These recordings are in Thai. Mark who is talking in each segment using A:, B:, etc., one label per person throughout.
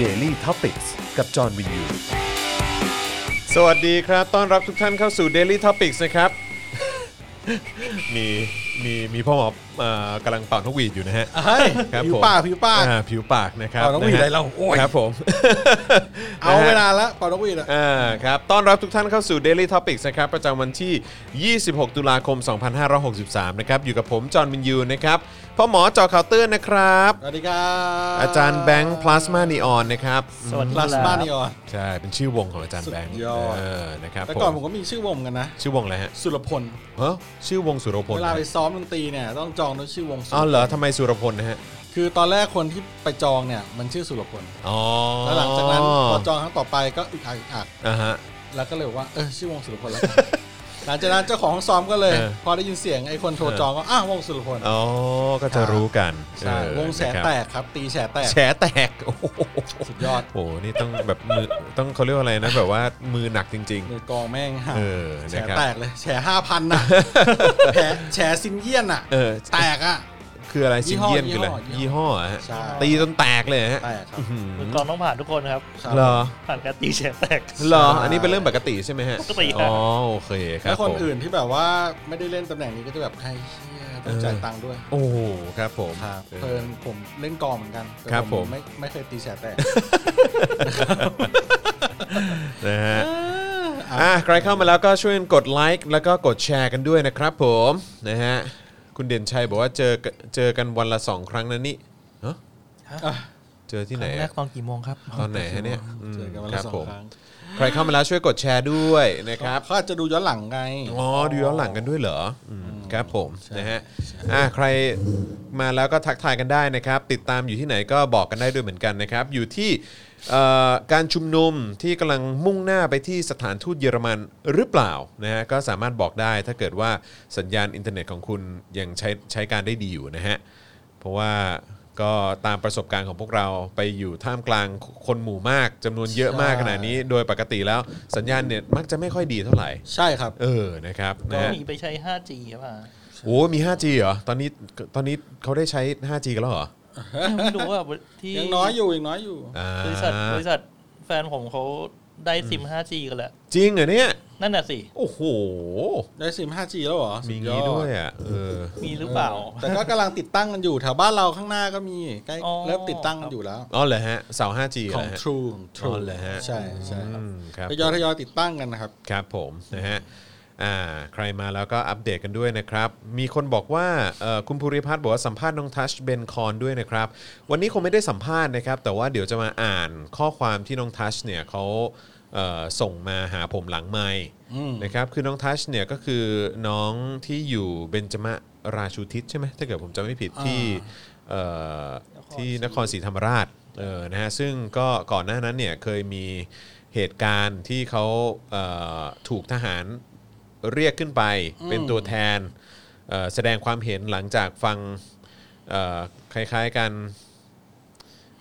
A: Daily t o p i c กกับจอห์นวินยู
B: สวัสดีครับ ต้อนรับทุกท่านเข้าสู่ Daily Topics นะครับ มีมีมีพ่อหมอเอ่อกำลังเป่านกหวีดอยู่นะฮะ
C: เฮ้ย
B: ครับ
C: ผิว
B: ผม
C: ปากผิวปาก
B: อ่ผิวปากนะครับ
C: เป่านกหวีด
B: ฮ
C: อะไรเราโอ้ย
B: ครับผม
C: เอาเวลาละเป่านกหวีดอะ
B: อ่าครับ ต้อนรับทุกท่านเข้าสู่ Daily Topics นะครับ ประจำวันที่ 26 ตุลาคม 2563 นะครับ อยู่กับผม จอห์นวินยูนะครับพ่อหมอจอข่าวเตือนนะครับ
C: สวัสดีครับ
B: อาจารย์แบงค์พลาสมานีออนนะครับ
D: สวัสดี
C: พลาสมานี
D: ครั
C: อ
D: บ
C: อน
B: ใช่ เป็นชื่อวงของอาจารย์แบงค์
C: สุดยอด
B: เออนะครับ
C: แต่ก่อนผมก็มีชื่อวงกันนะ
B: ชื่อวงอะไรฮะ
C: สุรพล
B: เฮ้อชื่อวงสุรพล
C: เวลาไปซ้อมดนตรีเนี่ยต้องจองด้วยชื่อวงสุร
B: อ๋อเหรอทำไมสุรพลนะฮะ
C: คือตอนแรกคนที่ไปจองเนี่ยมันชื่อสุรพล
B: อ๋อ
C: แล้วหลังจากนั้นพอจองครั้งต่อไปก็อึกอักอึกอัก
B: อ่าฮะ
C: แล้วก็เลยบอกว่าเออชื่อวงสุรพลแล้ว กัน หลังจากนั้นเจ้าของห้องซ้อมก็เลย
B: เออ
C: พอได้ยินเสียงไอ้คนโทรจองก็อ้าววงสุรพล
B: อ๋อ ก็จะรู้กัน
C: ใช่
B: เออ
C: วงแฉ
B: นะครับ
C: แตกครับ ตีแฉแตก
B: แฉแตกโอ้โห
C: สุดยอด
B: โอ้โหนี่ต้อง แบบมือ ต้องเขาเรียกว่าอะไรนะ แบบว่ามือหนักจริง
C: มือกองแม่งห่า
B: เออ
C: แฉ
B: นะครับ
C: แตกเลยแฉห้าพัน นะแฉแฉซินเยียนอะ
B: ๆ เออ
C: แตกอะ
B: คืออะไร
C: ยี่
B: ซิง
C: ห้อ
B: เยียนคืออะไร
C: ยี่
B: ยี่
C: ห้
B: ห้อ
C: อ
B: ฮะ
C: ใช่
B: ตีจนแตกเลยฮะ
C: แตกครับ
D: มือกลองต้องผ่านทุกคนครับ
C: ครับ
B: เหรอ
D: ผ่านการตีแฉแตก
B: เหรออันนี้เป็นเรื่องปกติใช่ไหมฮะ
D: ปกติฮะ
B: อ๋อโอเคครั
C: แล้
B: บ
C: วคน
B: ผม
C: อื่นที่แบบว่าไม่ได้เล่นตำแหน่งนี้ก็จะแบบไอ้เชี่ยต้อง
B: เออ
C: จ่ายตังค์ด้วย
B: โอ้โหครับผมเอ
C: เพลิ
B: อ
C: นผมเล่นกองเหมือนกันแต่
B: ครับผม
C: ไม่ไม่เคยตีแฉะแตก
B: นะฮะอ่ะใครเข้ามาแล้วก็ช่วยกดไลค์แล้วก็กดแชร์กันด้วยนะครับผมนะฮะคุณเด่นชัยบอกว่าเจอเจอกันวันละสองครั้งนะนี่ฮะเจอที่ไหน
D: แร
B: อะ
D: กตอนกี่โมงครับ
B: ตอนไหนฮะเนี่ยม
C: เจอกันวัน
B: ค
C: ละ
B: รับ
C: สอ
B: ผ
C: ง
B: ม
C: ครั้ง
B: ใครเข้ามาแล้วช่วยกดแชร์ด้วยนะครับ
C: เขาอาจจะดูย้อนหลังไง
B: อ๋อดูย้อนหลังกันด้วยเหรออืมครับผมนะฮะอ่ะใครมาแล้วก็ทักทายกันได้นะครับ ติดตามอยู่ที่ไหนก็บอกกันได้ด้วยเหมือนกันนะครับ อยู่ที่เอ่อการชุมนุมที่กำลังมุ่งหน้าไปที่สถานทูตเยอรมันหรือเปล่านะฮะก็สามารถบอกได้ถ้าเกิดว่าสัญญาณอินเทอร์เน็ตของคุณยังใช้ใช้การได้ดีอยู่นะฮะ เพราะว่าก็ตามประสบการณ์ของพวกเราไปอยู่ท่ามกลางคนหมู่มากจำนวนเยอะมากขนาดนี้ โดยปกติแล้วสัญญาณเน็ตมักจะไม่ค่อยดีเท่าไหร่
C: ใช่ครับ
B: เออ นะครับ
D: ก็
B: นะฮะ
D: หนีไปใช้ 5G ครับอ่ะ
B: โอ้มี 5G เหรอ ตอนนี้ ตอนนี้เขาได้ใช้ 5G กันแล้วเหรอ
D: ไม่รู้ว่าที่
C: ยังน้อยอยู่ยังน้อยอยู่
B: อ่า
D: บริษัทบริษัทแฟนผมเขาได้ซิม 5G กันแล้ว
B: จริงเหรอเนี่ย
D: นั่นน่ะสิ
B: โอ้โห
C: ได้ซิม 5G แล้วเหรอ
B: มี
C: สุ
B: งี้ด้วยอ่ะ เออ
D: มีหรือเปล่า
C: แต่ก็กำลังติดตั้งกันอยู่แถวบ้านเราข้างหน้าก็มีใกล้
D: อ๋อ
C: เริ่มติดตั้งกันอยู่แล้ว
B: อ๋อเหรอฮะ เสา 5G เหร
C: ข
B: อ
C: อง
B: ฮะ
C: True ของ True
B: อ๋อเหรอฮะ
C: ใช่ใช่ครับ
B: อืมครับ
C: ทยอยทยอยติดตั้งกันนะครับ
B: ครับผม นะฮะ อ่า ใครมาแล้วก็อัปเดตกันด้วยนะครับ มีคนบอกว่าเอ่อคุณภูริพัฒน์บอกว่าสัมภาษณ์น้องทัชเบนคอนด้วยนะครับ วันนี้คงไม่ได้สัมภาษณ์นะครับ แต่ว่าเดี๋ยวจะมาอ่านข้อความที่น้องทัชเนี่ยเขาเอ่อส่งมาหาผมหลังไมค์
C: อืม
B: นะครับคือน้องทัชเนี่ยก็คือน้องที่อยู่เบนจมะราชูทิศใช่ไหมถ้าเกิดผมจำไม่ผิดที่เอ่อน
D: คร
B: ที่นครศ
D: ศรี
B: รีธรรมราชเออนะฮะซึ่งก็ก่อนหน้านั้นเนี่ยเคยมีเหตุการณ์ที่เขาเอ่อถูกทหารเรียกขึ้นไปเป็นตัวแทนเอ่อแสดงความเห็นหลังจากฟังเอ่อคล้ายๆกัน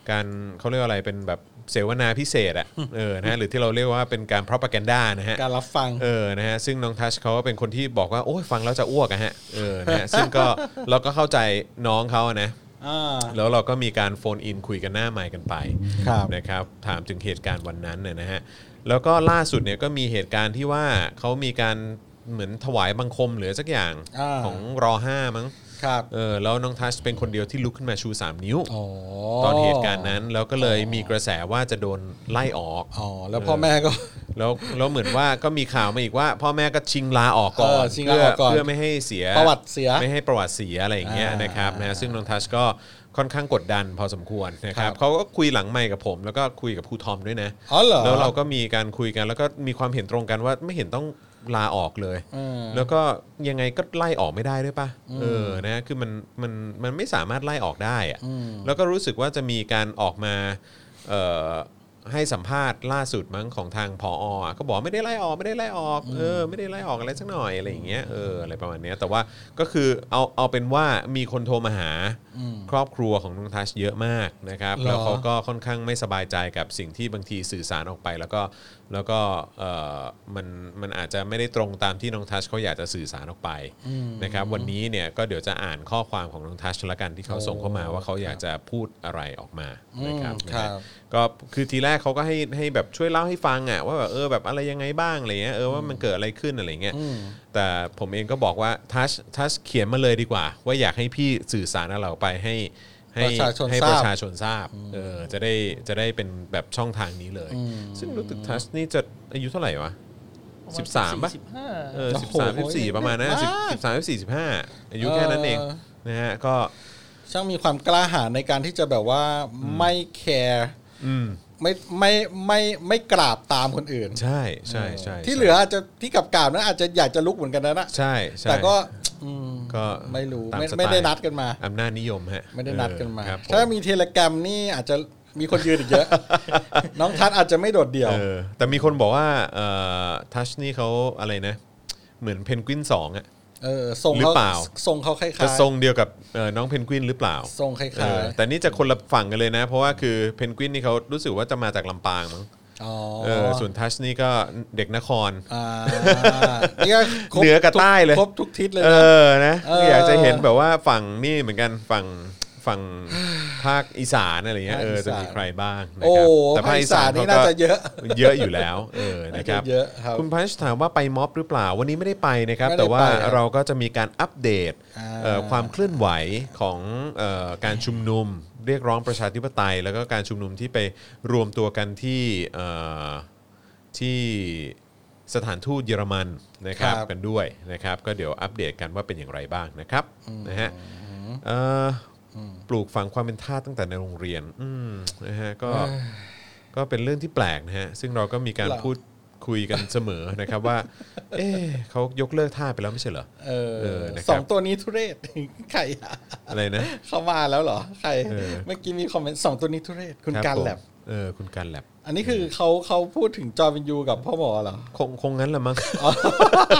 B: การเขาเรียกว่าอะไรเป็นแบบเสวนาพิเศษ อะเออนะฮะหรือที่เราเรียกว่าเป็นการ propaganda นะฮะ
C: การรับฟัง
B: เออ นะฮะ ซึ่งน้องทัชเขาก็เป็นคนที่บอกว่า โอ้ย ฟังแล้วจะอ้วกอะฮะ เออ นะฮะ ซึ่งก็ เราก็เข้าใจน้องเขาอะนะ
C: อ่า
B: แล้วเราก็มีการโฟนอินคุยกันหน้าไมค์กันไป
C: ครับ
B: นะครับ ถามถึงเหตุการณ์วันนั้นน่ยนะฮะ แล้วก็ล่าสุดเนี่ยก็มีเหตุการณ์ที่ว่าเขามีการเหมือนถวายบังคมหรือสักอย่าง
C: อ่า
B: ของรอห้ามั้ง
C: ครับ
B: เออ แล้วน้องทัชเป็นคนเดียวที่ลุกขึ้นมาชู 3 นิ้ว
C: อ๋อ
B: ตอนเหตุการณ์นั้น แล้วก็เลยมีกระแสว่าจะโดนไล่ออก
C: อ๋อ แล้วพ่อแม่ก็
B: แล้วแล้วเหมือนว่าก็มีข่าวมาอีกว่า พ่อแม่ก็ชิงลาออกก่อน
C: เออชิงลาออกก่อน
B: เพื่เพื่อไม่ให้เสีย
C: ประวัติเสีย
B: ไม่ให้ประวัติเสียอะไรอย่างเงี้ยนะครับนะซึ่งน้องทัชก็ค่อนข้างกดดันพอสมควรนะครั
C: ครับ บ
B: เขาก็คุยหลังไมค์กับผม แล้วก็คุยกับครูทอมด้วยนะ
C: อ๋อเหรอ
B: แล้วเราก็มีการคุยกันแล้วก็มีความเห็นตรงกันว่าไม่เห็นต้องลาออกเลย
C: เออ
B: แล้วก็ยังไงก็ไล่ออกไม่ได้ด้วยป่ะเออนะคือมันมันมันไม่สามารถไล่ออกได้อะแล้วก็รู้สึกว่าจะมีการออกมาเอ่อ ให้สัมภาษณ์ล่าสุดมั้งของทางพออ่ะก็บอกไม่ได้ไล่ออกไม่ได้ไล่ออกเออไม่ได้ไล่ออกอะไรสักหน่อยอะไรอย่างเงี้ยเอออะไรประมาณเนี้ยแต่ว่าก็คือเอาเอาเป็นว่ามีคนโทรมาหา
C: อืม
B: ครอบครัวของน้องทัชเยอะมากนะครับ
C: เหรอ
B: แล้วเขาก็ค่อนข้างไม่สบายใจกับสิ่งที่บางทีสื่อสารออกไป แล้วก็แล้วก็เออมันมันอาจจะไม่ได้ตรงตามที่น้องทัชเขาอยากจะสื่อสารออกไปนะครับวันนี้เนี่ยก็เดี๋ยวจะอ่านข้อความของน้องทัชละกันที่เขาส่งเข้ามาว่าเขาอยากจะพูดอะไรออกมานะครับ
C: อืม
B: นะ
C: ค
B: ฮะ
C: รับ
B: ก็คือทีแรกเขาก็ให้ให้แบบช่วยเล่าให้ฟังอ่ะว่าแบบเออแบบอะไรยังไงบ้างอะไรเงี้ยเออว่ามันเกิดอะไรขึ้นอะไรเงี้ย
C: อืม
B: แต่ผมเองก็บอกว่าทัชทัชเขียนมาเลยดีกว่า ว่าอยากให้พี่สื่อสารอะไรออกไปให้ให้
C: ประชาชน
B: ให้
C: ทราบ
B: ประชาชนทราบเออจะได้จะได้เป็นแบบช่องทางนี้เลย ซึ่งรู้สึกทัชนี่จะอายุเท่าไหร่วะ สิบสามปะ
D: สิบห้า
B: เออ
C: โอ้
B: สิบ
C: โห
B: สามสิบสี่ประมาณนะสิบ
C: มาก
B: สิบสามสิบสี่สิบห้าอายุแค่นั้นเอง
C: เออ
B: นะฮะก็
C: ช่างมีความกล้าหาญในการที่จะแบบว่าไม่แคร์
B: อืม
C: ไม่ไม่ไม่ไม่กราบตามคนอื่น
B: ใช่ใช่ใช่
C: ที่เหลืออาจจะที่กับกราบนั้นอาจจะอยากจะลุกเหมือนกันนะนะ
B: ใช่ใช่
C: แต่ก็อืม
B: ก็
C: ไม่รู้
B: ตาม
C: ไม่
B: สไตล์
C: ไม่ได้นัดกันมา
B: อำนาจนิยมฮะ
C: ไม่ได้นัดกันมา
B: เออครับผ
C: ถ้ามีเทเลกรมนี่อาจจะมีคนยืนอีกเยอะ น้องทัศน์อาจจะไม่โดดเดี่ยว
B: เออแต่มีคนบอกว่าเอ่อทัชนี่เขาอะไรนะ เหมือนเพนกวินสองอะ
C: เออทรง
B: หรือ
C: เขา
B: เปล่า
C: ทรงเขาคล้าย
B: จะ
C: ๆ
B: ทรงเดียวกับเอ่อน้องเพนกวินหรือเปล่า
C: ทรงค
B: เอ
C: ล้าย
B: อแต่นี่จะคนละฝั่งกันเลยนะ เพราะว่าคือเพนกวินนี่เขารู้สึกว่าจะมาจากลำปางมั้ง
C: ๆอ๋อ
B: เออส่วนทัชนี่ก็เด็กนคร
C: อ่านี่ก็คร
B: เหนือกับใต้เลย
C: ครบทุกทิศเลย
B: เอ
C: นะ
B: อนะ
C: เอออย
B: อากจะเห็นแบบว่าฝั่งนี่เหมือนกันฝั่งฝั่งภาคอีสานอะไรเงี้ย
C: ภาค
B: เออ
C: อีสาน
B: จะมีใครบ้างนะ
C: โอ้
B: ครับ
C: แต่ภาคอีสาน
B: เข
C: นี่
B: ก็
C: น่าจะเยอะ
B: เยอะอยู่แล้วเออนะครับ
C: น่าจะเยอะครับ
B: คุณพันชถามว่าไปม็อบหรือเปล่า วันนี้ไม่ได้ไปนะครับ
C: ไม่ได้
B: แต่ว่า
C: ไปครับ
B: เราก็จะมีการอัปเดต
C: อ่า
B: เอ่อความเคลื่อนไหวของเอ่อการชุมนุม เรียกร้องประชาธิปไตย แล้วก็การชุมนุมที่ไปรวมตัวกันที่เอ่อที่สถานทูตเยอรมันนะครับ
C: ครับ
B: กันด้วยนะครับ ก็เดี๋ยวอัปเดตกันว่าเป็นอย่างไรบ้างนะครับนะฮะเอ่ออปลูกฝังความเป็นทาสตั้งแต่ในโรงเรียนอืมนะฮะก็ ก็เป็นเรื่องที่แปลกนะฮะ ซึ่งเราก็มีการ
C: หรอ
B: พูดคุยกันเสมอนะครับว่า เอ๊ะเขายกเลิกท่าสไปแล้วไม่ใช่เหรอ
C: เอ
B: เอ
C: อ
B: อนะครับ
C: สองตัวนี้ทุเรศ ใครอะ
B: อะไรนะ
C: เขามาแล้วเหรอใคร
B: เออ
C: เมื่อกี้มีคอมเมนต์สองตัวนี้ทุเรศคุณ
B: คบ
C: การแลบ
B: ผมเออคุณการแลบ
C: อันนี้คือเขาเขาพูดถึงจอวินยูกับพ่อหมอเหรอ
B: คงคงงั้นละมั้ง
D: เ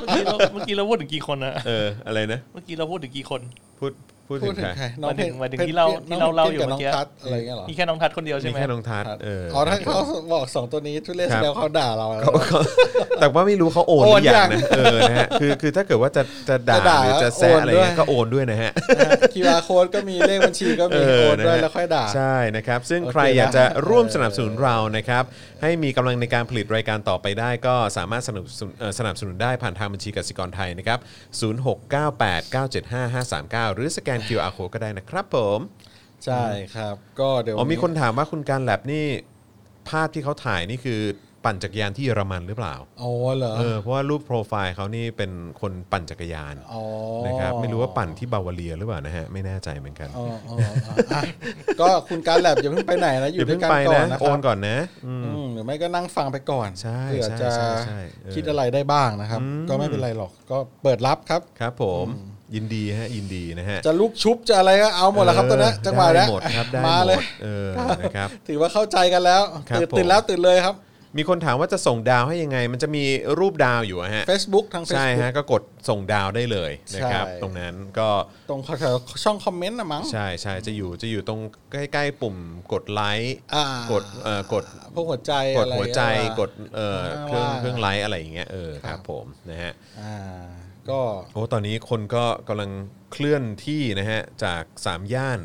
D: มื่อกี้เราเมื่อกี้เราพูดถึงกี่คนนะ
B: เอออะไรนะ
D: เมื่อกี้เราพูดถึงกี่คน
B: พูดพูด
C: พู
B: ถึง
C: ดถึง
B: ใคร
C: ใคร
D: หมายถึงหมายถึงที่
C: พ
D: เรา
C: ช
D: ที่เราเล่า
C: พช
D: อยู่
C: กับ
D: เมื่อกี้
C: น้งทัศน์อะไรเงี้ยเหรอ
D: มีแค่น้องทัดคนเดียวใช่
B: มี
D: ไหม
B: แค่น้องทัศน์
C: ครับ
B: เออ
C: อ๋อถ้า
B: ครับ
C: เขา
B: ผม
C: บอกสองตัวนี้ทุเรศ
B: ครับ
C: แสดงว่าเขาด่าเราแล้ว
B: แต่ว่าไม่รู้เขาโอน
C: โอ
B: ห
C: น
B: รือยัง
C: ยั
B: นะ
C: ง
B: เออนะฮะคือคือถ้าเกิดว่าจะจะด่า
C: จะด่า
B: หรือจะแซะอะไร
C: โอนด้วย
B: เงี้ยก็โอนด้วยนะฮะ
C: คิวอาร์โค้ดก็มีเลขบัญชีก็มี
B: เออ
C: โอนด้วย
B: นะฮะ
C: แล้วค่อยด่า
B: ใช่นะครับ ซึ่ง
C: โอเค
B: ใครอยากจะ
C: นะ
B: ร่วมสนับสนุนเรานะครับ ให้มีกำลังในการผลิตรายการต่อไปได้ ก็สามารถสนับสนุนเอ่อสนับสนุนได้ผ่านทางบัญชีกสิกรไทยนะครับ 0698975539 หรือสแกน QR code ก็ได้นะครับผม
C: ใช่ครับ ก็เดี๋ยว
B: อ๋อมีคนถามว่าคุณการแลบนี่ ภาพที่เขาถ่ายนี่คือปั่นจักรยานที่เยอรมันหรือเปล่า
C: อ๋อเหรอ
B: เออเพราะว่ารูปโปรไฟล์เขานี่เป็นคนปั่นจักรยาน
C: อ๋อ
B: นะครับไม่รู้ว่าปั่นที่บาวาเรียหรือเปล่านะฮะไม่แน่ใจเหมือนกัน
C: อ๋ออ๋ออ๋ออ่ะก็คุณการแลบอย่าเพิ่งไปไหนนะอ
B: อย่า
C: ยู่ด้ว
B: เพิ่
C: ย
B: ง
C: กัน
B: ไป
C: ก่อน
B: นะ
C: นะค
B: โอ
C: รั
B: น
C: บ
B: ก่อนนะอืม
C: อืมหรือไม่ก็นั่งฟังไปก่อน
B: ใช่
C: เผื่อจะ
B: ใช่ใช่ใช่เออ
C: คิดอะไรได้บ้างนะครับ ก็ไม่เป็นไรหรอกก็เปิดรับครับ
B: ครับผมยินดีฮะยินดีนะฮะ
C: จะลูกชุบจะอะไรก็เอาหมดแล้วครับตอนนี้
B: เออ
C: จังหวะเนี้ย
B: ได้หมดครับได้
C: มาเล
B: ห
C: ย
B: ดเออนะครับ
C: ถือว่าเข้าใจกันแล้ว
B: ครับ
C: ตื่น
B: ผม
C: ตื่นแล้วตื่นเลยครับ
B: มีคนถามว่าจะส่งดาวให้ยังไง มันจะมีรูปดาวอยู่อะฮะ
C: Facebook ทาง
B: ใช่
C: Facebook
B: ฮะก็กดส่งดาวได้เลยนะครับ
C: ใช่
B: ตรงนั้นก็
C: ตรงแถวๆช่องคอมเมนต์นะมั้ง
B: ใช่ใช่จะอยู่จะอยู่ตรงใกล้ๆปุ่มกดไลค์
C: อ่า
B: กดเอ่อกด
C: พวกหัวใจ
B: ก
C: อะ
B: ด
C: ไร
B: หัวใจ
C: อะไร
B: กดเอ่อเครื่อง
C: ว่า
B: เครื่องไลค์อะไรอย่างเงี้ยเออครับผมนะฮะ
C: อ่าก็
B: โอ้ตอนนี้คนก็กำลังเคลื่อนที่นะฮะจากสามย่าน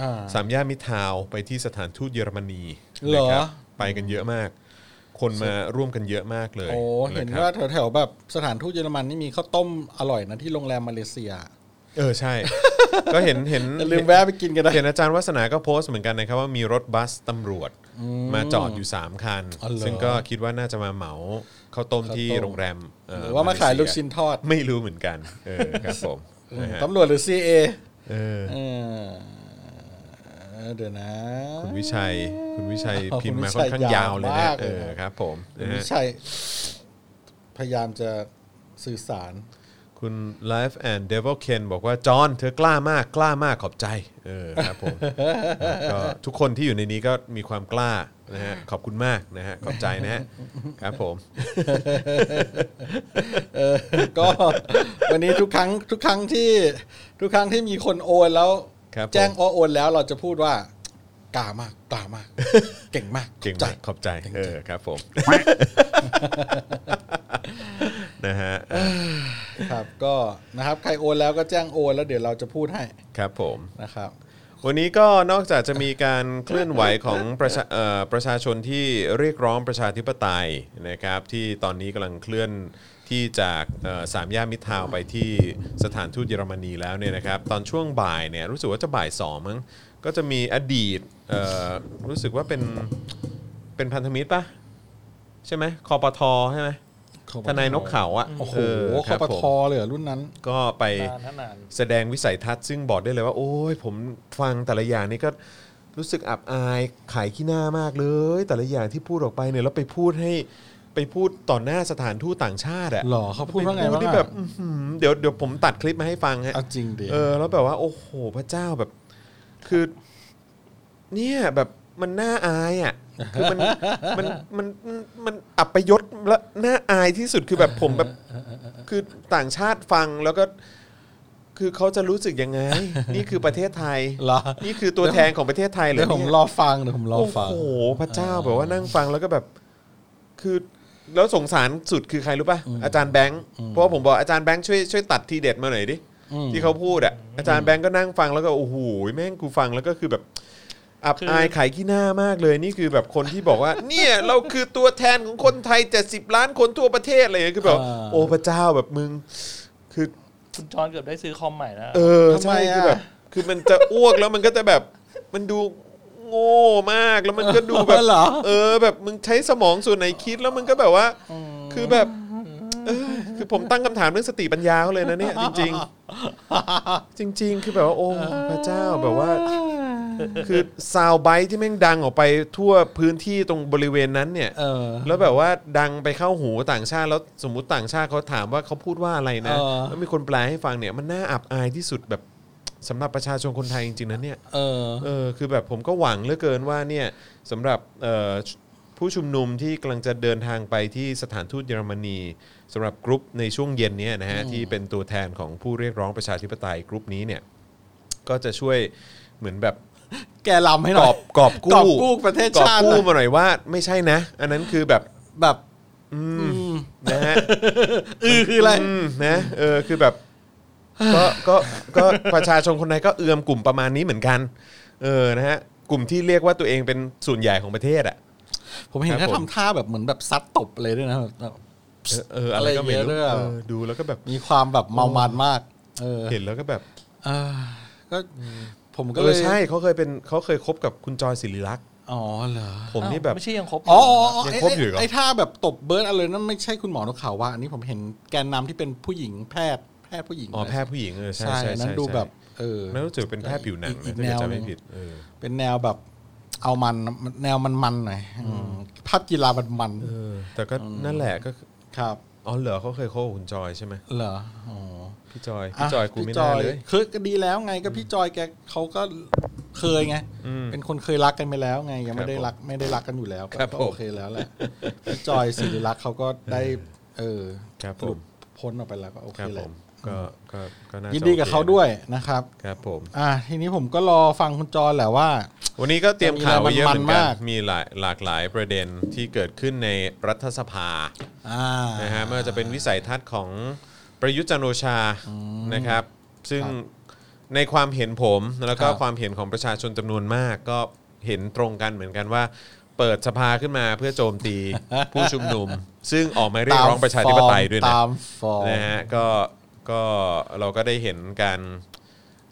C: อ่า
B: สามย่านมิตรทาวน์ไปที่สถานทูตเยอรมนี
C: เหรอ
B: นะครับไปกันเยอะมาก คนมาร่วมกันเยอะมากเลย
C: โอ้เห็น
B: นะครับ
C: ว่าแถวๆแบบสถานทูตเยอรมันนี่มีข้าวต้มอร่อยนะที่โรงแรมมาเลเซีย
B: เออ ใช่ ก็เห็นเห็น
C: อย่าลืมแวะไปกินกันนะ
B: เห็นอาจารย์วัฒนาก็โพสต์เหมือนกันนะครับว่ามีรถบัสตำรวจมาจอดอยู่ 3 คัน
C: อ๋อเหรอ
B: ซึ่งก็คิดว่าน่าจะมาเหมาข้าวต้มที่โรงแรมเห
C: รือว่ามาขายลูกชิ้นทอด
B: ไม่รู้เหมือนกันเออครับผมนะฮะ
C: ตำรวจหรือ CA
B: เออ
C: เออเดี๋ยวนะ
B: คุณวิชัยคุณวิชัย
C: อ๋อ
B: พิมพ์มา
C: คุณวิ
B: ค่อ
C: ชัย
B: นข้างยาวเลยนะ
C: ยาวมาก
B: เอ
C: เลย
B: อครับผมนะ
C: ไม่
B: ฮะ
C: ใช่ พยายามจะสื่อสาร
B: คุณ Life and Devil Ken บอกว่า จอห์นเธอกล้ามากกล้ามากขอบใจเออครับผม ก็ทุกคนที่อยู่ในนี้ก็มีความกล้านะฮะขอบคุณมากนะฮะขอบใจนะฮะครับผม
C: ก็วันนี้ทุกครั้งทุกครั้งที่ทุกครั้งที่มีคนโอนแล้ว
B: ครับผม
C: แจ้งโอโอนแล้วเราจะพูดว่ากล้ามากกล้า มาก เก่งมาก
B: เก่ง
C: ใจ
B: มากขอบใจ
C: เก่งใจ
B: เออครับผมนะฮะเออ
C: ครับก็นะครับใครโอนแล้วก็แจ้งโอนแล้วเดี๋ยวเราจะพูดให้
B: ครับผม
C: นะครับ
B: วันนี้ก็นอกจากจะมีการเคลื่อนไหวของประชาเอ่อประชาชนที่เรียกร้องประชาธิปไตยนะครับที่ตอนนี้กำลังเคลื่อนที่จากเอ่อสามย่านมิตรทาวน์ไปที่สถานทูตเยอรมนีแล้วเนี่ยนะครับตอนช่วงบ่ายเนี่ยรู้สึกว่าจะบ่ายสองมั้งก็จะมีอดีตเอ่อรู้สึกว่าเป็นเป็นพันธมิตรปะใช่ไหมคอปทใช่ไหม
C: คอปท
B: ทนายนกเขาอะ
C: โอ้โห
B: เค
C: คอ
B: รับ
C: ป
B: ผ
C: ท
B: ม
C: เลยเหรอรุ่นนั้น
B: ก็ไป
D: นานนะนาน
B: แสดงวิสัยทัศน์ซึ่งบอกได้เลยว่า โอ้ยผมฟังแต่ละอย่างนี่ก็รู้สึกอับอายขายขี้หน้ามากเลย แต่ละอย่างที่พูดออกไปเนี่ยแล้วไปพูดให้ไปพูดต่อหน้าสถานทูตต่างชาติอะ
C: หรอเขาพูดว่าไง
B: ป
C: บ้าง
B: ที่
C: อะ
B: แบบอื้อหือเดี๋ยวเดี๋ยวผมตัดคลิปมาให้ฟังฮะ
C: เอาจริงดิ
B: เออแล้วแบบว่า โอ้โหพระเจ้าแบบ คือ เนี่ยแบบมันน่าอายอ่ะคือ มันมันมันมันมันอับประยศและน่าอายที่สุดคือแบบผมแบบ คือต่างชาติฟังแล้วก็ คือเขาจะรู้สึกยังไง นี่คือประเทศไทย
C: เหรอ
B: นี่คือตัวแทนของประเทศไทยเหรอ
C: เดี๋ยวผม
B: เนี่ย
C: รอฟังเดี๋ยวผมรอฟัง
B: โอ้โหพระเจ้าแบบว่านั่งฟังแล้วก็แบบ คือแล้วสงสารสุดคือใครรู้ป่ะอาจารย์แบงค์เพราะว่าผมบอกอาจารย์แบงค์ช่วยช่วยตัดทีเด็ดมาหน่อยดิ
C: อืม
B: ที่เขาพูดอ่ะอาจารย์แบงค์ก็นั่งฟังแล้วก็โอ้โหแม่งกูฟังแล้วก็คือแบบอับ
D: คือ
B: อายขายขี้หน้ามากเลยนี่คือแบบคนที่บอก ว่า เนี่ยเราคือตัวแทนของคนไทย70ล้านคนทั่วประเทศอะไรอย่างเงี้ยคือแบบโอ้พระเจ้าแบบมึง คือ
D: คุณจอนเกือบได้ซื้อคอมใหม่แล้ว
B: เออ
C: ทำไม
B: ใช่คือ
C: อะ
B: แบบคือมันจะอ้วกแล้วมันก็จะแบบมันดูโง่มากแล้วมันก็ดูแบบ
C: เหรอ
B: เออแบบมึงใช้สมองส่วนไหนคิดแล้วมึงก็แบบว่า คือแบบเออคือผมตั้งคำถามเรื่องสติปัญญาเขาเลยนะเนี่ยจริง ๆ จริง ๆ คือแบบว่าโอ้พระเจ้าแบบว่า คือซาวไบที่แม่งดังออกไปทั่วพื้นที่ตรงบริเวณนั้นเนี่ย
C: เออ
B: แล้วแบบว่าดังไปเข้าหูต่างชาติแล้วสมมติต่างชาติเขาถามว่าเขาพูดว่าอะไรนะ
C: เออ
B: แล้วมีคนแปลให้ฟังเนี่ยมันน่าอับอายที่สุดแบบสำหรับประชาชนคนไทยจริงๆนะเนี่ย
C: เออ
B: เออคือแบบผมก็หวังเหลือเกินว่าเนี่ยสำหรับเอ่อผู้ชุมนุมที่กำลังจะเดินทางไปที่สถานทูตเยอรมนีสำหรับกรุ๊ปในช่วงเย็นเนี้นะฮะที่เป็นตัวแทนของผู้เรียกร้องประชาธิปไตยกรุ๊ปนี้เนี่ยก็จะช่วยเหมือนแบบ
C: แกลำให้ห
B: ก
C: น่
B: อ
C: อย
B: บกอบกู้
C: กอบกู้ประเทศชาติ
B: กอบกู้
C: หน่อ
B: มา
C: ย
B: หน่อยว่าไม่ใช่นะ อันนั้นคือแบบ
C: แบบ
B: นะฮะ
C: อือคืออะไร
B: มนะเออคือ แบบก็ก็ก็ประชาชนคนไทยก็เอือมกลุ่มประมาณนี้เหมือนกัน เออนะฮะกลุ่มที่เรียกว่าตัวเองเป็นส่วนใหญ่ของประเทศอ่ะ
C: ผมเห็น
B: ครั
C: เขา
B: บผม
C: ทำท่าแบบเหมือนแบบซัดตบเลยด้วยนะแบบ
B: เออเอออะไรก็ไม่รู้เอ
C: เงี้ยด้วย
B: อดูแล้วก็แบบ
C: มีความแบบเมามันมาก เออ
B: เห็นแล้วก็แบบ
C: เออก็ผมก็
B: เอ
C: เล
B: อย ใช่เขาเคยเป็นเขาเคยคบกับคุณจอยศิริลักษณ์
C: อ๋อเหรอ
B: ผมนี่แบบ
D: ไม่ใช่ยังครบ
C: อ๋ออ๋ออ๋อ
B: ยัง
C: ไอ้
B: ครบอยู่เหรอ
C: ไอ้ท่าแบบตบเบิร์ดอะไรนั่นไม่ใช่คุณหมอนกเขาวว่าอันนี้ผมเห็นแกนนำที่เป็นผู้หญิงแพทย์แพทย์ผู้หญิง
B: อ๋อแพทย์ผู้หญิงเออใช่
C: ใช่
B: ใช่
C: นั้น
B: ใช่
C: ดูแบบ เออ
B: นั่นรู้สึกเป็นแพทย์ผิวหนัง
C: อี
B: นะ
C: ก
B: ถ้าเกิด
C: แนว
B: จำไม่
C: หนึ่ง
B: ผิดเออ
C: เป็นแนวแบบเอามันแนวมันมันๆหน่อยอืมภาพกีฬามันมันๆ
B: เออ แต่ก็นั่นแหละก็คือ
C: ครับ
B: อ๋อเหรอเขาเคยคบกับคุณจอยใช่ไหม
C: เหรออ๋อ
B: พี่จอยพี่จอยกูไม่
C: จ
B: น่า
C: อย
B: เลย
C: คือก็ดีแล้วไงก็พี่จอยแกเขาก็เคยไง เป็นคนเคยรักกันไปแล้วไงยังไม่ได้รักไม่ได้รักกันอยู่แล้ว
B: ครับ
C: ก็
B: ผม
C: โอเคแล้วแหละพี่จอยศิริรักษ์เขาก็ได้เออ
B: ครับผม
C: หลุดพ้นออกไปแล้วก็โอ
B: ค
C: เครับ
B: ผ
C: แล้ว
B: มก็ก็ก็น่าจะ
C: ยินดีกับ
B: โอค
C: เขาด้วยนะครับ
B: ครับผม
C: อ่าทีนี้ผมก็รอฟังคุณจอยแหละว่า
B: วันนี้ก็เตรียมข่าวไว้เยอะเหมือนกัน
C: มันๆมาก
B: มีหลายหลากหลายประเด็นที่เกิดขึ้นในรัฐสภา
C: อ่า
B: นะฮะไม่ว่าจะเป็นวิสัยทัศน์ของประยุทธ์จันทร์โอชานะครับ ซึ่งในความเห็นผมแล้วก็
C: ครับ
B: ความเห็นของประชาชนจำนวนมาก ก็เห็นตรงกันเหมือนกันว่า เปิดสภาขึ้นมาเพื่อโจมตี ผู้ชุม นุม ซึ่งออกมาเรียกร้องประชาธิปไตยด้วยนะ
C: ตามฟอร์ม
B: นะฮะก็ก็เราก็ได้เห็นการ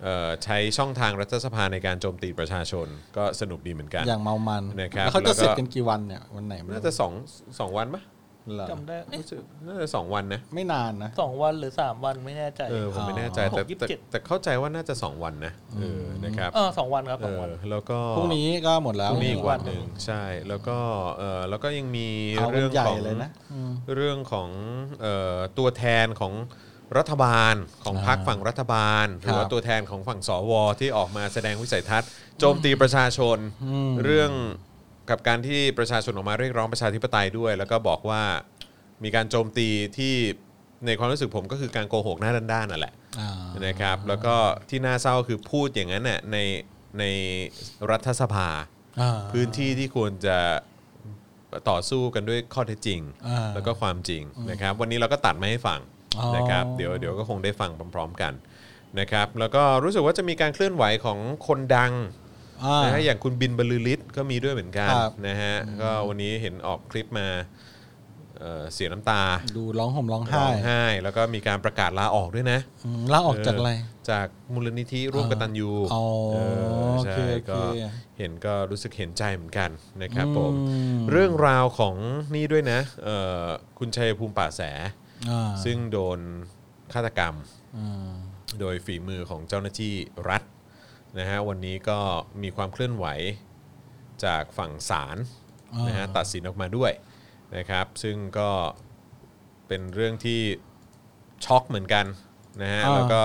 B: เอ่อใช้ช่องทางรัฐสภาในการโจมตีประชาชนก็สนุกดีเหมือนกัน
C: อย่างเมามัน
B: นะครับ
C: แล้วเขา
B: แล้
C: จะ
B: วก็
C: เสร็จกันกี่วันเนี่ยวันไหนไม่รู้
B: น่าจะสองสองวันปะ
C: เหรอ
D: จำได้เอ๊ะ
B: รู้สึกน่าจะสองวันนะ
C: ไม่นานนะ
D: สองวันหรือสามวันไม่แน่ใจ
B: เออผมไม่แน่ใจ
D: อ๋อ
B: แต่
D: หกยี่สิบ
B: แต่
D: เจ็ด
B: แต่เข้าใจว่าน่าจะ 2 วันนะเออนะครับ
D: เออสองวันครับ
B: เอ
D: สอง
B: อ
D: วัน
B: แล้วก็
C: พรุ่งนี้ก็หมดแล้
B: พ
C: ว
B: รุ่งนี้อีกวันหนึ่งใช่แล้วก็เออแล้วก็ยังมี
C: เอากัน
B: เรื่อง
C: ใหญ่
B: ของ
C: เลยนะอืม
B: เรื่องของเอ่อตัวแทนของ รัฐบาลของพรรคฝั่งรัฐบาล หรือว่า
C: ครับ
B: ตัวแทนของฝั่งสวที่ออกมาแสดงวิสัยทัศน์ โจมตีประชาชนเรื่องกับการที่ประชาชนออกมาเรียกร้องประชาธิปไตยด้วย แล้วก็บอกว่ามีการโจมตีที่ในความรู้สึกผมก็คือการโกหกหน้าด้านๆนั่นแหละ
C: อ่า
B: นะครับแล้วก็ที่น่าเศร้าคือพูดอย่างนั้นน่ะในในรัฐสภา
C: อ่า
B: พื้นที่ที่ควรจะต่อสู้กันด้วยข้อเท็จจริง
C: อ่า
B: แล้วก็ความจริงนะครับ วันนี้เราก็ตัดมาให้ฟัง
C: อ๋อ
B: นะครับ เดี๋ยวเดี๋ยวก็คงได้ฟังพร้อมๆกันนะครับ แล้วก็รู้สึกว่าจะมีการเคลื่อนไหวของคนดัง
C: อ่า
B: นะฮะอย่างคุณบินบรรลือฤทธิ์ก็มีด้วยเหมือนกัน
C: ครับ
B: นะฮะก็วันนี้เห็นออกคลิปมาเอ่อเสียน้ำตา
C: ดูร้องห่มร้อง
B: ร้
C: ไห้
B: องไห้แล้วก็มีการประกาศลาออกด้วยนะ
C: อืมลาออกจากอะไร
B: จากมูลนิธิร่วมกตัญญู
C: อ๋อ
B: เออใช่
C: โอเคโอเค
B: ก็เห็นก็รู้สึกเห็นใจเหมือนกันนะครับผม
C: อืม
B: เรื่องราวของนี่ด้วยนะเอ่อคุณชัยภูมิป่าแส
C: อ่า
B: ซึ่งโดนฆาตกรรม
C: อ่า
B: โดยฝีมือของเจ้าหน้าที่รัฐนะฮะวันนี้ก็มีความเคลื่อนไหวจากฝั่งศาล
C: อ่าน
B: นะฮะตัดสินออกมาด้วยนะครับ ซึ่งก็เป็นเรื่องที่ช็อกเหมือนกันนะฮะแล้วก็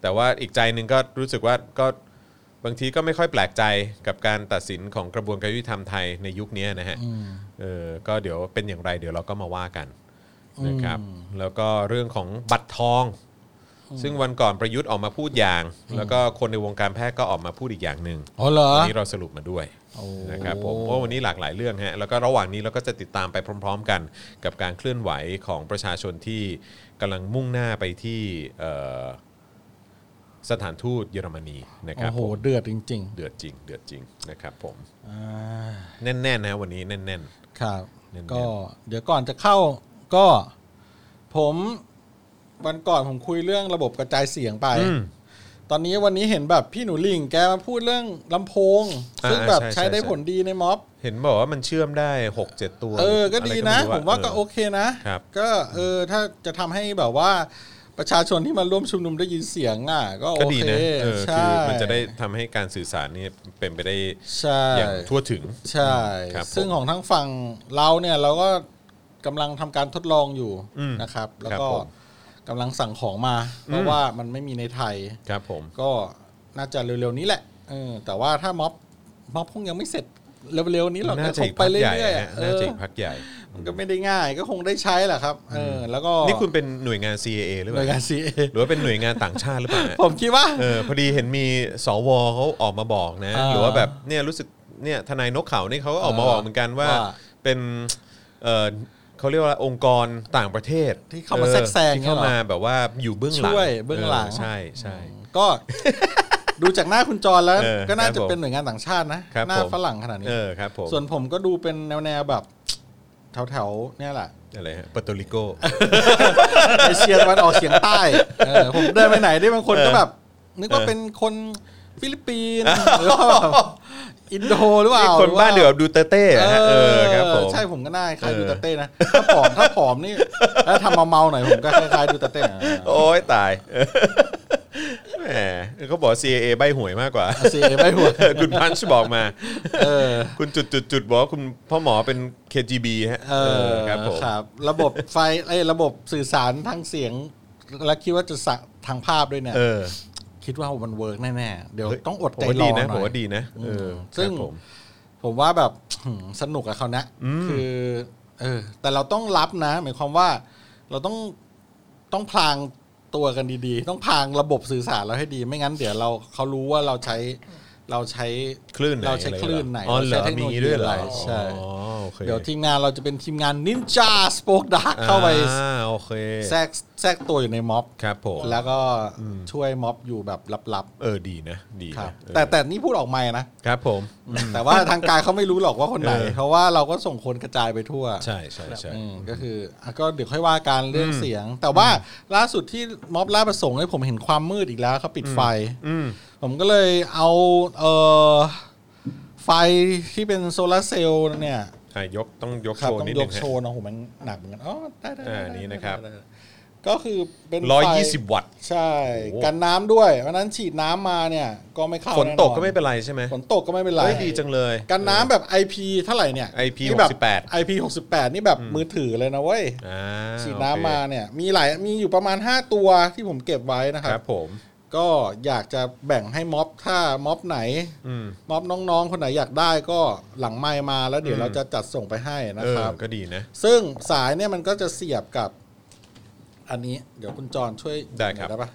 B: แต่ว่าอีกใจหนึ่งก็รู้สึกว่าก็บางทีก็ไม่ค่อยแปลกใจกับการตัดสินของกระบวนการยุติธรรมไทยในยุคนี้นะฮะ
C: อืม
B: เออก็เดี๋ยวเป็นอย่างไรเดี๋ยวเราก็มาว่ากันนะครับ แล้วก็เรื่องของบัตรทอง ซึ่งวันก่อนประยุทธ์ออกมาพูดอย่าง แล้วก็คนในวงการแพทย์ก็ออกมาพูดอีกอย่างหนึ่ง
C: อ๋อเหรอ
B: วันนี้เราสรุปมาด้วยนะครับผมเพราะวันนี้หลากหลายเรื่องฮะแล้วก็ระหว่างนี้เราก็จะติดตามไปพร้อม ๆ กัน กับการเคลื่อนไหวของประชาชนที่กำลังมุ่งหน้าไปที่เอ่อสถานทูตเยอรมนีนะครับ
C: โอ้โห
B: ผม
C: เดือดจริง
B: เดือดจริง เดือดจริงนะครับผม
C: ๆ อ่า
B: แน่นๆนะวันนี้แน่น
C: ครับ
B: เน้นๆ
C: ก็เดี๋ยวก่อนจะเข้าก็ ผมวันก่อนผมคุยเรื่องระบบกระจายเสียงไป
B: ๆอืม
C: ตอนนี้วันนี้เห็นแบบพี่หนูลิงแกมาพูดเรื่องลำโพง
B: อ่า
C: ซึ่งแบบ
B: ใช่ใช่
C: ใช้ได้
B: ใช่
C: ผลดีในม็อบ
B: เห็นบอกว่ามันเชื่อมได้ 6 7 ตัว
C: เออ ก็
B: ไร
C: ดี
B: ไม่
C: นะ
B: รู้
C: ผมว่าก็
B: เ
C: โอเคนะ
B: ครับ
C: ก็เออถ้าจะทำให้แบบว่าประชาชนที่มาร่วมชุมนุมได้ยินเสียงอ่ะ ก็โอ
B: ก็ดี
C: เค
B: นะเออ
C: ใช่
B: คือมันจะได้ทำให้การสื่อสารนี่เป็นไปได้
C: ใช่
B: อย่างทั่วถึง
C: ใช่
B: ครับ
C: ซึ่ง
B: ผม
C: ของทั้งฝั่งเราเนี่ยเราก็กำลังทำการทดลองอยู่
B: อืม
C: นะครับ แล้ว
B: ครับ
C: ก็
B: ผม
C: กำลังสั่งของมา เพ
B: อื
C: ราะ
B: ม
C: ว่ามันไม่มีในไทย
B: ครับผม
C: ก็น่าจะเร็วๆนี้แหละเออแต่ว่าถ้าม็อบม็อบคงยังไม่เสร็จเร็วๆนี้หรอก
B: น่า
C: ก็
B: จะ
C: ค
B: อี
C: ง
B: ก
C: ไป
B: พัก
C: เรื่
B: ใหญ่
C: อยๆ
B: ฮะ
C: อะเอ
B: น่า
C: อ
B: จะอีกพักใหญ่
C: มันก็ไม่ได้ง่ายก็คงได้ใช้แหละครับเออแล้วก็
B: นี่คุณเป็นหน่วยงาน CAA หรือ
C: ห
B: เป
C: น่ว
B: ล่าย
C: งานซีเอ
B: หรือว่าเป็นหน่วยงานต่างชาติหรือเป ล่า
C: ผมคิดว่า
B: เออพอดีเห็นมีสวเขาออกมาบอกนะ
C: อ่า
B: หรือว่าแบบเนี่ยรู้สึกเนี่ยทนายนกเขานี่เขาก็ออกมาบอกเหมือนกันว่า
C: ว่า
B: เป็นเออเขาเรียกว่าองค์กรต่างประเทศ
C: ที่เข้ามาแทรกแซง
B: ที่
C: นี่
B: เข้าย
C: หรอ
B: มาแบบว่าอยู่เบื้องหลัง
C: ช่วยเบื้องหลัง
B: ใช่ใช่
C: ก็ ดูจากหน้าคุณจรแล้ว
B: เออ
C: ก็น่า
B: ครับ
C: จะ
B: ผม
C: เป็นหน่วยงานต่างชาตินะครับ หน้า
B: ผม
C: ฝรั่งขนาดนี้
B: เออครับผม
C: ส่วนผมก็ดูเป็นแนวแนวๆแบบแถวแถวๆเนี่ยแหละ
B: อะไรฮะปโตริโก
C: เอเชียตะวันออกเฉียงใต้เออผมเดินไปไหนได้บางคนก็แบบ นึกว่าเป็นคนฟิลิปปินส์หรือว่าแบบอินโดห รือเปล่า
B: คนบ้านเดียวกับดูเตเต้
C: หรือ
B: อะ
C: ว่า
B: ฮะเออครับผม
C: ใช่ผมก็น่าคล้าย
B: เออ
C: ดูตาเต้นะถ้าผอมถ้าผอมนี่ถ้าทำเมาๆหน่อยผมก็คล้ายๆดูตาเต้นะ
B: โอ้ยตาย แหมเขาบอก CIA ใบหวยมากกว่า
C: CIA ใบ้หวย
B: เออ คุณพันช์บอกมา
C: เออ
B: คุณจุดจุดจุดบอกว่าคุณพ่อหมอเป็น KGB ฮะ
C: เออ
B: ครับผม
C: ครับระบบไฟไอ้ยระบบสื่อสารทางเสียง และคิดว่าจะสะทางภาพด้วยเนี่ย
B: เออ
C: คิดว่ามันเวิร์กแน่ๆเดี๋ยว
B: เฮ้ย
C: ต้องอด
B: ผม
C: ใจ
B: ว่าร ดี
C: อ
B: นะ
C: ห
B: ผม
C: น่อย
B: ว่าดีนะเออ
C: ซึ่ง
B: ครับผม
C: ผมว่าแบบ สนุกอะเขาวเนะคือเออแต่เราต้องรับนะ หมายความว่า เราต้องต้องพลางตัวกันดีๆ ต้องพลางระบบสื่อสารเราให้ดี ไม่งั้นเดี๋ยวเราเขารู้ว่าเราใช้เราใช้
B: คลื่นไหน
C: เราใช้
B: อะไร
C: คลื่นไหน
B: อ๋อ
C: เรา
B: เหร
C: ใช้
B: อ
C: เทคโน
B: มี
C: โลยี
B: ด้วย
C: อะ
B: เหร
C: ไร
B: อ
C: ใช่
B: อ๋อโอเค
C: เดี๋ยวทีมงานเราจะเป็นทีมงานนินจาสป o อ e ดาร์กเข้าไป
B: อ่าโอเค
C: แทรกแทรกตัวอยู่ในม็อบ
B: ครับผม
C: แล้วก็ช่วยม็อบอยู่แบบลับ
B: เออดีนะ ดี
C: ๆครับ
B: นะเออ
C: แต่แต่นี่พูดออกไม่นะ
B: ครับผม
C: แต่ว่าทางการเขาไม่รู้หรอกว่าคนไหน
B: เออ
C: เพราะว่าเราก็ส่งคนกระจายไปทั่ว
B: ใช่ใช่ใช่
C: อืมก็คืออ่ะก็เดี๋ยวค่อยว่าการเรื่องเสียง แต่ว่าล่าสุดที่ม็อบล่าดประสงค์เนี่ยผมเห็นความมืดอีกแล้วเขาปิดไฟ
B: อืม
C: ผมก็เลยเอาเออไฟที่เป็นโซลาร์เซลล์เนี่ย
B: อ่ะยกต้องยก
C: ครับ
B: โชว์
C: ต้อ
B: นิด
C: งย
B: นึ
C: ก
B: งฮะ
C: โชว์นะโหมันหนักเหมือนกันอ๋อได้ได้ได้
B: อ่า
C: ได้
B: นี่นะครับ
C: ได้ได้ก็คือเป็นไฟ
B: ร้อยยี่สิบวัตต์
C: ใช่ กันน้ำด้วยเพราะฉะนั้นฉีดน้ำมาเนี่ย ก็ไม่เข้า
B: ฝนตก
C: แอ
B: ก็ไม่เป็นไรใช่ไหม
C: ฝนตกก็ไม่เป็นไร
B: เฮ้ยดีจังเลย
C: กันน้ำแบบ IP เท่าไหร่เนี่ย
B: IP
C: ที่แบบ
B: 68
C: IP 68 นี่แบบมือถือเลยนะเว้ย
B: อ่า
C: ฉีด
B: โอ
C: น้ำ
B: เค
C: มาเนี่ย มีหลายมีอยู่ประมาณ 5 ตัวที่ผมเก็บไว้นะค
B: ค
C: รั
B: รับ บผม
C: ก็อยากจะแบ่งให้ม็อบถ้าม็อบไหน
B: อืม
C: ม็อบน้องๆ คนไหนอยากได้ก็หลังไมค์มาแล้วเดี๋ยวเราจะจัดส่งไปให้นะ
B: เอ
C: ค
B: อ
C: รับ
B: ก็ดีนะ
C: ซึ่งสายเนี่ยมันก็จะเสียบกับ อันนี้ เดี๋ยวคุณจรช่วย
B: ได้ครับ
C: หน่อยปะ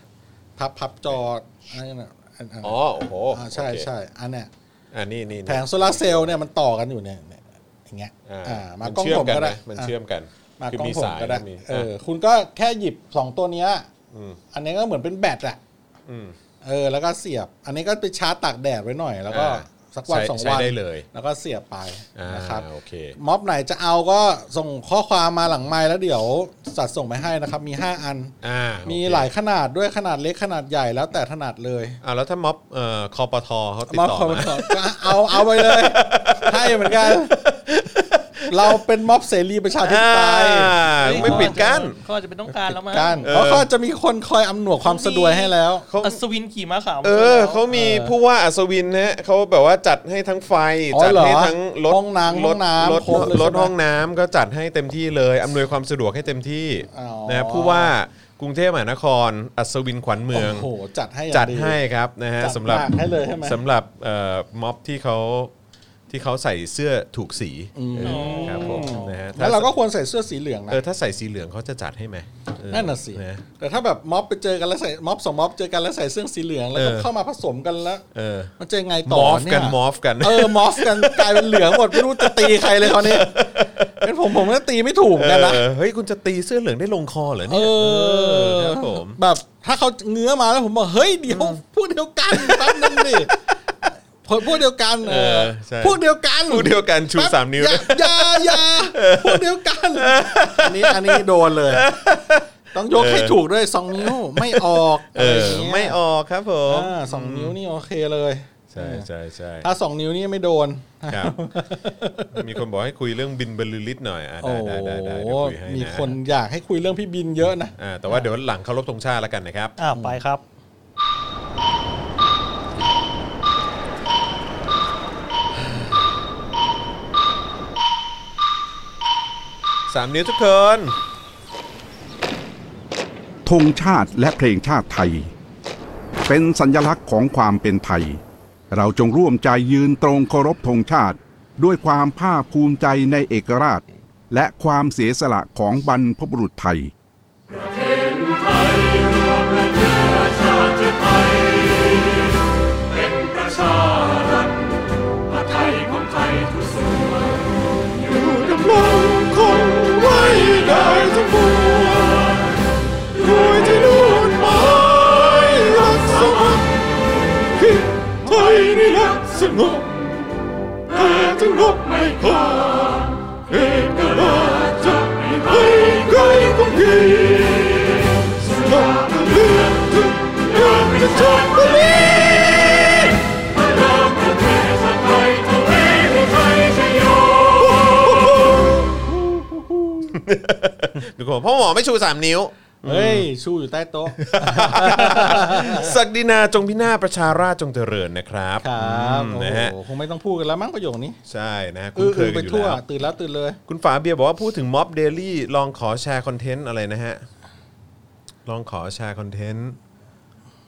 C: พับพับจออันนี้นะอันอัน
B: อ๋อโอ้โห
C: อ่าใช่
B: โอเค
C: ใช่อันเนี้ย
B: อ่านี่นี่
C: แผงโซลาร์เซลล์เนี่ยมันต่อกันอยู่เนี่ยเนี่ยอย่างเงี้ย
B: อ่า
C: อ่ามากล้อง
B: เชื่อ
C: ผม ม
B: กัน
C: ก็ได้
B: นะมัน
C: อ่ะ
B: เชื่อมกัน
C: มาก
B: คือ
C: ล้อง
B: มี
C: ผม
B: สาย
C: ก็ได้
B: มี
C: เออ
B: ะ
C: คุณก็แค่หยิบสองตัวเนี้ย
B: ม
C: อันนี้ก็เหมือนเป็นแบตอะ
B: อืม
C: เออ แล้วก็เสียบ อันนี้ก็ไปชาร์จตากแดดไว้หน่อย แล้วก็
B: อ่า
C: สักวัน
B: ใช้
C: สอง
B: ใช้
C: วัน
B: ได้เลย
C: แล้วก็เสียบไป
B: อ่า
C: นะครับ
B: โอเค
C: ม็อบไหนจะเอาก็ส่งข้อความมาหลังไมค์แล้วเดี๋ยวจัดส่งไปให้นะครับ มี 5 อัน
B: อ่า
C: มี
B: มี
C: หลายขนาดด้วยขนาดเล็กขนาดใหญ่แล้วแต่ถนัดเลย
B: อ่าแล้วถ้าม็อบเอ่อคอปทเขาติด
C: ม็อบ
B: ต่อ
C: คอม
B: มา
C: ทก็เอาเอาไปเลย ให้เหมือนกัน เราเป็นม็อบเสรีประชาธิปไตย
B: อ่าไม่ปิดกั้น
D: เขาอาจจะเป็นต้องการแล้วมั้ง
C: กัน
B: เออ
C: เพราะก็จะมีคนคอยอำนวยความสะดวกให้แล้ว
B: เขา
D: อัศวินขี่ม้าขาวมา
B: เออเขามีผู้ว่าอัศวินนะฮะเขาแบบว่าจัดให้ทั้งไฟ
C: อ๋อ
B: จัด
C: เหรอ
B: ให้ทั้งรถ
C: ห้องน้ำ
B: ร
C: ห้อ
B: ถ
C: งน้ำ
B: รถ
C: ครบเลย
B: รถ
C: ใช่ไหม
B: ห้องน้ำก็จัดให้เต็มที่เลยอำนวยความสะดวกให้เต็มที่
C: อ๋อ
B: นะฮะผู้ว่ากรุงเทพมหานคร อัศวินขวัญเมือง
C: โอ้โหจัดให้อย่าง
B: จัดให้ครับนะฮะ
C: จัด
B: สำหรับ
C: มากให้เลยใช่ไหม
B: สำหรับเอ่อม็อบที่เขาที่เขาใส่เสื้อถูกสีเออครับผมนะฮะถ้
C: แล้วเราก็ควรใส่เสื้อสีเหลืองนะ
B: เออถ้าใส่สีเหลืองเขาจะจัดให้ไหมเออ
C: นั่นน่ะสิ
B: นะ
C: แต่ถ้าแบบม็อบไปเจอกันแล้วใส่ม็อบสองม็อบเจอกันแล้วใส่เสื้อสีเหลืองแล้วก็
B: เออ
C: เข้ามาผสมกันแล้ว
B: เออ
C: มันจะยังไง
B: ม
C: ต่อ
B: อฟ
C: เนี่ย
B: กันมอฟกัน
C: เออมอฟกันกลายเป็นเหลืองหมดไม่รู้จะตีใครเลยคราวนี้ เป็นผมผมก็ตีไม่ถูกเหมือนกันนะ
B: เออเฮ้ยคุณจะตีเสื้อเหลืองได้ลงคอเหรอ
C: เอ
B: เนี่ยค
C: อ
B: รับผม
C: แบบถ้าเขาเงื้อมาแล้วผมบอกเฮ้ยเดี๋ยวพวกเดียวกันแป๊บนึงดิพวกเดียวกัน
B: เออใช่
C: พวกเดียวกัน
B: พวกเดียวกันชู
C: แป๊บ
B: สามนิ้ว
C: อย่าอย่าอย่าพวกเดียวกันอันนี้อันนี้โดนเลย ต้องยกให้ถูกด้วยสองนิ้วไม่ออก
B: เออ
C: รย่างงี้ย
B: ไม่ออกครับผม
C: อ่าสองนิ้วนี่โอเคเลย
B: ใช่ใช่ใช่
C: ถ้าสองนิ้วนี่ไม่โดน
B: ครับ มีคนบอกให้คุยเรื่องบินบรรลือฤทธิ์หน่อยอ่ะ
C: โอ้
B: ได้ได้ได้ได้
C: โห
B: เดี๋ยวคุยให้
C: มี
B: ะ
C: คนอยากให้คุยเรื่องพี่บินเยอะนะ
B: อ่าแต่ว่าเดี๋ยวหลังเคารพธงชาติแล้วกันนะครับ
D: อ่าไปครับ
B: สามนิ้วทุกคน
E: ธงชาติและเพลงชาติไทย เป็นสัญลักษณ์ของความเป็นไทย เราจงร่วมใจยืนตรงเคารพธงชาติ ด้วยความภาคภูมิใจในเอกราช และความเสียสละของบรรพบุรุษไทย
F: เป็นประชารัฐปไทยของไทยทุกส่วนอยู่ดำรงคงไว้ได้ทั้งปวงด้วยที่นู่นหมายรักสมัครคิดไทยนี่แหละสงบแต่ถึงงบไม่พอเอกราชจะไม่ให้ใครคงทีสถาบันเลือกถึงยอมจะชนบุรี
B: ทุกคนพ่อหมอไม่ชูสาม นิ้ว
C: เฮ้ย ชูอยู่ใต้โต๊ะ
B: ศักดินาจงพินาศประชาราชจงเจริญนะครับ
C: ครับ
B: อืม
C: โอ้
B: นะฮะ
C: โหคงไม่ต้องพูดกันแล้วมั้งประโยคนี้
B: ใช่นะฮะ
C: อื
B: คุ้น
C: อ
B: เคย
C: ๆ
B: กั
C: ไป
B: นอยู่
C: ทั่ว
B: แล้ว
C: ตื่นแล้วตื่นเลย
B: คุณฝาเบียร์บอกว่าพูดถึงม็อบเดลี่ลองขอแชร์คอนเทนต์อะไรนะฮะ ลองขอแชร์คอนเทนต์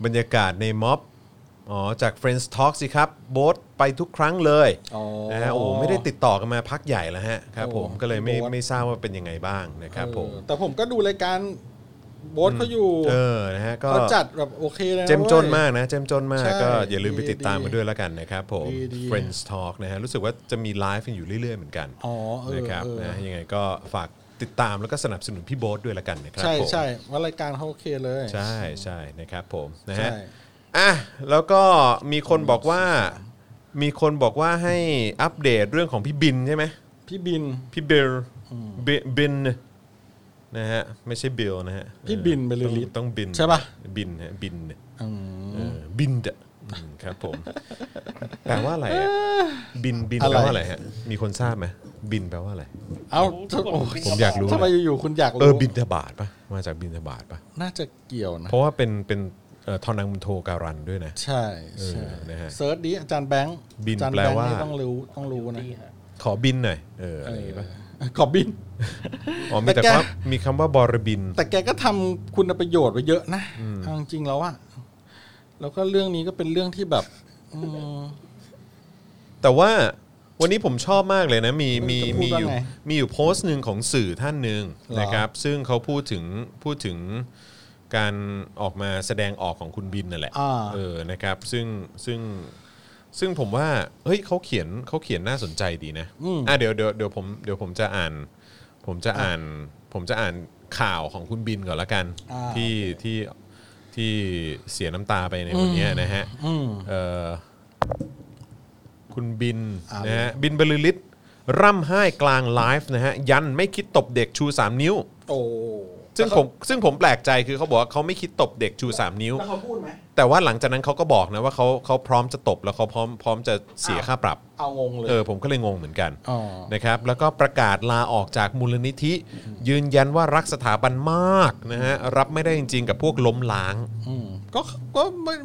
B: บรรยากาศในม็อบอ๋อจาก Friends Talk สิครับ โบ๊ทไปทุกครั้งเลย
C: อ๋อ
B: นะฮะโอ้ไม่ได้ติดต่อกันมาพักใหญ่แล้วฮะครับผม
C: โอ้
B: ก็เลยไม่
C: โบ๊ท
B: ไม่ทราบว่าเป็นยังไงบ้างนะครับผม
C: เออแต่ผมก็ดูรายการโบสเขาอยู่
B: เออนะฮะก็
C: เขาจัดแบบโอเคเลยะ
B: เจ้มจนมาก
C: เว้ย
B: นะ เจ้มจนมาก
C: ใช่
B: ก็อย่าลืมไปติดตาม
C: ดี
B: กันด้วยแล้วกันนะครับผม
C: ดีดี
B: Friends Talk นะฮะรู้สึกว่าจะมีไลฟ์กันอยู่เรื่อยๆเหมือนกัน
C: อ๋อเออ
B: นะครับ
C: เออ
B: นะยังไงก็ฝากติดตามแล้วก็สนับสนุนพี่โบ๊ทด้วยละกันนะครับ
C: ใช่
B: ผม
C: ใช่ว่ารายการเขาโอเคเลย
B: ใช่ใช่นะครับผมนะฮะ
C: ใช่
B: อ่ะแล้วก็มีคนบอกว่ามีคนบอกว่าให้อัปเดตเรื่องของพี่บินใช่ไหม
C: พี่บิน
B: พี่เบลเบบินนะฮะไม่ใช่เบลนะฮะ
C: พี่บินไปเลย
B: ต้อง
C: ลิศ
B: ต้องบิน
C: ใช่ปะ
B: บินฮะบิน
C: อืม
B: เออบินอะอื มครับผมแปลว่าอะไรอะบินบิน
C: อะไร
B: แปลว่าอะไรฮะมีคนทราบไหม บินแปลว่าอะไร
C: เอ้า
D: ทุกคน
C: โอ้ย
D: บิน
B: ผม
D: กระ
B: อยากรู้
D: เป๋
C: ทำไมอยู่ๆคุณอยากรู้
B: เออบินทบาทปะมาจากบินทบาทปะ
C: น่าจะเกี่ยวนะ
B: เพราะว่าเป็นเป็นเอ่อทอนังมุนโทการันด้วยนะ
C: ใช่ใช่
B: เออนะฮะ
C: เซิร์ชดิอาจารย์แบงค์
B: บิน
C: อาจารย์
B: แปล
C: แบงค์
B: ว่า
C: นี่ต้องรู้ต้องรู้นะ
D: ดีฮะ
B: ขอบินหน่อยเอออะไรอย่างงี้ปะ
C: เออขอบบิน
B: อ๋อมีแต่
C: แต่แก
B: ว่ามีคำว่าบอรบิน
C: แต่แกก็ทำคุณประโยชน์ไปเยอะนะเอาจริงๆแล้วอะแล้วก็เรื่องนี้ก็เป็นเรื่องที่แบบ อืม
B: แต่ว่าวันนี้ผมชอบมากเลยนะ มีมี
C: จะพู
B: มี
C: ด
B: อยู่
C: ว่าไง
B: มีอยู่โพสต์หนึ่งของสื่อท่านหนึ่ง
C: หรอ
B: นะครับ ซึ่งเขาพูดถึงพูดถึงการออกมาแสดงออกของคุณบินนั่นแหละ
C: อ่า
B: เออ นะครับ ซึ่ง ซึ่ง ซึ่งผมว่า เฮ้ย เขาเขียนเขาเขียนน่าสนใจดีนะ
C: อืม
B: อ่ะ เดี๋ยวเดี๋ยวเดี๋ยวผม เดี๋ยวผมจะอ่าน ผมจะอ่าน ผมจะอ่านข่าวของคุณบินก่อนละกัน
C: อ่า
B: ที่ ที่ ที่เสียน้ำตาไปในวันเนี้ยนะฮะ
C: อืม
B: เอ่อคุณบิน
C: อ่า
B: นะฮะ บินบรรลือฤทธิ์ร่ำไห้กลางไลฟ์นะฮะ ยันไม่คิดตบเด็กชู 3 นิ้ว
C: โอ้
B: ซึ่งผม ซึ่งผมแปลกใจคือเขาบอกว่าเขาไม่คิดตบเด็กชู 3 นิ้ว
C: แล้วเขาพูดไหม
B: แต่ว่าหลังจากนั้นเขาก็บอกนะว่าเขาเขาพร้อมจะตบแล้วเขาพร้อมพร้อมจะเสียค่าปรับ
C: เอางงเลย
B: เออผมก็เลยงงเหมือนกัน
C: อ๋อ
B: นะครับแล้วก็ประกาศลาออกจากมูลนิธิ ยืนยันว่ารักสถาบันมากนะฮะรับไม่ได้จริงๆ กับพวกล้มล้าง
C: อืมก็ก็ไม่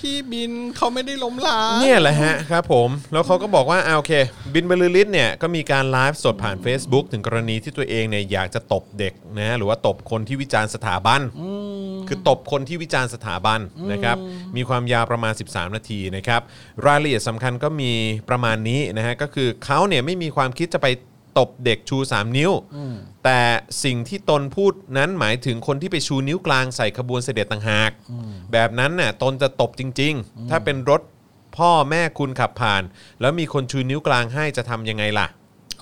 C: พี่บินเขาไม่ได้ล้มล้าง
B: เนี่ยแหละฮะครับผม แล้วเขาก็บอกว่าอาโอเค บินบรรลือฤทธิ์เนี่ยก็มีการไลฟ์สดผ่าน Facebook ถึงกรณีที่ตัวเองเนี่ยอยากจะตบเด็กนะฮะหรือว่าตบคนที่วิจารณ์สถาบัน
C: อืม
B: คือตบคนที่วิจารณ์สถาบันนะครับ มีความยาวประมาณ 13 นาทีนะครับ รายละเอียดสำคัญก็มีประมาณนี้นะฮะ ก็คือเขาเนี่ยไม่มีความคิดจะไปตบเด็กชู 3 นิ้ว
C: อืม
B: แต่สิ่งที่ตนพูดนั้นหมายถึงคนที่ไปชูนิ้วกลางใส่ขบวนเสด็จต่างหาก แบบนั้นน่ะตนจะตบจริง ๆ ถ้าเป็นรถพ่อแม่คุณขับผ่าน แล้วมีคนชูนิ้วกลางให้จะทำยังไงล่ะ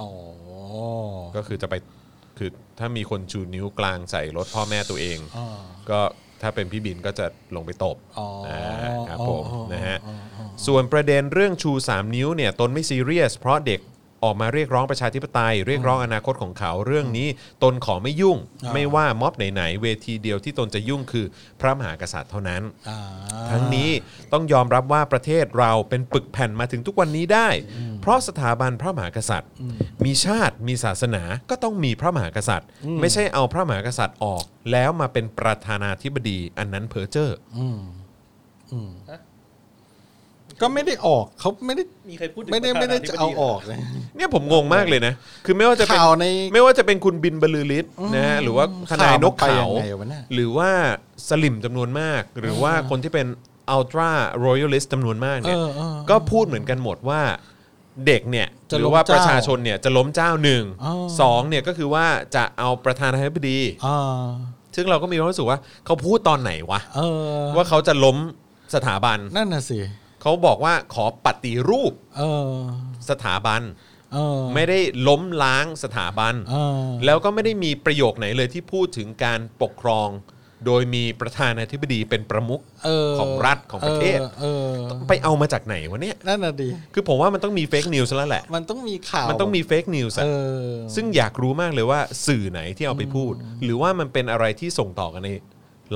C: อ๋อ
B: ก็คือจะไปคือถ้ามีคนชูนิ้วกลางใส่รถพ่อแม่ตัวเอง
C: อ๋อ
B: ก็ถ้าเป็นพี่บินก็จะลงไปตบ
C: อ๋ออ่
B: าครับผม
C: อ๋อ
B: นะฮะ
C: อ๋ออ๋อ
B: ส่วนประเด็นเรื่องชู 3 นิ้วเนี่ยตนไม่ซีเรียส เพราะเด็กออกมาเรียกร้องประชาธิปไตย เรียกร้องอนาคตของเขาเรื่องนี้ ตนขอไม่ยุ่ง ไม่ว่าม็อบไหนๆเวทีเดียวที่ตนจะยุ่งคือพระมหากษัตริย์เท่านั้น
C: อ่า
B: ทั้งนี้ต้องยอมรับว่าประเทศเราเป็นปึกแผ่นมาถึงทุกวันนี้ได้ เพราะสถาบันพระมหากษัตริย์ มีชาติมีศาสนาก็ต้องมีพระมหากษัตริย์ ไม่ใช่เอาพระมหากษัตริย์ออก แล้วมาเป็นประธานาธิบดีอันนั้นเพอเจอร์
C: อืมอืมก็ไม่ได้ออกเขาไม่ได้
D: มีใครพูดถึง
C: ไม่ได้
D: ประ
C: ไม่
D: ธา
C: ได้
D: นาธิ
C: จะ
D: บดี
C: เอาออกเลย
B: เนี่ยผมงงมากเลยนะ คือไม่ว่าจะเป็น
C: ข่าวใน
B: ไม่ว่าจะเป็นคุณบินบรรลือฤทธิ์นะฮะหรือว่าทนายนก
C: ข่า
B: เขา
C: วมันไปยังไงวะเนี่ย
B: หรือว่าสลิมจำนวนมาก หรือว่าคนที่เป็นอัลตร้ารอยัลิสต์จำนวนมาก
C: เอ
B: เนี่ย
C: อเออ
B: ก็พูดเหมือนกันหมดว่าเด็กเนี่ย
C: จะ
B: หรื
C: ล้ม
B: อว่าประชาชนเนี่ยจะล้มเจ้าหนึ่ง
C: อ๋อ
B: สองเนี่ยก็คือว่าจะเอาประธานาธิบดี
C: อ่า
B: ซึ่งเราก็มีความรู้สึกว่าเขาพูดตอนไหนวะ
C: เออ
B: ว่าเขาจะล้มสถาบัน
C: นั่นน่ะสิ
B: เขาบอกว่าขอปฏิรูป
C: เออ
B: สถาบัน
C: เออ
B: ไม่ได้ล้มล้างสถาบัน
C: เออ
B: แล้วก็ไม่ได้มีประโยคไหนเลยที่พูดถึงการปกครอง โดยมีประธานาธิบดีเป็นประมุข
C: เออ
B: ของรัฐของประเทศ
C: เออเออ
B: ไปเอามาจากไหนวะเนี่ย
C: นั่นน่ะดิ
B: คือผมว่ามันต้องมีเฟกนิวส์แล้วแหละ
C: มันต้องมีข่าว
B: มันต้องมีเฟกนิวส์อะ
C: เออ
B: ซึ่งอยากรู้มากเลยว่าสื่อไหนที่เอาไปพูด หรือว่ามันเป็นอะไรที่ส่งต่อกันใน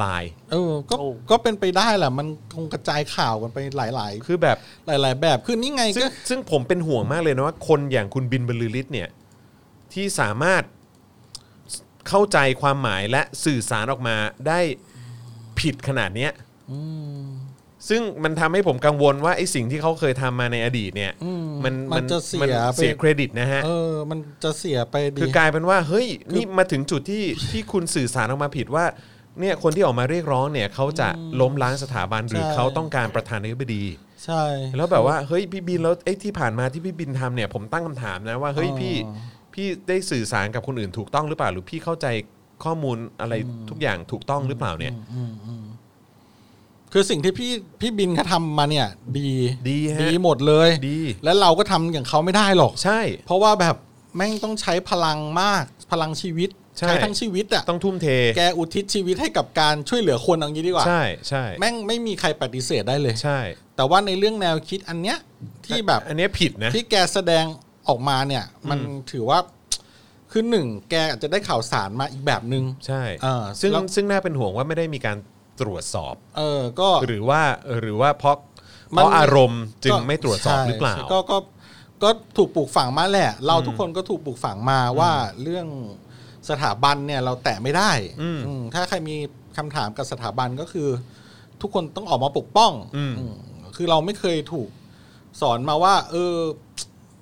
B: ไลน์
C: เออก็ก็เป็นไปได้แหละมันคงกระจายข่าวกันไปหลายหลาย
B: คือแบบ
C: หลายหลายๆ แบบคือนี่ไง
B: ซึ่ง
C: ก็
B: ซึ่งผมเป็นห่วงมากเลยนะว่าคนอย่างคุณบินบรรลือฤทธิ์เนี่ย ที่สามารถเข้าใจความหมายและสื่อสารออกมาได้ผิดขนาดเนี้ย
C: อืม
B: ซึ่งมันทำให้ผมกังวลว่าไอ้สิ่งที่เขาเคยทำมาในอดีตเนี่ย
C: อืม
B: มัน
C: มันจะเสี
B: มัน
C: ยไป
B: เสียเครดิตนะฮะ
C: เออ มันจะเสียไปดี
B: คือกลายเป็นว่าเฮ้ยนี่มาถึงจุดที่ที่คุณสื่อสารออกมาผิดว่าเนี่ยคนที่ออกมาเรียกร้องเนี่ยเขาจะล้มล้างสถาบันหรือ
C: ใช่
B: เขาต้องการประธานาธิบดี
C: ใช่
B: แล้วแบบว่าเฮ้ยพี่บินแล้วไอ้ที่ผ่านมาที่พี่บินทำเนี่ยผมตั้งคำถามนะว่าเฮ้ย
C: อ๋อ
B: พี่พี่ได้สื่อสารกับคนอื่นถูกต้องหรือเปล่า หรือพี่เข้าใจข้อมูลอะไรทุกอย่างถูกต้องหรือเปล่าเนี่ย
C: คือสิ่งที่พี่พี่บินเขาทำมาเนี่ย ดี
B: ดีฮะ
C: ดีหมดเลย
B: ดี
C: และเราก็ทำอย่างเขาไม่ได้หรอก
B: ใช่
C: เพราะว่าแบบแม่งต้องใช้พลังมากพลังชีวิต
B: ใช่
C: ทั้งชีวิตอ่ะ
B: ต้องทุ่มเท
C: แกอุทิศชีวิตให้กับการช่วยเหลือคนอย่างนี้ดีกว่า
B: ใช่ใช่
C: แม่งไม่มีใครปฏิเสธได้เลย
B: ใช่
C: แต่ว่าในเรื่องแนวคิดอันเนี้ยที่แบบ
B: อันเนี้ยผิดนะ
C: ที่แกแสดงออกมาเนี่ย มันถือว่าคือหนึ่งแกอาจจะได้ข่าวสารมาอีกแบบหนึง่ง
B: ใช่
C: อ่า
B: ซึ่ง
C: แล้ว
B: ซึ่งน่าเป็นห่วงว่าไม่ได้มีการตรวจสอบ
C: เออก็
B: หรือว่าหรือว่าเพราะ
C: มั
B: เพ
C: น
B: ราะอารมณ์จึงไม่ตรวจสอบ
C: ใช่
B: หรือเปล่า
C: ใช่ก็ก็ ก็ถูกปลูกฝังมาแหละ เราทุกคนก็ถูกปลูกฝังมาว่าเรื่องสถาบันเนี่ยเราแตะไม่ได้
B: อืม
C: อืมถ้าใครมีคำถามกับสถาบันก็คือ ทุกคนต้องออกมาปกป้อง
B: อืม
C: อืมคือเราไม่เคยถูกสอนมาว่า เออ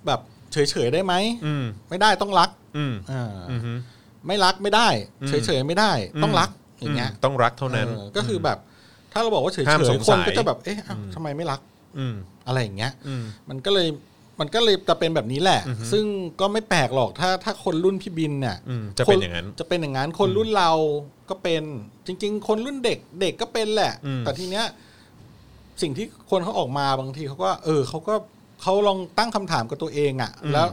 C: แบบเฉยๆได้ไหม
B: อืม
C: ไม่ได้ต้องรัก
B: อืม
C: อ่า
B: อืม
C: ไม่รักไม่ได้
B: อืม
C: เฉยๆไม่ได้ ต้องรักอย่างเงี้ย
B: ต้องรักเท่านั้น
C: ออก็คือแบบถ้าเราบอกว่าเฉย
B: ห้ามสง
C: ๆค
B: สั
C: น
B: ย
C: ก็จะแบบเอ๊ะอ้าวทำไมไม่รัก
B: อืม
C: อะไรอย่างเงี้ย
B: อืม
C: มันก็เลยมันก็เลยจะเป็นแบบนี้แหละ
B: อือฮึ
C: ซึ่งก็ไม่แปลกหรอกถ้าถ้าคนรุ่นพี่บินเนี่ย
B: อืมจะเป็นอย่างนั้น
C: คจะเป็นอย่างนั้นคนรุ่นเราก็เป็นจริง ๆ คนรุ่นเด็กเด็กก็เป็นแหละ
B: อืม
C: แต่ทีเนี้ยสิ่งที่คนเขาออกมาบางทีเขาก็ เออเขาก็เขาลองตั้งคำถามกับตัวเองอะ่ะ แล้ว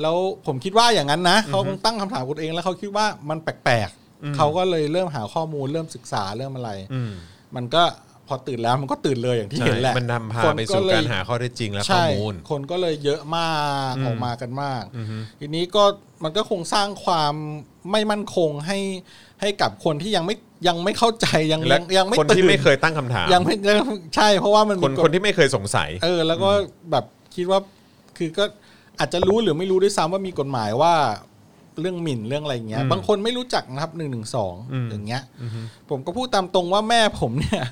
C: แล้วผมคิดว่าอย่างนั้นนะเขาคงตั้งคำถามกับตัวเองแล้วเขาคิดว่ามันแปลกๆเขาก็เลยเริ่มหาข้อมูลเริ่มศึกษาเริ่มอะไร
B: อืม
C: มันก็พอตื่นแล้วมันก็ตื่นเลยอย่างที่เห็นแหละ
B: ใช่มันนำพา
C: คน
B: ไปสู่
C: เลย
B: การหาข้อเท็จจริงและข้อ
C: ใช่
B: มูล
C: คนก็เลยเยอะมาก
B: อืม
C: ออกมากันมาก
B: อือฮึ
C: ทีนี้ก็มันก็คงสร้างความไม่มั่นคงให้ให้กับคนที่ยังไม่ยังไม่เข้าใจยัง
B: และ
C: ยังยังไม่
B: คน
C: ตื่
B: ที่
C: น
B: ไม่เคยตั้งคำถาม
C: ยังไม่ยังใช่เพราะว่ามันมี
B: คน
C: กฎ
B: คนที่ไม่เคยสงสัย
C: เออ แล้วก็แบบคิดว่าคือก็อาจจะรู้หรือไม่รู้ด้วยซ้ำว่ามีกฎหมายว่าเรื่องหมิ่นเรื่องอะไรอย่างเงี้ย
B: อืม
C: บางคนไม่รู้จักนะครับหนึ่งหนึ่งสอง
B: อืม
C: อย่างเงี้ย ผมก็พูดตามตรงว่าแม่ผมเนี่ย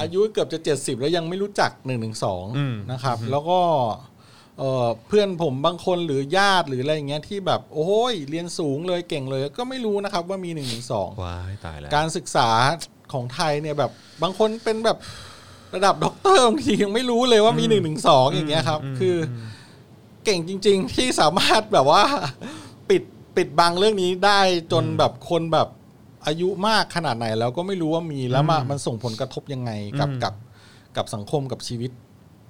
C: อายุเกือบจะเจ็ดสิบแล้วยังไม่รู้จักหนึ่งหนึ่งสอง
B: อืม
C: นะครับ แล้วก็เอ่อเพื่อนผมบางคนหรือญาติหรืออะไรอย่างเงี้ยที่แบบ โอ้ยเรียนสูงเลยเก่งเลย ก็ไม่รู้นะครับว่ามีหนึ่งหนึ่งสอง
B: ว้ายตายแล้ว
C: การศึกษาของไทยเนี่ยแบบบางคนเป็นแบบระดับด็อกเตอร์บางทียังไม่รู้เลยว่ามีหนึ่งหนึ่งสองอย่างเงี้ยครับ
B: อืม
C: คือ เก่งจริง ๆ ที่สามารถแบบว่า ปิดปิดบังเรื่องนี้ได้จนแบบคนแบบอายุมากขนาดไหน แล้วก็ไม่รู้ว่ามีแล้วมามันส่งผลกระทบยังไงกับ
B: อืม
C: กับกับสังคมกับชีวิต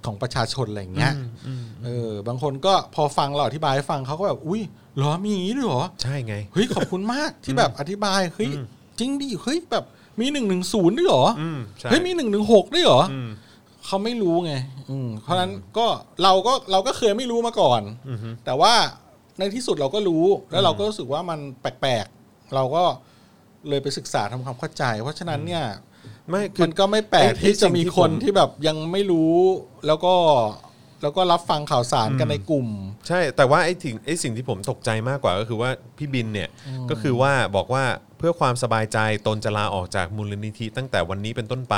C: ของประชาชนอะไรอย่างเงี้ย
B: อืมอืม
C: เออบางคนก็พอฟังเราอธิบายให้ฟังเขาก็แบบอุ้ยเหรอมีอย่างนี้ด้วยเหรอ
B: ใช่ไง
C: เฮ้ยขอบคุณมากที่แบบอธิบายเฮ้ย
B: อืม
C: จริงดิเฮ้ยแบบมีหนึ่งหนึ่งศูนย์ด้วยเหรอ
B: อืมใช่
C: เฮ้ยมีหนึ่งหนึ่งหกด้วยเหรอ
B: อืม
C: เขาไม่รู้ไง อืมเพราะฉะนั้นก็เราก็เราก็เคยไม่รู้มาก่อน
B: อือฮึ
C: แต่ว่าในที่สุดเราก็รู้ แล้วเราก็รู้สึกว่ามันแปลกๆ เราก็เลยไปศึกษาทำความเข้าใจ เพราะฉะนั้นเนี่ย
B: ไม่
C: มันก็ไม่แปลก
B: ไอ้
C: ที่จะมีคน
B: ไอ้สิ่งที่ผม
C: ที่แบบยังไม่รู้แล้วก็แล้วก็รับฟังข่าวสารกัน
B: อืม
C: ในกลุ่ม
B: ใช่ แต่ว่าไอ้ถึงไอ้สิ่งที่ผมตกใจมากกว่าก็คือว่าพี่บินเนี่ยก็คือว่าบอกว่าเพื่อความสบายใจตนจะลาออกจากมูลนิธิตั้งแต่วันนี้เป็นต้นไป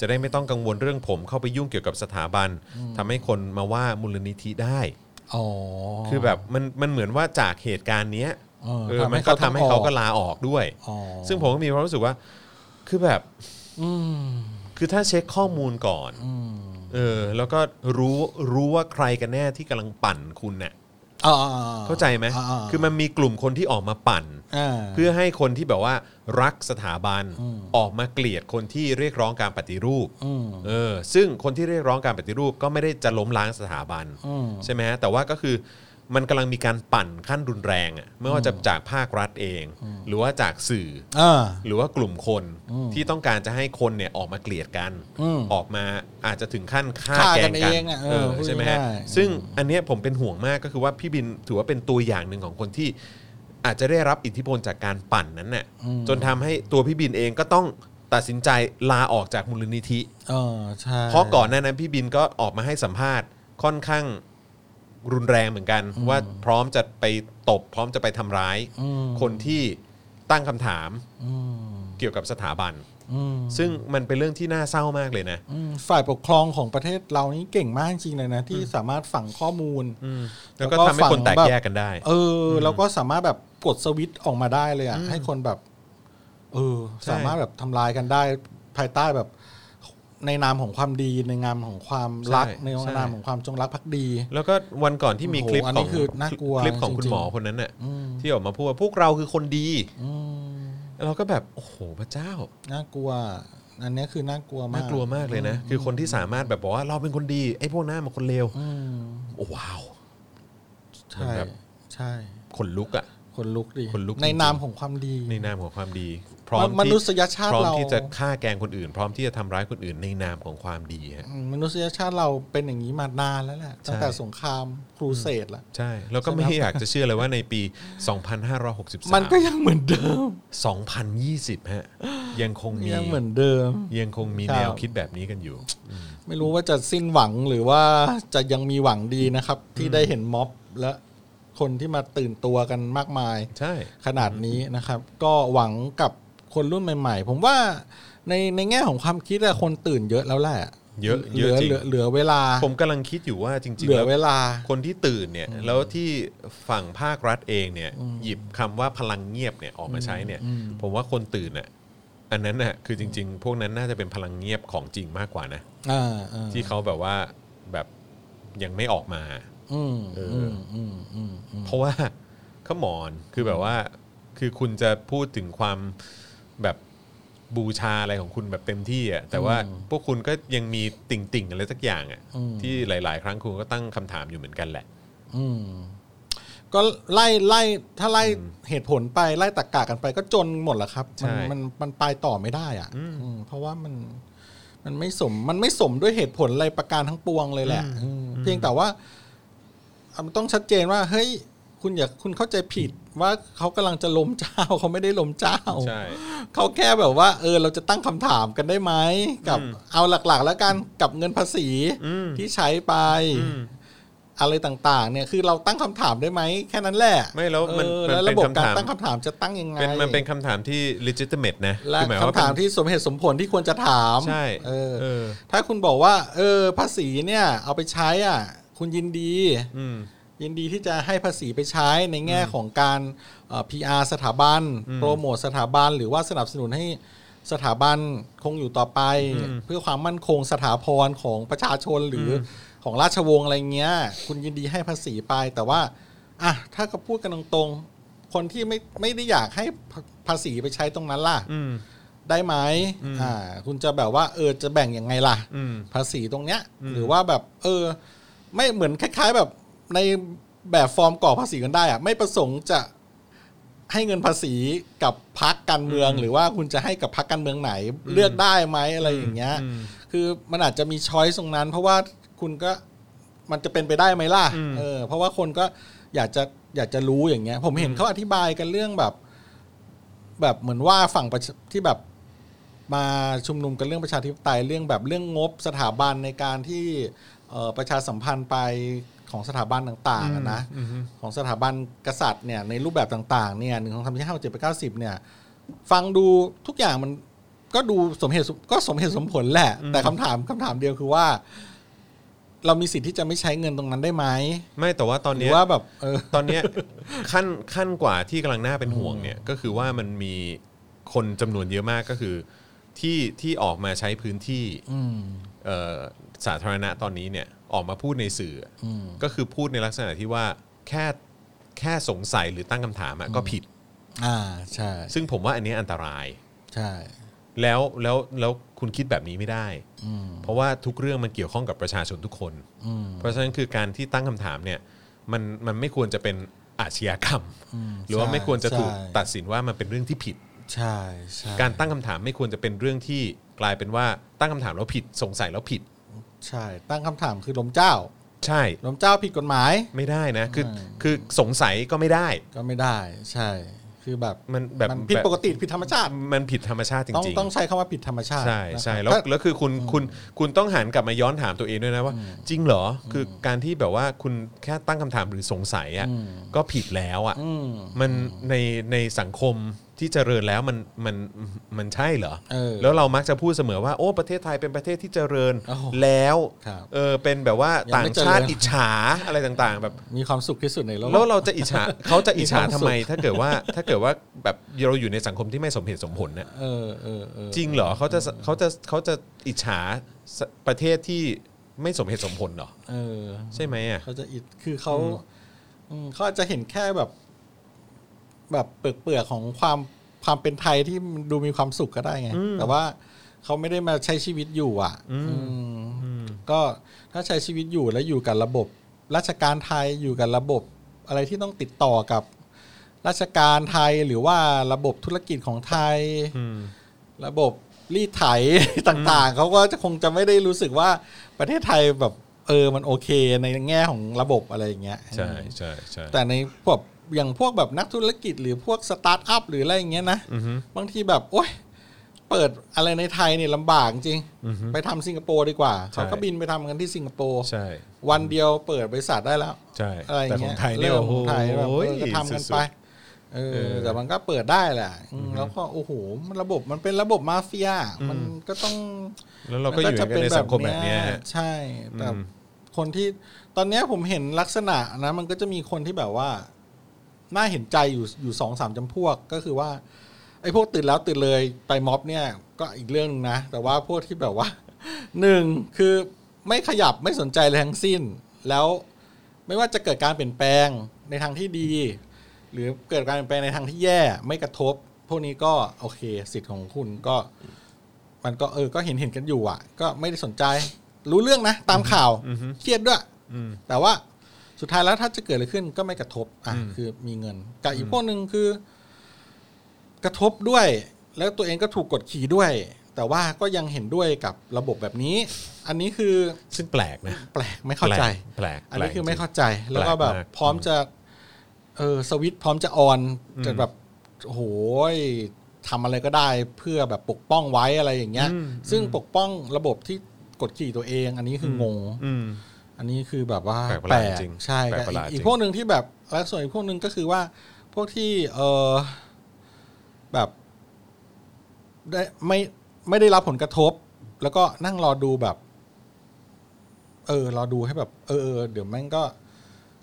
B: จะได้ไม่ต้องกังวลเรื่องผมเข้าไปยุ่งเกี่ยวกับสถาบันทำให้คนมาว่ามูลนิธิได้
C: อ๋อ
B: คือแบบมันมันเหมือนว่าจากเหตุการณ์เนี้ย
C: เออ
B: เออ
C: ทำ
B: มั
C: ให้
B: นก็ทำให้เขา
C: ต้องออก
B: ก็ลาออกด้วย
C: อ๋อ
B: ซึ่งผมก็มีความรู้สึกว่า คือแบบ
C: อืม
B: คือถ้าเช็คข้อมูลก่อน
C: อืม
B: เออ แล้วก็รู้รู้ว่าใครกันแน่ที่กำลังปั่นคุณเนี่ย
C: อ่า
B: เข้าใจไหม
C: อ่า
B: คือมันมีกลุ่มคนที่ออกมาปั่น
C: า
B: เพื่อให้คนที่แบบว่ารักสถาบัน
C: อืม
B: ออกมาเกลียดคนที่เรียกร้องการปฏิรูป
C: ม
B: เออซึ่งคนที่เรียกร้องการปฏิรูปก็ไม่ได้จะล้มล้างสถาบัน
C: อืม
B: ใช่ไหมฮะแต่ว่าก็คือมันกำลังมีการปั่นขั้นรุนแรงอะไม่ว่าจะจากภาครัฐเอง หรือว่าจากสื่อ
C: อ่า
B: หรือว่ากลุ่มคน
C: อืม
B: ที่ต้องการจะให้คนเนี่ยออกมาเกลียดกัน
C: อืม
B: ออกมาอาจจะถึงขั้นฆ่า
C: ฆ่า
B: แก
C: กั
B: ง
C: น
B: กัน
C: เองอะเออ
B: เออ
C: พูด
B: ใช่ไหมฮะ
C: ง่ายๆ
B: ซึ่งอันเนี้ยผมเป็นห่วงมากก็คือว่าพี่บินถือว่าเป็นตัวอย่างหนึ่งของคนที่ อาจจะได้รับอิทธิพลจากการปั่นนั้นน่ะจนทำให้ตัวพี่บินเองก็ต้องตัดสินใจลาออกจากมูลนิธิ
C: เออใช่
B: เพราะก่อนหน้านั้นพี่บินก็ออกมาให้สัมภาษณ์ค่อนข้างรุนแรงเหมือนกัน ว่าพร้อมจะไปตบ พร้อมจะไปทำร้าย
C: อืม
B: คนที่ตั้งคำถาม
C: อืม
B: เกี่ยวกับสถาบัน
C: อืม
B: ซึ่งมันเป็นเรื่องที่น่าเศร้ามากเลยนะ
C: อืมฝ่ายปกครองของประเทศเรานี่เก่งมากจริงเลยนะ ที่สามารถฝังข้อมูล
B: แล้วก็ทำให้คนแตกแยกกันได้
C: เออ แล้วก็สามารถแบบกดสวิตช์ออกมาได้เลยอ่ะให้คนแบบ เออ
B: ใช่
C: สามารถแบบทำลายกันได้ ภายใต้แบบในนามของความดีในนามของความรักในนามของความจงรักภักดี
B: แล้วก็วันก่อนที่มีค
C: โอ้โห
B: ลิป
C: อัน
B: ข
C: นี้
B: อง
C: คือน่ากลัว
B: คลิปของคุณ
C: จริงๆ
B: หมอคนนั้นน่ะ
C: อืม
B: ที่ออกมาพูดว่าพวกเราคือคนดี
C: อืม
B: เราก็แบบโอ้โหพระเจ้า
C: น่ากลัว อันเนี้ยคือน่ากลัวมาก
B: น่ากลัวมากเลยนะ คือคนที่สามารถแบบบอกว่าเราเป็นคนดีไอ้พวกหน้ามันคนเลว
C: อืม
B: โอ้ว้าว
C: ใช่
B: แบบ
C: ใช่
B: ขนลุกอะ
C: คนลุกดี
B: ขนลุก
C: ใน
B: จริงๆ
C: นามของความดี
B: ในนามของความดี พร้อม
C: มนุษ
B: ที่
C: ยชาติ
B: พร้อม
C: เรา
B: ที่จะฆ่าแกล้งคนอื่น พร้อมที่จะทำร้ายคนอื่นในนามของความดีฮะ
C: อืมมนุษยชาติเราเป็นอย่างนี้มานานแล้วแหละตั้งแต่สงครามครูเสดละ
B: ใช่ แล้วก็ไม่อยากจะเชื่อเลยว่าในปี 2563
C: มันก็ยังเหมือนเดิม
B: 2020 ฮะ ยังคงมี
C: ยังเหมือนเดิม
B: ยังคงมี
C: ครับ
B: แนวคิดแบบนี้กันอยู่
C: ไม่รู้ว่าจะสิ้นหวังหรือว่าจะยังมีหวังดีนะครับ ที่ได้เห็นม็อบและคนที่มาตื่นตัวกันมากมาย
B: ใช่
C: ขนาดนี้นะครับ ก็หวังกับคนรุ่นใหม่ ๆ ผมว่าในในแง่ของความคิดอะคนตื่นเยอะแล้วแหละ
B: เยอะ
C: เห
B: เย
C: ลื
B: อะ
C: อ
B: จริง
C: เหลือเหลือเวลา
B: ผมกำลังคิดอยู่ว่าจริง
C: เหลื
B: ๆ
C: อ
B: แล้ว
C: เวลา
B: คนที่ตื่นเนี่ย แล้วที่ฝั่งภาครัฐเองเนี่ย หยิบคำว่าพลังเงียบเนี่ยออกมาใช้เนี่ย ผมว่าคนตื่นอ่ะ อันนั้นน่ะคือจริง ๆ พวกนั้นน่าจะเป็นพลังเงียบของจริงมากกว่านะ
C: อ่าอ่า
B: ที่เขาแบบว่าแบบยังไม่ออกมา
C: อืม
B: เอออื
C: อืมอืมอืมอืม
B: เพราะว่าขมอนคือแบบว่า คือคุณจะพูดถึงความแบบบูชาอะไรของคุณแบบเต็มที่อ่ะแต่ว่าพวกคุณก็ยังมีติ่งติ่งๆอะไรสักอย่างอ่ะ
C: อืม
B: ที่หลาย ๆ ครั้งคุณก็ตั้งคำถามอยู่เหมือนกันแหละ
C: อืมก็ไล่ไล่ถ้าไล่เหตุผลไปไล่ตรกกะกันไปก็จนหมดแหละครับ
B: ใช่
C: มันมันมันไปต่อไม่ได้อ่ะอืมเพราะว่ามันมันไม่สมมันไม่สมด้วยเหตุผลอะไรประการทั้งปวงเลยแหละอืมเพียงแต่ว่าอ่ะมันต้องชัดเจนว่า เฮ้ย คุณอย่าคุณเข้าใจผิดว่าเขากำลังจะล้มเจ้า เขาไม่ได้ล้มเจ้า
B: ใช่
C: เขาแค่แบบว่า เออ เราจะตั้งคำถามกันได้ไหมกับเอาหลักๆ แล้วกันกับเงินภาษี
B: อืม
C: ที่ใช้ไป อะไรต่างๆ เนี่ยคือเราตั้งคำถามได้ไหมแค่นั้นแหละ
B: ไม่แล้วมัน
C: เออ
B: มัน
C: แล้ว
B: เป็
C: ระ
B: น
C: บบกา
B: คำถาม
C: รตั้งคำถามจะตั้งยังไง
B: เป็นมันเป็นคำถามที่ legitimate นะ
C: และ
B: อหยว่
C: คำถามที่สมเหตุสมผลที่ควรจะถาม
B: ใช่
C: เออ
B: เออ
C: ถ้าคุณบอกว่า เออ ภาษีเนี่ย เอาไปใช้อ่ะ คุณยินดี
B: อืม
C: ยินดีที่จะให้ภาษีไปใช้ในแง่ของการเอ่อ PR สถาบัน โปรโมทสถาบัน หรือว่าสนับสนุนให้สถาบันคงอยู่ต่อไป เพื่อความมั่นคงสถาพรของประชาชนหรืออของราชวงศ์อะไรเงี้ย คุณยินดีให้ภาษีไปแต่ว่าอ่ะถ้าก็พูดกันตรงๆ คนที่ไม่ไม่ได้อยากให้ภาภาษีไปใช้ตรงนั้นล่ะ
B: อืม
C: ได้ไหม
B: อืม
C: อ่า คุณจะแบบว่าเออจะแบ่งยังไงล่ะ
B: อืม
C: ภาษีตรงเนี้ย
B: อืม
C: หรือว่าแบบ เออ ไม่เหมือนคล้าย ๆ แบบในแบบฟอร์มก่อภาษีกันได้อะไม่ประสงค์จะให้เงินภาษีกับพักการเมือง หรือว่าคุณจะให้กับพักการเมืองไหน เลือกได้ไหมอะไรอย่างเงี้ย
B: อืม
C: คือมันอาจจะมีช้อยส์ตรงนั้น เพราะว่าคุณก็มันจะเป็นไปได้ไหมล่ะ
B: อืม
C: เออ เพราะว่าคนก็อยากจะอยากจะรู้อย่างเงี้ย ผมเห็นเขาอธิบายกันเรื่องแบบ แบบเหมือนว่าฝั่งประชาที่แบบมาชุมนุมกันเรื่องประชาธิปไตยเรื่องแบบเรื่องงบสถาบันในการที่เอ่อประชาสัมพันธ์ไปของสถาบันต่างๆอะนะ
B: อืมอืม
C: ของสถาบันกษัตริย์เนี่ยในรูปแบบต่างๆเนี่ยหนึ่งสองสามสี่ห้าหกเจ็ดแปดเก้าสิบเนี่ย ฟังดูทุกอย่างมันก็ดูสมเหตุสมก็สมเหตุสมผลแหละ แต่คำถามคำถามเดียวคือว่า เรามีสิทธิ์ที่จะไม่ใช้เงินตรงนั้นได้ไหม
B: ไม่แต่ว่าตอน
C: หรื
B: เนี้
C: อย ว่าแบบ เออ
B: ตอนเนี้ย ขั้นขั้นกว่าที่กำลังน่าเป็นห่วงเนี่ยก็คือว่ามันมีคนจำนวนเยอะมากก็คือที่ที่ออกมาใช้พื้นที่
C: อืม
B: เอ่อสาธารณะตอนนี้เนี่ยออกมาพูดในสื่ออะ
C: อืม
B: ก็คือพูดในลักษณะที่ว่าแค่แค่สงสัยหรือตั้งคำถามอะก็ผิด
C: อ่า ใช่
B: ซึ่งผมว่าอันเนี้ยอันตราย
C: ใช่
B: แล้วแล้วแล้วคุณคิดแบบนี้ไม่ได้
C: อืม
B: เพราะว่าทุกเรื่องมันเกี่ยวข้องกับประชาชนทุกคน
C: อืม
B: เพราะฉะนั้นคือการที่ตั้งคำถามเนี่ยมันมันไม่ควรจะเป็นอาชญากรรม
C: อืม
B: หรือว่า
C: ใช่
B: ไม่ควรจะถูก
C: ใช่
B: ตัดสินว่ามันเป็นเรื่องที่ผิด
C: ใช่ใช่
B: การตั้งคำถามไม่ควรจะเป็นเรื่องที่กลายเป็นว่าตั้งคำถามแล้วผิดสงสัยแล้วผิด
C: ใช่ ตั้งคำถามคือล้มเจ้า
B: ใช่
C: ล้มเจ้าผิดกฎหมาย
B: ไม่ได้นะคือ
C: ใช่
B: คือสงสัยก็ไม่ได้
C: ก็ไม่ได้ ใช่ คือแบบ
B: มันแบบ
C: มันผิด
B: แบบ
C: ปกติผิดธรรมชาติ
B: มันผิดธรรมชาติจ
C: ต้อง
B: ริง
C: ต้องใช้คำว่าผิดธรรมชาติ
B: ใช่
C: นะครับ
B: ใช่แล้ว
C: ถ้า
B: แล้วคือคุณคุณคุณต้องหันกลับมาย้อนถามตัวเองด้วยนะว่า จริงเหรออคือการที่แบบว่าคุณแค่ตั้งคำถามหรือสงสัยอ่ะ
C: อืม
B: ก็ผิดแล้วอ่ะ
C: อืม
B: มันในในสังคมที่เจริญแล้วมันมันมันใช่เหรอ
C: เออ
B: แล้วเรามักจะพูดเสมอว่าโอ้ประเทศไทยเป็นประเทศที่เจริญ
C: โอ้โห
B: แล้ว
C: ครับ
B: เออเป็นแบบว่าต่า
C: ยังไม่
B: ง
C: เจริญ
B: ชาติอิจฉาอะไรต่างๆ แบบ
C: มีความสุขที่สุดในโลก
B: แล้วเราจะอิจฉาเขาจะอิจฉา
C: มีความ
B: ทำ
C: สุข
B: ไม ถ้าเกิดว่าถ้าเกิดว่าแบบเราอยู่ในสังคมที่ไม่สมเหตุสมผลนะ
C: เออเออเออ
B: จริงเหรอเขาจะเขาจะเขาจะอิจฉาสประเทศที่ไม่สมเหตุสมผลเหรอ
C: เออ
B: ใช่ไหมอ่ะ
C: เขาจะอิดคือเขาอืมเขาอาจจะเห็นแค่แบบ แบบเปลือกเปลือกๆของความความเป็นไทยที่มันดูมีความสุขก็ได้ไง แต่ว่าเขาไม่ได้มาใช้ชีวิตอยู่ อ่ะ อืมก็ถ้าใช้ชีวิตอยู่แล้วอยู่กับระบบ ราชการไทยอยู่กับระบบ อะไรที่ต้องติดต่อกับ ราชการไทยหรือว่าระบบธุรกิจของไทย ระบบรีดไถ ต่างๆ เขาก็จะคงจะไม่ได้รู้สึกว่าประเทศไทยแบบเออมันโอเคในแง่ของระบบอะไรอย่างเงี้ย
B: ใช่ใช่ใช่
C: แต่ในพวกอย่างพวกแบบนักธุรกิจหรือพวกสตาร์ทอัพหรืออะไรอย่างเงี้ยนะบางทีแบบโอ๊ยเปิดอะไรในไทยเนี่ยลำบากจริง ไปทำสิงคโปร์ดีกว่า เขาก็บินไปทำกันที่สิงคโปร์
B: ใช่
C: วันเดียวเปิดบริษัทได้แล้ว
B: ใช่
C: อะไรอย่างเงี้ย
B: แต่ของไทยเนี่ย
C: เรื่องของไทยแบบ
B: โอ้
C: เอ
B: โห
C: อก็ทำกัน
B: สุ
C: ไป
B: ด
C: เออแต่มันก็เปิดได้แหละอืมแล้วก็โอ้โหมันระบบมันเป็นระบบมาเฟียมันก็ต้อง
B: ๆแล้วเราก็อยู่กันในสังคมแบบเนี้ย
C: ใช่ แต่
B: อืม
C: คนที่ตอนเนี้ยผมเห็นลักษณะนะ มันก็จะมีคนที่แบบว่า น่าเห็นใจอยู่อยู่สองสามจำพวกก็คือว่า ไอ้พวกตื่นแล้วตื่นเลยไปม็อบเนี่ย ก็อีกเรื่องหนึงนะ แต่ว่าพวกที่แบบว่า หนึ่งคือไม่ขยับไม่สนใจเลยทั้งสิ้น แล้วไม่ว่าจะเกิดการเปลี่ยนแปลงในทางที่ดี หรือเกิดการเปลี่ยนแปลงในทางที่แย่ไม่กระทบ พวกนี้ก็โอเคสิทธิ์ของคุณก็ มันก็เออ ก็เห็นเห็นกันอยู่อ่ะ ก็ไม่ได้สนใจ รู้เรื่องนะ ตามข่าว เครียดด้วย แต่ว่าสุดท้ายแล้วถ้าจะเกิดอะไรขึ้นก็ไม่กระทบ อ่ะ คือมีเงิน กับอีกพวกหนึ่งคือ กระทบด้วย แล้วตัวเองก็ถูกกดขี่ด้วย แต่ว่าก็ยังเห็นด้วยกับระบบแบบนี้ อันนี้คือ
B: ซึ่งแปลกนะ
C: แปลกไม่เข้าใจ
B: แปลกแปลก
C: อันนี้คือไม่
B: จริง
C: เข้าใจ แล้วก็แบบ
B: แปลกมาก
C: พร้อมจะ เออสวิตช์พร้อมจะออนจะแบบโอ้โหยทำอะไรก็ได้เพื่อแบบปกป้องไว้อะไรอย่างเงี้ย ซึ่งปกป้องระบบที่กดขี่ตัวเอง อันนี้คืองง
B: อืม
C: อันนี้คือแบบว่า
B: แปลกประหลาดจริง
C: ใช่
B: แปลกประหลาด
C: อีก
B: จริง
C: อีกพวกหนึ่งที่แบบและส่วนอีกพวกหนึ่งก็คือว่าพวกที่เออแบบได้ไม่ไม่ได้รับผลกระทบ แล้วก็นั่งรอดูแบบ เออ รอดูให้แบบ เออเออเดี๋ยวแม่งก็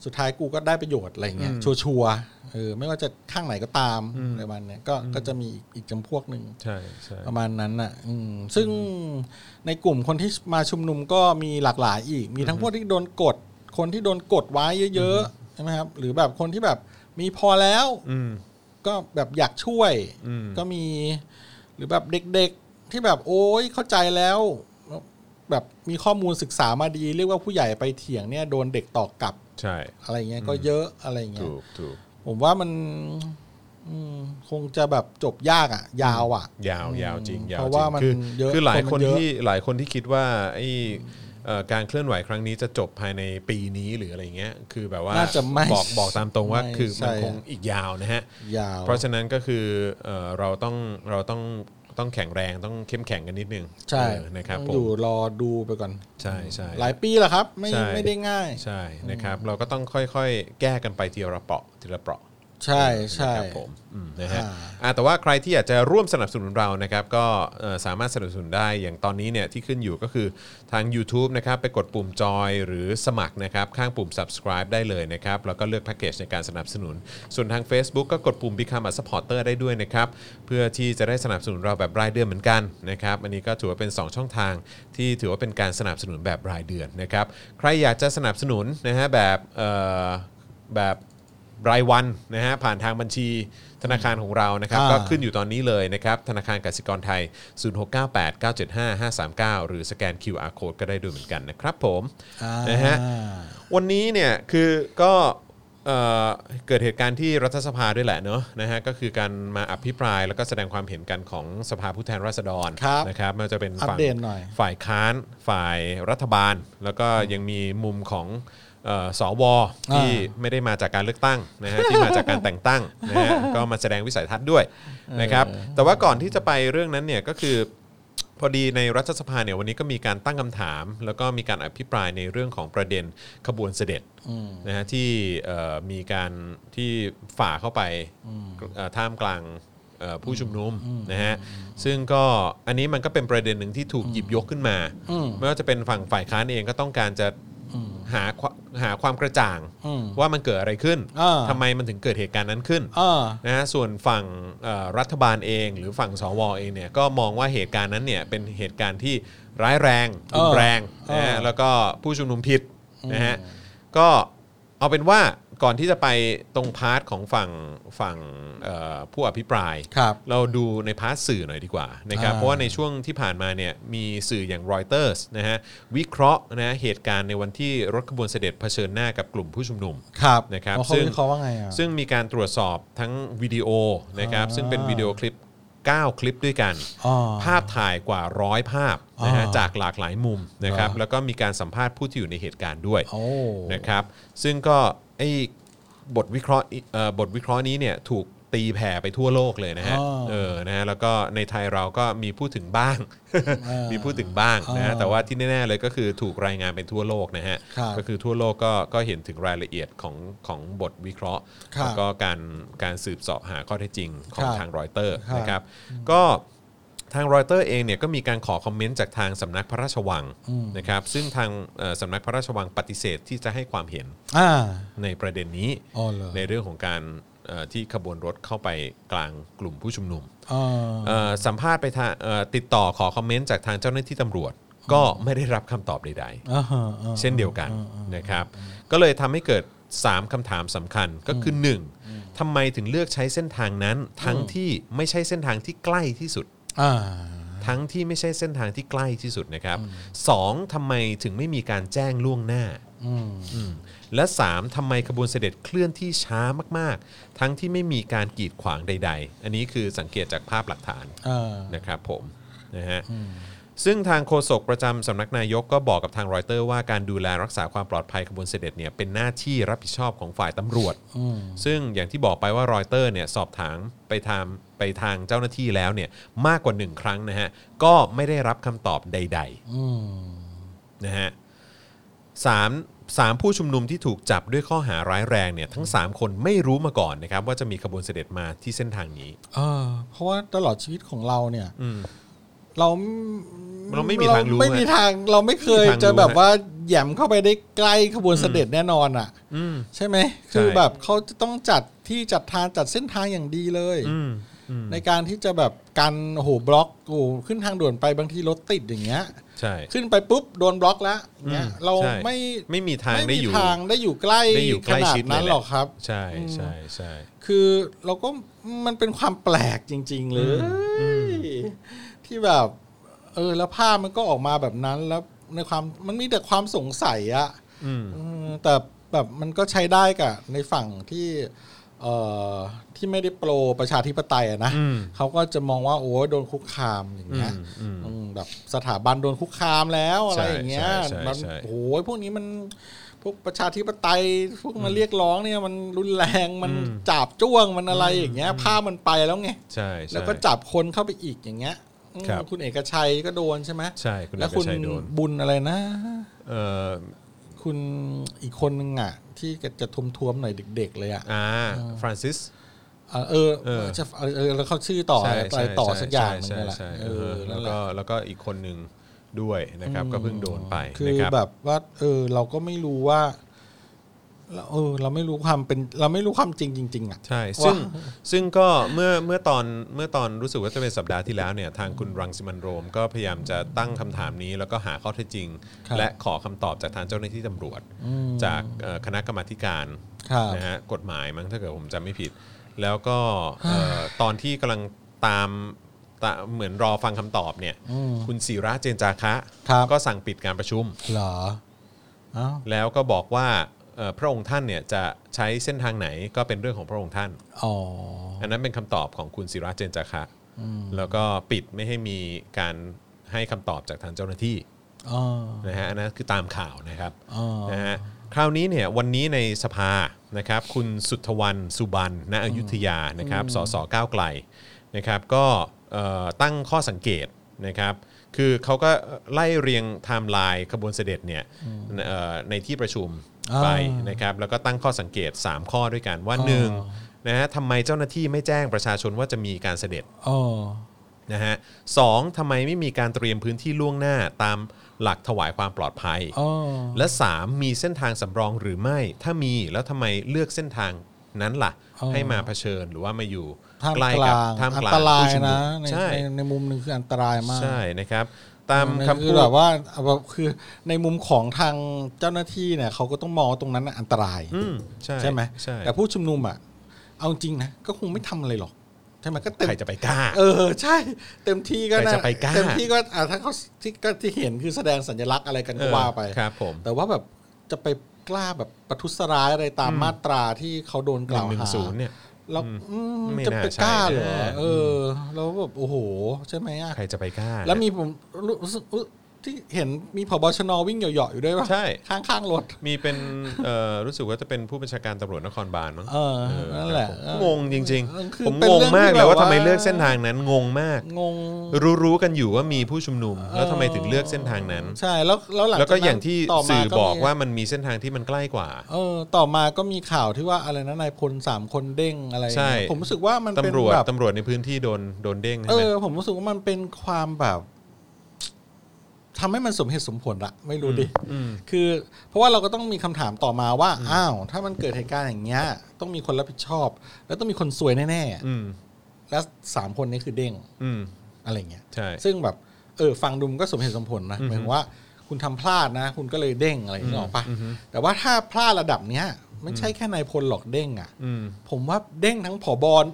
C: สุดท้ายกูก็ได้ประโยชน์อะไรเงี้ยชัวชัวร์ๆเออ ไม่ว่าจะข้างไหนก็ตามอะไรประมาณเนี้ยก็ก็จะมีอีกอีกจำพวกหนึ่ง
B: ใช่ใช่
C: ประมาณนั้นน่ะอืมซึ่งในกลุ่มคนที่มาชุมนุมก็มีหลากหลายอีก มีทั้งพวกที่โดนกด คนที่โดนกดไว้เยอะๆ ใช่ไหมครับ หรือแบบคนที่แบบมีพอแล้ว
B: อืม
C: ก็แบบอยากช่วย
B: อืม
C: ก็มี หรือแบบเด็กๆที่แบบโอ๊ยเข้าใจแล้ว แบบมีข้อมูลศึกษามาดี เรียกว่าผู้ใหญ่ไปเถียงเนี่ยโดนเด็กตอกกลับ
B: ใช่
C: อะไรเงี้ยก็เยอะอะไรเงี้ย
B: ถูกถูก
C: ผมว่ามันอืมคงจะแบบจบยากอ่ะ ยาวอ่ะ
B: ยาวยาวจริงยาว
C: เพราะ
B: จริ
C: ว่าง มัน
B: คือ
C: เยอะ
B: คือหลาย
C: ค
B: คน น
C: มันเยอะ
B: ที่หลายคนที่คิดว่าไอเอ่อการเคลื่อนไหวครั้งนี้จะจบภายในปีนี้หรืออะไรเงี้ย คือแบบว่า
C: น่าจะไม่
B: บอกบอกตามตรงว่า
C: ไม่
B: คือมัน
C: ใช่
B: คงอีกยาวนะฮะ
C: ยาว
B: เพราะฉะนั้นก็คือเอ่อเราต้องเราต้องต้องแข็งแรงต้องเข้มแข็งกันนิดนึง
C: ใช่
B: เออนะครับ
C: ต้อง
B: ผม
C: อยู่รอดูไปก่อน
B: ใช่ใช่
C: หลายปีแล้วครับ ไม่
B: ใช่
C: ไม่ได้ง่าย
B: ใช่นะครับ เราก็ต้องค่อยๆ แก้กันไปทีละเปราะทีละเปราะ
C: ใช่ใช่
B: นะครับผมอืมนะฮะ
C: อ่า
B: อ่าแต่ว่าใครที่อยากจะร่วมสนับสนุนเรานะครับ ก็เอ่อสามารถสนับสนุนได้อย่างตอนนี้เนี่ยที่ขึ้นอยู่ก็คือทาง YouTube นะครับไปกดปุ่มจอยหรือสมัครนะครับ ข้างปุ่ม subscribe ได้เลยนะครับ แล้วก็เลือกแพ็กเกจในการสนับสนุน ส่วนทาง Facebook ก็กดปุ่ม Become a supporter ได้ด้วยนะครับ เพื่อที่จะได้สนับสนุนเราแบบรายเดือนเหมือนกันนะครับ อันนี้ก็ถือว่าเป็น 2 ช่องทางที่ถือว่าเป็นการสนับสนุนแบบรายเดือนนะครับ ใครอยากจะสนับสนุนนะฮะแบบเอ่อแบบ รายวันนะฮะผ่านทางบัญชีธนาคารของเรานะครับ
C: อ่า
B: ก็ขึ้นอยู่ตอนนี้เลยนะครับ ธนาคารกสิกรไทย 0698975539 หรือสแกน QR code ก็ได้ด้วยเหมือนกันนะครับผม
C: อ่า
B: นะฮะวันนี้เนี่ยคือก็เอ่อเกิดเหตุการณ์ที่รัฐสภาด้วยแหละเนอะนะฮะก็คือการมาอภิปรายแล้วก็แสดงความเห็นกันของสภาผู้แทนราษฎร
C: ครับ
B: นะครับไมันจะเป็น
C: อัป
B: ฝั่ง
C: เดตหน่อย
B: ฝ่ายค้านฝ่ายรัฐบาล แล้วก็ยังมีมุมของเอ่อสวที่ไม่ได้มาจากการเลือกตั้งนะฮะที่มาจากการแต่งตั้งนะฮะก็มาแสดงวิสัยทัศน์ด้วยนะครับแต่ว่าก่อนที่จะไปเรื่องนั้นเนี่ยก็คือ พอดีในรัฐสภาเนี่ยวันนี้ก็มีการตั้งคำถาม แล้วก็มีการอภิปรายในเรื่องของประเด็นขบวนเสด็จนะฮะที่เอ่อมีการที่ฝ่าเข้าไปเอ่อท่ามกลางเอ่อผู้ชุมนุมนะฮะซึ่งก็อันนี้มันก็เป็นประเด็นหนึ่งที่ถูกหยิบยกขึ้นมา ไม่ว่าจะเป็นฝั่งฝ่ายค้านเองก็ต้องการจะหาควหาความกระจ่าง
C: อืม
B: ว่ามันเกิดอะไรขึ้น
C: อ่า
B: ทำไมมันถึงเกิดเหตุการณ์นั้นขึ้น
C: อ่า
B: นะฮะส่วนฝั่งเอ่อรัฐบาลเอง หรือฝั่งสวเองเนี่ยก็มองว่าเหตุการณ์นั้นเนี่ยเป็นเหตุการณ์ที่ร้ายแรง
C: เออ
B: รุนแรงนะฮะ
C: เออ
B: แล้วก็ผู้ชุมนุมผิดนะฮะก็เอาเป็นว่า ก่อนที่จะไปตรงพาร์ทของฝั่งฝั่งเอ่อผู้อภิปราย
C: ครับ
B: เราดูในพาร์ทสื่อหน่อยดีกว่านะครับ
C: อ่า
B: เพราะว่าในช่วงที่ผ่านมาเนี่ยมีสื่ออย่างรอยเตอร์สนะฮะวิเคราะห์นะเหตุการณ์ในวันที่รถขบวนเสด็จเผชิญหน้ากับกลุ่มผู้ชุมนุม
C: ครับ
B: นะครับ
C: อ๋อเขา
B: ซึ่ง
C: วิเขาะห์ว่าไงอ่ะ
B: ซึ่งมีการตรวจสอบทั้งวิดีโอนะครับ
C: อ่า
B: ซึ่งเป็นวิดีโอคลิป 9 คลิปด้วยกัน
C: อ๋อ
B: ภาพถ่ายกว่าร้อยภาพนะฮะ
C: อ่า
B: จากหลากหลายมุมนะครับ
C: อ่า
B: แล้วก็มีการสัมภาษณ์ผู้ที่อยู่ในเหตุการณ์ด้วย
C: โอ้
B: นะครับซึ่งก็ไอ้บทวิเคราะห์เอ่อบทวิเคราะห์นี้เนี่ยถูกตีแผ่ไปทั่วโลกเลยนะฮะ
C: อ๋อ
B: เออนะฮะแล้วก็ในไทยเราก็มีพูดถึง บ้าง
C: อ่ามี
B: มีพูดถึงบ้างนะฮะ
C: อ่า
B: แต่ว่าที่แน่ๆเลยก็คือถูกรายงานเป็นทั่วโลกนะฮะ
C: ครับ
B: ก็คือทั่วโลกก็ก็เห็นถึงรายละเอียดของของบทวิเคราะห์
C: ครับ
B: แล้วก็การการสืบเสาะหาข้อเท็จจริงของ
C: ครับ
B: ทางรอยเตอร์
C: ครับ
B: นะครับก็ทางรอยเตอร์เองเนี่ยก็มีการขอคอมเมนต์จากทางสำนักพระราชวังนะครับซึ่งทางเอ่อสำนักพระราชวังปฏิเสธที่จะให้ความเห็น
C: อ่า
B: ในประเด็นนี้
C: อ๋อเหรอ
B: ในเรื่องของการเอ่อที่ขบวนรถเข้าไปกลางกลุ่มผู้ชุมนุม
C: อ่า
B: เอ่อสัมภาษณ์ไปทางเอ่อติดต่อขอคอมเมนต์จากทางเจ้าหน้าที่ตำรวจ ก็ไม่ได้รับคำตอบใด
C: อ่าฮะอ่าฮะ
B: ๆ เช่นเดียวกันนะครับ ก็เลยทำให้เกิด 3คำถามสำคัญก็คือ 1. ทำไมถึงเลือกใช้เส้นทางนั้น ทั้งที่ไม่ใช่เส้นทางที่ใกล้ที่สุด
C: อ่า
B: ทั้งที่ไม่ใช่เส้นทางที่ใกล้ที่สุดนะครับ 2. ทำไมถึงไม่มีการแจ้งล่วงหน้า
C: อืม
B: และ 3ทำไมขบวนเสด็จเคลื่อนที่ช้ามาก ๆ ทั้งที่ไม่มีการกีดขวางใด ๆ อันนี้คือสังเกตจากภาพหลักฐาน
C: อ่า
B: นะครับผมนะฮะซึ่งทางโฆษกประจำสำนักนายกก็บอกกับทางรอยเตอร์ว่าการดูแลรักษาความปลอดภัยขบวนเสด็จเนี่ยเป็นหน้าที่รับผิดชอบของฝ่ายตำรวจ
C: อืม
B: ซึ่งอย่างที่บอกไปว่ารอยเตอร์เนี่ยสอบถามไปทางไปทางเจ้าหน้าที่แล้วเนี่ยมากกว่าหนึ่งครั้งนะฮะก็ไม่ได้รับคำตอบใด ๆ
C: อืม
B: นะฮะสามสามผู้ชุมนุมที่ถูกจับด้วยข้อหาร้ายแรงเนี่ยทั้ง 3 คนไม่รู้มาก่อนนะครับ ว่าจะมีขบวนเสด็จมาที่เส้นทางนี้
C: เออ เพราะว่าตลอดชีวิตของเราเนี่ย
B: อืม
C: เรา
B: เราไม่มีทางรู้
C: ไม่
B: ไง
C: มีทางเราไม่เคย
B: ไม่มีทางรู้
C: จะแบบ
B: ฮะ
C: ว่าแหยมเข้าไปได้ใกล้ขบวนเสด็จแน่นอนอ่ะ
B: อืม
C: ใช่ไหม คือ
B: ใช่
C: แบบเขาจะต้องจัดที่จัดทางจัดเส้นทางอย่างดีเลย
B: อืม
C: ในการที่จะแบบกันโอ้โหบล็อกโอ้โหขึ้นทางด่วนไปบางทีรถติดอย่างเงี้ย
B: ใช่
C: ขึ้นไปปุ๊บโดนบล็อกแล้วอย่างเงี้ย
B: อืม
C: เรา
B: ใช่
C: ไม่
B: ไม่มีทาง
C: ไม่
B: ได้
C: มี
B: อยู่
C: ทางได้อยู่ใกล้
B: ได้อยู่
C: ข
B: ใกล้
C: นาด
B: ชิดเลย
C: นั้น
B: แหละ
C: หรอกครับ
B: ใช่ใช่ใช่
C: คือเราก็มันเป็นความแปลกจริง ๆ เลย ที่แบบ เออแล้วภาพมันก็ออกมาแบบนั้นแล้วในความมันมีแต่ความสงสัยอะ
B: อืม
C: เออแต่แบบมันก็ใช้ได้กับในฝั่งที่เอ่อที่ไม่ได้โปรประชาธิปไตยอะนะ
B: อืม
C: เขาก็จะมองว่าโอ้ยโดนคุกคามอย่าง
B: อื
C: เงี้ย
B: มอืม
C: อืมแบบสถาบันโดนคุกคามแล้วอะไร
B: ใช่
C: อย่างเงี้ย
B: ใช่ใช่
C: มัน
B: ใช่
C: โอ้ยพวกนี้มันพวกประชาธิปไตยพวกมาเรียกร้องเนี่ยมันรุนแรงมันจาบจ้วงมันอะไรอย่างเงี้ยภาพมันไปแล้วไง
B: ใช่ใช่
C: แล้วก็จับคนเข้าไปอีกอย่างเงี้ยอืม
B: ครับ
C: คุณเอกชัยก็โดนใช่ไหม
B: ใช่คุณเอ
C: แล้ว
B: ก
C: คุณ
B: ชัยโดน
C: บุญอะไรนะ
B: เอ่อ
C: คุณอีกคนนึงอ่ะ ที่จะทุมทวมๆหน่อยเด็ก ๆ เลยอ่ะ
B: อ่าฟรานซิส
C: เออเออ
B: เออ
C: จะเออเออแล้วเขาชื่อต่อ
B: ใช่
C: อะ
B: ใช่
C: ไรต่อ
B: ใช่
C: สักอย่างหนึง
B: ใช่
C: นั่นแหละ
B: ใช่
C: เอ
B: เอ
C: อ
B: อแล้
C: นั่
B: วน
C: แห
B: ก็
C: ละ
B: แล้วก็อีกคนหนึ่งด้วยนะครับ ก็เพิ่งโดนไป
C: คือ
B: นะครับ
C: แบบว่า เออ เราก็ไม่รู้ว่าเราเออ เราไม่รู้ความเป็น เราไม่รู้ความจริงจริง ๆ อ่ะ
B: ใช่
C: ว่า
B: ซึ่งซึ่งก็เมื่อเมื่อตอนเมื่อตอนรู้สึกว่าจะเป็นสัปดาห์ที่แล้วเนี่ยทางคุณรังสิมันต์โรมก็พยายามจะตั้งคำถามนี้ แล้วก็หาข้อเท็จจริง
C: ครับ
B: และขอคำตอบจากทางเจ้าหน้าที่ตำรวจ จากเอ่อคณะกรรมาธิการ
C: ครับ
B: นะฮะกฎหมายมั้งถ้าเกิดผมจำไม่ผิด แล้วก็เอ่ อตอนที่กำลังตามตาเหมือนรอฟังคำตอบเนี่ยคุณศิระเจนจาคะ
C: ครับ
B: ก็สั่งปิดการประชุม
C: เหรอเอ้า
B: แล้วก็บอกว่าเอ่อพระองค์ท่านเนี่ยจะใช้เส้นทางไหนก็เป็นเรื่องของพระองค์ท่าน
C: อ๋อ
B: อันนั้นเป็นคำตอบของคุณศิระเจนจาคะ แล้วก็ปิดไม่ให้มีการให้คำตอบจากทางเจ้าหน้าที่
C: อ๋อ
B: นะฮะอันนั้นคือตามข่าวนะครับ
C: อ๋อ
B: นะฮะคราวนี้เนี่ยวันนี้ในสภานะครับคุณสุทธวันสุบรรณณอยุธยานะครับสสก้าวไกลนะครับก็เอ่อตั้งข้อสังเกตนะครับ คือเขาก็ไล่เรียงไทม์ไลน์ขบวนเสด็จเนี่ยเอ่อในที่ประชุมไป
C: อ่าน
B: นะครับแล้วก็ตั้งข้อสังเกต 3 ข้อด้วยกันว่าหนึ่ง นะฮะทำไมเจ้าหน้าที่ไม่แจ้งประชาชนว่าจะมีการเสด็จ
C: อ๋อ
B: นะฮะสองทำไมไม่มีการเตรียมพื้นที่ล่วงหน้าตามหลักถวายความปลอดภัย
C: อ๋อ
B: และ 3 มีเส้นทางสำรองหรือไม่ ถ้ามีแล้วทำไมเลือกเส้นทางนั้นล่ะ
C: อ๋อ
B: ให้มาเผชิญหรือว่ามาอยู่
C: ท่าม
B: ใกล้
C: ก
B: กับ
C: ลาง
B: ท่าม
C: อัน
B: กลาง
C: ตราย
B: ผู้ชุมม
C: นะใน
B: ใช่
C: ในในมุมหนึ่งคืออันตรายมาก
B: ใช่นะครับ ตามคำ
C: คื
B: พู
C: อ
B: ด
C: แบบว่าเอาแบบคือในมุมของทางเจ้าหน้าที่เนี่ยเขาก็ต้องมองว่าตรงนั้นน่ะอันตราย
B: อืมใช่
C: ใช่ไหม
B: ใช่
C: แต่ผู้ชุมนุมอ่ะเอาจริงนะก็คงไม่ทำอะไรหรอกใช่ไหมก็เต็ม
B: ใครจะไปกล้า
C: เออใช่ เต็มที่ก็
B: ใคร
C: นะ
B: จะไปกล้า
C: เต็มที่ก็อ่ะถ้าเขาที่ก็ที่เห็นคือแสดงสัญลักษณ์อะไรกันก็ว่าไป
B: ครับผม
C: แต่ว่าแบบจะไปกล้าแบบประทุษร้ายอะไรตามมาตราที่เขาโดนก
B: หนึ่
C: ล่าง ว
B: หนึ่ง
C: หา
B: ศูนย์เนี่ย
C: แล้วอืม
B: ไม่
C: จะ
B: น่า
C: ไปกล้า
B: ใช่
C: เหรอ
B: นะ
C: เออแล้วแบบโอ้โห ใช่ไหมอ่ะ
B: ใครจะไปกล้า
C: แล้วมีผมรู้สึกอุ๊ยที่เห็นมีผบชนวิ่งเหยาะๆอยู่ด้วยป่ะ
B: ใช่
C: ข้างข้างๆรถ
B: มีเป็นเอ่อรู้สึกว่าจะเป็นผู้บัญชาการตำรวจนครบาลมั้ง
C: เออนั่นแหละ
B: ครับผม
C: เออ
B: งงจริง
C: เออคือ
B: ๆ ผม
C: เป็น
B: งง
C: เรื่อง
B: มาก
C: ที่
B: เลยว่า
C: แบบ
B: ทำไม
C: ว่า
B: เลือกเส้นทางนั้นงงมาก
C: งง
B: รู้รู้กันอยู่ว่ามีผู้ชุมนุม แล้วทำไมถึงเลือกเส้นทางนั้น
C: ใช่แล้วแล้วหลังจ
B: แล้วก็
C: นั้น
B: อย่างที่
C: ต่ม
B: สื่อบอก
C: มี
B: ว่ามันมีเส้นทางที่มันใกล้กว่า
C: เออต่อมาก็มีข่าวที่ว่าอะไรนะนายพลสามคนเด้งอะไร
B: ใช่
C: ผมรู้สึกว่ามันเป็น
B: ตำรวจ
C: แบบ
B: ตำรวจในพื้นที่โดนโดนเด้ง
C: เอ
B: ใช่ไหม
C: อ ผมรู้สึกว่ามันเป็นความแบบทำให้มันสมเหตุสมผลละไม่รู้ดิ
B: อืม
C: คือ เพราะว่าเราก็ต้องมีคำถามต่อมาว่าอ้าวถ้ามันเกิดเหตุการณ์อย่างเงี้ย ต้องมีคนรับผิดชอบ แล้วต้องมีคนซวยแน่
B: อืม
C: ๆและสามคนนี้คือเด้ง
B: อืม
C: อะไรเงี้ย
B: ใช่
C: ซึ่งแบบเออฟังดูมันก็สมเหตุสมผลนะ
B: อือฮึ
C: หมายถึงว่าคุณทำพลาดนะ คุณก็เลยเด้งอะไรอย่างนี้ยหรอกปะ
B: อือฮึ
C: แต่ว่าถ้าพลาดระดับเนี้ยไม่ใช่แค่นายพลหรอกเด้งอ่ะ
B: อืม
C: ผมว่าเด้งทั้งผบชน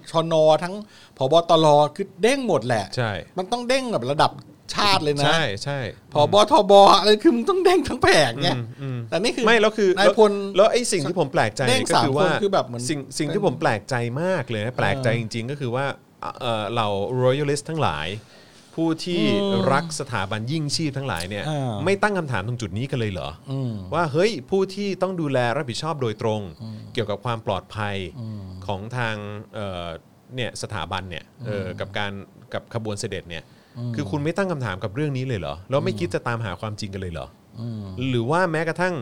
C: ทั้งผบตรคือเด้งหมดแหละ
B: ใช่
C: มันต้องเด้งแบบระดับชาติเลยนะ
B: ใช่ใช่
C: ผบทบอะไรคือมึงต้องเด้งทั้งแผงไง
B: อืมอืม
C: แต่นี่คือ
B: ไม่แล้วคือน
C: ายพล
B: แวแล้วไอ้สิ่งที่ผมแปลกใจ
C: เด้
B: เนี่ย
C: ง
B: ก็
C: สาม
B: คือว่า
C: คนคือแบบเหมือน
B: สิ่งสิ่งที่ผมแปลกใจมากเลยนะแปลกใจจริง ๆ ก็คือว่าเอ่อเหล่า royalist ทั้งหลาย ผู้ที่รักสถาบันยิ่งชีพทั้งหลายเนี่ย
C: อ่า
B: ไม่ตั้งคำถามตรงจุดนี้กันเลยเหรอ
C: อืม
B: ว่าเฮ้ยผู้ที่ต้องดูแลรับผิดชอบโดยตรง เกี่ยวกับความปลอดภัยของทางเอ่อเนี่ยสถาบันเนี่ยเอ่อกับการกับขบวนเสด็จเนี่ยคือคุณไม่ตั้งคำถามกับเรื่องนี้เลยเหรอแล้วไม่คิดจะตามหาความจริงกันเลยเหรออหรือว่าแม้กระทั่ง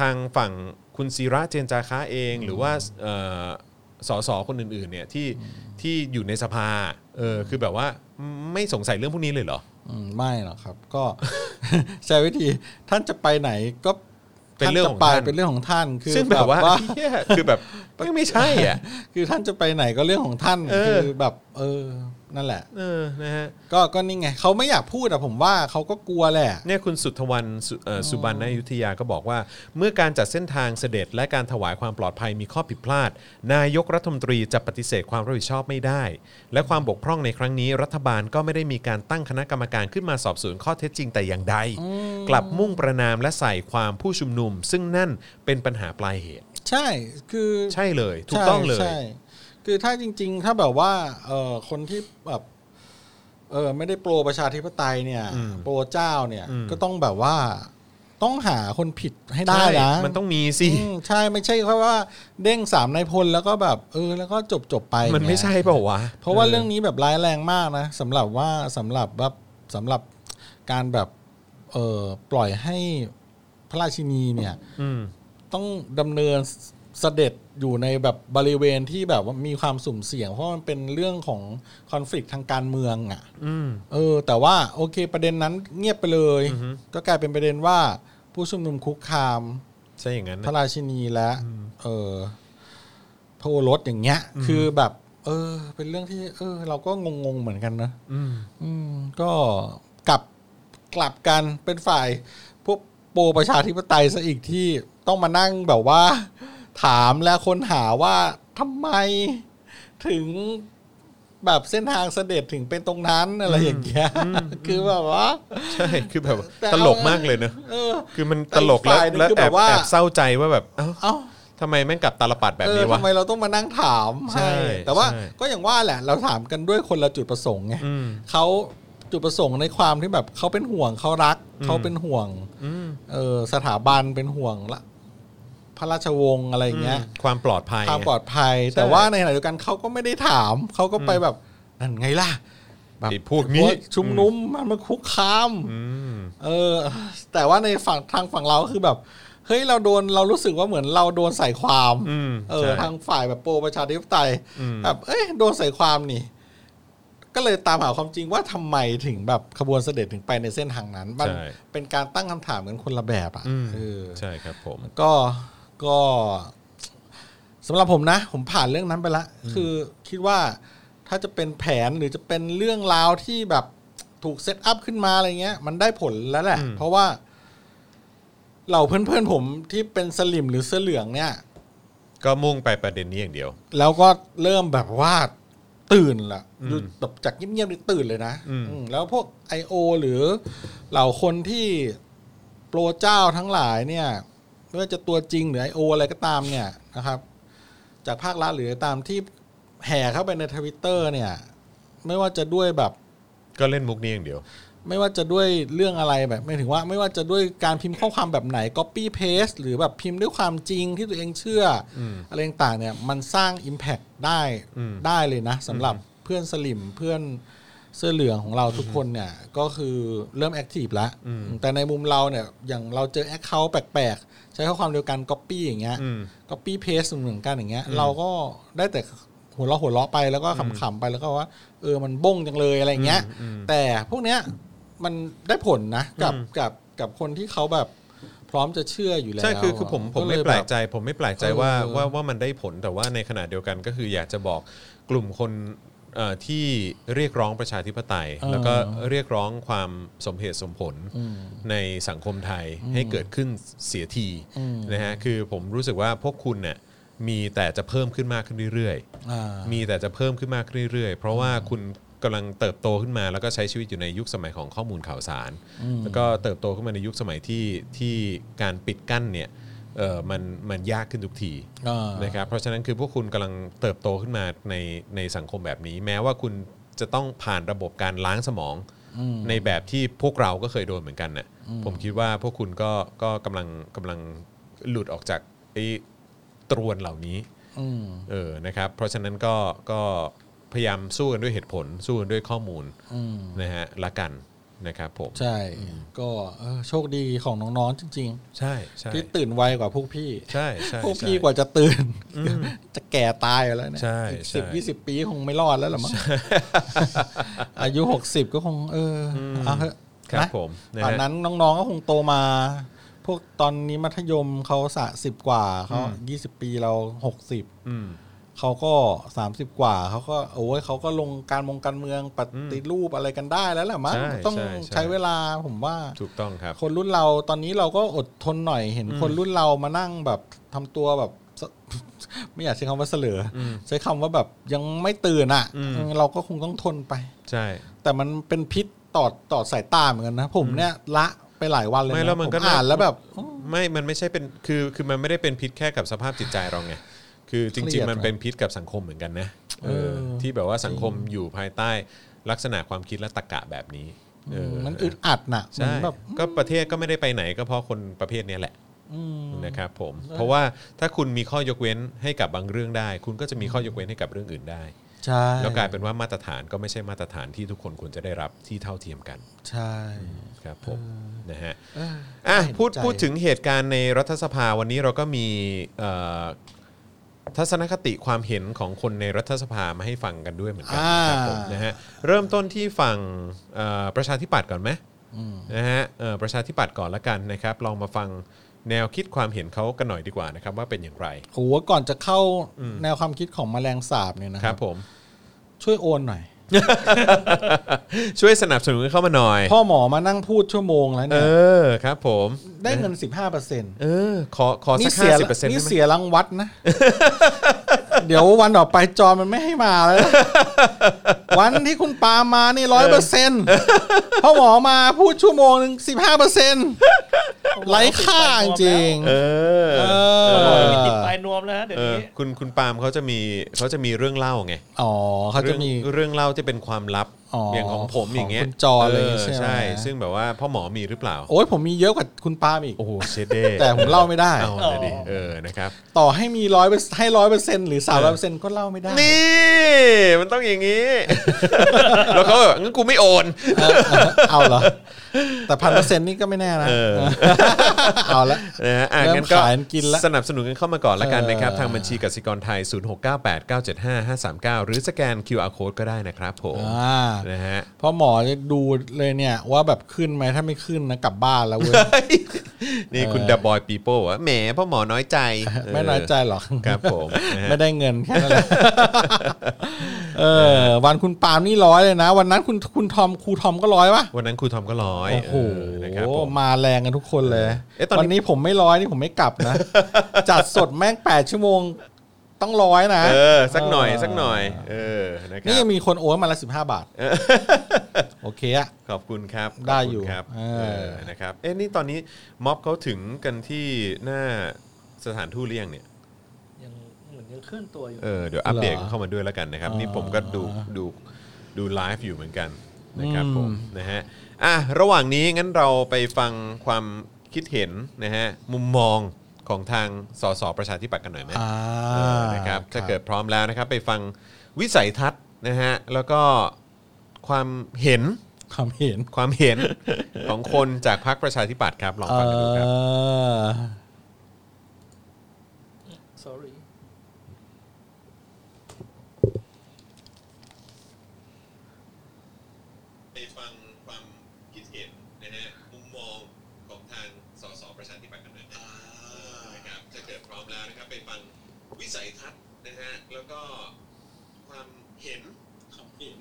B: ทางฝั่งคุณศิระเจนจาค้าเอง หรือว่าเอ่อสสคนอื่นๆเนี่ยที่ที่อยู่ในสภาเออคือแบบว่าไม่สงสัยเรื่องพวกนี้เลยเหรอ
C: อืมไม่หรอกครับก็ ใช้วิธีท่านจะไปไหนก็
B: เป็นเรื่องของ
C: จะไป
B: ท่าน
C: เป็นเรื่องของท่าน คือ
B: ซึ่งแบบว่า
C: บบ
B: เหี้ยคือแบบไม่งไม่ใช่อ่ะ
C: คือท่านจะไปไหนก็เรื่องของท่าน
B: เออ
C: คือแบบเออนั่นแหละ
B: เออนะฮะ
C: ก็ก็นี่ไงเขาไม่อยากพูดอะผมว่าเขาก็กลัวแหละ
B: เนี่ยคุณสุทธวันสุเอ่อสุบรรณอยุธยาก็บอกว่า เมื่อการจัดเส้นทางเสด็จและการถวายความปลอดภัยมีข้อผิดพลาด นายกรัฐมนตรีจะปฏิเสธความรับผิดชอบไม่ได้ และความบกพร่องในครั้งนี้รัฐบาลก็ไม่ได้มีการตั้งคณะกรรมการขึ้นมาสอบสวนข้อเท็จจริงแต่อย่างใด กลับมุ่งประนามและใส่ความผู้ชุมนุม ซึ่งนั่นเป็นปัญหาปลายเหตุ
C: ใช่คือ
B: ใช่เลย ถูกต้องเลย
C: ใช่ใช่คือถ้าจริง ๆ ถ้าแบบว่าเออคนที่แบบเออไม่ได้โปรประชาธิปไตยเนี่ย
B: อืม
C: โปรเจ้าเนี่ย
B: อืม
C: ก็ต้องแบบว่าต้องหาคนผิดให้ได้นะ
B: ใช่มันต้องมีสิ
C: อืมใช่ไม่ใช่แค่ว่าเด้งสามนายพลแล้วก็แบบ เออ แล้วก็จบจบๆไป
B: มันไม่
C: เนี่ย
B: ใช่เปล่าวะ
C: เพราะว่าเรื่องนี้แบบร้ายแรงมากนะสำหรับว่าสำหรับแบบสำหรับการแบบเออปล่อยให้พระราชินีเนี่ย
B: อืม
C: ต้องดำเนินเสด็จอยู่ในแบบบริเวณที่แบบว่ามีความสุ่มเสี่ยง เพราะมันเป็นเรื่องของคอนฟ lict ทางการเมืองอะ่ะ
B: อืม
C: เออ แต่ว่าโอเคประเด็นนั้นเงียบไปเลย
B: อือฮึ
C: ก็กลายเป็นประเด็นว่าผู้ชุมนุมคุกคาม
B: ใช่อย่างนั้น
C: พระ
B: นะ
C: ราชินีและเออพระโอรสอย่างเงี้ย คือแบบ เออ เป็นเรื่องที่ เออ เราก็งงๆเหมือนกันนะ
B: อืม
C: อืม ก็กลับกลับกันเป็นฝ่าย พวกโปรประชาธิปไตยซะอีกที่ต้องมานั่งแบบว่า ถามและค้นหาว่าทำไมถึงแบบเส้นทางเสด็จถึงเป็นตรงนั้นอะไรอย่างเงี้ยคือแบบว่า
B: ใช่คือแบบว่า
C: แต่
B: ต
C: เอา
B: ลกมากเลยเนอะ
C: เออ
B: คือมัน
C: แต่
B: ตลกแล้ว
C: อีกฝ่ายหนึ่ง
B: แล้ว
C: คือ
B: แอ
C: แบบ บว่า
B: แอบเศร้าใจว่าแบบเอ้า
C: เอ้า
B: ทำไมแม่งกลับตาลปัดแบบนี้
C: เออ
B: วะ
C: ทำไมเราต้องมานั่งถาม
B: ใช่
C: ให้ แต่ว่า
B: ใช่
C: ก็อย่างว่าแหละ เราถามกันด้วยคนละจุดประสงค์ไง
B: อืม
C: เขาจุดประสงค์ในความที่แบบเขาเป็นห่วงเขารัก เขาเป็นห่วง
B: อืม
C: เออสถาบันเป็นห่วงละพระราชวงศ์อะไรอย่างเงี้ย
B: ความปลอดภัย
C: ความปลอดภัย
B: ใช่
C: แต่ว่าในขณะเดียวกันเขาก็ไม่ได้ถาม เขาก็ไปแบบนั่นไงล่ะแบบ
B: ไอ้พวก
C: พ
B: นี้
C: วกชุมนุมมันมาคุกคาม
B: อืม
C: เออ แต่ว่าในฝั่งทางฝั่งเราคือแบบเฮ้ยเราโดนเรารู้สึกว่าเหมือนเราโดนใส่ความ
B: อืม
C: เอ
B: ใช่
C: อทางฝ่ายแบบโปรประชาธิปไตย
B: อืม
C: แบบเอ้ยโดนใส่ความนี่ ก็เลยตามหาความจริงว่าทำไมถึงแบบขบวนเสด็จถึงไปในเส้นทางนั้น มัน
B: ใช่
C: เป็นการตั้งคำถามกันคนละแบบอ่ะ
B: อืม
C: เออ
B: ใช่ครับผม
C: ก็ก็สำหรับผมนะ ผมผ่านเรื่องนั้นไปละ คือคิดว่าถ้าจะเป็นแผนหรือจะเป็นเรื่องราวที่แบบ ถูกเซตอัพขึ้นมาอะไรเงี้ย มันได้ผลแล้วแหละ เพราะว่าเหล่าเพื่อนๆผมที่เป็นสลิมหรือเสื้อเหลืองเนี่ย
B: ก็มุ่งไปประเด็นนี้อย่างเดียว
C: แล้วก็เริ่มแบบว่าตื่นละดูแบบจากเงียบๆนี่ตื่นเลยนะ
B: อืม
C: อืมแล้วพวก I.O. หรือเหล่าคนที่โปรเจ้าทั้งหลายเนี่ยไม่ว่าจะตัวจริงหรือ I.O. อะไรก็ตามเนี่ยนะครับ จากภาครัฐหรือตามที่แห่เข้าไปในทวิตเตอร์เนี่ย ไม่ว่าจะด้วยแบบ
B: ก็เล่นมุกนี้อย่างเดียว
C: ไม่ว่าจะด้วยเรื่องอะไรแบบไม่ถึงว่า ไม่ว่าจะด้วยการพิมพ์ข้อความแบบไหน Copy Paste หรือแบบพิมพ์ด้วยความจริงที่ตัวเองเชื่อออะไรต่างๆเนี่ยมันสร้าง Impact ได้
B: อืม
C: ได้เลยนะสำหรับเพื่อนสลิมเพื่อนเสื้อเหลืองของเราทุกคนเนี่ยก็คือเริ่มแอคทีฟแล้วแต่ในมุมเราเนี่ยอย่างเราเจอแอคเคาท์แปลกๆ ใช้ข้อความเดียวกัน Copy อย่างเงี้ย
B: อืม
C: Copy Paste เหมือนกันอย่างเงี้ยเราก็ได้แต่หัวเราะหัวเราะไปแล้วก็ขำๆไปแล้วก็ว่า เออมันบ้งจังเลยอะไรเงี้ย
B: อืมอืม
C: แต่พวกเนี้ยมันได้ผลนะกับกับกับคนที่เขาแบบพร้อมจะเชื่ออยู่แล้ว
B: ใช่คือคือผมผม
C: ก็เย
B: ไม่แปลก
C: บบ
B: ใจ ผมไม่แปลกใจว่า
C: เออ
B: ว่าว่ามันได้ผลแต่ว่าในขณะเดียวกันก็คืออยากจะบอกกลุ่มคนเอ่อที่เรียกร้องประชาธิปไตย
C: เออ
B: แล้วก็เรียกร้องความสมเหตุสมผลในสังคมไทยให้เกิดขึ้นเสียที
C: อืม
B: นะฮะคือผมรู้สึกว่าพวกคุณเนี่ยมีแต่จะเพิ่มขึ้นมากขึ้นเรื่อยๆ
C: อ่า
B: มีแต่จะเพิ่มขึ้นมากเรื่อยๆ เพราะว่าคุณกำลังเติบโตขึ้นมา แล้วก็ใช้ชีวิตอยู่ในยุคสมัยของข้อมูลข่าวสาร แล้วก็เติบโตขึ้นมาในยุคสมัยที่ที่การปิดกั้นเนี่ยเออมันมันยากขึ้นทุกที
C: อ่าน
B: นะครับเพราะฉะนั้นคือพวกคุณกำลังเติบโตขึ้นมาในในสังคมแบบนี้ แม้ว่าคุณจะต้องผ่านระบบการล้างสมอง ในแบบที่พวกเราก็เคยโดนเหมือนกันน่ะผมคิดว่าพวกคุณก็ก็กำลังกำลังหลุดออกจากไอ้ตรวนเหล่านี้
C: อืม
B: เออ นะครับ เพราะฉะนั้นก็ ก็พยายามสู้กันด้วยเหตุผล สู้กันด้วยข้อมูล
C: อืม
B: นะฮะ ละกันนะครับผม
C: ใช่ ก็เออโชคดีของน้องๆจริง
B: ใช่ใช่
C: ๆ ที่ตื่นไวกว่าพวกพี่
B: ใช่ใช่
C: พวกพี่
B: ใช่
C: กว่าจะตื่น จะแก่ตายแล้วเนี่ย
B: ใช่
C: อีก
B: ใช่
C: สิบยี่สิบปีคงไม่รอดแล้วหรอมั้งอายุหกสิบก็คง เออเอาเถอะ
B: ครับ
C: นะ
B: ผมนะ
C: ตอน
B: ฮะ
C: นั้นน้องๆก็คงโตมา พวกตอนนี้มัธยมเขาสะสิบกว่าเขายี่สิบปีเราหกสิบ
B: อืม
C: เขาก็สามสิบกว่าเขาก็โอ้ยเขาก็ลงการมงการเมืองปฏิรูปอะไรกันได้แล้วแหละมั้ง
B: ใช่
C: ต้อง
B: ใช่ใช่
C: ใช้เวลาผมว่า
B: ถูกต้องครับ
C: คนรุ่นเราตอนนี้เราก็อดทนหน่อยเห็นคนรุ่นเรามานั่งแบบทำตัวแบบ ส ไม่อยากใช้คำว่าเสลออใช้คำว่าแบบยังไม่ตื่นอ่ะ
B: อืม
C: เออเราก็คงต้องทนไป
B: ใช่
C: แต่มันเป็นพิษต่อต่อสายตาเหมือนกันนะ ผมเนี่ยละไปหลายวันเลย
B: ไม่
C: นะ
B: แล้วมัน
C: ผ
B: ก็
C: อ่าน
B: น่า
C: แล้วแบบ
B: ไม่ มันไม่ใช่เป็น คือ คือ มันไม่ได้เป็นพิษแค่กับสภาพจิตใจเราไง คือจ
C: เครี
B: ริง
C: ยด
B: ๆ มันเป็นพิษกับสังคมเหมือนกันนะ เอ
C: เอ
B: อ
C: อ
B: ที่แบบว่าสังคมอยู่ภายใต้ลักษณะความคิดและตรรกะแบบนี้ เออ
C: มันอึดอัดน่ะเหมือ
B: ใช่
C: นแบบ
B: ก็ประเทศก็ไม่ได้ไปไหนก็เพราะคนประเภทเนี้ยแหละ
C: อืม
B: นะครับผมเพราะว่าถ้าคุณมีข้อยกเว้นให้กับบางเรื่องได้ คุณก็จะมีข้อยกเว้นให้กับเรื่องอื่นได้
C: ใช่
B: แล้วกลายเป็นว่ามาตรฐานก็ไม่ใช่มาตรฐานที่ทุกคนควรจะได้รับที่เท่าเทียมกัน
C: ใช่
B: ครับผมนะฮะ
C: เออ
B: อ่ะ
C: น่าเห็น
B: พูด
C: ใจ
B: พูดถึงเหตุการณ์ในรัฐสภาวันนี้เราก็มีเอ่อทัศนคติความเห็นของคนในรัฐสภามาให้ฟังกันด้วยเหมือนกันนะครับผมนะฮะเริ่มต้นที่ฝั่งเอ่อประชาธิปัตย์ก่อนไหม
C: อืม
B: นะฮะเอ่อประชาธิปัตย์ก่อนละกันนะครับ ลองมาฟังแนวคิดความเห็นเขากันหน่อยดีกว่านะครับ ว่าเป็นอย่างไร
C: โอ้โหก่อนจะเข้าแนวความคิดของแมลงสาบเนี่ยนะครับ
B: ผม
C: ช่วยโอนหน่อย
B: ช่วยสนับสนุนเข้ามาหน่อย
C: พ่อหมอมานั่งพูดชั่วโมงแล้ว
B: เอ
C: เนี่ย
B: อครับผม
C: ได้เงินสิบห้าเปอร์เซ็นต์
B: เออ ขอขอสั
C: นี่
B: ก
C: เสี
B: ห้าย สิบเปอร์เซ็นต์
C: นี่
B: ได้ไหม
C: เสียรังวัดนะ เดี๋ยววันต่อไปจอมันไม่ให้มาแล้วนะวันที่คุณปามานี่ร้อยเปอร์เซ็นต์พ่อหมอมาพูดชั่วโมงหนึ่งสิบห้าเปอร์เซ็นต์ไร้ค่าจริง
B: เออ
C: เออ
D: เขาบอกว่ามีติดปลายนวมแล้วนะเดี๋ยว
B: เออ
D: นี้
B: คุณคุณปาล์มเขาจะมีเขาจะมีเรื่องเล่าไง
C: อ๋อเขาจะมี
B: เรื่องเรื่องเล่าจะเป็นความลับ
C: อ๋ออย่าง
B: ของผมอย่างเงี้ย
C: ของคุณจออะไรอย่างเงี้ยใช่ไหม
B: เใช่ ซึ่งแบบว่าพ่อหมอมีหรือเปล่า
C: โอ้ยผมมีเยอะกว่าคุณปาล์มอีก
B: โอ้โหเชดเด้
C: แต่ผมเล่าไม่ได้
B: เอาหน่อยดิเออนะครับ
C: ต่อให้มีร้อยให้ร้อยเปอร์เซ็นต์หรือสามร้อยเปอร์เซ็นต์ก็เล่าไม่ได้
B: นี่มันต้องอย่าง นี้ แล้วเขาแบบงั้นกูไม่โอน
C: เออ เอาเหรอ แต่พันเปอร์เซ็นต์นี่ก็ไม่แน่นะ เอาละ
B: นะฮะอ่ะ
C: เริ่ม
B: งั้นก็
C: ขายกินละ
B: สนับสนุนกันเข้ามาก่อนละกันนะครับ
C: เออ
B: ทางบัญชีกสิกรไทย 0698975539 หรือสแกน QR code ก็ได้นะครับผม
C: อ่า
B: นะฮะ
C: พ่อหมอจะดูเลยเนี่ย ว่าแบบขึ้นไหมถ้าไม่ขึ้นนะกลับบ้านแล้วเว้ย
B: นี่คุณดับบอยปีโป้ว่าแหมพ่อหมอน้อยใจ
C: ไม่น้อยใจหรอก
B: ครับผมนะฮะ
C: ไม่ได้เงินแค่นั้นแหละ เออ วันคุณปาล์มนี่ร้อยเลยนะ วันนั้นคุณคุณทอมครูทอมก็ร้อยปะ
B: วันนั้นครูทอมก็ร้อย
C: โอ้โห
B: เออนะครับผม
C: มาแรงกันทุกคนเลย
B: เอ๊ะตอนนี้
C: วันนี้ผมไม่ร้อยนี่ผมไม่กลับนะ จัดสดแม่งแปดชั่วโมงต้องร้อยนะ
B: เออสักหน่อย
C: เออ
B: สักหน่อย เออนะครั
C: นี่
B: บ
C: ยังมีคนโอนมาละสิบห้าบาท โอเคอะ
B: ขอบคุณครับ
C: ได้อยู่
B: ขบคุณครับ
C: เอ
B: เอ
C: อ
B: อนะครับเอ๊ะนี่ตอนนี้ม็อบเขาถึงกันที่หน้าสถานทูตเรียงเนี่ย
D: ยังเหมือนยังเคลื่อนตัวอยู่
B: เออเดี๋ยวอัปเดต
C: เหรอ
B: เข้ามาด้วยแล้วกันนะครับ นี่ผมก็ดูดูดูไลฟ์อยู่เหมือนกันนะครับ
C: อืม
B: ผมนะฮะอ่ะระหว่างนี้งั้นเราไปฟังความคิดเห็นนะฮะมุมมองของทางสสประชาธิปัตย์กันหน่อยไหม
C: อ่า
B: เออนะครับถ้าเกิดพร้อมแล้วนะครับไปฟังวิสัยทัศน์นะฮะแล้วก็ความเห็น
C: ความเห็น
B: ความเห็น ของคนจากพรรคประชาธิปัตย์ครับลอง
C: เอ
B: ฟังกันดูครับ
C: อ
D: sorry
B: ไปฟังความคิดเห็นนะฮะมุมมองของทางสสประชาธิปัตย์กันหน่อยนะเออนะครับถ้าเกิดพร้อมแล้วนะครับไปฟังวิสัยทัศน์นะฮะแล้วก็ความเห็นความเห็น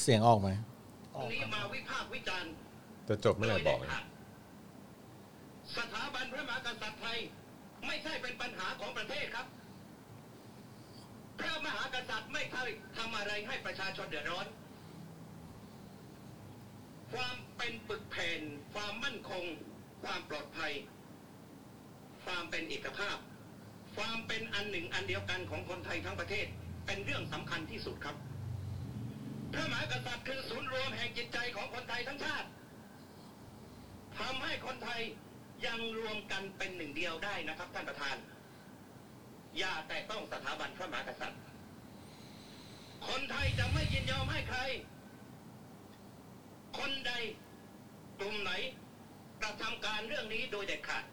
C: เสียงออกไหม
D: ออก
G: นี้
D: กัน
G: มาวิพากษ์วิจารณ์
B: จะจบเมื่อไหร่บอกนะ
G: สถาบันพระมหากษัตริย์ไทย ไม่ใช่เป็นปัญหาของประเทศครับ พระมหากษัตริย์ไม่เคยทำอะไรให้ประชาชนเดือดร้อน ความเป็นปึกแผ่น ความมั่นคง ความปลอดภัย ความเป็นเอกภาพ ความเป็นอันหนึ่งอันเดียวกันของคนไทยทั้งประเทศ เป็นเรื่องสำคัญที่สุดครับ พระมหากษัตริย์คือศูนย์รวมแห่งจิตใจของคนไทยทั้งชาติทำให้คนไทยยังรวมกันเป็นหนึ่งเดียวได้นะครับท่านประธาน อย่าแต่ต้องสถาบันพระมหากษัตริย์ คนไทยจะไม่ยินยอมให้ใคร คนใดกลุ่มไหนกระทำการเรื่องนี้โดยเด็ดขาด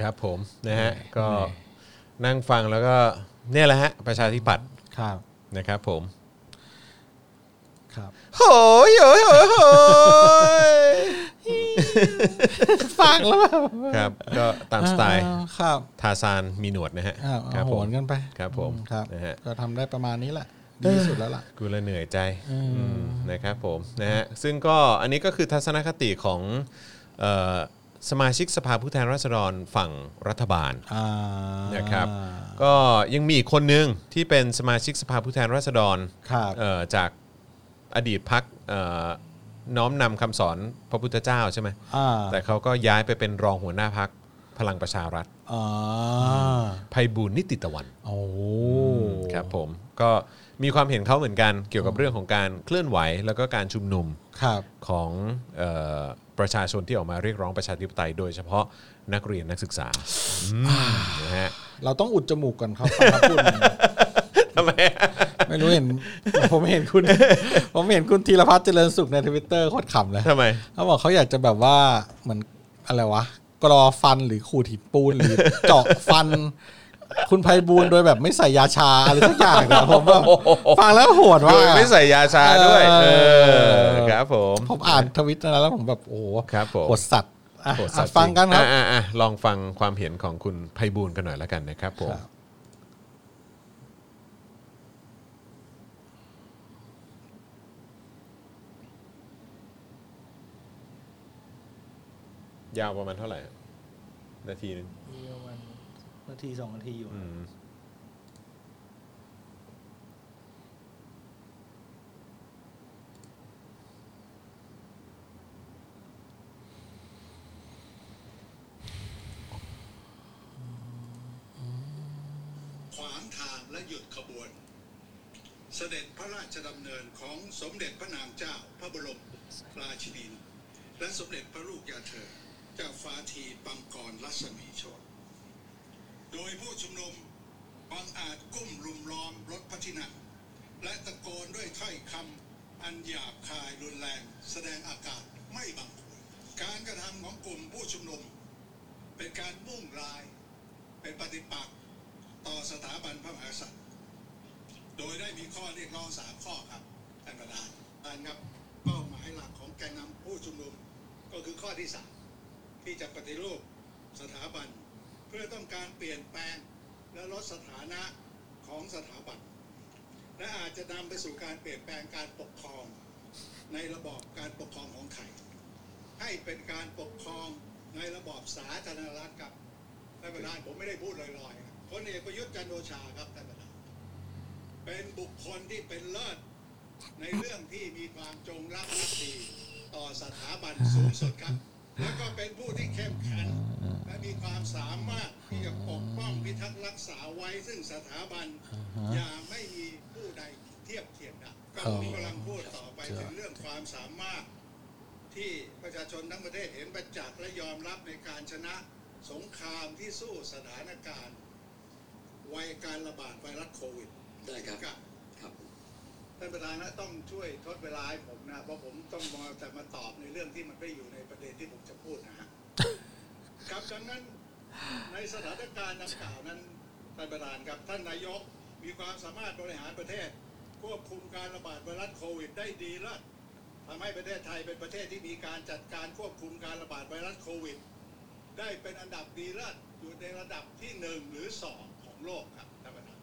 B: ครับผมนะฮะก็นั่งฟังแล้วก็เนี่ยแหละฮะประชาธิปัตย์
C: ครับ
B: นะครับผม
C: ครับ
B: โหยโหยโหยโหย
C: ฟังแล้วแบบ
B: ครับก็ตามสไตล์
C: ครับ
B: ทาซานมีหนวดนะฮะ
C: อ่า
B: ครั
C: โห
B: ผม
C: นกันไป
B: ครับผม
C: อืครับ
B: นะฮะ
C: ก็ทำได้ประมาณนี้แหละ ดีที่สุดแล้วล่ะ
B: กูละเหนื่อยใจอืมนะครับผมนะฮะซึ่งก็อันนี้ก็คือทัศนคติของเอ่อสมาชิกสภาผู้แทนราษฎรฝั่งรัฐบาล
C: อ่า
B: นะครับก็ยังมีอีกคนหนึ่งที่เป็นสมาชิกสภาผู้แทนราษฎร
C: ครับ
B: เอ่อจากอดีตพักน้อมนำคำสอนพระพุทธเจ้าใช่ไหม
C: อ่า
B: แต่เขาก็ย้ายไปเป็นรองหัวหน้าพักพลังประชารัฐ
C: อ่า
B: ภัยบูลย์นิติตะวัน
C: โอ้
B: ครับผมก็มีความเห็นเขาเหมือนกันเกี่ยวกับเรื่องของการเคลื่อนไหว แล้วก็การชุมนุม
C: ครับ
B: ของเอ่อประชาชนที่ออกมาเรียกร้องประชาธิปไตย โดยเฉพาะนักเรียนนักศึกษาอืมนะฮะ
C: เราต้องอุดจมูกก่อนเขาฟังเขาพูดอย่างนี้
B: ทำไม
C: ไม่รู้เห็น ผมเห็นคุณ ผมเห็นคุณธีรพัฒน์เจริญสุขในทวิตเตอร์โคตรขำเลย
B: ทำไม
C: เขาบอกเขาอยากจะแบบว่าเหมือนอะไรวะกรอฟันหรือขูดหินปูนหรือเจาะฟัน คุณไพบูลย์โดยแบบไม่ใส่ยาชาอะไรสักอย่างเนี่ยผมแบบฟังแล้วโหด
B: โด
C: ว่ะ
B: ยไม่ใส่ยาชาด้วย
C: เอ
B: เอ
C: อ
B: อครับผม
C: ผมอ่านทวิตนั้นแล้วผมแบบโอ้โห
B: ครับผม
C: โหดสัตว์อ่ะ
B: โหดสัตว์
C: อ่ะฟังกันครับ
B: จริอ่ะอ่ะอ่ะลองฟังความเห็นของคุณไพบูลย์กันหน่อยละกันนะครับผม
C: ครับ
B: ยาวประมาณเท่าไหร่ นาทีนึง
D: มีประมาณนาทีสองนาทีอยู่
B: อืม
H: ขวางทางและหยุดขบวน เสด็จพระราชดำเนินของสมเด็จพระนางเจ้าพระบรมราชินีและสมเด็จพระลูกยาเธอ เจ้าฟ้าทีปังกรลัศมีโชนโดยผู้ชุมนุมบังอาจกุ้มรุมล้อมรถพระที่นั่งและตะโกนด้วยถ้อยคำอันหยาบคายรุนแรง แสดงอากาศไม่บังควรการกระทำของกลุ่มผู้ชุมนุม เป็นการมุ่งลาย เป็นปฏิปักษ์ ต่อสถาบันพระมหากษัตริย์ โดยได้มีข้อเรียกร้องสามข้อครับท่านประธานท่านครับเป้าหมายหลักของแกนนำผู้ชุมนุมก็คือข้อที่สามที่จะปฏิรูปสถาบัน เพื่อต้องการเปลี่ยนแปลงและลดสถานะของสถาบัน และอาจจะนำไปสู่การเปลี่ยนแปลงการปกครอง ในระบอบการปกครองของไทย ให้เป็นการปกครองในระบอบสาธารณรัฐครับท่านประธานผมไม่ได้พูดลอยๆครับพลเอกประยุทธ์จันทร์โอชาครับท่านประธานเป็นบุคคลที่เป็นเลิศในเรื่องที่มีความจงรักภักดีต่อสถาบันสูงสุดครับ แล้วก็เป็นผู้ที่เข้มแข็งและมีความสามารถที่จะปกป้องพิทักษ์รักษาไว้ซึ่งสถาบัน อย่าไม่มีผู้ใดเทียบเทียมได้ก็ผมกำลังพูดต่อไปถึงเรื่องความสามารถ ที่ประชาชนทั้งประเทศเห็นประจักษ์และยอมรับในการชนะสงครามที่สู้สถานการณ์ ไวการระบาดไวรัสโควิด
I: ได้ครับ
H: กับ
I: ครับ
H: ท่านประธานนะต้องช่วยทดเวลาให้ผมนะ เพราะผมต้องมาแต่มาตอบในเรื่องที่มันไม่อยู่ในประเด็นที่ผมจะพูดนะฮะ ครับดังนั้นในสถานการณ์ดังกล่าวนั้นท่านประธานครับท่านนายกมีความสามารถบริหารประเทศ ควบคุมการระบาดไวรัสโควิด ได้ดีเลิศ ทำให้ประเทศไทยเป็นประเทศที่มีการจัดการควบคุมการระบาดไวรัสโควิด ได้เป็นอันดับดีเลิศอยู่ในระดับที่หนึ่งหรือสองของโลกครับท่านประธาน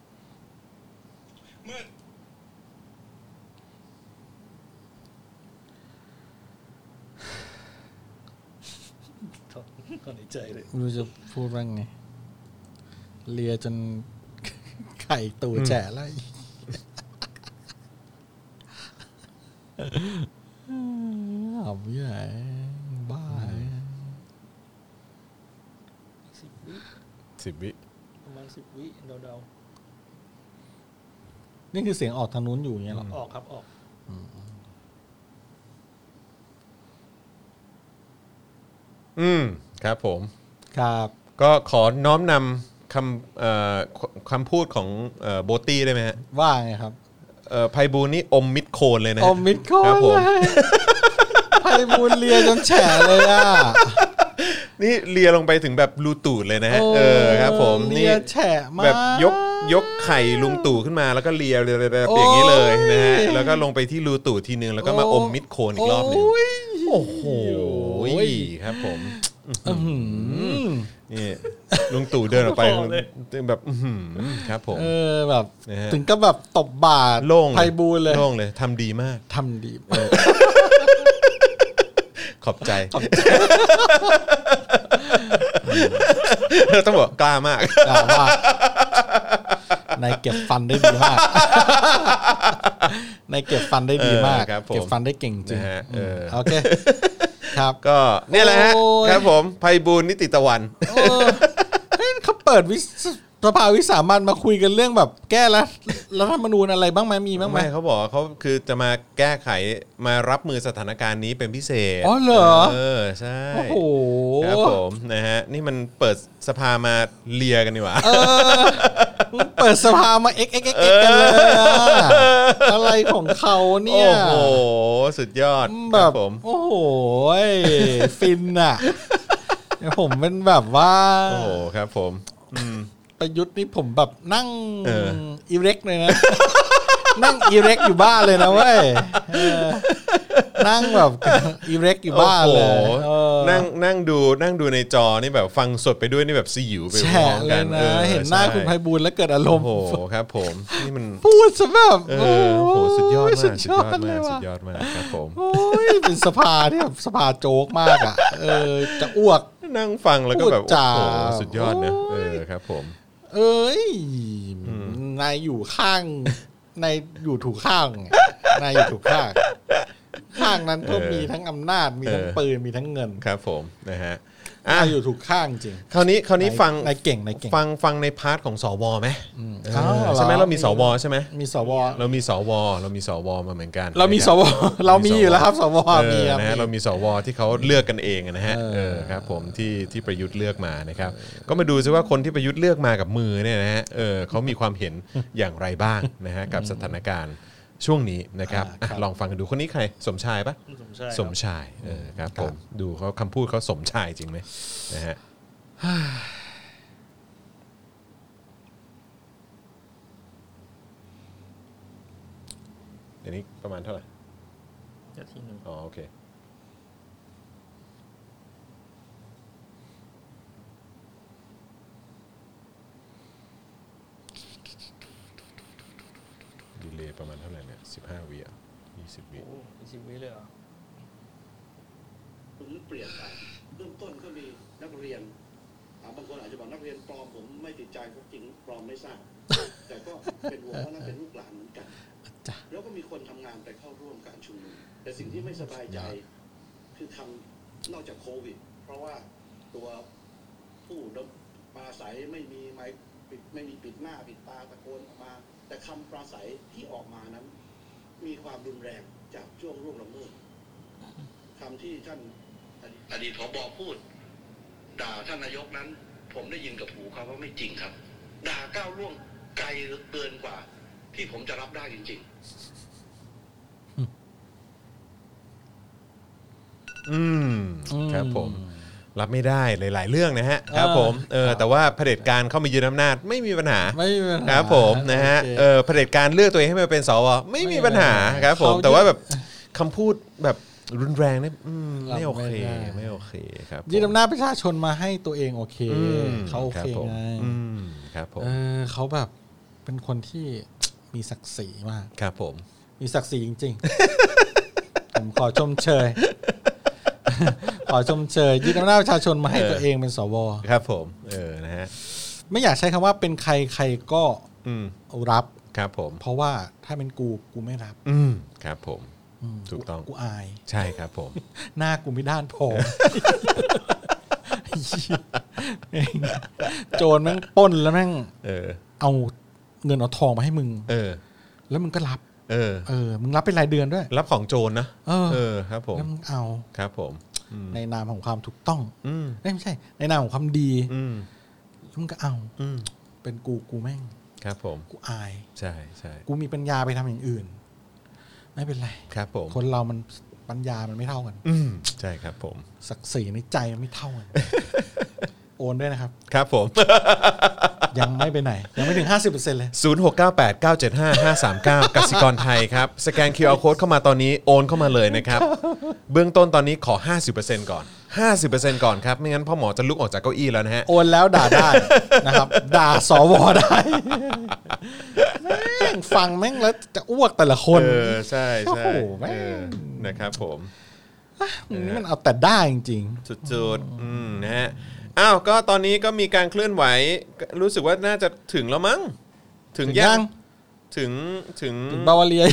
H: เมื่อ
D: ก็ในใจเลย
C: ไม่รู้จะพูดว่าไงเลียจน ไข่ตูแฉะแล้ว หอบยี่ไหนบ้า
D: สิบวิ
B: สิบวิ
D: ประมาณสิบวิเดา
C: นี่คือเสียงออกทางนู้นอยู่อย่างเงี้ยเหรอ
D: ๆออกครับออก
B: อืมครับผม
C: ครับ
B: ก็ขอน้อมนำคำเอ่อคำพูดของเอ่อโบตี้ได้ไหมฮะ
C: ว่าไงครับ
B: เอ่อไพบูลย์นี่อมมิดโคนเลยนะ
C: อ
B: ฮะ
C: มมิดโคน
B: รับผม
C: เลยไพบูลย์เลียจนแฉะเลยอ่ะ
B: นี่เลียลงไปถึงแบบรูตูดเลยนะฮะเออครับ ผม
C: เลี
B: นี่
C: ยแฉะมาก
B: แบบยกยกไข่ลุงตู่ขึ้นมาแล้วก็เลียเลียเลียเลียอย่างนี้เลยนะฮะ
C: โอ้ย
B: แล้วก็ลงไปที่รูตู่ทีนึงแล้วก็มาอมมิดโคนอีกรอบหนึง
C: โย
B: โอ้โหครับผม
C: อื้อหือ
B: นี่ลุงตู่เดินออกไป
D: ขอเลย
B: แบบอื้อหือครับผม
C: เออแบบ
B: นะฮะ
C: ถึงก็แบบตบบาท
B: โล่ง
C: ไพบูลย์เลย
B: โล่งเลยทำดีมาก
C: ทำดี
B: ขอบใจ ต้องบอกกล้ามาก
C: ด่าว่ านายเก็บฟันได้ดีมาก นายเก็บฟันได้ดีมาก
B: เออครับผม
C: เก็บฟันได้เก่งจริง
B: นะฮะเออ
C: โอเค ครับ
B: ก็เนี่ยแหละฮะ
C: โอ้ย
B: ครับผมภัยบูลย์นิติตะวัน
C: เออเฮ้ยเขาเปิดวิสสภาวิสามันมาคุยกันเรื่องแบบ แก้แล้วรัฐธรรมนูญอะไรบ้างไหมมีบ้างไหม
B: ไม่เขาบอกว่าเขาคือจะมาแก้ไขมารับมือสถานการณ์นี้เป็นพิเศษ
C: อ๋อเหรอ
B: เออใช่
C: โอ้โห
B: ครับผมนะฮะนี่มันเปิดสภามาเลียกันดีกว่า
C: เออมึงเปิดสภามาเอ็กเอ็กเอ็กกันเลยอะอะไรของเขาเนี่
B: โอ้
C: ย
B: โห สุดยอด
C: แบ
B: ครับ บผม
C: โอ้โหยฟินอ่ะ ผมเป็นแบบว่า
B: โอ้โหครับผม
C: ประยุทธ์นี่ผมแบบนั่ง
B: เออ
C: อีเร็กเลยนะ นั่งอีเร็กอยู่บ้านเลยนะเว้ยเออนั่งแบบอีเร็กอยู่บ้านเลย
B: โอ้โห
C: เออ
B: นั่งนั่งดูนั่งดูในจอนี่แบบฟังสดไปด้วยนี่แบบสยิวไป
C: แฉ
B: พร้อม
C: ะเล
B: กั
C: ย
B: น
C: นะ
B: ออ
C: เห็นหน้า
B: ใช่
C: คุณไพบูลย์แล้วเกิดอารม
B: โอ้
C: ณ์
B: โหครับผม นี่มัน
C: พูดซะแบบ
B: เออโอ้โหสุดยอดมาก
C: สุด
B: สุด
C: ย
B: ย
C: อ
B: อ
C: ด
B: ด
C: เล
B: มาย กสุ
C: ว่ะ
B: ดยอดมากครับผม
C: โอ้ยเป็นสภาที่แบบสภาโจ๊กมากอ่ะเออจะอ้วก
B: นั่งฟังแล้วก็แบบ
C: พูด
B: โอ้
C: จา
B: โหสุดยอดนะเออครับผม
C: เอ้ยนายอยู่ข้าง นายอยู่ถูกข้างไงนายอยู่ถูกข้าง ข้างนั้นก็มีทั้งอำนาจมีทั้งปืนมีทั้งเงิน
B: ครับผมนะฮะ
C: นา
B: อ่ะ
C: ยอยู่ถูกข้างจริง
B: คราวนี้คราวนี้ฟัง
C: นายเก่งนายเก่ง
B: ฟังฟังในพาร์ทของสวไหมเออ
C: อ้าวเหรอ
B: ใช่ไหมเรามีสวใช่ไหม
C: มีสว
B: เรามีสวเรามีสวมาเหมือนกัน
C: เรามี
B: นะค
C: ส
B: บ
C: วเรามีอยู่แล้วครับสว
B: เอ
C: มี
B: อ
C: ครับ
B: นะฮะเรา
C: มี
B: มีสวที่เขาเลือกกันเองนะฮะ
C: เออ
B: เออครับผมที่ที่ประยุทธ์เลือกมานะครับ ก็มาดูซิว่าคนที่ประยุทธ์เลือกมากับมือเนี่ยนะฮะเออเขามีความเห็น อย่างไรบ้างนะฮะกับสถานการณ์ช่วงนี้นะครับอ่ะลองฟังกันดูคนนี้ใครสมชายปะ
D: สมชาย
B: สมชาย
D: ครับ
B: เออครับผมดูเขาคำพูดเขาสมชาย จริงไหมนะฮะ เดี๋ยวนี้ประมาณเท่าไหร่
D: เดี๋ยวทีหนึ่ง
B: อ๋อโอเค ดีเลย์ประมาณเท่าไหร่เนี่ยสิบห้าวิอ่ะยี่สิบวิ
D: โอ้ยี่สิบวิเลยเหรอ
G: ผมเปลี่ยนไปเริ่มต้นก็มีนักเรียนอ่าบางคนอาจจะบอกนักเรียนปลอมผมไม่ติดใจเพราะจริงปลอมไม่ทราบ แต่ก็เป็นวงว่านั่นเป็นลูกหลานเหมือนกันแล้วก็มีคนทำงานไปเข้าร่วมการชุมนุมแต่สิ่งที่ไม่สบายใจ คือทำนอกจากโควิด เพราะว่าตัวผู้ดมปราศัยไม่มีไม้ปิดไม่มีปิดหน้าปิดตาตะโกนออกมา แต่คำปราศัยที่ออกมานั้น มีความรุนแรงจากช่วงร่วงละเมิดคำที่ท่าน อดีตผบพูด ด่าท่านนายกนั้น ผมได้ยินกับหูครับว่าไม่จริงครับ ด่าก้าวล่วงไกลเหลือเกินกว่า ที่ผมจะรับได้จริง
B: อืมครับผม รับไม่ได้หลาย ๆ เรื่องนะฮะ ครับผม เออ แต่ว่าเผด็จการเข้ามายึดอำนาจไม่มีปัญหา
C: ไม่มีปัญหา
B: ครับผมนะฮะ
C: โอเค
B: เออเผด็จการเลือกตัวเองให้มาเป็นสวไม่มีปัญหาครับผม
C: เขา
B: แต่ว่าแบบคำพูดแบบรุนแรงเนี่ยอืมไม่โอเค
C: รับไม่ได้
B: ไม่โอเคครับผม
C: ยึดอำนาจประชาชนมาให้ตัวเองโอเค
B: อืม
C: เขาโอ
B: รั
C: เค
B: บผม
C: ไง
B: อืมครับผม
C: เออเขาแบบเป็นคนที่ มีศักดิ์ศรีมาก
B: ครับผม
C: มีศักดิ์ศรีจริง ๆ ผมขอชมเชย ขอชมเชยยึดอำนาจประชาชนมาให้
B: เออ
C: ตัวเองเป็นสว
B: ครับผม เออ นะฮะ
C: ไม่อยากใช้คำว่าเป็นใครใครก็
B: อืม
C: รับ
B: ครับผม
C: เพราะว่าถ้าเป็นกูกูไม่รับ
B: อืม ครับผม
C: ม
B: ถูกต้อง
C: กูอาย
B: ใช่ครับผม
C: หน้ากูไม่ด้ านพอ เหี้ยโจรแม่งปล้นแล้วแม่ง
B: เออ
C: เอาเงินเอาทองมาให้มึง
B: เออ
C: แล้วมึงก็รับ
B: เออ
C: เออ มึงรับเป็นรายเดือนด้วย
B: รับของโจรนะ
C: เออ
B: เออ ครับผม
C: แล้วมึงเอา
B: ครับผม อืม
C: ในนามของความถูกต้อง
B: อืม
C: เอ้ยไม่ใช่ ในนามของความดี
B: อืม
C: แล้วมึงก็เอา
B: อืม
C: เป็นกูกูแม่ง
B: ครับผม
C: กูอาย
B: ใช่ใช่
C: กูมีปัญญาไปทำอย่างอื่น ไม่เป็นไร
B: ครับผม
C: คนเรามันปัญญามันไม่เท่ากัน
B: อืม ใช่ครับผม
C: ศักดิ์ศรีในใจมันไม่เท่า กัน โอนด้วยนะครับ
B: ครับผม
C: ยังไม่ไปไหน ยังไม่ถึง 50%เลย
B: 0698 975 539กสิกรไทยครับ สแกน QR Code เข้ามาตอนนี้โอนเข้ามาเลยนะครับ เบื้องต้นตอนนี้ขอ 50%ก่อน 50%ก่อนครับ ไม่งั้นพ่อหมอจะลุกออกจากเก้าอี้แล้วนะฮะ
C: โอนแล้วด่าได้ นะครับ ด่าสวได้แม่งฟังแม่งแล้วจะอ้วกแต่ละคน
B: เออ ใช่ใช่
C: โอ้โหแม่ง
B: เออนะครับผม
C: มึงนี่มันเอาแต่ได้จริง
B: จุดๆอืมนะฮะ อ้าว ก็ตอนนี้ก็มีการเคลื่อนไหว รู้สึกว่าน่าจะถึงแล้วมั้ง ถึง
C: ถึงยั
B: ยัง
C: ง
B: ถึงถึง
C: ๆถึงบาวาเรีย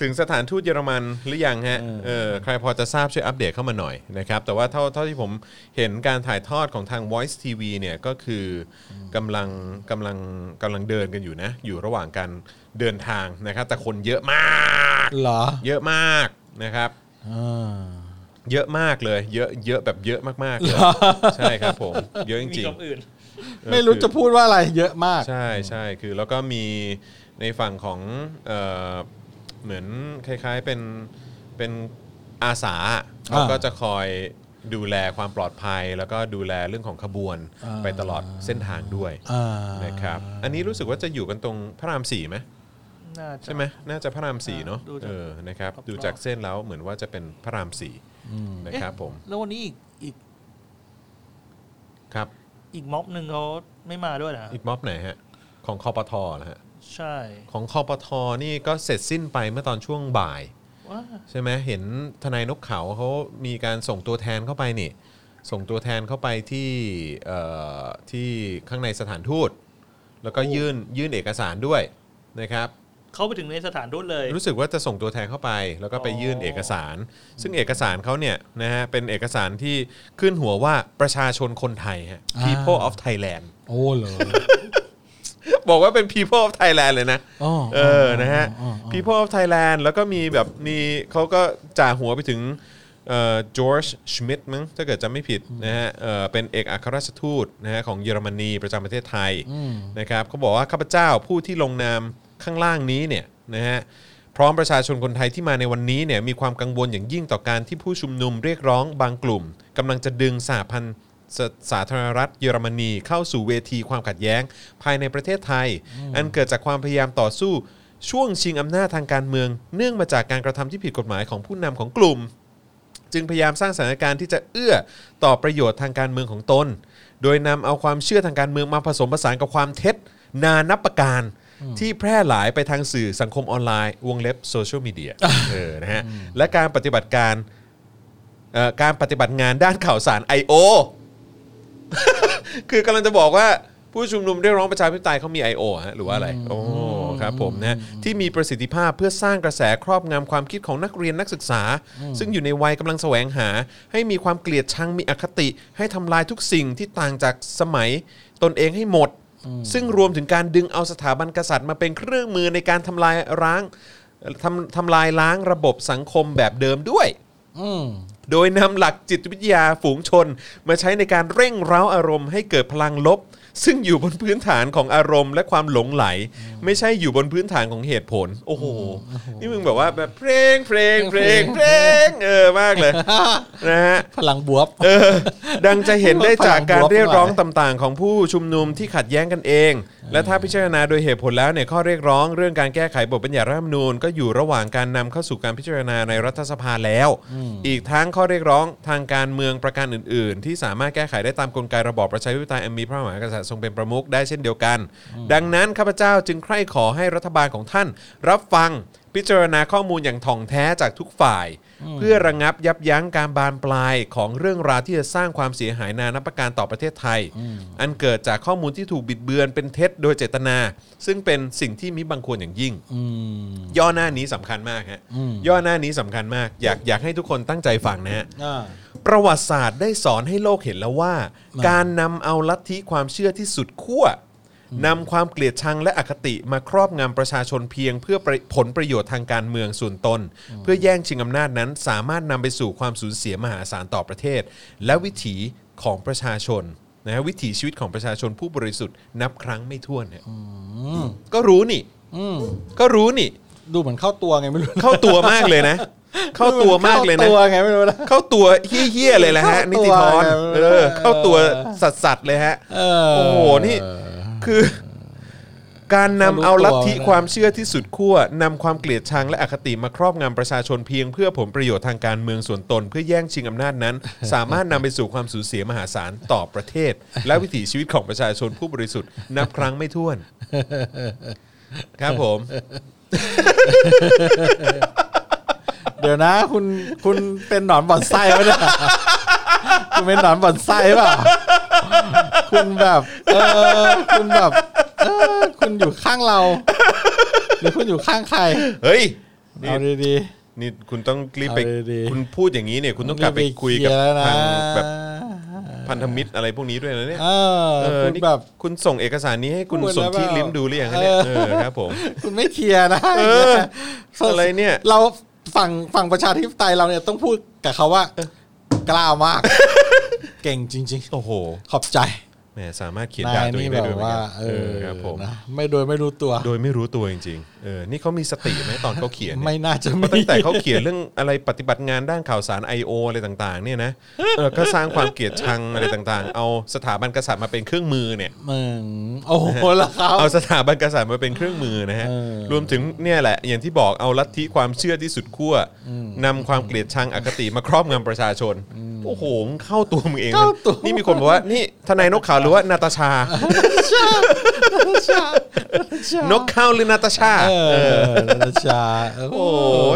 B: ถึงสถานทูตเยอรมันหรือยังฮะ เออ ใครพอจะทราบช่วยอัปเดตเข้ามาหน่อยนะครับ แต่ว่าเท่าเท่าที่ผมเห็นการถ่ายทอดของทาง Voice TV เนี่ยก็คือกำลังกำลังกำลังเดินกันอยู่นะ อยู่ระหว่างการเดินทางนะครับ แต่คนเยอะมาก
C: เหรอ
B: เยอะมากนะครับ
C: อ่า
B: เยอะมากเลย เยอะเยอะแบบเยอะมากๆเลยใช่ครับผม เยอะจ
D: มี
B: ริง
D: กับอื่น
B: ๆเออ
C: ไม่รู้
B: คือ
C: จะพูดว่าอะไรเยอะมาก
B: ใช่ใช่คือแล้วก็มีในฝั่งของเอ่อเหมือนคล้ายๆเป็นเป็นอาสาเขาก็จะคอยดูแลความปลอดภัย แล้วก็ดูแลเรื่องของขบวน
C: อ่า
B: ไปตลอดเส้นทางด้วย
C: อ่า
B: นะครับอันนี้รู้สึกว่าจะอยู่กันตรงพระรามสี่ไหม
D: น่าจะ
B: ใช่ไหมน่าจะพระรามสี่เนาะ
D: ดูจาก
B: เออนะครับ
D: รอบๆ
B: ดูจากเส้นแล้วเหมือนว่าจะเป็นพระรามสี่นะครับผม
D: แล้ววันนี้อีกอีก
B: ครับ
D: อีกม็อบหนึ่งเขาไม่มาด้วยนะ
B: อีกม็อบไหนฮะของคอปทนะฮะ
D: ใช่
B: ของคอปทนี่ก็เสร็จสิ้นไปเมื่อตอนช่วงบ่าย
D: ว้า
B: ใช่ไหมเห็นทนายนกเขาเขามีการส่งตัวแทนเข้าไปนี่ ส่งตัวแทนเข้าไปที่เอ่อที่ข้างในสถานทูต แล้วก็ยื่นยื่นเอกสารด้วยนะครับ
D: เข้าไปถึงในสถานทูตเลย
B: รู้สึกว่าจะส่งตัวแทนเข้าไปแล้วก็ไป
D: อ๋อ
B: ยื่นเอกสาร ซึ่งเอกสารเขาเนี่ยนะฮะเป็นเอกสารที่ขึ้นหัวว่าประชาชนคนไทยฮะ People of Thailand
C: โอ้เหรอ
B: บอกว่าเป็น People of Thailand เลยนะ
C: อ๋อ
B: เออ นะฮะ
C: อ๋ออ๋อ
B: People of Thailand แล้วก็มีแบบมีเขาก็จ่าหัวไปถึงเอ่อจอร์จชมิดมั้งถ้าเกิดจำไม่ผิดนะฮะเอ่อเป็นเอกอัครราชทูตนะฮะของเยอรมนีประจำประเทศไทยนะครับเขาบอกว่าข้าพเจ้าผู้ที่ลงนามข้างล่างนี้เนี่ยนะฮะพร้อมประชาชนคนไทยที่มาในวันนี้เนี่ยมีความกังวลอย่างยิ่งต่อการที่ผู้ชุมนุมเรียกร้องบางกลุ่มกำลังจะดึงสหพันธ์ สสาธารณรัฐเยอรมนีเข้าสู่เวทีความขัดแย้ง ภายในประเทศไทย อันเกิดจากความพยายามต่อสู้ ช่วงชิงอำนาจทางการเมือง เนื่องมาจากการกระทำที่ผิดกฎหมายของผู้นำของกลุ่ม จึงพยายามสร้างสถานการณ์ที่จะเอื้อต่อประโยชน์ทางการเมืองของตน โดยนำเอาความเชื่อทางการเมืองมาผสมผสานกับความเท็จ นานับประการ ที่แพร่หลายไปทางสื่อสังคมออนไลน์ วงเล็บโซเชียลมีเดียเออนะฮะและการปฏิบัติการเอ่อการปฏิบัติงานด้านข่าวสาร I.O. คือกำลังจะบอกว่าผู้ชุมนุมเรียกร้องประชาธิปไตยเขามี I.O. ฮะหรือว่าอะไร โอ้ครับผมนะฮะที่มีประสิทธิภาพเพื่อสร้างกระแสครอบงำความคิดของนักเรียนนักศึกษา ซึ่งอยู่ในวัยกำลังแสวงหา ให้มีความเกลียดชังมีอคติ ให้ทำลายทุกสิ่งที่ต่างจากสมัยตนเองให้หมด ซึ่งรวมถึงการดึงเอาสถาบันกษัตริย์มาเป็นเครื่องมือในการทำลายร้างทำทำลายล้างระบบสังคมแบบเดิมด้วย
C: อืม
B: โดยนำหลักจิตวิทยาฝูงชน มาใช้ในการเร่งเร้าอารมณ์ให้เกิดพลังลบ ซึ่งอยู่บนพื้นฐานของอารมณ์และความหลงไหล ไม่ใช่อยู่บนพื้นฐานของเหตุผล โอ้โห นี่มึงแบบว่าแบบเพลงเพลงเพลงเพลงเออมากเลยนะฮะ
C: พลังบวบ
B: เออดังจะเห็นได้จากการ
C: พลังบวก
B: เรียกร้องต่างๆ ของผู้ชุมนุมที่ขัดแย้งกันเอง และถ้าพิจารณาโดยเหตุผลแล้วเนี่ยข้อเรียกร้องเรื่องการแก้ไขบทบัญญัติรัฐธรรมนูญก็อยู่ระหว่างการนำเข้าสู่การพิจารณาในรัฐสภาแล้ว อีกทั้งข้อเรียกร้องทางการเมืองประการอื่น ๆ ที่สามารถแก้ไขได้ตามกลไกระบอบประชาธิปไตยอันมีพระมหากษัตริย์ทรงเป็นประมุขได้เช่นเดียวกัน ดังนั้นข้าพเจ้าจึงใคร่ขอให้รัฐบาลของท่าน รับฟังพิจารณาข้อมูลอย่างถ่องแท้จากทุกฝ่าย เพื่อระงับยับยั้งการบานปลายของเรื่องราวที่จะสร้างความเสียหายนานับประการต่อประเทศไทย อันเกิดจากข้อมูลที่ถูกบิดเบือนเป็นเท็จโดยเจตนา ซึ่งเป็นสิ่งที่มิบังควรอย่างยิ่ง
C: อืม
B: ย่อหน้านี้สำคัญมากฮะ
C: อืม
B: ย่อหน้านี้สำคัญมาก อยากอยากให้ทุกคนตั้งใจฟังนะฮะ
C: อ่า
B: ประวัติศาสตร์ได้สอนให้โลกเห็นแล้วว่า
C: อ่า
B: การนำเอาลัทธิความเชื่อที่สุดขั้วนำความเกลียดชังและอคติมาครอบงำประชาชนเพียงเพื่อประผลประโยชน์ทางการเมืองส่วนตน เพื่อแย่งชิงอำนาจนั้นสามารถนำไปสู่ความสูญเสียมหาศาลต่อประเทศ และวิถีของประชาชนนะฮะวิถีชีวิตของประชาชนผู้บริสุทธิ์นับครั้งไม่ถ้วนเนี่ยก็รู้นี่
C: อืม
B: ก็รู้นี่
C: ดูเหมือนเข้าตัวไงไม่รู้นะ
B: เข้าตัวมากเลยนะ เข้าตัวมากเลยนะ
C: เข้าตัวไงไม่รู้นะ
B: เข้าตัวเฮี้ยๆเลยแหละฮะ นิ
C: เข้าตัว
B: ติธร
C: ไง
B: เออ เข้าตัว
C: เอ
B: สัตว์ๆเลยฮะ
C: เออ
B: โอ้โหนี่ คือ การนำเอาลัทธิ
C: รู้ตัว
B: ความเชื่อที่สุดขั้วนำความเกลียดชังและอคติมาครอบงำประชาชนเพียงเพื่อผลประโยชน์ทางการเมืองส่วนตน เพื่อแย่งชิงอำนาจนั้น สามารถนำไปสู่ความสูญเสียมหาศาลต่อประเทศ และวิถีชีวิตของประชาชนผู้บริสุทธิ์นับครั้งไม่ถ้วน ครับผม
C: เดี๋ยวนะ คุณคุณเป็นหนอนบ่อนไส้ไหม เนี่ยคุณเป็นหนอนบ่อนไส้เปล่าคุณแบบ เออคุณแบบเออคุณอยู่ข้างเราหรือคุณอยู่ข้างใคร
B: เฮ้ย นี่
C: เอาดี
B: นี่คุณต้องรีบไป
C: เอาดีๆ
B: คุณพูดอย่างนี้เนี่ย คุณ
C: ๆ
B: ต้องกลับไปคุยกับ
C: เลีร์แล้วนะ
B: ทางแบบ พันธมิตรอะไรพวกนี้ด้วยนะเนี่ย
C: เอ
B: เอ
C: อ
B: อ
C: คุณ
B: นี่
C: แบบ
B: คุณส่งเอกสารนี้ให้คุณ
C: พูดแล้ว
B: สนที่
C: เปล่า
B: ลิ้มดูหรือยังฮะเนี่ย
C: เอ
B: เอ
C: อ
B: อครับผม
C: คุณไม่เคลียร์นะ
B: เอออะไรเนี่ย
C: เราฝั่งฝั่งประชาธิปไตยเราเนี่ยต้องพูดกับเขาว่า กล้ามาก เก่งจริง
B: โอ้โห
C: ๆ ขอบใจ
B: แหมสามารถเขียน
C: นา
B: ด่าย ตัวเอ
C: นี่
B: ง
C: แบ
B: ได้ด้วย
C: บ
B: เหมือน
C: ว่า
B: กัน
C: เออ
B: ครับผม
C: นะไม่โดยไม่รู้ตัว
B: โดยไม่รู้ตัวจริงๆ เออ นี่เขามีสติไหมตอนเขาเขียนเนี่ย
C: ไม่น่าจะ
B: เพ
C: มี
B: ราะตั้งแต่เขาเขียนเรื่องอะไรปฏิบัติงานด้านข่าวสาร I.O. อะไรต่างๆ เนี่ยนะ เออ ก็สร้างความเกลียดชังอะไรต่างๆ เอาสถาบันกษัตริย์มาเป็นเครื่องมือเนี่ย
C: มึงโอ้โหแล้วเขา
B: เอาสถาบันกษัตริย์มาเป็นเครื่องมือนะฮะ
C: เออ
B: รวมถึงเนี่ยแหละ อย่างที่บอกเอาลัทธิความเชื่อที่สุดขั้วนำความเกลียดชังอคติมาครอบงำประชาชน โอ้โหมึงเข้าตัวมึงเองนะ
C: เข้าตัว
B: นี่มีคนบอกว่า นี่ทนายนกเขาหรือว่านาตาชา นกเขาหรือนาตาชา
C: เออราชา
B: โอ้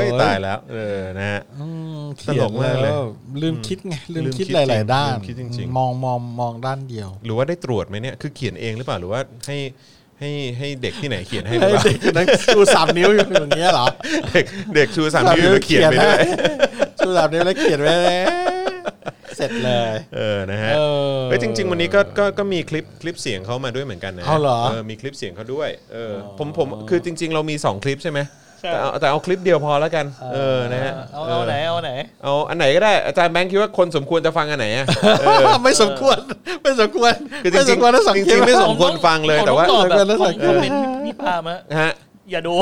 B: ยตายแล้ว เออ นะฮะ
C: อืม
B: ตลกมากเลย
C: ขีนแวลืมคิดไงลืม
B: ลืมคิ
C: คิ
B: ด
C: ด
B: จริง
C: หลาย ๆ ด้าน
B: ลืมคิดจริงๆ
C: มองมองมองด้านเดียว
B: หรือว่าได้ตรวจไหมเนี่ย คือเขียนเองหรือเปล่า หรือว่าให้ให้ให้เด็กที่ไหนเขียนให้หรือ
C: ให้
B: เปล่า
C: เด็กคนนั้นชูสามนิ้วอยู่อย่างเงี้ยเหรอ
B: เด็กเด็กชูสามนิ้วแล้วเขียนไปด้วย
C: ชูสามนิ้วแล้วเขียนไปเลยเสร็จเลย
B: เออ นะฮะ
C: เออ
B: เฮ้ยจริง ๆ วันนี้ก็ก็ก็มีคลิปคลิปเสียงเขามาด้วยเหมือนกันนะ
C: เอาเหรอ
B: มีคลิปเสียงเขาด้วยเออผมผมคือจริง ๆ เรามี 2 คลิปใช่ไหม
D: ใช่
B: แต่เอาแต่เอาคลิปเดียวพอแล้วกันเออนะฮะ
D: เอาเอาไหนเอาไหน
B: เอาอันไหนก็ได้อาจารย์แบงค์คิดว่าคนสมควรจะฟังอันไหนอะเออ
C: ไม่สมควรไม่สมควร
B: คือจริงๆ
C: ไม่สมควรนะสัง
B: จ
C: เก
B: ริ
C: ต
B: งๆ
C: ไม่
B: สมควรฟังเลยแต่ว่า
D: ผมองตอบแบบ
C: เออ
D: ผมเป็นพี่พามา
B: ฮะ
D: อย่าดู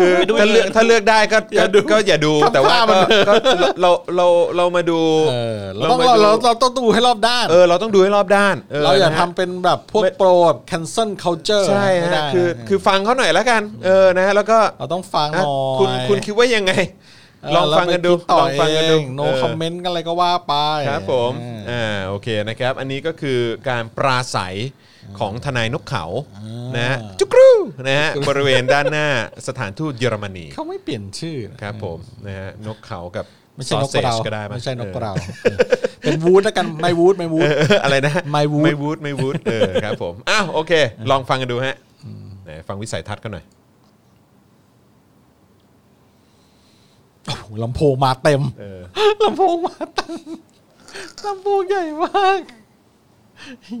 B: คือ
D: ไปดู
B: ถ้าเลือก
D: เอง
B: ถ้าเลือกได้ก็ก็ก็อย่าดู
C: ทำ
B: แต่ว่า
C: ท่ามัน
B: ก็ก็เราเราเรามาดู
C: เออเราต้องเราเราเราต้องดูให้รอบด้าน
B: เออเราต้องดูให้รอบด้าน
C: เราอย่า
B: นะ
C: ทำ
B: ฮะ
C: เป็นแบบพวก
B: ไม่
C: โปรแบบ cancel culture
B: ใช่
C: ไม่
B: ฮะ
C: ได้นะ
B: คือคือฟังเขาหน่อยแล้วกันเออนะฮะแล้วก็
C: เราต้องฟังห
B: อ่ะ
C: น่อย
B: คุณคุณคิดว่ายังไง
C: เล
B: องฟังกันดู
C: แล้วไปคิต่
B: ลองฟังกันดู
C: เอง no
B: เออ
C: comment กันอะไรก็ว่าไป
B: ครับผม
C: เออ
B: อ่าโอเคนะครับ อันนี้ก็คือการปราศัยของทนายนกเขานะฮะจุกรูนะฮะบริเวณด้านหน้าสถานทูตเยอรมนี
C: เขาไม่เปลี่ยนชื่อนะครับ
B: ผมนะฮะนกเขากับ
C: ไม่ใช่นก
B: ซอสเซจ
C: เรา
B: ก็ได้ปะ
C: ไม่ใช่นก
B: ออ
C: เราเป็นวูดแล้วกันไม่วูดไม่วูด
B: เออ อะไรนะ
C: My Wood
B: ไม่วูดไม่วูดเออครับผม อ้าวโอเค ลองฟังกันดูฮะไหนฟังวิสัยทัศน์กันหน่อย
C: โอ้โหลำโพงมาเต็ม
B: เออ
C: ลำโพงมาเต็มลำโพงใหญ่มาก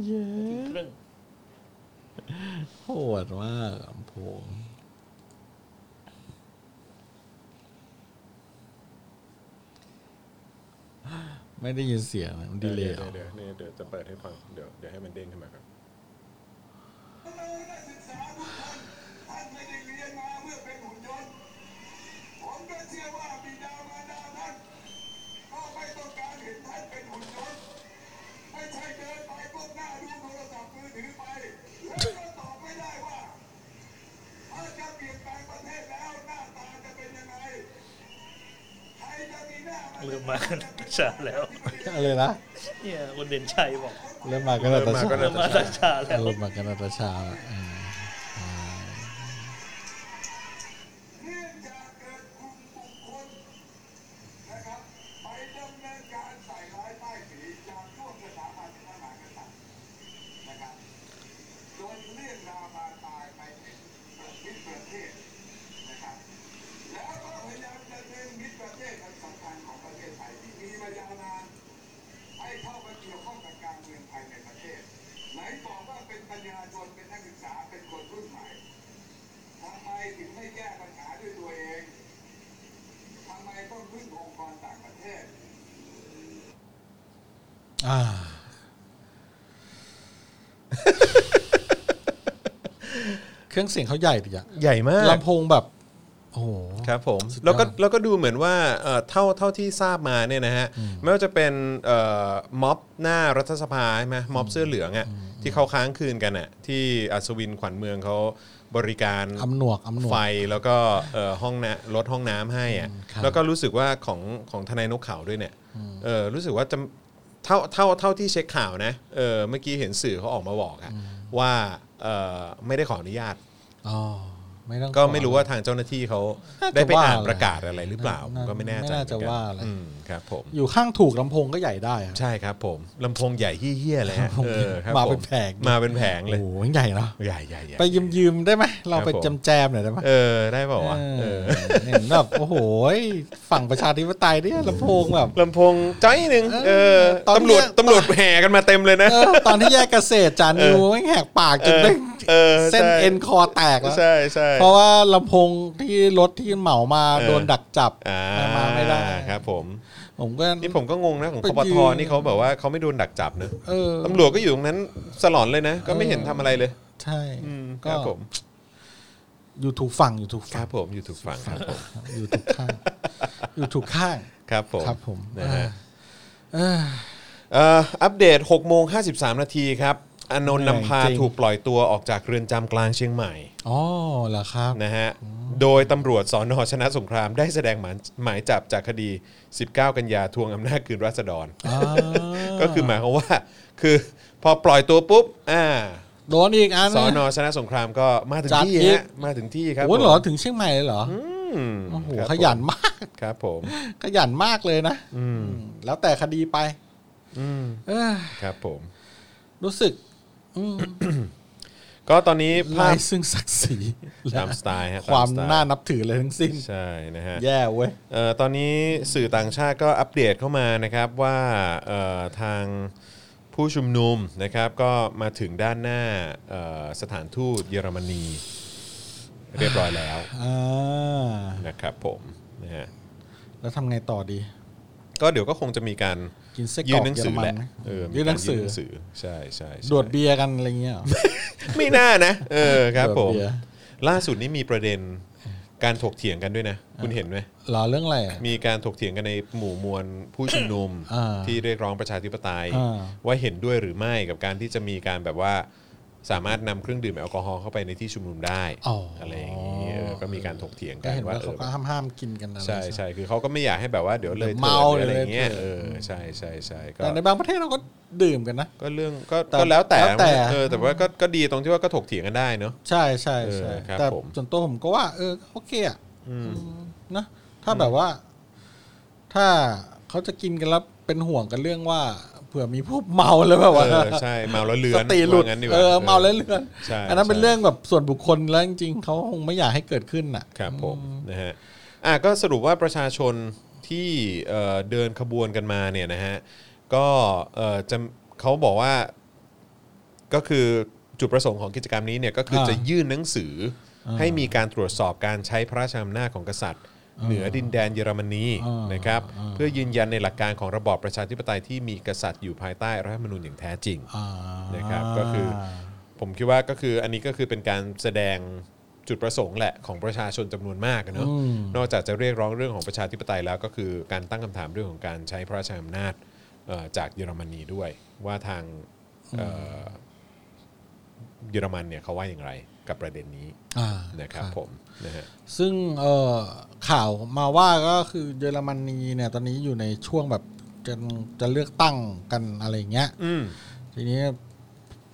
C: เย้
D: ครึ่ง
C: โหดมากลำโพงไม่ได้ยินเสียงมันดีเลยเหรอ
B: เดี๋ยวจะเปิดให้ฟัง เดี๋ยวเดี๋ยวให้มันเด้งขึ้นมาครับ
I: นักศึกษาทุกคนท่านไม่ได้เรียนมาเพื่อเป็นหุ่นยนต์ ผมก็เชื่อว่าบิดามารดาท่านก็ไม่ต้องการเห็นท่านเป็นหุ่นยนต์ไม่ใช่เดินไปก้มหน้าดูโทรศัพท์มือถือไปแล้วก็ตอบไม่ได้ว่าถ้าจะเปลี่ยนแปลงประเทศแล้วหน้าตาจะเป็นยังไงใครจะมีหน้ามา
D: ลืมมากันชาแล้ว
C: อะไรนะ
D: เนี่ยคุณเด่นชัยบอก
C: เริ่มมาก็นาตาชา
D: ลืมมาตั้งชาแล้ว
C: เริ่มมาก็นาตาชาละอืม
I: เนื่องจากเกิดกลุ่มบุคคลนะครับไปดำเนินการใส่ร้ายป้ายสีจากร่วมสถาบันพระมหากษัตริย์นะครับจนเรื่องราวบานปลายไปเป็นประมิตรประเทศนะครับแล้วก็พยายามจะเป็นมิตรประเทศอันสำคัญของประเทศไทยที่มีมายาวนาน ให้เข้ามาเกี่ยวข้องกับการเมืองภายในประเทศ ไหนบอกว่าเป็นปัญญาชนเป็นนักศึกษาเป็นคนรุ่นใหม่ ทำไมถึงไม่แก้ปัญหาด้วยตัวเอง ทำไมต้องพึ่งองค์กรต่างประเทศ
C: อ่าเครื่องเสียงเขาใหญ่ดิอะ
B: ใหญ่มาก
C: ลำโพงแบบ โอ้โห
B: ครับผม
C: สุดยอด
B: แล้วก็แล้วก็ดูเหมือนว่าเอ่อเท่าเท่าที่ทราบมาเนี่ยนะฮะ ไม่ว่าจะเป็นเอ่อม็อบหน้ารัฐสภาใช่ไหมม็อบเสื้อเหลืองอ่ะที่เขาค้างคืนกันอ่ะที่อัศวินขวัญเมืองเขาบริการ
C: อำหนวกอำหนวก
B: ไฟแล้วก็เอ่อห้องน้ำลดห้องน้ำให้อะ
C: อืมครับ
B: แล้วก็รู้สึกว่าของของทนายนกเขาด้วยเนี่ยเออรู้สึกว่าจะเท่าเท่าเท่าที่เช็คข่าวนะเออเมื่อกี้เห็นสื่อเขาออกมาบอกอะว่าเออไม่ได้ขออนุญาต
C: อ๋อไม่ต้อง
B: ก็
C: ขอ
B: ไม่รู้ว่าทางเจ้าหน้าที่เขา
C: น่าจะ
B: ได้ไป
C: ว่า
B: อ่านประกาศอะไรหรือเปล่าผ
C: น่า
B: มก็ไม่แน่ใจ
C: ไม่น่าจะ
B: เหมือนกัน
C: ว่าอะไร
B: อืมครับผม
C: อยู่ข้างถูกลำโพงก็ใหญ่ได้อะ
B: ใช่ครับผมลำโพงใหญ่เฮี้ยๆเลยฮะ
C: ลำโพง
B: เออครับ
C: มา
B: ผ
C: เป็นแผง
B: มาเป็นแผงเลย
C: โอ้โหใหญ่เนาะ
B: ใหญ่ใหญ่ใหญ่
C: ไปยืมยืมๆได้ไหม
B: ค
C: เรา
B: รับ
C: ไป
B: ผม
C: จำแจมหน่อยได้ไหม
B: เออได้เปล่าวะเออ
C: เห็นแบบโอ้โหฝั่งประชาธิปไตยเนี่ยลำโพงแบบ
B: ลำโพงจ้อยหนึ่งเออ
C: ตอน
B: ตำรวจ
C: เนี้ย
B: ตำรวจแห่กันมาเต็มเลยนะ
C: เออตอนที่แยกเกษตรจานิวแม่งแหกปากจนแม่ง
B: เออ
C: เส้น
B: ใช่
C: เอ็นคอแตกแล้ว
B: ใช่ใช่
C: เพราะว่าลำโพงที่รถที่เหมามา
B: เออ
C: โดนดักจับ
B: อ่า
C: มาไม่ได้
B: ครับผม
C: ผมก็
B: นี่ผมก็งงนะของ
C: ไป
B: คอป
C: ยื
B: ท
C: น
B: นี่เขาแบบว่าเขาไม่โดนดักจับนะ
C: เออ
B: ตำรวจก็อยู่ตรงนั้นสลอนเลยนะ ก็ไม่เห็นทำอะไรเลย
C: ใช่
B: อืมค
C: ก็
B: รับผม
C: อยู่ถูกฝั่งอยู่ถูก
B: ค
C: ฝั่
B: รั
C: ง
B: บผมอยู่ถูกฝั่งครับผม
C: อยู่ถูกข้าง อยู่ถูกข้าง
B: ครับผม
C: ครับผม
B: นะฮะ
C: เออ
B: เอ่ออัปเดต6โมง53 นาทีครับอานนท์นำพา
C: จริง
B: ถูกปล่อยตัวออกจากเรือนจำกลางเชียงใหม่
C: อ๋อเหรอครับ
B: นะฮะ โดยตำรวจสอนอชนะสงครามได้แสดงหมายหมายจับจากคดี 19 กันยาทวงอำนาจคืนราษฎร
C: อ่า
B: ก็คือหมายความว่า คือพอปล่อยตัวปุ๊บ อ่า
C: โดนอีกอัน
B: สอนอชนะสงครามก็มาถึง
C: จับ
B: ที่
C: อีก
B: ฮะมาถึงที่ครับ
C: โอ้เหรอ
B: ผม
C: ถึงเชียงใหม่เลยเหรอ
B: อืม
C: โอ้โห
B: ครับ
C: ขยัน
B: ผม
C: าก
B: ครับผม
C: ขยันมากเลยนะ
B: อืม
C: อืมแล้วแต่คดีไป
B: อืม
C: เอ้ย
B: ครับผม
C: รู้สึกอืม
B: ก็ตอนนี้ภา
C: ลา
B: พ
C: ยซึ่งศักดิ์ศรีและ
B: ตามสไตล์ฮะต
C: ความ
B: สไตล์
C: น่านับถือเลยทั้งสิ้น
B: ใช่นะฮะ
C: แย่เว้ย
B: เอ่อตอนนี้สื่อต่างชาติก็อัปเดตเข้ามานะครับว่าเอ่อทางผู้ชุมนุมนะครับก็มาถึงด้านหน้าเอ่อสถานทูตเยอรมนีเรียบร้อยแล้ว
C: อ่า
B: นะครับผมนะฮะ
C: แล้วทำไงต่อดี
B: ก็เดี๋ยวก็คงจะมีการ
C: กินเส้กร
B: ยื่
C: อน ก
B: หนัง
C: เยอ
B: สื
C: ร
B: อ
C: มัน
B: แหละ
C: ไหม
B: เออมี
C: ยื่นหนังสือ
B: การยื่ใช่ใช่ใช่
C: ดวดเบียร์กันอะไรเงี้ยเหรอ
B: ไม่น่านะเออครับ
C: ดวด
B: ผม
C: เยร์
B: ล่าสุดนี้มีประเด็นการถกเถียงกันด้วยนะ คุณเห็นไหม
C: เหรอเรื่องอะไรอะ
B: มีการถกเถียงกันในหมู่มวลผู้ชุมนุม
C: อ่า
B: ที่เรียกร้องประชาธิปไตย
C: อ่า
B: ว่าเห็นด้วยหรือไม่กับการที่จะมีการแบบว่า สามารถนำเครื่องดื่มแอลกอฮอล์เข้าไปในที่ชุมนุมได้อะไรอย่างนี้เออก็มีการถกเถียง
C: ก็
B: กัน
C: เห็น
B: ว่า
C: ว่า
B: เอ
C: เขา
B: อ
C: ก็ห้ามห้ามๆกินกันอะไร
B: ใช่ใช่คือเขาก็ไม่อยากให้แบบว่าเดี๋ยวเลยเถิ
C: เมา
B: ดหรือ
C: ห
B: อะ
C: รืออะไรไร
B: อย่างเงี้
C: เงี้
B: ย
C: ย
B: เออใช่ใช่ใช่ก็
C: แต่ในบางประเทศเราก็ดื่มกันนะ
B: ก็เรื่องก็
C: แต่
B: ก็แล้วแต่
C: แล้วแต่
B: เออแต่ว่าก็ก็ดีตรงที่ว่าก็ถกเถียงกันได้เนอะ
C: ใช่ใช่
B: เอ
C: ใช่
B: อครับ
C: แต่
B: ผม
C: ส่วนตัวผมก็ว่า เออโอเคอ่ะนะถ้าแบบว่า ถ้าเขาจะกินกันแล้วเป็นห่วงกันเรื่องว่า เผื่อมีผู้เมาแล้วแบบว่า
B: เออใช่เมาแล้วเลือ
C: ส
B: น
C: ติหลุด
B: ว่างั้นกว่
C: เออเมาแล้วเลือน
B: ใช่
C: อันนั้นเป็น
B: ใช่
C: เรื่องแบบส่วนบุคคลแล้วจริงๆเขาคงไม่อยากให้เกิดขึ้นอ่ะ
B: ครับผมนะฮะอ่ะก็สรุปว่าประชาชนที่เอ่อเดินขบวนกันมาเนี่ยนะฮะก็เอ่อจะเขาบอกว่าก็คือจุดประสงค์ของกิจกรรมนี้เนี่ยก็คือ
C: อ่า
B: จะยื่นหนังสืออให้มีการตรวจสอบการใช้พระราชอำนาจของกษัตริย์ เหนือดินแดนเยอรมนี
C: อ่าน
B: นะครับเพื่อยืนยันในหลักการของระบอบประชาธิปไตยที่มีกษัตริย์อยู่ภายใต้รัฐธรรมนูญอย่างแท้จริง
C: อ่า
B: นะครับก็คือ ผมคิดว่าก็คืออันนี้ก็คือเป็นการแสดงจุดประสงค์แหละของประชาชนจำนวนมากอะเนอะนอกจากจะเรียกร้องเรื่องของประชาธิปไตยแล้วก็คือการตั้งคำถามเรื่องของการใช้พระราชอำนาจเอ่อจากเยอรมนีด้วย ว่าทางเอ่อเยอรมันเนี่ยเขาว่าอย่างไรกับประเด็นนี้
C: อ่า
B: นะครับผมนะฮะ
C: ซึ่งเอ่อข่าวมาว่าก็คือเยอรมนีเนี่ยตอนนี้อยู่ในช่วงแบบจะจะเลือกตั้งกันอะไรอย่างเงี้ย
B: อืม
C: ทีนี้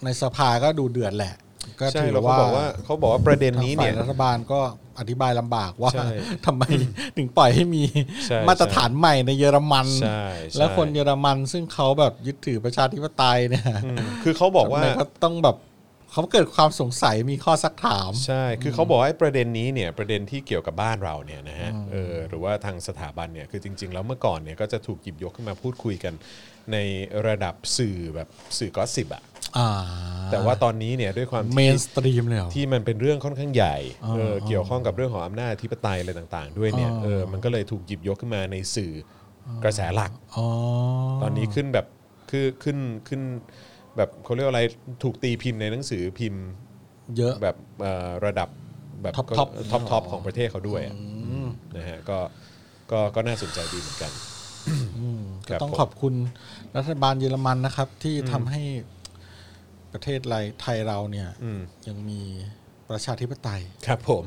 C: ในสภาก็ดูเดือดแหละ ก็
B: ใช่
C: ถือ
B: แล้วเขา
C: ว่า
B: บอกว่าเขาบอกว่าประเด็น
C: ทาง
B: นี้
C: ฝ่า
B: เนี่ย
C: ยรัฐบาลก็อธิบายลำบากว่า
B: ใช่
C: ทำไมถึงปล่อยให้มี
B: ใช่
C: มาตรฐานใหม่ในเยอรมัน
B: ใช่ใช่
C: และคนเยอรมันซึ่งเขาแบบยึดถือประชาธิปไตยเนี่ย
B: อืมคือเขาบอกว่า
C: ทำไมเขาต้องแบบเขาเกิดความสงสัยมีข้อซักถาม
B: ใช่ คือเขาบอกว่าไอ้ประเด็นนี้เนี่ยประเด็นที่เกี่ยวกับบ้านเราเนี่ยนะฮะ เออ หรือว่าทางสถาบันเนี่ย คือจริง ๆ แล้วเมื่อก่อนเนี่ยก็จะถูกหยิบยกขึ้นมาพูดคุยกัน ในระดับสื่อแบบสื่อกอสซิบอะ
C: อ่า
B: แต่ว่าตอนนี้เนี่ยด้วยความ
C: เม
B: ที่
C: นสตรีมเลยเหรอ
B: ที่มันเป็นเรื่องค่อนข้างใหญ่
C: อ่า
B: เออ เกี่ยวข้องกับเรื่องของอำนาจอธิปไตยอะไรต่างๆ ด้วยเนี่ย
C: อ่า
B: เออ มันก็เลยถูกหยิบยกขึ้นมาในสื่อกระแสหลัก
C: อ๋อ
B: ตอนนี้ขึ้นแบบคือขึ้นขึ้นแบบเขาเรียกว่าอะไร ถูกตีพิมพ์ในหนังสือพิมพ์
C: เยอะ
B: แบบเอ่อระดับแบบ
C: Top
B: ก็
C: top
B: ท็อปท็อปของประเทศเขาด้วยอะนะฮะก็ก็ก็น่าสนใจดีเหมือนกัน ค
C: ก็
B: รับ
C: ต้อง
B: ผม
C: ขอบคุณรัฐบาลเยอรมันนะครับ ที่ทำให้ประเทศไรไทยเราเนี่ย
B: อืม
C: ยังมีประชาธิปไตย
B: ครับผม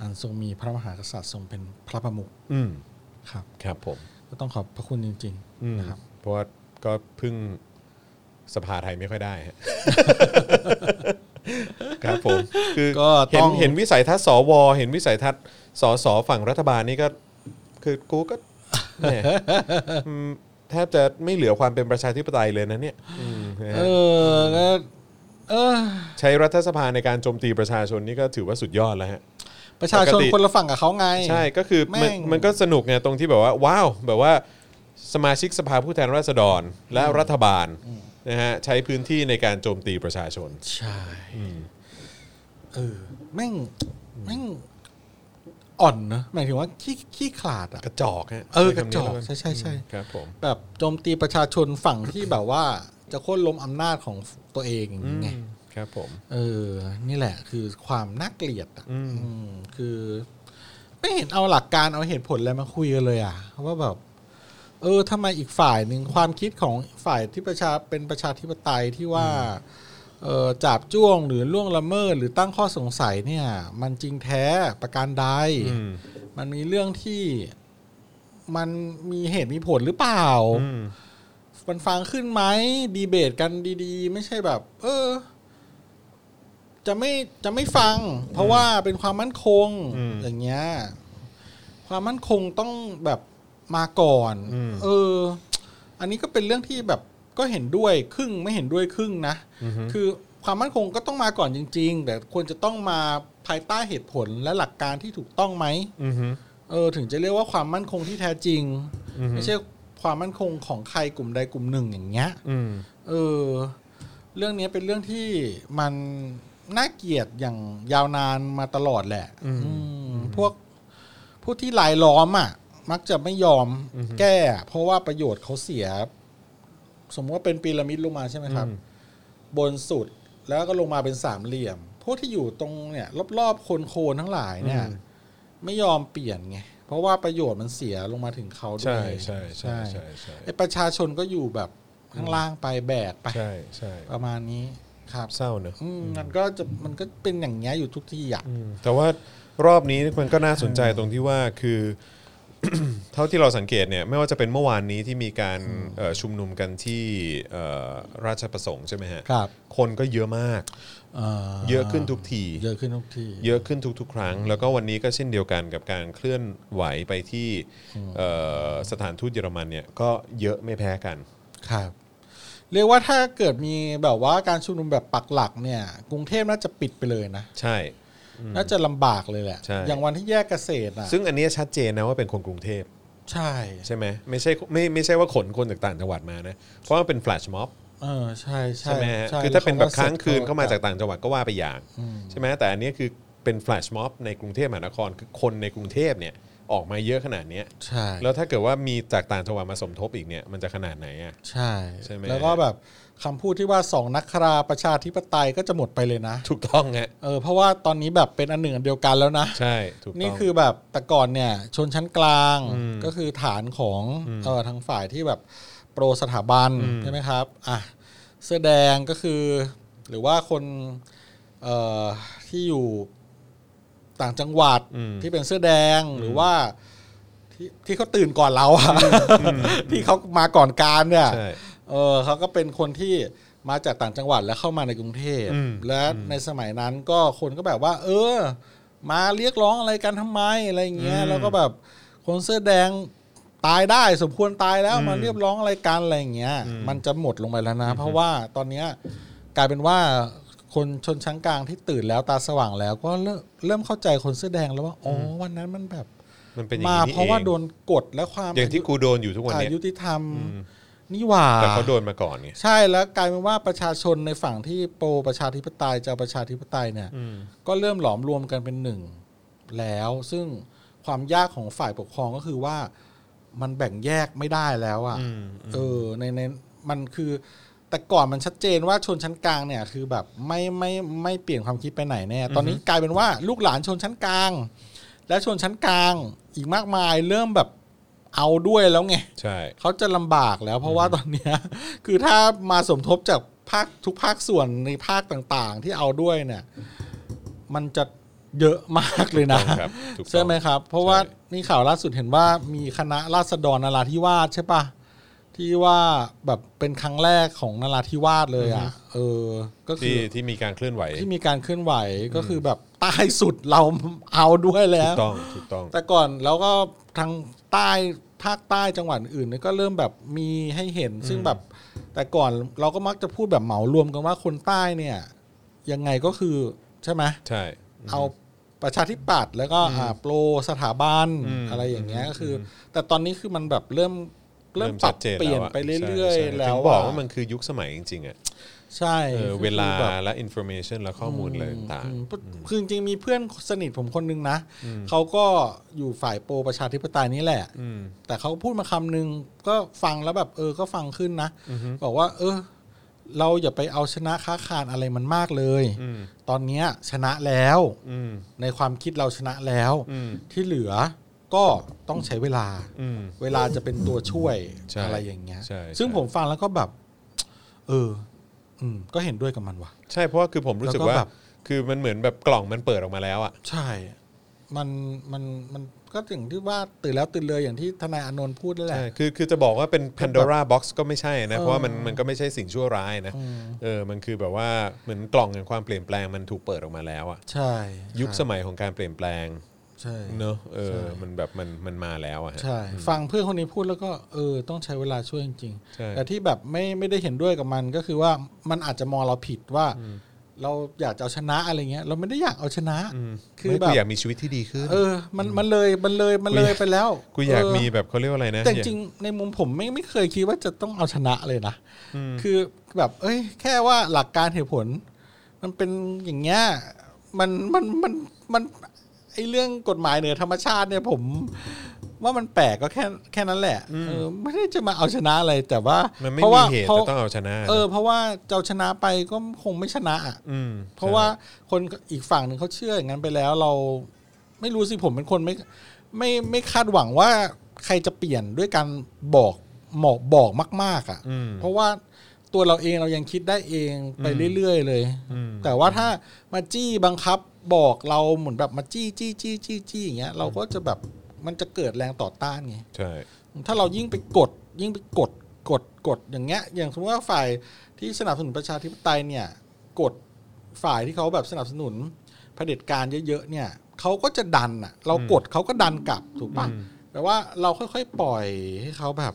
C: อันทรงมีพระมหากษัตริย์ทรงเป็นพระประมุข
B: อืม
C: ครับ
B: ครับผม
C: ก็ต้องขอบพระคุณจริง
B: อืม
C: ๆนะครับ
B: เพราะว่าก็พึ่งสภาไทยไม่ค่อยได้ ฮะ ครับผม คือ
C: ก็
B: เห็น
C: ต้อง
B: เห็นวิสัยทัศน์สว เห็นวิสัยทัศน์สสฝั่งรัฐบาลนี่ก็ คือกูก็แหม่ อืมแทบจะไม่เหลือความเป็นประชาธิปไตยเลยนะเนี่ยอืมนะ
C: เอ
B: ฮะ
C: อก็เออ
B: ใช้รัฐสภาในการโจมตีประชาชนนี่ก็ถือว่าสุดยอดแล้วฮะ
C: ประชาช
B: ป
C: น
B: กติ
C: คนละฝั่งกับเขาไง
B: ใช่ก็คือมัน
C: แม่ง
B: มันก็สนุกไงตรงที่แบบว่า ว้าว แบบว่าสมาชิกสภาผู้แทนราษฎรและรัฐบาลนะฮะใช้พื้นที่ในการโจมตีประชาชน
C: ใช่เออแม่งแม่งอ่อนนะหมายถึงว่าขี้ขี้ขลาดอะ
B: กระจอกฮะ
C: เออ
B: ใช้คำนี้
C: กระจอก
B: แล้วน
C: ใช่ใช่ใช่
B: อืมครับผม
C: แบบโจมตีประชาชนฝั่งที่แบบว่า จะโค่นล้มอำนาจของตัวเองอย่างนี้ไง
B: ครับผม
C: เออ นี่แหละคือความน่าเกลียดอ่ะ
B: อืม
C: อืมคือ ไม่เห็นเอาหลักการเอาเหตุผลอะไรมาคุยกันเลยอ่ะว่าแบบ เออทำไมอีกฝ่ายหนึ่งความคิดของฝ่ายที่ประชาเป็นประชาธิปไตยที่ว่า เออจับจ้วงหรือล่วงละเมิดหรือตั้งข้อสงสัยเนี่ย มันจริงแท้ประการใด
B: อืม
C: มันมีเรื่องที่มันมีเหตุมีผลหรือเปล่า
B: อืม
C: มันฟังขึ้นไหมดีเบตกันดี ๆ ไม่ใช่แบบ เออ จะไม่จะไม่ฟัง เพราะว่าเป็นความมั่นคงอย่างเงี้ย ความมั่นคงต้องแบบมาก่อน เออ อันนี้ก็เป็นเรื่องที่แบบก็เห็นด้วยครึ่งไม่เห็นด้วยครึ่งนะคือความมั่นคงก็ต้องมาก่อนจริง ๆ แต่ควรจะต้องมาภายใต้เหตุผลและหลักการที่ถูกต้องไหม
B: อืม
C: เออถึงจะเรียกว่าความมั่นคงที่แท้จริง
B: อือฮึ
C: ไม่ใช่ความมั่นคงของใครกลุ่มใดกลุ่มหนึ่งอย่างเงี้ย
B: อืม
C: เออ เรื่องนี้เป็นเรื่องที่มันน่าเกลียดอย่างยาวนานมาตลอดแหละ อืมพวกผู้ที่ลายล้อมอ่ะ มักจะไม่ยอมแก้ เพราะว่าประโยชน์เขาเสีย สมมติว่าเป็นพีระมิดลงมาใช่ไหมครับ บนสุดแล้วก็ลงมาเป็นสามเหลี่ยม พวกที่อยู่ตรงเนี่ยรอบๆคนโคนทั้งหลายเนี่ย
B: อืม
C: ไม่ยอมเปลี่ยนไงเพราะว่าประโยชน์มันเสียลงมาถึงเขาด้ว
B: ใช่
C: ย
B: ใช่ใช่ใช่ใช่
C: ไอ้ประชาชนก็อยู่แบบข้างล่างไปแบกไป
B: ใช่ใช่
C: ประมาณนี้ครับ
B: เศร้าเนอะ
C: อืมมันก็จะมันก็เป็นอย่างเงี้ยอยู่ทุกที่อ่ะ
B: อืมแต่ว่ารอบนี้มันก็น่าสนใจตรงที่ว่าคือ เท่าที่เราสังเกตเนี่ยไม่ว่าจะเป็นเมื่อวานนี้ที่มีการเอ่อชุมนุมกันที่เอ่อราชประสงค์ใช่ไหมฮะ
C: ครับ
B: คนก็เยอะมาก เยอะขึ้นทุกที
C: เยอะขึ้นทุกที่
B: เยอะขึ้นทุก ๆ ครั้ง แล้วก็วันนี้ก็เช่นเดียวกันกับการเคลื่อนไหวไปที่เอ่อสถานทูตเยอรมันเนี่ยก็เยอะไม่แพ้กัน
C: ครับ เรียกว่าถ้าเกิดมีแบบว่าการชุมนุมแบบปักหลักเนี่ย กรุงเทพน่าจะปิดไปเลยนะ
B: ใช่
C: น่าจะลำบากเลยแหละ
B: ใช่
C: อย่างวันที่แยกเกษตรอ่ะ
B: ซึ่งอันเนี้ยชัดเจนนะว่าเป็นคนกรุงเทพ
C: ใช่
B: ใช่ไหมไม่ใช่ไม่ไม่ใช่ว่าขนคนจากต่างจังหวัดมานะเพราะว่าเป็นแฟลชม็อบ
C: เออใช่ใช่
B: ใช่ไหมฮะ
C: ใช่
B: คือถ้าเป็นแบบ
C: ล้ว
B: ค้างคืน
C: สร็จ
B: เข้ามาจากต่างจังหวัดก็ว่าไปอย่างใช่ไหมแต่อันเนี้ยคือเป็นแฟลชม็อบในกรุงเทพมหานครคือคนในกรุงเทพเนี่ยออกมาเยอะขนาดเนี้ย
C: ใช่
B: แล้วถ้าเกิดว่ามีจากต่างจังหวัดมาสมทบอีกเนี่ยมันจะขนาดไหนอ่ะ
C: ใช่
B: ใช่ไหม
C: แล้วก็แบบคำพูดที่ว่าสองนักคราประชาธิปไตยก็จะหมดไปเลยนะ
B: ถูกต้องฮะ
C: เออเพราะว่าตอนนี้แบบเป็นอันหนึ่งอันเดียวกันแล้วนะ
B: ใช่ถูกต้อง
C: นี่คือแบบแต่ก่อนเนี่ยชนชั้นกลางก็คือฐานของเออทางฝ่ายที่แบบโปรสถาบันใช่ไหมครับอ่ะเสื้อแดงก็คือ หรือว่าคนเอ่อที่อยู่ต่างจังหวัด
B: อืม
C: ที่เป็นเสื้อแดงหรือว่าที่ที่เขาตื่นก่อนเราอะที่เขามาก่อนการเนี่ย
B: ใช่
C: เออเขาก็เป็นคนที่มาจากต่างจังหวัดแล้วเข้ามาในกรุงเทพ
B: อืม
C: และในสมัยนั้นก็คนก็แบบว่า เออ มาเรียกร้องอะไรกันทำไมอะไรอย่างเงี้ยแล้วก็แบบคนเสื้อแดงตายได้สมควรตายแล้วมาเรียกร้องอะไรกันอะไรอย่างเงี้ย มันจะหมดลงไปแล้วนะ เพราะว่าตอนเนี้ยกลายเป็นว่าคนชนชั้นกลางที่ตื่นแล้วตาสว่างแล้วก็เริ่มเริ่มเข้าใจคนเสื้อแดงแล้วว่าอ๋ออวันนั้นมันแบบ
B: มันเป็นอย่ง
C: มา
B: นี้
C: เพราะว่า
B: อง
C: โดนกดและความ
B: อย่างที่กูโดนอยู่ทุกวัน
C: อา
B: เนี้ย
C: ยุติธรรมนี่หว่า
B: แต่เขาโดนมาก่อนไง
C: ใช่แล้วกลายเป็นว่าประชาชนในฝั่งที่โปรประชาธิปไตยจะเอาประชาธิปไตยเนี่ยก็เริ่มหลอมรวมกันเป็นหนึ่งแล้ว ซึ่งความยากของฝ่ายปกครองก็คือว่ามันแบ่งแยกไม่ได้แล้วอะ่ะเออในในมันคือ แต่ก่อนมันชัดเจนว่าชนชั้นกลางเนี่ย คือแบบไม่ไม่ไม่เปลี่ยนความคิดไปไหนแน่ตอนนี้กลายเป็นว่าลูกหลานชนชั้นกลาง และชนชั้นกลางอีกมากมายเริ่มแบบเอาด้วยแล้วไง
B: ใช่
C: เขาจะลำบากแล้วเพราะว่าตอนเนี้ย คือถ้ามาสมทบจากภาคทุกภาคส่วนในภาคต่างๆ ที่เอาด้วยเนี่ย มันจะเยอะมากเลยนะ
B: ถูกต้องครับถูกต้อง
C: ใช่ไหมครับ เพราะว่า
B: ใช่
C: นี่ข่าวล่าสุดเห็นว่ามีคณะราษฎรนราธิวาสใช่ปะที่ว่าแบบเป็นครั้งแรกของนราธิวาสเลยอ่ะเออ ก็คื
B: ที่
C: อ
B: ที่มีการเคลื่อนไหว
C: ที่มีการเคลื่อนไหวก็คือแบบใต้สุดเรา เอาด้วยแล้
B: ถู
C: ว
B: กต้องถูกต้อง
C: แต่ก่อนแล้วก็ทางใต้ภาคใต้จังหวัดอื่นเนี่ยก็เริ่มแบบมีให้เห็น ซึ่งแบบ แต่ก่อนเราก็มักจะพูดแบบเหมารวมกันว่าคนใต้เนี่ย ยังไงก็คือใช่ไหม
B: ใช่
C: เอาประชาธิปัตย์แล้วก็อ่าโปรสถาบันอะไรอย่างเงี้ยก็คืออแต่ตอนนี้คือมันแบบเริ่มเริ่มปรับเปลี่ยนไปเรื่อย
B: ใช่
C: ๆ
B: ใช่
C: แล้
B: ถึ
C: ว
B: งบอกว่ามันคือยุคสมัยจริงๆอ่ะ
C: ใช่
B: เออ
C: คือ
B: เวลา
C: แบบ
B: และ information และข้อมูลอะไรต่าง
C: อืมคือจริงๆมีเพื่อนสนิทผมคนนึงนะเขาก็อยู่ฝ่ายโปรประชาธิปไตยนี่แหละแต่เขาพูดมาคำนึงก็ฟังแล้วแบบ เออก็ฟังขึ้นนะบอกว่า เออ เราอย่าไปเอาชนะค้าคานอะไรมันมากเลย ตอนเนี้ยชนะแล้ว
B: ๆอืม
C: ในความคิดเราชนะแล้ว
B: อืม
C: ที่เหลือก็ต้องใช้เวลา
B: อืม
C: เวลาจะเป็นตัวช่วย
B: ใช่
C: อะไรอย่างเงี้ย
B: ใช่ใช่
C: ซึ่งผมฟังแล้วก็แบบ เออ อืม ก็เห็นด้วยกับมันว่ะ
B: ใช่เพราะว่าคือผมรู้สึก
C: แล้วก็
B: ว่า
C: แบบ
B: คือมันเหมือนแบบกล่องมันเปิดออกมาแล้วอ่ะ
C: ใช่ มัน มัน มันก็ถึงที่ว่าตื่นแล้วตื่นเลยอย่างที่ทนายอานนท์พูดนั่นแหละ
B: ใช่ คือ คือจะบอกว่าเป็น Pandora Box ก็ไม่ใช่นะ
C: เออ
B: เพราะว่ามัน มันก็ไม่ใช่สิ่งชั่วร้ายนะ เออ มันคือแบบว่า เหมือนกล่องแห่งความเปลี่ยนแปลงมันถูกเปิดออกมาแล้วอ่ะ
C: ใช่
B: ยุคส
C: ย
B: มัยของการเปลี่ยนแปลง
C: ใช่
B: เนอะเออ มันแบบ มัน มันมาแล้วอ่ะฮะ
C: ใช่ ฟังเพื่อนคนนี้พูดแล้วก็เออ ต้องใช้เวลาช่วยจริง
B: ใช่
C: แต่ที่แบบไม่ไม่ได้เห็นด้วยกับมันก็คือว่ามันอาจจะมองเราผิดว่า เราอยากจะเอาชนะอะไรเงี้ย เราไม่ได้อยากเอาชนะ คือ
B: ไม่
C: แบ
B: กู
C: บ
B: อยากมีชีวิตที่ดีขึ้น
C: เออ มันมันเลยมันเลยมันเลยไปแล้ว
B: กูอยาก
C: เ
B: มีแบบเขาเรียกว่าอะไรนะ
C: แต่จริงๆในมุมผมไม่ไม่เคยคิดว่าจะต้องเอาชนะเลยนะ คือแบบ เอ้ย แค่ว่าหลักการเหตุผล มันเป็นอย่างเงี้ยมันมันมันมันไอเรื่องกฎหมายเหนือธรรมชาติเนี่ยผม ว่ามันแปลกก็แค่แค่นั้นแหละเออไม่ได้จะมาเอาชนะอะไรแต่ว่า
B: มันไม่
C: พราะ
B: มี
C: ว่า
B: เหตุ
C: พ
B: จะต้องเอาชนะนะ
C: เออ เพราะว่าจะเอาชนะไปก็คงไม่ชนะอ่ะ
B: อืม
C: เพราะว่าคนอีกฝั่งหนึ่งเขาเชื่ออย่างนั้นไปแล้วเราไม่รู้สิผมเป็นคนไม่ไม่ไม่คาดหวังว่าใครจะเปลี่ยนด้วยการบอกหมอกบอกมาก ๆ อ่ะ
B: อืม
C: เพราะว่าตัวเราเองเรายังคิดได้เองไปเรื่อยๆเลย
B: อืม
C: แต่ว่าถ้ามาจี้บังคับบอกเราเหมือนแบบมาจี้จี้จี้จี้จี้อย่างเงี้ยเราก็จะแบบมันจะเกิดแรงต่อต้านไง
B: ใช่
C: ถ้าเรายิ่งไปกด ยิ่งไปกดกดกดอย่างเงี้ย อย่างสมมติว่าฝ่ายที่สนับสนุนประชาธิปไตยเนี่ย กดฝ่ายที่เขาแบบสนับสนุนเผด็จการเยอะๆเนี่ยเขาก็จะดันอ่ะ เรากดเขาก็ดันกลับถูกปะแต่ว่าเราค่อยๆปล่อยให้เขาแบบ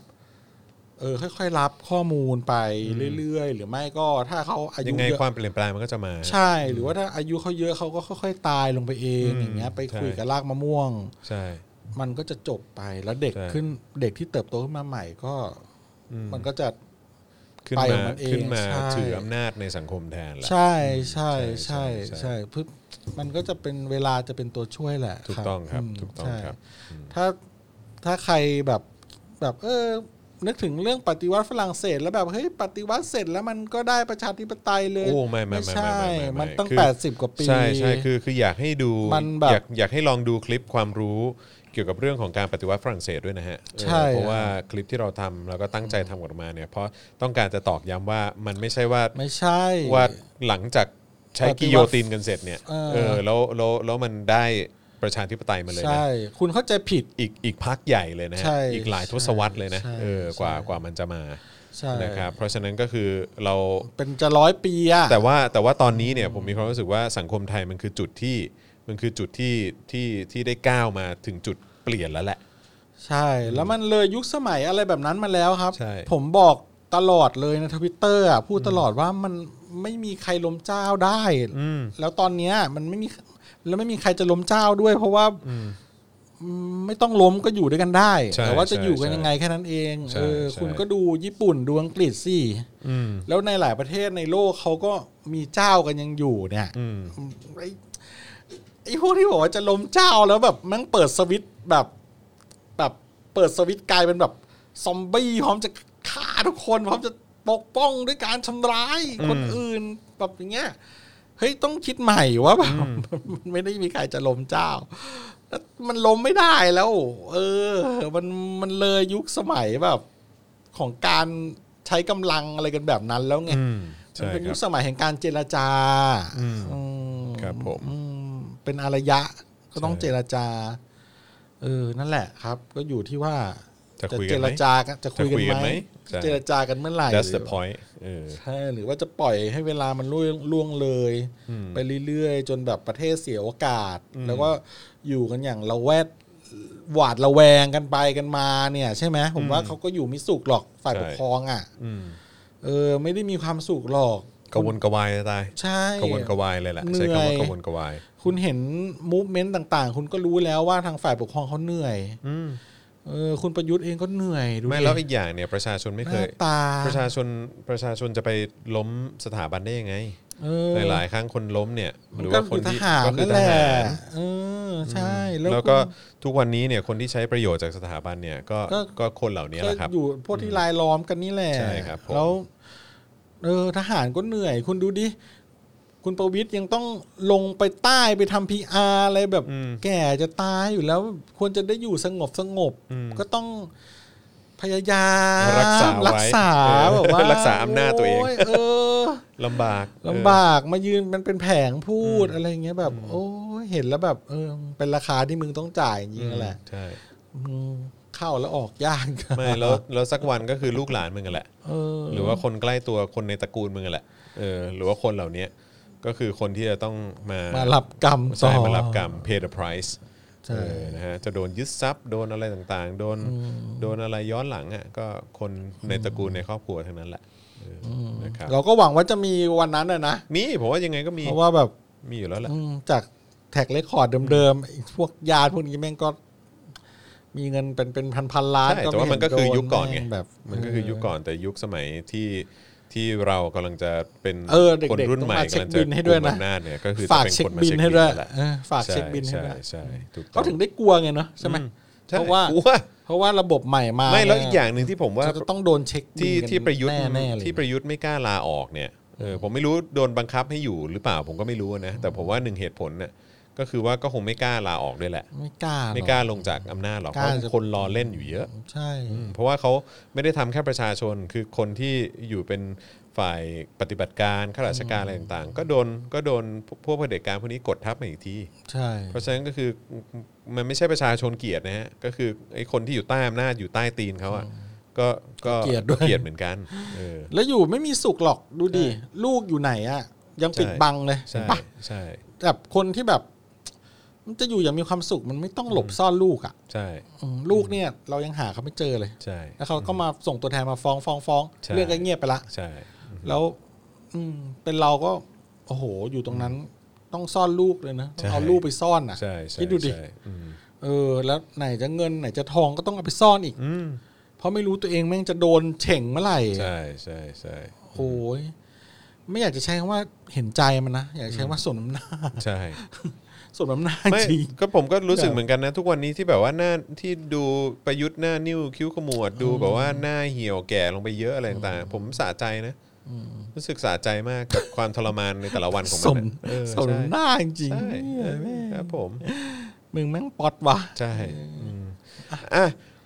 C: เออ ค่อย ๆ รับข้อมูลไปเรื่อยๆ หรือไม่ก็ถ้าเขาอา
B: ยั
C: ยุ
B: งไง
C: เยอะ
B: ความเปลี่ยนแปลงมันก็จะมา
C: ใช่ หรือว่าถ้าอายุเขาเยอะเขาก็ค่อย ๆ ตายลงไปเอง
B: อืม
C: อย่างเงี้ย ไป
B: ใช่
C: คุยกับรากมะม่วง
B: ใช่
C: มันก็จะจบไปแล้วเด็ก
B: ใช่
C: ขึ้นเด็กที่เติบโตขึ้นมาใหม่ก็
B: อืม
C: มันก็จะ
B: ขึ้น
C: ไปข
B: มา
C: องมันเอง
B: ขึ้นมา
C: ใช่
B: ถืออำนาจในสังคมแทนละ
C: ใช่ใช่
B: ใช่
C: ใช่
B: ใช่
C: ใช่ใช่พึ่งมันก็จะเป็นเวลาจะเป็นตัวช่วยแหละ
B: ถูกต้องครับ
C: ม
B: ถูกต้อง
C: ใช่
B: ครับอืม
C: ถ้าถ้าใครแบบแบบเออ นึกถึงเรื่องปฏิวัติฝรั่งเศส แล้วแบบเฮ้ยปฏิวัติเสร็จแล้วมันก็ได้ประชาธิปไตยเลย
B: โอ้ไม่ไม่ไม่
C: ใช่
B: ไม่ไไ
C: มันตั้ง
B: คือ
C: แปดสิบกว่าปี
B: ใช่ใช่คือคืออยากให้ดู
C: มันแบบ
B: อยากอยากให้ลองดูคลิปความรู้เกี่ยวกับเรื่องของการปฏิวัติฝรั่งเศสด้วยนะฮะ
C: ใช่
B: เออเพราะว่าคลิปที่เราทำเราก็ตั้งใจทำออกมาเนี่ยเพราะต้องการจะตอกย้ำว่ามันไม่ใช่ว่า
C: ไม่ใช่
B: ว่าหลังจากใช้
C: ปฏิวัติ
B: กิโยตินกันเสร็จเนี่ย
C: เออ
B: เออแล้วแล้วแล้วมันได้ประชาธิปไตยมาเลย
C: ใช่
B: นะ
C: คุณเข้าใจผิด
B: อีกอีกพักใหญ่เลยนะฮะ
C: ใช่
B: อีกหลายทศวรรษเลยนะ
C: ใช่
B: เออกว่า
C: ใช่
B: กว่ามันจะมา
C: ใช่
B: นะครับเพราะฉะนั้นก็คือเรา
C: เป็นจะร้อยปีอะ
B: แต่ว่าแต่ว่าตอนนี้เนี่ยผมมีความรู้สึกว่าสังคมไทยมันคือจุดที่มันคือจุดที่ที่ที่ได้ก้าวมาถึงจุดเปลี่ยนแล้วแหละ
C: ใช่แล้วมันเลยยุคสมัยอะไรแบบนั้นมาแล้วครับ
B: ใช่
C: ผมบอกตลอดเลยในทวิตเตอร์อ่ะพูดตลอดว่ามันไม่มีใครล้มเจ้าได้ แล้วตอนเนี้ยมันไม่มีแล้วไม่มีใครจะล้มเจ้าด้วย เพราะว่าอืมไม่ต้องล้มก็อยู่ด้วยกันได้
B: ใช่
C: แต่ว่าจะ
B: ใช่
C: อยู่กัน
B: ใช่
C: ยังไงแค่นั้นเอง
B: ใช่
C: เออ
B: ใช่
C: คุณก็ดูญี่ปุ่นดูอังกฤษสิแล้วในหลายประเทศในโลกเขาก็มีเจ้ากันยังอยู่เนี่ย
B: อืม
C: ไอ้ไอ้พวกที่บอกว่าจะล้มเจ้าแล้วแบบแมันเปิดสวิตช์แบบ แบบเปิดสวิตช์กลายเป็นแบบซอมบี้พร้อมจะฆ่าทุกคนพร้อมจะปกป้องด้วยการทำร้ายคนอื่นแบบอย่างเงี้ยเฮ้ยต้องคิดใหม่ว่าแบบ มันไม่ได้มีใครจะล้มเจ้าแล้วมันล้มไม่ได้แล้ว เออ มันมันเลยยุคสมัยแบบ ของการใช้กำลังอะไรกันแบบนั้นแล้วไง
B: อืม
C: มัน
B: ใช่
C: เป็น
B: ค
C: ยุ
B: รั
C: ค
B: บ
C: สมัยแห่งการเจรจา
B: อืม
C: อื
B: ครับผม
C: อืเป็นอารยะก็ต้องเจรจา เออ นั่นแหละครับ ก็อยู่ที่ว่า
B: จะคุยกั
C: เจ
B: นไห
C: ร
B: ม
C: จากันจะคุย
B: จะคุยกั
C: กัน น
B: ไห
C: ไห
B: ม
C: ม
B: ใช่
C: เจรจากันเมื่อไหร่
B: that's the point เออ
C: ใช่หรือว่าจะปล่อยให้เวลามันล่วงล่วงเลย
B: อืม
C: ไปเรื่อยๆ จนแบบประเทศเสียโอกาส
B: อืม
C: แล้วก็อยู่กันอย่างระแวดหวาดระแวงกันไปกันมาเนี่ย ใช่ไหมผมว่าเขาก็อยู่ไม่สุขหรอกฝ่ายปกครองอ่ะ
B: อืม
C: เออ ไม่ได้มีความสุขหรอก
B: กระวนกระวายจะตาย
C: ใช่
B: กระวนกระวายเลยแหละ
C: เหนื่
B: ใช้
C: อย
B: คำว่ากระวนกระวาย
C: คุณเห็นมูฟเมนต์ต่าง ๆ คุณก็รู้แล้วว่าทางฝ่ายปกครองเขาเหนื่อย
B: อืม
C: เออคุณประยุทธ์เองก็เหนื่อยดูดิ
B: ไม่แล้วอีกอย่างเนี่ยประชาชนไม่
C: ห
B: เค
C: น้าย ตา
B: ประชาชนประชาชนจะไปล้มสถาบันได้ยังไง
C: เออ
B: หลายๆครั้งคนล้มเนี่ยห
C: มัน
B: รือ
C: ก็
B: ว่าค
C: คื
B: น
C: อท
B: ที่
C: หาร
B: ก็คื
C: นั่
B: อน ท
C: แหละ
B: หาร
C: เออใช่
B: แล้วก็
C: คุ
B: ทุกวันนี้เนี่ยคนที่ใช้ประโยชน์จากสถาบันเนี่ยก็ก็คนเหล่านี้
C: ณ
B: แหละครับ
C: ก็อยู่พวกที่ลายล้อมกันนี่แหละ
B: ใช่ครับผม
C: แล้วเออทหารก็เหนื่อย คุณดูดิคุณประวิทย์ยังต้องลงไปใต้ไปทำพีอาอะไรแบบ
B: อืม
C: แก่จะตายอยู่แล้วควรจะได้อยู่สงบสงบๆ
B: อืม
C: ก็ต้องพยายาม
B: รักษาไว้
C: รักษา
B: เออ
C: แบบว่า
B: รักษาอำนาจตัวเอง
C: โยเออ
B: ลำบาก
C: ลำบากมายืนมันเป็นแผงพูดอะไรอย่างเงี้ยแบบ โอ้ยเห็นแล้วแบบ เออ เป็นราคาที่มึงต้องจ่ายจริงๆแหละ
B: ใช่
C: มึงเข้าแล้วออกยาก
B: ไม่แล้วแล้วสักวันก็คือลูกหลานมึงกันแหละ
C: เออ
B: หรือว่าคนใกล้ตัวคนในตระกูลมึงกันแหละเออหรือว่าคนเหล่านี้ก็คือคนที่จะต้องมา
C: มา
B: มา
C: รับกรรมต่
B: ใช่
C: อ
B: มารับกรรม pay the price
C: ใช่
B: เออนะฮะจะโดนยึดทรัพย์โดนอะไรต่างๆ โดนโดนอะไรย้อนหลังอ่ะก็คนในตระกูลในครอบครัวทั้งนั้นแหละเอออนะครับ
C: เราก็หวังว่าจะมีวันนั้นนะนะ
B: มีผมว่ายังไงก็มี
C: เพราะว่าแบบ
B: มีอยู่แล้วแหละ
C: อืมจากแท็กเรคคอร์ดเดิมๆไอ้พวกญาติพวกนี้แม่งก็ มีเงินเป็นเป็นพันพันๆล้าน
B: ใช่แต่ว่ามันก็คือยุคก่อนไง
C: ม่แบบ
B: มันก็คือยุคก่อนแต่ยุคสมัยที่ที่เรากำลังจะเป็น
C: เออเด็กๆ
B: คนรุ่นใหม่
C: ต้องมาเช็ค
B: กำลัง
C: บิ
B: จะ
C: นให้ด้วย
B: กุ
C: นะ
B: มอำนาจเนี่ยก็คือ
C: ฝาก
B: จะป็น
C: เช็คน
B: ม
C: บินให้ด้วย
B: แหละ
C: เออฝากเช็คบินให้
B: ใช่
C: ด้วย
B: ใช่ถูกต้
C: เขา
B: อง
C: ถึงได้กลัวไงเนาะใช่ไหม
B: ใช่
C: เพราะว่า
B: กูว่า
C: เพราะว่าระบบใหม่มา
B: ไม่แล้วอีก
C: เนี่
B: อย่างหนึ่งที่ผมว่า
C: จะต้องโดนเช็คบิ
B: ที่
C: นกัน
B: ที่ประยุทธ์
C: แน่ๆเลย
B: ที่ประยุทธ์ไม่กล้าลาออกเนี่ยเออผมไม่รู้โดนบังคับให้อยู่หรือเปล่าผมก็ไม่รู้นะแต่ผมว่าหนึ่งเหตุผลเนี่ยก็คือว่าก็คงไม่กล้าลาออกด้วยแหละ
C: ไม่กล้าหรอ
B: ไม่กล้าลงจากอำนาจหรอกเพ
C: กล้า
B: ราะ
C: จะ
B: คนรอเล่นอยู่เยอะ
C: ใช่
B: อืมเพราะว่าเขาไม่ได้ทำแค่ประชาชนคือคนที่อยู่เป็นฝ่ายปฏิบัติการข้าราชการอะไรต่างๆ ก็โดนก็โดนพวกเผด็จการพวกนี้กดทับมาอีกที
C: ใช่
B: เพราะฉะนั้นก็คือมันไม่ใช่ประชาชนเกลียดนะฮะก็คือไอ้คนที่อยู่ใต้อำนาจอยู่ใต้ตีนเขาอ่ะก็ก็เกลียดเหมือนกันเออ
C: แล้วอยู่ไม่มีสุขหรอกดูดิลูกอยู่ไหนอะยังปิด
B: ใช่
C: บังเลย
B: ใช่
C: ปะ
B: ใช่
C: แบบคนที่แบบ มันจะอยู่อย่างมีความสุขมันไม่ต้องหลบซ่อนลูกอะ
B: ใช่
C: อืมลูกเนี่ย เรายังหาเขาไม่เจอเลย
B: ใช่
C: แล้วเขาก็มาส่งตัวแทนมาฟ้องฟ้องฟ้อง
B: ใช่
C: เรื่องก็เงียบไปละ
B: ใช่
C: แล้ว อืม เป็นเราก็ โอ้โห อยู่ตรงนั้น ต้องซ่อนลูกเลยนะต้องเอาลูกไปซ่อนอ่ะ
B: ใช่ใช่
C: คิดดูดิ
B: ใช่อืม
C: เออ แล้วไหนจะเงินไหนจะทองก็ต้องเอาไปซ่อนอีก
B: อืม
C: เพราะไม่รู้ตัวเองแม่งจะโดนเฉ่งเมื่อไหร่
B: ใช่ใช่ใช่
C: โอ้ยไม่อยากจะใช้คำว่าเห็นใจมันนะอยากใช้คำว่าส่วนน้ำหน้า
B: ใช่
C: ส่วนน้ำหน้า
B: ไม่
C: จริง
B: ก็ผมก็รู้สึกเหมือนกันนะ ทุกวันนี้ที่แบบว่าหน้าที่ดูประยุทธ์หน้านิ้วคิ้วขมวดดูแบบว่าหน้าเหี่ยวแก่ลงไปเยอะอะไรต่างๆผมสะใจนะรู้สึกสะใจมากกับความทรมานในแต่ละวันของ
C: ส
B: มัน
C: ม
B: นะเออ
C: สม
B: ใช่
C: น้ำหน้าจริง
B: ใช่เอ
C: ๆเหี้ย
B: อ
C: แม่ง
B: ครับผม
C: มึงแม่งปอดวะ
B: ใช่อืมอ่ะ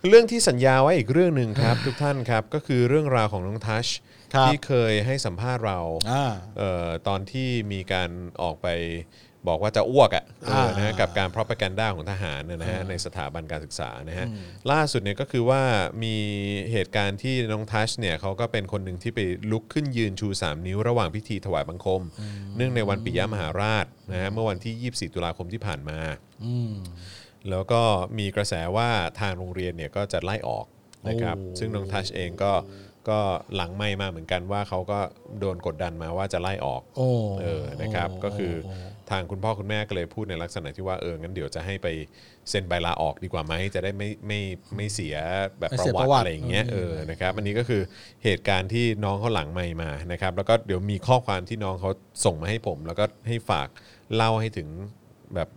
B: เรื่องที่สัญญาไว้อีกเรื่องหนึ่งครับ ทุกท่านครับก็คือเรื่องราวของน้องทัช
C: ครับ
B: ที่เคยให้สัมภาษณ์เรา
C: อ่า
B: เอ่อตอนที่มีการออกไปบอกว่าจะอ้วกอ่ะเออนะฮะกับการ propaganda ของทหารนะฮะในสถาบันการศึกษานะฮะล่าสุดเนี่ยก็คือว่ามีเหตุการณ์ที่น้องทัชเนี่ยเขาก็เป็นคนหนึ่งที่ไปลุกขึ้นยืนชู 3 นิ้วระหว่างพิธีถวายบังคม เนื่องในวันปิยมหาราชนะฮะเมื่อวันที่ 24 ตุลาคมที่ผ่านมา
C: อืม
B: แล้วก็มีกระแสว่าทางโรงเรียนเนี่ยก็จะไล่ออกนะครับ
C: โอ้
B: ซึ่งน้องทัชเองก็ก็หลังไม่มาเหมือนกันว่าเขาก็โดนกดดันมาว่าจะไล่ออก
C: โอ้
B: เออนะครับ ก็คือ
C: โ
B: ทางคุณพ่อคุณแม่ก็เลยพูดในลักษณะที่ว่าเอองั้นเดี๋ยวจะให้ไปเซ็นใบลาออกดีกว่าไหมจะได้ไม่ไม่ไม่เสียแบบ
C: ไม่
B: ป
C: เสีย
B: ระวั
C: ประวั
B: ติ
C: ติ
B: อะไรอย่างเงี้ยเออนะครับอันนี้ก็คือเหตุการณ์ที่น้องเขาหลังไม่มานะครับ แล้วก็เดี๋ยวมีข้อความที่น้องเขาส่งมาให้ผม แล้วก็ให้ฝากเล่าให้ถึงแบบ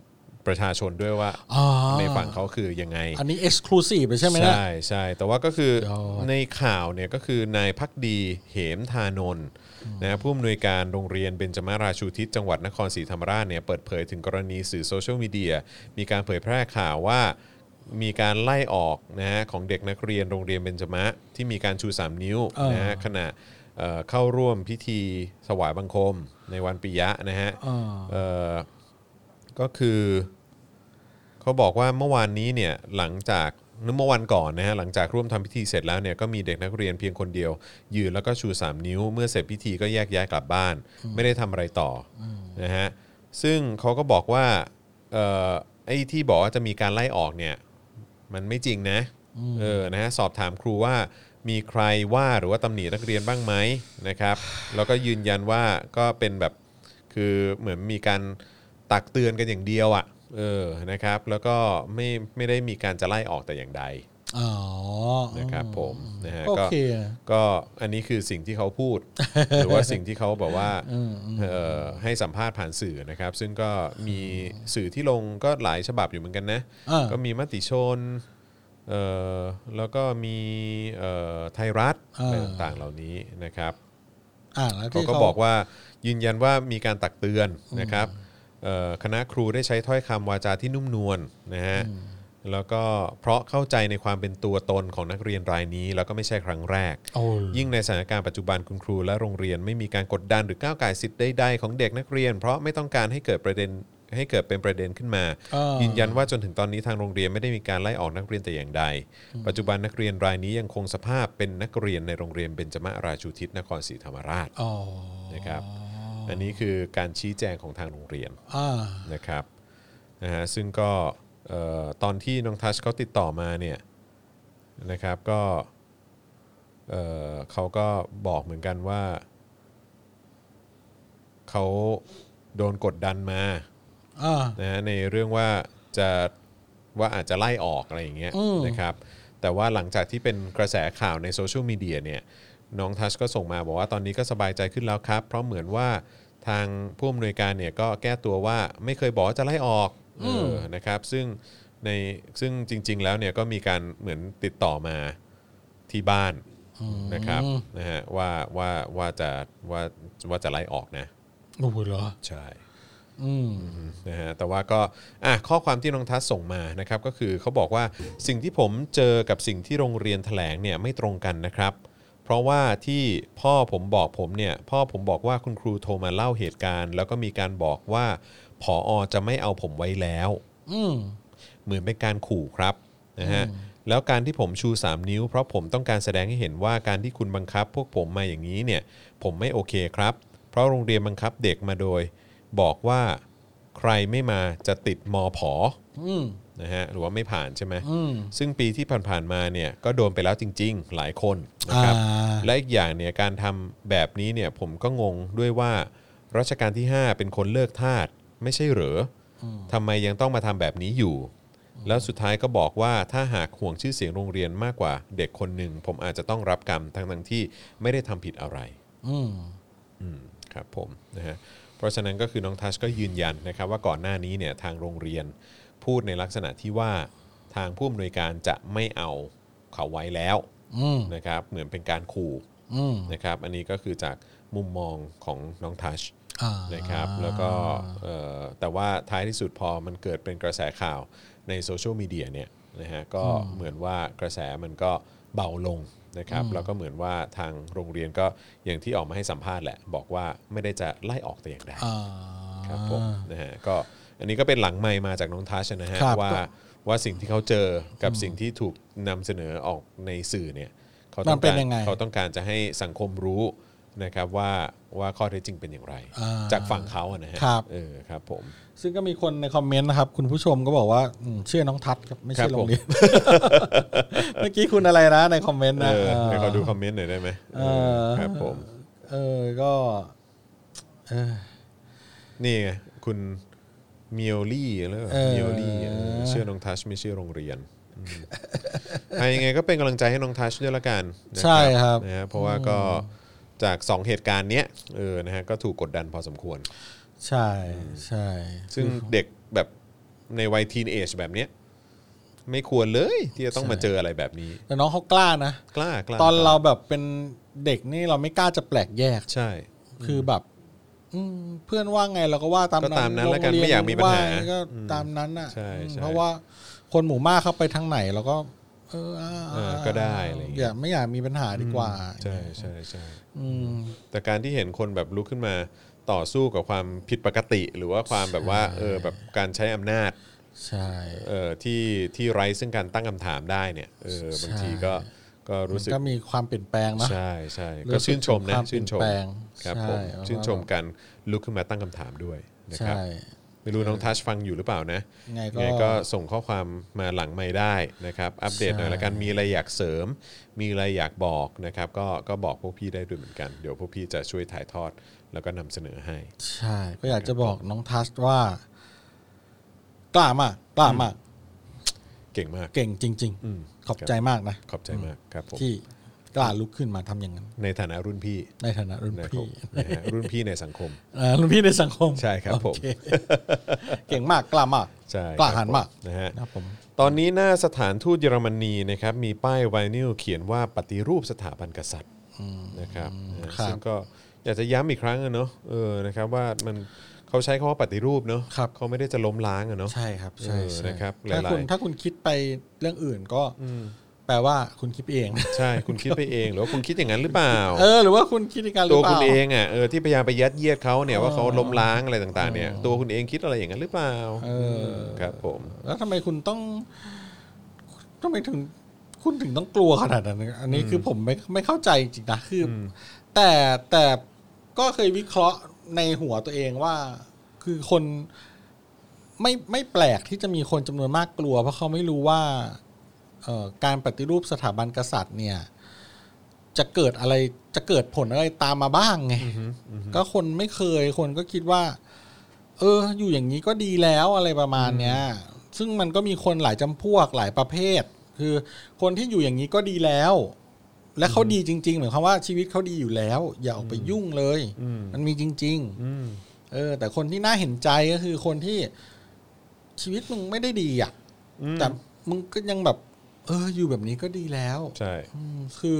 B: ประชาชนด้วยว่า
C: อ๋อ
B: ในฝั่งเขาคือยังไง
C: อันนี้ exclusive เลยใช่ไหมนะ
B: ใช่ใช่แต่ว่าก็คือย
C: อด
B: ในข่าวเนี่ยก็คือนายพักดีเหมธานนท์นะผู้อำนวยการโรงเรียนเบญจมาราชูทิศจังหวัดนครศรีธรรมราชเนี่ยเปิดเผยถึงกรณีสื่อโซเชียลมีเดียมีการเผยแพร่ข่าวว่ามีการไล่ออกนะฮะของเด็กนักเรียนโรงเรียนเบญจมะที่มีการชู 3 นิ้วนะฮะขณะเอ่อเข้าร่วมพิธีสวายบังคมในวันปิยะนะฮะ
C: อ่า
B: เอ่อก็คือเขาบอกว่าเมื่อวานนี้เนี่ยหลังจากเมื่อวันก่อนนะฮะหลังจากร่วมทำพิธีเสร็จแล้วเนี่ยก็มีเด็กนักเรียนเพียงคนเดียว ยืนแล้วก็ชู 3 นิ้ว เมื่อเสร็จพิธีก็แยกย้ายกลับบ้าน ไม่ได้ทำอะไรต่ออนะฮะซึ่งเขาก็บอกว่าเอ่อไอ้ที่บอกว่าจะมีการไล่ออกเนี่ย มันไม่จริงนะ เออ นะฮะ สอบถามครูว่ามีใครว่าหรือว่าตำหนินักเรียนบ้างไหมนะครับ แล้วก็ยืนยันว่าก็เป็นแบบ คือเหมือนมีการตักเตือนกันอย่างเดียวอะ่ะ เออ นะครับ แล้วก็ไม่ไม่ได้มีการจะไล่ออกแต่อย่างใด
C: อ๋อ
B: นะครับผม นะฮะ
C: โอ
B: ก็
C: เคนะ
B: ก็อันนี้คือสิ่งที่เขา พูด หรือว่าสิ่งที่เขาแบบว่าเอ่อให้สัมภาษณ์ผ่านสื่อนะครับ ซึ่งก็มีสื่อที่ลงก็หลายฉบับอยู่เหมือนกันนะ
C: อ่า
B: ก็มีมติชนเอ่อแล้วก็มีเอ่อไทยรัฐอะไรต่างๆเหล่านี้นะครับ
C: อ่าแล้ว
B: เขา
C: ที่
B: ก็บอกว่ายืนยันว่ามีการตักเตือนนะครับเอ่อคณะครูได้ใช้ถ้อยคำวาจาที่นุ่มนวลนะฮะแล้วก็เพราะเข้าใจในความเป็นตัวตนของนักเรียนรายนี้ แล้วก็ไม่ใช่ครั้งแรก
C: โอ้ย
B: ยิ่งในสถานการณ์ปัจจุบันคุณครูและโรงเรียนไม่มีการกดดันหรือก้าวไก่ายสิทธิ์ใดๆของเด็กนักเรียน เพราะไม่ต้องการให้เกิดประเด็นให้เกิดเป็นประเด็นขึ้นมา
C: เออ
B: ยืนยันว่าจนถึงตอนนี้ทางโรงเรียนไม่ได้มีการไล่ออกนักเรียนแต่อย่างใด ปัจจุบันนักเรียนรายนี้ยังคงสภาพเป็นนักเรียนในโรงเรียนเบญจมาราชูทิศนครศรีธรรมราช
C: อ๋อ
B: นะครับ อันนี้คือการชี้แจงของทางโรงเรียน
C: อ่า
B: นะครับนะฮะซึ่งก็เอ่อตอนที่น้องทัชเขาติดต่อมาเนี่ยนะครับก็เอ่อเขาก็บอกเหมือนกันว่าเขาโดนกดดันมา
C: อ่า
B: นะฮะในเรื่องว่าจะว่าอาจจะไล่ออกอะไรอย่างเงี้ย
C: อืม
B: นะครับแต่ว่าหลังจากที่เป็นกระแสข่าวในโซเชียลมีเดียเนี่ยน้องทัชก็ส่งมาบอกว่าตอนนี้ก็สบายใจขึ้นแล้วครับ เพราะเหมือนว่าทางผู้อำนวยการเนี่ยก็แก้ตัวว่าไม่เคยบอกว่าจะไล่ออกเออนะครับซึ่ง ในซึ่งจริง ๆ แล้วเนี่ยก็มีการเหมือนติดต่อมาที่บ้านนะครับนะฮะว่าว่าว่าจะว่าว่าจะไล่ออกนะ
C: โอ้โหเหรอ
B: ใช่
C: อืม
B: นะฮะแต่ว่าก็อ่ะข้อความที่น้องทัศส่งมานะครับก็คือเขาบอกว่าสิ่งที่ผมเจอกับสิ่งที่โรงเรียนแถลงเนี่ยไม่ตรงกันนะครับ เพราะว่าที่พ่อผมบอกผมเนี่ยพ่อผมบอกว่าคุณครูโทรมาเล่าเหตุการณ์ แล้วก็มีการบอกว่าผออจะไม่เอาผมไว้แล้ว
C: อืม
B: เหมือนเป็นการขู่ครับนะฮะแล้วการที่ผมชู 3 นิ้ว เพราะผมต้องการแสดงให้เห็นว่าการที่คุณบังคับ พวกผมมาอย่างนี้เนี่ยผมไม่โอเคครับ เพราะโรงเรียนบังคับเด็กมาโดย บอกว่าใครไม่มาจะติดมอผอ
C: อืม
B: นะฮะหรือว่าไม่ผ่านใช่ไหม
C: อืม
B: ซึ่งปีที่ผ่านๆมาเนี่ยก็โดนไปแล้วจริง ๆ หลายคนนะครับ
C: อ่า
B: และอีกอย่างเนี่ยการทำแบบนี้เนี่ยผมก็งงด้วยว่ารัชกาลที่ 5 เป็นคนเลิกทาสไม่ใช่เหรออทำไมยังต้องมาทำแบบนี้อยู่ แล้วสุดท้ายก็บอกว่าถ้าหากห่วงชื่อเสียงโรงเรียนมากกว่าเด็กคนหนึ่ง ผมอาจจะต้องรับกรรมทั้งทั้งๆที่ไม่ได้ทำผิดอะไร
C: อืม
B: อืมครับผมนะฮะเพราะฉะนั้นก็คือน้องทัชก็ยืนยันนะครับว่าก่อนหน้านี้เนี่ยทางโรงเรียนพูดในลักษณะที่ว่าทางผู้อำนวยการจะไม่เอาเขาไว้แล้ว
C: อืม
B: นะครับเหมือนเป็นการขู่
C: อืม
B: นะครับอันนี้ก็คือจากมุมมองของน้องทัช
C: อ่า
B: นะครับแล้วก็เอ่อแต่ว่าท้ายที่สุดพอมันเกิดเป็นกระแสข่าวในโซเชียลมีเดียเนี่ยนะฮะก็เหมือนว่ากระแสมันก็เบาลงนะครับแล้วก็เหมือนว่าทางโรงเรียนก็อย่างที่ออกมาให้สัมภาษณ์แหละ บอกว่าไม่ได้จะไล่ออกแต่อย่างใด
C: อ่า
B: ครับผมนะฮะก็อันนี้ก็เป็นหลังไมค์มาจากน้องทัชนะฮะ
C: ครับ
B: ว่าว่าสิ่งที่เขาเจอกับสิ่งที่ถูกนำเสนอออกในสื่อเนี่ย เขาต้อ
C: มั
B: ง
C: นเป็
B: กาน ร
C: ยังไง
B: เขาต้องการจะให้สังคมรู้นะครับว่าว่าข้อเท็จจริงเป็นอย่างไร
C: อ่า
B: จากฝั่งเขาอะนะฮะ
C: ครับ
B: เออครับผม
C: ซึ่งก็มีคนในคอมเมนต์นะครับ คุณผู้ชมก็บอกว่าอืมเชื่อน้องทัศน์ครับไม่
B: ครั
C: ใช่
B: บ
C: โรงเรียน เมื่อกี้คุณอะไรนะในคอมเมนต์
B: เอ
C: นะ
B: อ
C: เออ
B: ให้เขาดูคอมเมนต์หน่อยได้ไหม
C: เออ
B: ครับผม
C: เออก็เออ
B: นี่ไงคุณเมียวลี่หรือเปล่า
C: เออ
B: เมียวลี่เออเชื่อน้องทัชไม่เชื่อโรงเรียนอืมอ่ะยังไงก็เป็นกำลังใจให้น้องทัชด้วยละกันนะ
C: ใช่ครับ
B: นะฮะเพราะว่าก็จากสองเหตุการณ์เนี้ยเออนะฮะก็ถูกกดดันพอสมควร
C: ใช่ใช่
B: ซึ่งเด็กแบบในวัยทีนเอจแบบเนี้ยไม่ควรเลยที่จะต้องมาเจออะไรแบบนี้
C: แต่น้องเขากล้านะ
B: กล้ากล้า
C: ตอนเรา
B: กล้
C: แบบเป็นเด็กนี่เราไม่กล้าจะแปลกแยก
B: ใช่
C: คือแบบ อืมเพื่อนว่าไงเราก็ว่าตาม
B: ก็ตามนั้น
C: โรง
B: แล้วกัน
C: เรี
B: ไม่อยากมีปัญหา
C: ว่ไงก็ตามนั้นอ่ะ
B: ใช่
C: อืม
B: ใช่
C: เพราะว่าคนหมู่มากเข้าไปทางไหนเราก็ เอออ่า
B: เออก็ได้อะไรอย่างเงี้ย
C: อย่าไม่อยากมีปัญหาดีกว่า
B: ใช่ใช่ใช่
C: อืม
B: แต่การที่เห็นคนแบบลุกขึ้นมาต่อสู้กับความผิดปกติ หรือว่าความแบบว่าเออแบบการใช้อำนาจ
C: ใช่
B: เออที่ที่ไร้ซึ่งการตั้งคำถามได้เนี่ยเออบางทีก็ก็รู้สึก
C: มันก็มีความเปลี่ยนแปลงนะ
B: ใช่ใช่
C: รู้
B: ก็
C: สึก
B: ชื่นชมนะ
C: ถึงความ
B: ชื่นชม
C: เปลี่ยนแปลง
B: ครับผม
C: ใช่
B: ชื่นชมการลุกขึ้นมาตั้งคำถามด้วยนะครั
C: ใช่
B: บ ไม่รู้น้องทัชฟังอยู่หรือเปล่านะ
C: ไงก็
B: ก็ส่งข้อความมาหลังไม่ได้นะครับ อัปเดตหน่อยละกัน
C: ใช่
B: มีอะไรอยากเสริม มีอะไรอยากบอกนะครับ ก็ก็บอกพวกพี่ได้ด้วยเหมือนกัน เดี๋ยวพวกพี่จะช่วยถ่ายทอดแล้วก็นำเสนอให้
C: ใช่ ก็อยากจะบอกน้องทัชว่ากล้ามากกล้ามาก
B: เก่งมาก
C: เก่งจริง
B: อืม
C: ๆ ขอบใจมากนะ
B: ขอบใจมากครับผม
C: ที่กล้าลุกขึ้นมาทำอย่างนั้น
B: ในฐานะรุ่นพี่
C: ในฐานะรุ่น
B: นะครับ
C: พี่
B: นะฮะรุ่นพี่ในสังคม
C: เอ่อรุ่นพี่ในสังคม
B: ใช่ครับผม
C: โอเเก่งมากกล้ามาก
B: ใช่
C: กล้าหาญมาก
B: นะฮะ
C: นะครับผม
B: ตอนนี้หน้าสถานทูตเยอรมนีนะครับมีป้ายไวนิลเขียนว่าปฏิรูปสถาบันกษัตริย์นะครับนะซึ่งก็อยากจะย้ำอีกครั้งอะเนาะเออนะครับว่ามันเขาใช้คำว่าปฏิรูปเนาะเขาไม่ได้จะล้มล้างอะเนาะ
C: ใช่ครับ ใช่
B: เออ
C: ใช่
B: นะครับหลายๆ
C: ถ้าคุณถ้าคุณคิดไปเรื่องอื่นก็แปลว่าคุณคิดเอง
B: ใช่คุณคิดไปเองหรือว่าคุณคิดอย่างนั้นหรือเปล่า
C: เออ หรือว่าคุณคิดในการหรื
B: ตัว
C: อเป
B: คุณ
C: ล่า
B: เองอ่ะเออที่พยายามไปยัดเยียดเขาเนี่ยว่าเขาล้มล้างอะไรต่างๆเนี่ยตัวคุณเองคิดอะไรอย่างนั้นหรือเปล่า
C: อ
B: ครับผม
C: แล้วทำไมคุณต้องทำไมถึงคุณถึงต้องกลัวขนาดนั้นอันนี้คือผมไม่ไม่เข้าใจจริงๆนะคืออแต่แต่ก็เคยวิเคราะห์ในหัวตัวเองว่า คือคนไม่ไม่แปลกที่จะมีคนจำนวนมากกลัว เพราะเขาไม่รู้ว่าเอ่อการปฏิรูปสถาบันกษัตริย์เนี่ย จะเกิดอะไรจะเกิดผลอะไรตามมาบ้างไงก็คนไม่เคยคนก็คิดว่า เออ อยู่อย่างนี้ก็ดีแล้วอะไรประมาณเนี้ย ซึ่งมันก็มีคนหลายจำพวกหลายประเภท คือคนที่อยู่อย่างนี้ก็ดีแล้ว และเขาดีจริงๆหมายความว่าชีวิตเขาดีอยู่แล้ว อย่าออกไปยุ่งเลย มันมีจริง
B: อืม
C: ๆ เออ แต่คนที่น่าเห็นใจก็คือคนที่ชีวิตมึงไม่ได้ดีอ่ะ แต่มึงก็ยังแบบ เออ อยู่แบบนี้ก็ดีแล้ว
B: ใช่
C: อืมคือ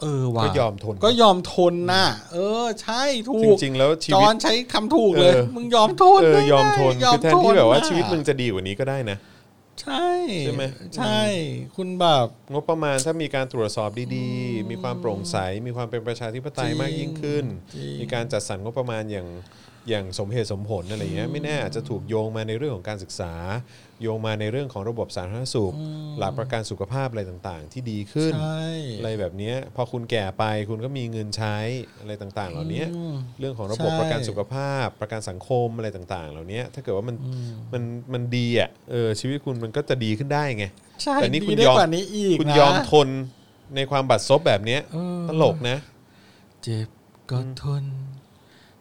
C: เออว่ะ
B: ก็ยอมทน
C: ก็ยอมทนน่ะ เออ ใช่ถู
B: จ
C: ก
B: ริง ๆ แล้วชี
C: จอ
B: วิต
C: นใช้คำถูกเลย
B: เออ
C: มึงยอมทน
B: เออ
C: ได้
B: ยอมทน
C: ยอ
B: คือแทนที่แบบว่า
C: ะ
B: ชีวิตมึงจะดีกว่านี้ก็ได้นะ
C: ใช่
B: ใช่ไหม
C: ใช่ คุณแบบ
B: งบประมาณถ้ามีการตรวจสอบดีๆ มีความโปร่งใส มีความเป็นประชาธิปไตย
C: จริง
B: มากยิ่งขึ้น
C: จริง
B: มีการจัดสรรงบประมาณอย่างอย่างสมเหตุสมผลอะไรเงี้ยไม่แน่อาจจะถูกโยงมาในเรื่องของการศึกษา โยงมาในเรื่องของระบบสาธารณสุข หลักประกันสุขภาพอะไรต่างๆ ที่ดีขึ้น
C: ใช่
B: อะไรแบบเนี้ยพอคุณแก่ไปคุณก็มีเงินใช้อะไรต่างๆ เหล่านี้
C: อืม
B: เรื่องของระบบ
C: ใช่
B: ประกันสุขภาพ ประกันสังคมอะไรต่างๆ เหล่านี้ถ้าเกิดว่ามันมันมันดีอ่ะเออชีวิตคุณมันก็จะดีขึ้นได้ไง
C: ใช่
B: แต่นี่คุณ
C: ดีได้
B: ยอม
C: กว่านี้อีก
B: คุณ
C: นะ
B: ยอมทนในความบัดซบแบบเนี้ย
C: เออ
B: ตลกนะ
C: เจ็บก็ทน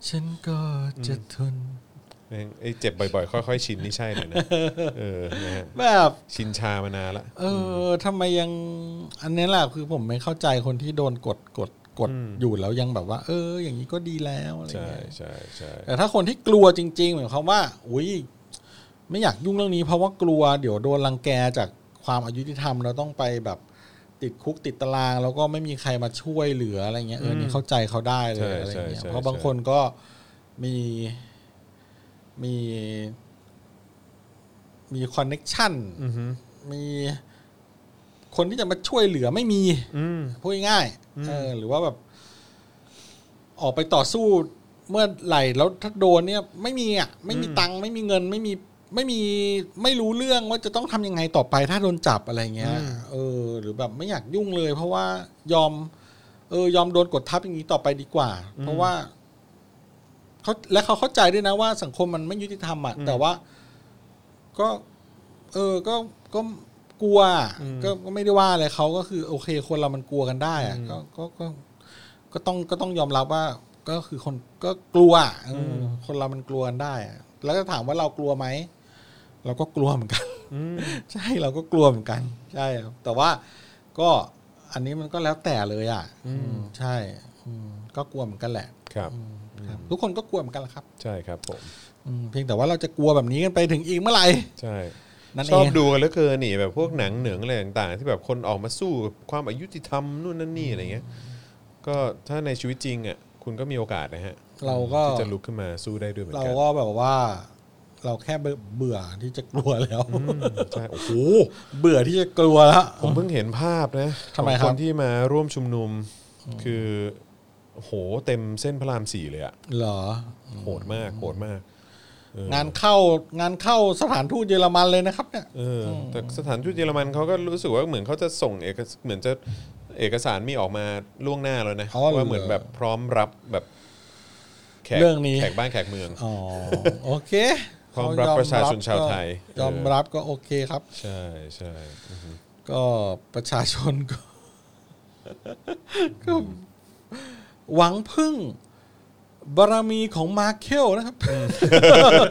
C: ฉันก็จะทน
B: แม่งไอ้เจ็บบ่อยๆ ค่อย ๆ ชินนี่ใช่เลยนะ เออนะฮะ
C: แบบ
B: ชินชามานานละ
C: เออทำไมยัง อันนี้แหละคือผมไม่เข้าใจคนที่โดนกดกดกด
B: อืม
C: อยู่แล้วยังแบบว่า เออ อย่างนี้ก็ดีแล้วอะไร
B: ใช่
C: เงี้ย
B: ใช่ใช่
C: แต่ถ้าคนที่กลัวจริงๆเหมือนความว่า อุ้ยไม่อยากยุ่งเรื่องนี้ เพราะว่ากลัวเดี๋ยวโดนรังแกจากความอายุที่ทำเราต้องไปแบบติดคุกติดตาราง แล้วก็ไม่มีใครมาช่วยเหลืออะไรเงี้ยเออนี่เข้าใจเขาได้เลยอะไรเงี้ยเพราะบางคนก็มีมี มีคอนเน็ชัน
B: อือหือ
C: มีคนที่จะมาช่วยเหลือไม่มี
B: อืม
C: พูดง่ายๆเออหรือว่าแบบ ออกไปต่อสู้เมื่อไหร่แล้วถ้าโดนเนี่ย ไม่มีอ่ะไม่มีตังค์ไม่มีเงิน ไม่มีไม่มีไม่รู้เรื่องว่าจะต้องทำยังไงต่อไปถ้าโดนจับอะไรเงี้ยเออ หรือแบบไม่อยากยุ่งเลย เพราะว่ายอม เออยอมโดนกดทับอย่างนี้ต่อไปดีกว่า เพราะว่าเขาและเขาเข้าใจด้วยนะว่าสังคมมันไม่ยุติธรรมอ่ะแต่ว่า ก็ เออ ก็ ก็กลัวอะก็ก็ไม่ได้ว่าอะไรเขาก็คือ โอเค คนเรามันกลัวกันได้อะก็ก็ก็ ก็ต้อง ก็ต้องยอมรับว่า ก็คือคน ก็กลัวอะเอออคนเรามันกลัวกันได้อะแล้วจะถามว่าเรากลัวไหม เราก็กลัวเหมือนกัน ใช่ เราก็กลัวเหมือนกัน ใช่ครับแต่ว่าก็ อันนี้มันก็แล้วแต่เลยอ่ะ อืม ใช่ อืม ก็กลัวเหมือนกันแหละ
B: ครับ
C: ครับ ทุกคนก็กลัวเหมือนกันแหละครับ
B: ใช่ครับผม
C: อืม เพียงแต่ว่าเราจะกลัวแบบนี้กันไปถึงอีกเมื่อไหร่
B: ใช่
C: นั่นเอง
B: ชอบดูกันเหลือเกินนี่แบบพวกหนังเหนืองอะไรต่างๆ ที่แบบคนออกมาสู้กับความอายุติธรรมนู่นนั่นนี่อะไรเงี้ยก็ถ้าในชีวิตจริงอ่ะคุณก็มีโอกาสนะฮะ
C: เราก็
B: ที่จะลุกขึ้นมาสู้ได้ด้วยเหมือน
C: เรา
B: กัน
C: ก็แบบว่า เราแค่เบื่อเบื่อที่จะกลัวแล้ว
B: อืมใช่โอ้โห
C: เบื่อที่จะกลัวแล้ว
B: ผมเพิ่งเห็นภาพนะ
C: ทำไม
B: ของ
C: ครั
B: ค
C: บ
B: นที่มาร่วมชุมนุมคือโอ้โหเต็มเส้นพระรามสี่เลยอ่ะ
C: เหรอ
B: โหดมากโหดมากเออง
C: านเข้างานเข้าสถานทูตเยอรมันเลยนะครับ เนี่ย
B: เออแต่สถานทูตเยอรมันเขาก็รู้สึกว่าเหมือนเขาจะส่งเอกสเหมือนจะเอกสารมีออกมาล่วงหน้าแล้วนะ
C: อ๋อเหรอ
B: ว่าเหมือนแบบพร้อมรับแบบ แขก
C: เรื่องนี้
B: แขกบ้านแขกเมือง
C: อ๋อโอเค
B: พร้อมรับ
C: เขย
B: ประชาชนชาวไทย
C: ก็ยอมรับก็โอเคครับ
B: ใช่ใช่
C: ก็ประชาชน ก็ ก็หวังพึ่ง บารมีของมาร์เคลนะครับ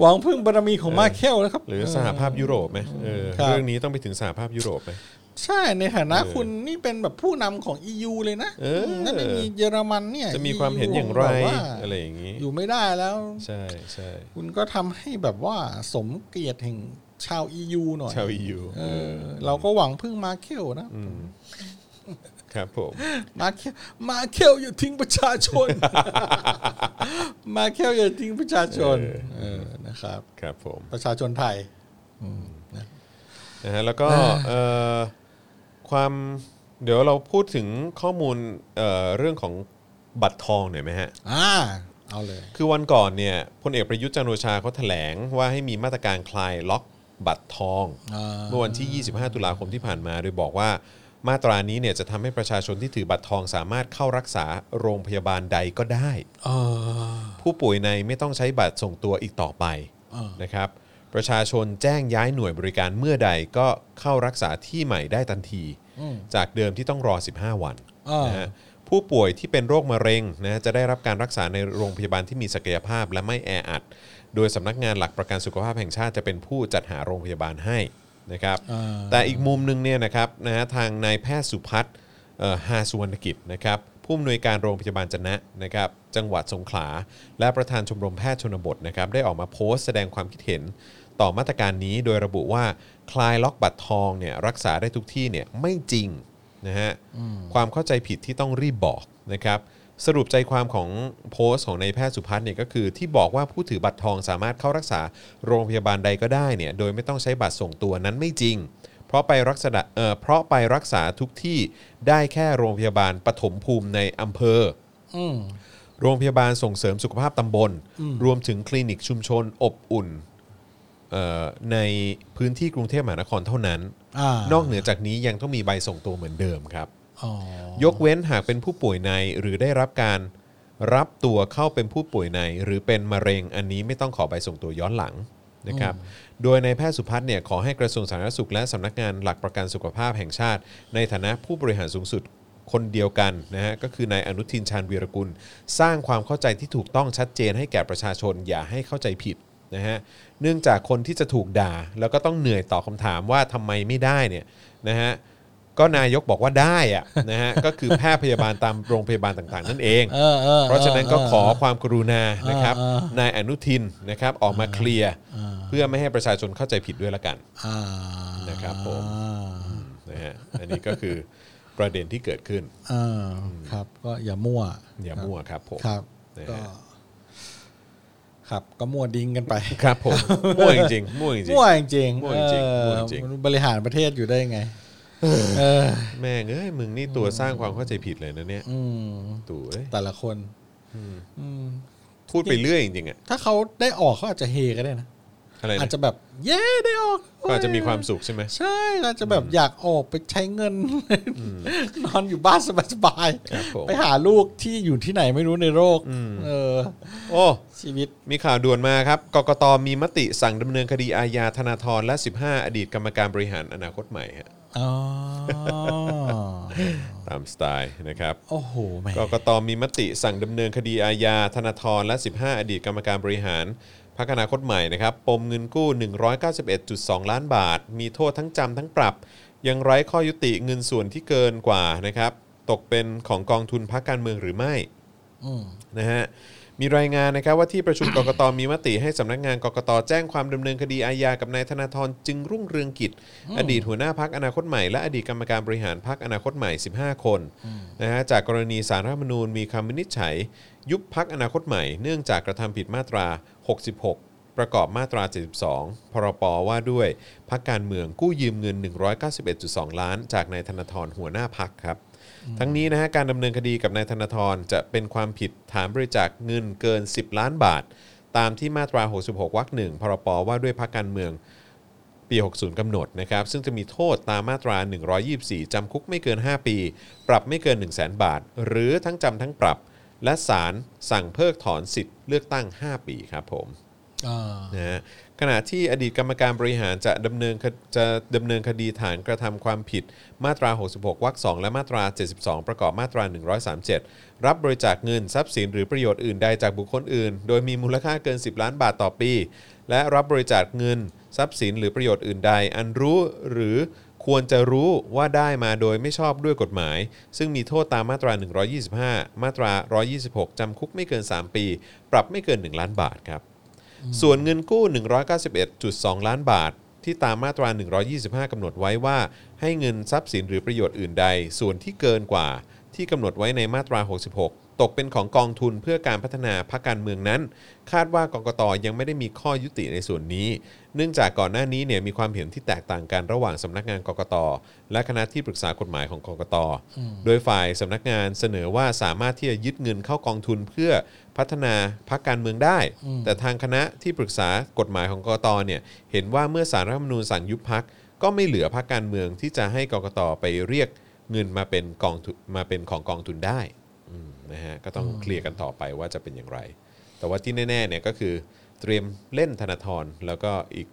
C: หวังพึ่งบารมีของมาร์เคลนะครับ
B: หรือสหภาพยุโรปไหมเออ
C: ครับ
B: เรื่องนี้ต้องไปถึงสหภาพยุโรปไหม
C: ใช่ในฐานะ
B: เออ
C: คุณนี่เป็นแบบผู้นำของ EU เลยนะ
B: เออ
C: ถ้าไม่มีเยอรมันเนี่ย
B: จะมี
C: EU
B: ความเห็นอย่างไร
C: แบบว่า
B: อะไรอย่างนี้
C: อยู่ไม่ได้แล้ว
B: ใช่ใช่
C: คุณก็ทำให้แบบว่าสมเกียรติแห่งชาว EU หน่อย
B: ชาวยู
C: เออ เราก็หวังพึ่งมาร์เคลนะ
B: ครับผม
C: มาร์เคลมาร์เคลอย่าทิ้งประชาชน มาร์เคลอย่าทิ้งประชาชนเออนะครับ
B: ครับผม
C: ประชาชนไทย
B: นะฮะแล้วก็เอ่อความเดี๋ยวเราพูดถึงข้อมูลเอ่อเรื่องของบัตรทองหน่อยไหมฮะ
C: อ่า เอาเลย
B: คือวันก่อนเนี่ยพลเอกประยุทธ์จันทร์โอชาเขาแถลงว่าให้มีมาตรการคลายล็อกบัตรทอง
C: อ่า
B: เมื่อวันที่ 25 ตุลาคมที่ผ่านมา โดยบอกว่ามาตรานี้เนี่ยจะทำให้ประชาชนที่ถือบัตรทองสามารถเข้ารักษาโรงพยาบาลใดก็ได้
C: เออ
B: ผู้ป่วยในไม่ต้องใช้บัตรส่งตัวอีกต่อไป
C: อ่าน
B: นะครับ ประชาชนแจ้งย้ายหน่วยบริการเมื่อใดก็เข้ารักษาที่ใหม่ได้ทันที จากเดิมที่ต้องรอ 15 วัน
C: อ่า
B: นะฮะผู้ป่วยที่เป็นโรคมะเร็งนะฮะจะได้รับการรักษาในโรงพยาบาลที่มีศักยภาพและไม่แออัด โดยสำนักงานหลักประกันสุขภาพแห่งชาติจะเป็นผู้จัดหาโรงพยาบาลให้นะครับ
C: อ่า
B: แต่อีกมุมหนึงเนี่ยนะครับนะฮะทางนายแพทย์สุพัฒน์เอ่อฮาสุวรรณกิจนะครับ ผู้อำนวยการโรงพยาบาลจะนะนะครับจังหวัดสงขลา และประธานชมรมแพทย์ชนบทนะครับได้ออกมาโพสต์แสดงความคิดเห็น ต่อมาตรการนี้โดยระบุว่าคลายล็อกบัตรทองเนี่ยรักษาได้ทุกที่เนี่ยไม่จริงนะฮะความเข้าใจผิดที่ต้องรีบบอกนะครับสรุปใจความของโพสต์ของนายแพทย์สุพัฒน์เนี่ยก็คือที่บอกว่าผู้ถือบัตรทองสามารถเข้ารักษาโรงพยาบาลใดก็ได้เนี่ยโดยไม่ต้องใช้บัตรส่งตัวนั้นไม่จริง เพราะไปรักษาเอ่อเพราะไปรักษาทุกที่ได้แค่โรงพยาบาลปฐมภูมิในอำเภอ
C: อืม
B: โรงพยาบาลส่งเสริมสุขภาพตำบล รวมถึงคลินิกชุมชนอบอุ่นเอ่อในพื้นที่กรุงเทพมหานครเท่านั้น
C: อ่าน
B: นอกเหนือจากนี้ยังต้องมีใบส่งตัวเหมือนเดิมครับ
C: อ๋อย
B: กเว้นหากเป็นผู้ป่วยในหรือได้รับการรับตัวเข้าเป็นผู้ป่วยใน หรือเป็นมะเร็งอันนี้ไม่ต้องขอใบส่งตัวย้อนหลังนะครับ โดยนายแพทย์สุพัฒน์เนี่ยขอให้กระทรวงสาธารณสุขและสำนักงานหลักประกันสุขภาพแห่งชาติ ในฐานะผู้บริหารสูงสุดคนเดียวกันนะฮะก็คือนายอนุทินชาญวีรกุล สร้างความเข้าใจที่ถูกต้องชัดเจนให้แก่ประชาชนอย่าให้เข้าใจผิดนะฮะเนื่องจากคนที่จะถูกด่า แล้วก็ต้องเหนื่อยตอบคำถามว่าทำไมไม่ได้เนี่ยนะฮะ ก็นายกบอกว่าได้อะ นะฮะก็คือแพทย์พยาบาลตามโรงพยาบาลต่างๆ นั่นเอง
C: เออออ
B: เพราะฉะนั้นก็
C: เ
B: ขอความกรุณานะครับ
C: เออเออ
B: นายอนุทินนะครับออกมาเคลียร์เพื่อไม่ให้ประชาชนเข้าใจผิดด้วยละกัน
C: อ่า
B: นะครับผมนะฮะอันนี้ก็คือประเด็นที่เกิดขึ้น
C: อ่าครับ ก็อย่ามั่ว
B: อย่ามั่วครับผม
C: ครับ
B: นะฮะ
C: ก็ครับก็มั่วดิ้งกันไป
B: ครับ ผมมั่วจริงๆมั่วจริง
C: มั่วจริงๆ
B: มั่วจริงๆ
C: เออ
B: มั่วจริง
C: มันบริหารประเทศอยู่ได้ไง เออ
B: ๆแม่งเอ้ยมึงนี่ตัวสร้างความเข้าใจผิดเลยนะเนี่ย
C: อืม
B: ตู่เอ้ย
C: แต่ละคน อืม
B: พูดไปเรื่อยจริงๆอะ
C: ถ้าเขาได้ออกเขาอาจจะเฮก็ได้นะ
B: อะไร
C: อา
B: นะ
C: จจะแบบ เย้ได้ออก
B: ก็อาจจะมีความสุขใช่ไหม
C: ใช่อาจจะแบบอยากออกไปใช้เงิน นอนอยู่บ้านสบาย
B: ครับผม
C: ๆ ไปหาลูกที่อยู่ที่ไหนไม่รู้ในโลกเออ
B: โอ้
C: ชีวิต
B: มีข่าวด่วนมาครับ กกตมีมติสั่งดำเนินคดีอาญาธนาธรและ 15 อดีตกรรมการบริหารอนาคตใหม่ฮะ
C: อ๋อ
B: ตามสไตล์นะครับ
C: โอ้โหแหม่
B: กกตมีมติสั่งดำเนินคดีอาญาธนาธรและ 15 อดีตกรรมการบริหารพักอนาคตใหม่นะครับ ปมเงินกู้ 191.2 ล้านบาท มีโทษทั้งจำทั้งปรับ ยังไร้ข้อยุติเงินส่วนที่เกินกว่านะครับ ตกเป็นของกองทุนพักการเมืองหรือไม่ นะฮะมีรายงานนะครับว่าที่ประชุม กกตมีมติให้สำนักงานกกตแจ้งความดำเนินคดีอาญากับนายธนาธรจึงรุ่งเรืองกิจ อดีตหัวหน้าพักอนาคตใหม่และอดีตกรรมการบริหารพักอนาคตใหม่ 15 คนนะฮะจากกรณีสารรัฐธรรมนูญมีคำวินิจฉัย ยุบพักอนาคตใหม่ เนื่องจากกระทำผิดมาตรา 66 ประกอบมาตรา 72 พรปว่าด้วยพักการเมืองกู้ยืมเงิน 191.2 ล้าน จากนายธนาธรหัวหน้าพักครับ ทั้งนี้นะฮะการดำเนินคดีกับนายธนาธรจะเป็นความผิดฐานบริจาคเงินเกิน 10 ล้านบาท ตามที่มาตรา 66วรรคหนึ่งพรปว่าด้วยพักการเมือง ปี 60 กำหนดนะครับ ซึ่งจะมีโทษตามมาตรา 124 จำคุกไม่เกิน 5 ปี ปรับไม่เกิน 1 0 0 0 0แบาท หรือทั้งจำทั้งปรับ และศาลสั่งเพิกถอนสิทธิ์เลือกตั้ง 5 ปีครับผม นะฮะขณะที่อดีตกรรมการบริหารจะดำเนินคจะดำเนินคดีฐานกระทำความผิดมาตรา 66 วรรค2และมาตรา 72 ประกอบมาตรา 137 รับบริจาคเงินทรัพย์สินหรือประโยชน์อื่นใดจากบุคคลอื่น โดยมีมูลค่าเกิน 10 ล้านบาทต่อปี และรับบริจาคเงินทรัพย์สินหรือประโยชน์อื่นใด อันรู้หรือควรจะรู้ว่าได้มาโดยไม่ชอบด้วยกฎหมาย ซึ่งมีโทษตามมาตรา 125 มาตรา 126 จำคุกไม่เกิน 3 ปี ปรับไม่เกิน 1 ล้านบาทครับ ส่วนเงินกู้ 191.2 ล้านบาท ที่ตามมาตรา 125 กำหนดไว้ว่า ให้เงินทรัพย์สินหรือประโยชน์อื่นใด ส่วนที่เกินกว่า ที่กำหนดไว้ในมาตรา 66 ตกเป็นของกองทุนเพื่อการพัฒนาพรรคการเมืองนั้น คาดว่ากกตยังไม่ได้มีข้อยุติในส่วนนี้ เนื่องจากก่อนหน้านี้เนี่ยมีความเห็นที่แตกต่างกันระหว่างสำนักงานกกต และคณะที่ปรึกษากฎหมายของกกต โดยฝ่ายสำนักงานเสนอว่าสามารถที่จะยึดเงินเข้ากองทุนเพื่อพัฒนาพรรคการเมืองได้ แต่ทางคณะที่ปรึกษากฎหมายของกกตเนี่ยเห็นว่าเมื่อสารรัฐธรรมนูญสั่งยุบพักก็ไม่เหลือพรรคการเมืองที่จะให้กกตไปเรียกเงินมาเป็นกองทุนมาเป็นของกองทุนได้อืมนะฮะก็ต้องเคลียร์กันต่อไปว่าจะเป็นอย่างไร แต่ว่าที่แน่ๆเนี่ยก็คือเตรียมเล่นธนาธรแล้วก็อีก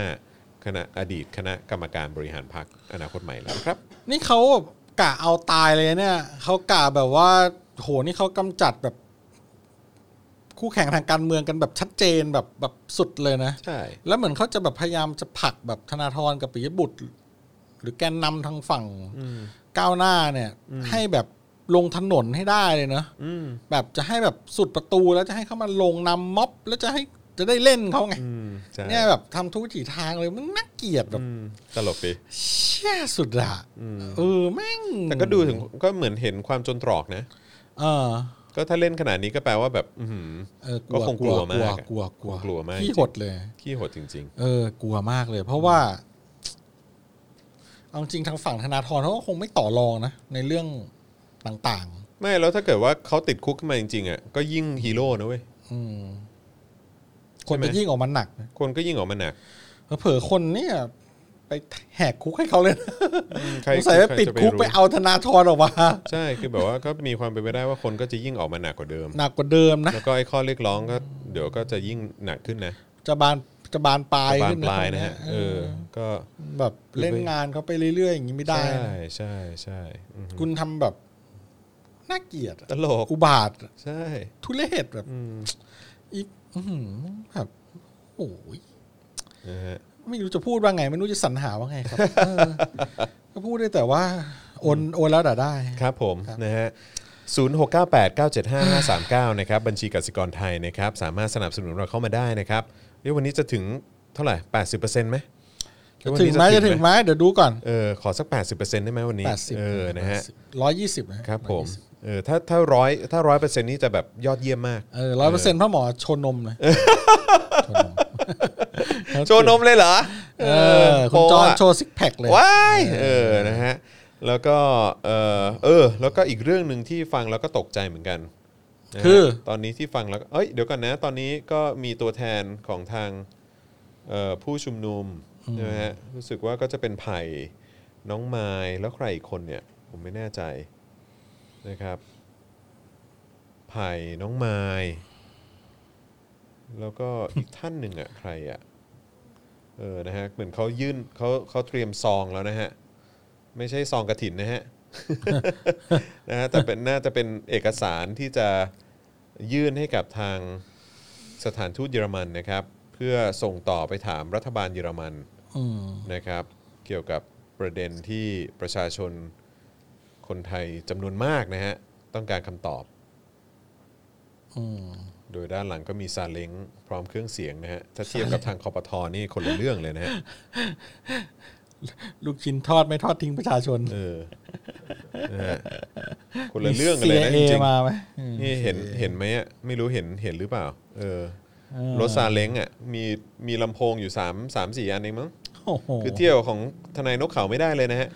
B: 15 คณะอดีตคณะกรรมการบริหารพรรคอนาคตใหม่แล้วครับ
C: นี่เขาแบบกะเอาตายเลยเนี่ย เขากะแบบว่า โหนี่เขากำจัดแบบ คู่แข่งทางการเมืองกันแบบชัดเจนแบบแบบสุดเลยนะ
B: ใช่
C: แล้วเหมือนเขาจะแบบพยายามจะผลักแบบธนาธรกับปิยบุตร หรือแกนนำทางฝั่งก้าวหน้าเนี่ย ให้แบบ ลงถนนให้ได้เลยเนอะแบบจะให้แบบสุดประตูแล้วจะให้เขามาลงนำม็อบ แล้วจะให้จะได้เล่นเขาไง
B: อืมใช่
C: เนี่ยแบบทำทุกวิถีทางเลยมันน่าเกลียดแบบ
B: อืมตลกดี
C: เชี่ยสุดอะเออแม่ง
B: แต่ก็ดูถึงก็เหมือนเห็นความจนตรอกนะ
C: เออ
B: ก็ถ้าเล่นขนาดนี้ก็แปลว่าแบบ อื้อหือ
C: เออ
B: ก็คงกลัวมากอะ
C: กลัวกลัว
B: กลัวมาก
C: ที่หดเลย
B: ขี้โหดจริง
C: เออกลัวมากเลย เพราะว่าเอาจริงทางฝั่งธนาธรเขาก็คงไม่ต่อรองนะ ในเรื่องต่าง
B: ๆ ไม่แล้วถ้าเกิดว่าเขาติดคุกขึ้นมาจริงๆอ่ะก็ยิ่งฮีโร่นะเว้ย
C: ๆ อืม คนจะยิ่งออกมาหนักนะ
B: คนก็ยิ่งออกมาหนัก
C: เผลอๆคนเนี่ย ไปแหกคุกให้เขาเลยนะ
B: ใคร
C: สงสัยไป
B: ใคร
C: ปิด
B: จะ
C: คุกไป
B: รู้
C: เอาธนาธรออกมา
B: ใช่ คือแบบว่าก็มีความเป็นไปได้ว่าคนก็จะยิ่งออกมาหนักกว่าเดิม
C: หนักกว่าเดิมนะ
B: แล้วก็ไอ้ข้อเรียกร้องก็เดี๋ยวก็จะยิ่งหนักขึ้นนะ
C: จะบานจะบานปลาย
B: บาน
C: ขึ้
B: ปลายนะฮะ
C: เอ
B: เอ
C: อ
B: อ ก็
C: แบบเล่นงานเขาไปเรื่อยๆอย่างนี้ไม่ได้
B: ใช่
C: นะ
B: ใช่ใช่อือหือ
C: คุณทำแบบน่าเกลียดอะ
B: ตลก
C: อุบาทอะ
B: ใช่
C: ทุเรศแบบอีกอื้อหือแบบโอ้ย
B: นะฮะ
C: ไม่รู้จะพูดว่าไง ไม่รู้จะสรรหาว่าไง ครับเออก็พูดได้แต่ว่าโอนโอนแล้วด่าได้
B: ครับผม
C: ครับ
B: นะฮะ0698 975 539 นะครับ บัญชีกสิกรไทยนะครับ สามารถสนับสนุนเราเข้ามาได้นะครับเดี๋ยววันนี้จะถึงเท่าไหร่ 80%ไหม
C: จะถึงไหมจะถึงไหมเดี๋ยวดูก่อน
B: เออขอสัก 80%ได้ไหมวันนี้
C: แปดสิบ
B: เออนะฮะ
C: ร้อยยี่สิบนะครับ
B: ผมเออถ้าถ้าร้อยถ้าร้อยเปอร์เซ็นต์นี่จะแบบยอดเยี่ยมมาก
C: เออร้อยเปอร์เซ็นต์พ่อหมอโชนนมเลย
B: โชว์นมเลยเหรอ
C: เออคุณจอนโชว์ซิกแพคเลย
B: ว้ายเออนะฮะแล้วก็เออเออ แล้วก็อีกเรื่องหนึ่งที่ฟังแล้วก็ตกใจเหมือนกันนะฮะ
C: คือ
B: ตอนนี้ที่ฟังแล้วก็เอ้ยเดี๋ยวก่อนนะ ตอนนี้ก็มีตัวแทนของทางเอ่อผู้ชุมนุมนะฮะรู้สึกว่าก็จะเป็นไผ่น้องไม้แล้วใครอีกคนเนี่ย ผมไม่แน่ใจนะครับไผ่น้องไม้แล้วก็อีกท่านหนึ่งอ่ะใครอ่ะ เออ นะฮะ เหมือนเขายื่นเขาเขาเตรียมซองแล้วนะฮะ ไม่ใช่ซองกระถินนะ ฮะ นะฮะ แต่เป็นน่าจะเป็นเอกสารที่จะยื่นให้กับทางสถานทูตเยอรมันนะครับ เพื่อส่งต่อไปถามรัฐบาลเยอรมัน
C: อืม
B: นะครับ เกี่ยวกับประเด็นที่ประชาชนคนไทยจำนวนมากนะฮะ ต้องการคำตอบ
C: อืม
B: โดยด้านหลังก็มีซาเล้งพร้อมเครื่องเสียงนะฮะ ถ้าเทียบกับทางคอปทอนี่คนละเรื่องเลยนะฮะ
C: ลูกชิ้นทอดไม่ทอดทิ้งประชาชน
B: เออนะฮะคนละเรื่องกันเลยนะจ
C: มี CIA
B: ริง
C: มาไหม
B: ๆนี่เห็นเห็นไหมอ่ะไม่รู้เห็นเห็นหรือเปล่า เออ
C: เออ
B: รถซาเล้งอ่ะมีมีลำโพงอยู่3 3 4 อันเองมั้ง
C: โอ้โห
B: คือเที่ยวของทนายนกเขาไม่ได้เลยนะฮะ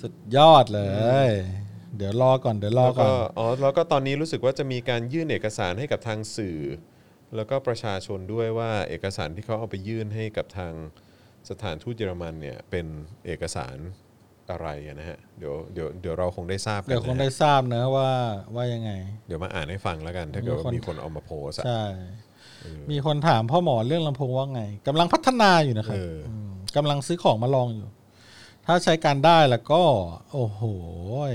C: สุดยอดเลย เดี๋ยวรอก่อนเดี๋ยวรอ
B: แล้ว
C: ก่อ
B: ก็
C: น
B: อ๋อแล้วก็ตอนนี้รู้สึกว่าจะมีการยื่นเอกสารให้กับทางสื่อ แล้วก็ประชาชนด้วยว่าเอกสารที่เขาเอาไปยื่นให้กับทางสถานทูตเยอรมันเนี่ยเป็นเอกสารอะไรอะนะฮะเดี๋ยวเดี๋ยวเดี๋ยวเราคงได้ทราบกัน
C: เดี๋ยวคง
B: นะฮะ
C: ได้ทราบนะว่าว่ายังไง
B: เดี๋ยวมาอ่านให้ฟังแล้วกัน ถ้าเกิดว่า
C: มีค
B: มีคน
C: น
B: เอามาโพสอะ
C: ใช่ มีคนถามพ่อหมอเรื่องลำโพงว่าไงกำลังพัฒนาอยู่นะค
B: เอ
C: รับ
B: อ
C: มกำลังซื้อของมาลองอยู่ ถ้าใช้การได้แล้วก็ โอ้โหย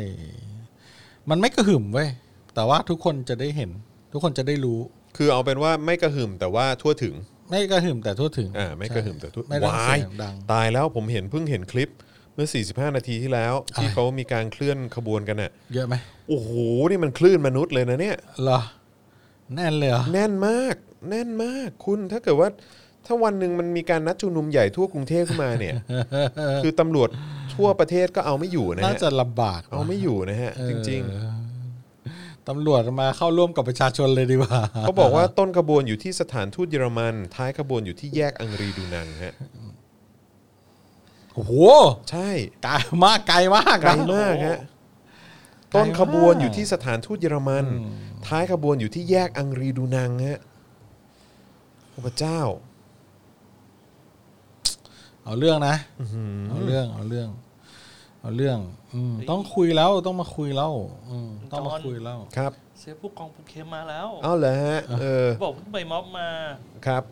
C: มันไม่กระหึ่มเว้ยแต่ว่าทุกคนจะได้เห็น ทุกคนจะได้รู้
B: คือเอาเป็นว่าไม่กระหึ่มแต่ว่าทั่วถึง
C: ไม่กระหึ่มแต่ทั่วถึง
B: อ่า ไม่กระหึ่มแต่ทั่ว
C: ไม่ต้อง
B: วา
C: เสี
B: ย
C: ยงดัง
B: ตายแล้วผมเห็นเพิ่งเห็นคลิปเมื่อ 45 นาทีที่แล้ว ที่เขามีการเคลื่อนขบวนกันน่ะ
C: เยอะไหม
B: โอ้โห นี่มันคลื่นมนุษย์เลยนะเนี่ย
C: เหรอ แน่นเลยเหรอ
B: แน่นมาก แน่นมาก คุณ ถ้าเกิดว่า ถ้าวันหนึ่งมันมีการนัดชุมนุมใหญ่ทั่วกรุงเทพขึ้นมาเนี่ย คือตำรวจทั่วประเทศก็เอาไม่อยู่นะ
C: น่า
B: ฮะ
C: จะลำบาก
B: เอาไม่อยู่นะฮะ จริง ๆ
C: ตำรวจมาเข้าร่วมกับประชาชนเลยดีกว่า
B: เขาบอกว่าต้นขบวนอยู่ที่สถานทูตเยอรมัน ท้ายขบวนอยู่ที่แยกอังรีดูนังฮะ
C: โอ้โห
B: ใช่
C: ไกลมากไกลมาก
B: ไกล
C: นะ
B: มากฮะ ต้นขบวนอยู่ที่สถานทูตเยอรมัน ท้ายขบวนอยู่ที่แยกอังรีดูนังฮะโอ้พระเจ้า
C: เอาเรื่องนะเอาเรื่องเอาเรื่อง เอาเรื่องอืมต้องคุยแล้วต้องมาคุยแล้วอืมต้องมาคุยแล้ว
B: ครับ
D: เซฟผู้กองปูเคมมาแล้ว
B: เอาเหรอฮะ เออ
D: บอกเพิ่งไปม็อบมา
B: ครับ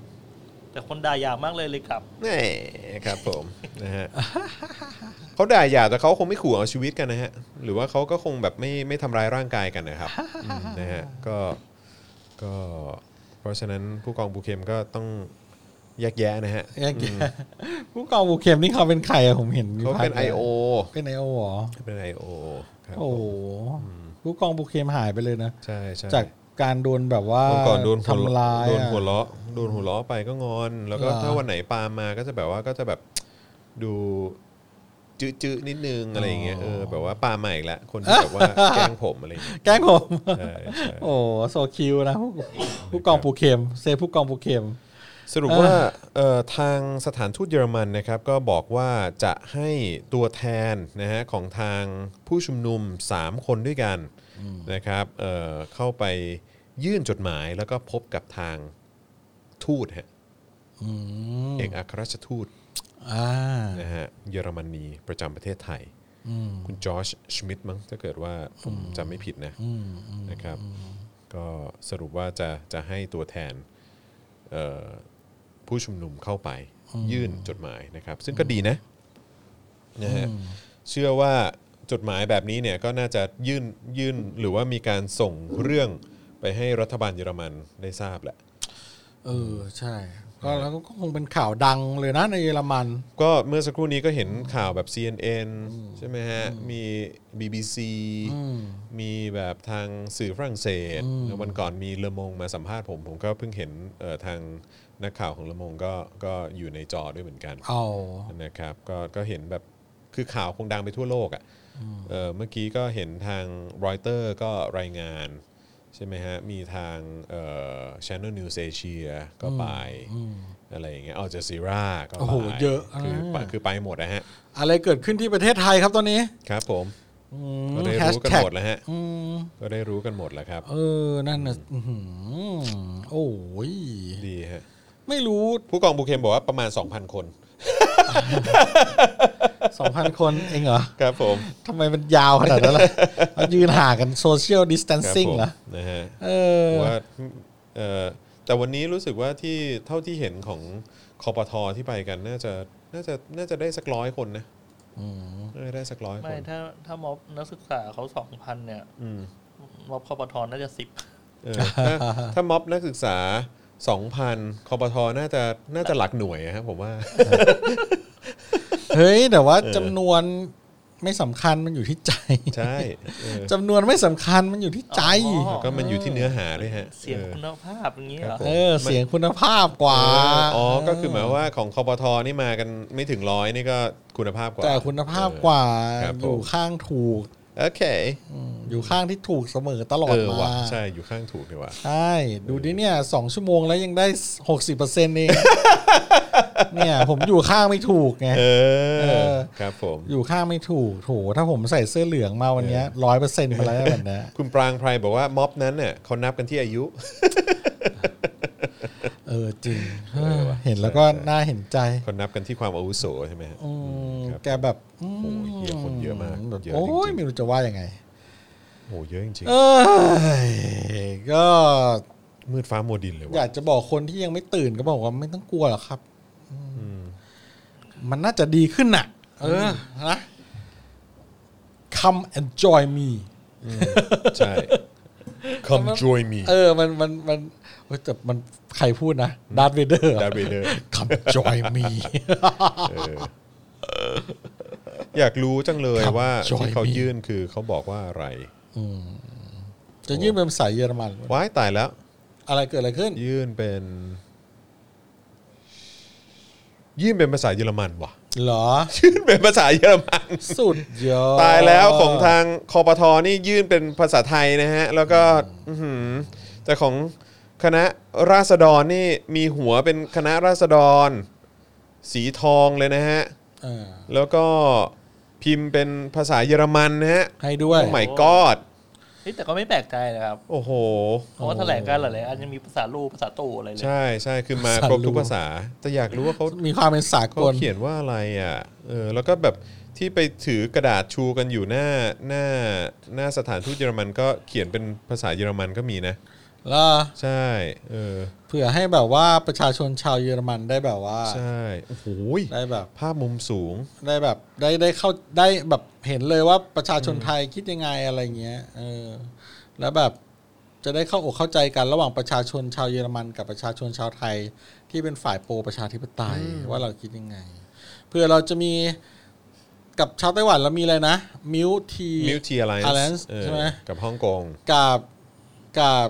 D: แต่คนด่าหยาบมากเลยเลยกลับ
B: นี่ครับผม นะฮะเขาด่าหยาบแต่เขาคงไม่ขู่เอาชีวิตกันนะฮะ หรือว่าเขาก็คงแบบไม่ไม่ทำร้ายร่างกายกันนะครับอืมนะฮะก็ก็เพราะฉะนั้นผู้กองบูเคมก็ต้องแยกแยะนะฮะ
C: แยกแยะผู้กองบูเข็มนี่เขาเป็นใครอะผมเห็นมี
B: เขาเป็น
C: ภาพ
B: I.O.
C: เป็นไอโอหรอ
B: เป็น I.O. ครับ
C: โอ้โห ผู้กองบุคเคมหายไปเลยนะ
B: ใช่ใช่
C: จากการโดนแบบว่า
B: วันก่อนโดนหัว
C: ทำร้าย
B: โดน
C: อะ
B: หัวล้อโดนหัวล้อไปก็งอน แล้วก็
C: เหรอ
B: ถ้าวันไหนปาล์มมาก็จะแบบว่าก็จะแบบดูจื้อๆนิดนึงอะไรอย่างเงี้ยเออแบบว่าปาล์มใหม่ละคนที่แบบว่าแกล้งผมอะไรอย่างเงี้ย
C: แกล้งผม
B: ใช่ใช่
C: โอ้โซคิวนะผู้ผู้กองปูเข็มเซฟผู้กองปูเข็ม
B: สรุปว่าเอ่อทางสถานทูตเยอรมันนะครับก็บอกว่าจะให้ตัวแทนนะฮะของทางผู้ชุมนุม 3 คนด้วยกันนะครับเอ่อเข้าไปยื่นจดหมายแล้วก็พบกับทางทูตฮะเอกอัครราชทูต
C: อ่า
B: นะฮะเยอรมนีประจำประเทศไทย คุณจอร์จชมิดมั้งถ้าเกิดว่าผมจำไม่ผิดนะนะครับ ก็สรุปว่าจะจะให้ตัวแทนเอ่อผู้ชุมนุมเข้าไปยื่นจดหมายนะครับ ซึ่งก็ดีนะนะฮะเชื่อว่าจดหมายแบบนี้เนี่ยก็น่าจะยื่นยื่นหรือว่ามีการส่งเรื่องไปให้รัฐบาลเยอรมันได้ทราบแหละ
C: เออ ใช่ ก็แล้วก็คงเป็นข่าวดังเลยนะในเยอรมัน
B: ก็เมื่อสักครู่นี้ก็เห็นข่าวแบบ CNN ใช่ไหมฮะ มี BBC มีแบบทางสื่อฝรั่งเศสแล้ววันก่อนมีเลอมงมาสัมภาษณ์ผม ผมก็เพิ่งเห็นเอ่อทางนักข่าวของเลอมงก็ก็อยู่ในจอด้วยเหมือนกัน
C: เอา
B: นะครับก็ก็เห็นแบบคือข่าวคงดังไปทั่วโลกอะ่ะเอ่อเมื่อกี้ก็เห็นทางรอยเตอร์ก็รายงาน ใช่ไหมฮะ มีทางเอ่อ Channel News Asia ก็ไป อะไรอย่างเงี้ย Al Jazeera ก็
C: โอ้
B: ไป
C: โหเยอะ
B: คือไป
C: อ่า
B: คือไปหมดนะฮะ
C: อะไรเกิดขึ้นที่ประเทศไทยครับตอนนี้
B: ครับผม
C: อืม
B: ก็ได้รู้กัน
C: hashtag
B: หมดแล้วฮะ
C: อืม
B: ก็ได้รู้กันหมดแล้วครับ
C: เออ นั่นน่ะอื้อหือโอ้ย
B: ดีฮะ
C: ไม่รู้
B: ผู้กองบูเคมบอกว่าประมาณ 2,000 คน
C: 2,000 คนเองเหรอ
B: ครับผม
C: ทำไมมันยาวขนาดนั้นล่ะ เอายืนห่างกันโซเชียลดิส a ทน
B: ครับ
C: ซิ่ง
B: ผม
C: นะ
B: นะฮะ
C: เออ
B: ว่าเอ่อแต่วันนี้รู้สึกว่าที่เท่าที่เห็นของคอปทอที่ไปกัน น่าจะน่าจะน่าจะได้สักร้อยคนนะน่าจะได้สักร้อยค
D: ไม่
B: น
D: ถ้าถ้าม็อบนักศึกษาเขาสองพันเนี่ย
B: อืม
D: ม็อบคอปทน่าจะสิบ
B: เออถ้าถ้าม็อบนักศึกษา 2,000คอปทน่าจะน่าจะหลักหน่วยอะครับผมว่า
C: เฮ้ย แต่ว่าจำนวนไม่สำคัญมันอยู่ที่ใจ
B: ใช่เออ
C: จำนวนไม่สำคัญมันอยู่ที่ใจ
B: แล้วก็มันอยู่ที่เนื้อหาด้วยฮะ
D: เสียง
B: ออ
D: คุณภาพอย่างเงี้ยเหรอ
B: ครับผม
C: เออ เสียงคุณภาพกว่า
B: เอออ๋อ ก็คือหมายว่าของคอปทนี่มากันไม่ถึงร้อยนี่ก็คุณภาพกว่า
C: แต่คุณภาพกว่า
B: ครับผม
C: อยู่ข้างถูก
B: โอเค
C: อยู่ข้างที่ถูกเสมอตลอด
B: เออว่ะ
C: มา
B: ใช่อยู่ข้างถูกนี่ว่ะ
C: ใช่ดูดิเนี่ยสองชั่วโมงแล้วยังได้หกสิบเปอร์เซ็นต์ เองเนี่ยผมอยู่ข้างไม่ถูกไง
B: เอ
C: เอ
B: อ
C: อ
B: ครับผม
C: อยู่ข้างไม่ถูกโถถ้าผมใส่เสื้อเหลืองมาวันเนี้ร้อยเปอร์เซ็นต์ไปแล้วนะแบบเนี้ย
B: คุณปรางไพรบอกว่าม็อบนั้นเนี่ยเขานับกันที่อายุ
C: เออจริงเห็นแล้วก็น่าเห็นใจ
B: เขานับกันที่ความอาวุโสใช่ไหมฮะ
C: อืม
B: ครับ
C: แกแบบโอ้
B: โหเหี้ยคนเยอะมากเยอะจริงๆ
C: โอ้ยไม่รู้จะว่ายังไง
B: โหเยอะจริง
C: เอ้ยก็
B: ๆมืดฟ้ามัวดินเลย
C: อยา
B: ว่ะ
C: กจะบอกคนที่ยังไม่ตื่นก็บอกว่าไม่ต้องกลัวหรอกครับมันน่าจะดีขึ้นน่ะ เออนะ come and join me
B: ใช่ come join me
C: เออ มันมันมันโอ้ยแต่มันใครพูดนะดาร์ธเวเดอร์
B: Darth Vader
C: come join me
B: เอออยากรู้จังเลยว่า
C: Come join
B: ที่เขา
C: me
B: ยื่นคือเขาบอกว่าอะไร
C: จะยื่นเป็นภาษาเยอรมัน
B: ว้ายตายแล้ว
C: อะไรเกิดอะไรขึ้น
B: ยื่นเป็น ยื่นเป็นภาษาเยอรมันว่ะ
C: เหรอ
B: ยื่นเป็นภาษาเยอรมัน
C: สุดยอด
B: ตายแล้วของทางคอปทอนี่ยื่นเป็นภาษาไทยนะฮะ แล้วก็อื้อหือแต่ของคณะราษฎรนี่มีหัวเป็นคณะราษฎร สีทองเลยนะฮะ
C: เออ
B: แล้วก็พิมพ์เป็นภาษาเยอรมันนะฮะ
C: ให้ด้วย
B: โอ้ my god
D: เฮ้ยแต่ก็ไม่แปลกใจนะครับ
B: โอ้โห
D: เพราะว่าแถลงการณ์หลายๆอันยังมีภาษาลูกภาษาตู่อะไรเลย
B: ใช่ใช่คือมาครบทุกภาษา แต่อยากรู้ว่าเขา
C: มีความเป็นสาก
B: เขา
C: ล
B: เขียนว่าอะไรอ่ะ เออ แล้วก็แบบที่ไปถือกระดาษชูกันอยู่หน้าหน้าหน้าสถานทูตเยอรมันก็เขียนเป็นภาษาเยอรมันก็มีนะ
C: แล้ว
B: ใช่ เออ
C: เผื่อให้แบบว่าประชาชนชาวเยอรมันได้แบบว่า
B: ใช่ โอ้โหย
C: ได้แบบ
B: ภาพมุมสูง
C: ได้แบบได้ได้เข้าได้แบบเห็นเลยว่าประชาชนไทยคิดยังไงอะไรเงี้ยเออแล้วแบบจะได้เข้าอกเข้าใจกันระหว่างประชาชนชาวเยอรมัน กับประชาชนชาวไทยที่เป็นฝ่ายโปรประชาธิปไตยว่าเราคิดยังไง เพื่อเราจะมี กับชาวไต้หวันเรามีอะไรนะมิวที
B: มิวทีอะไร
C: Alliance ใช่ไหม
B: กับฮ่องกง
C: กับกับ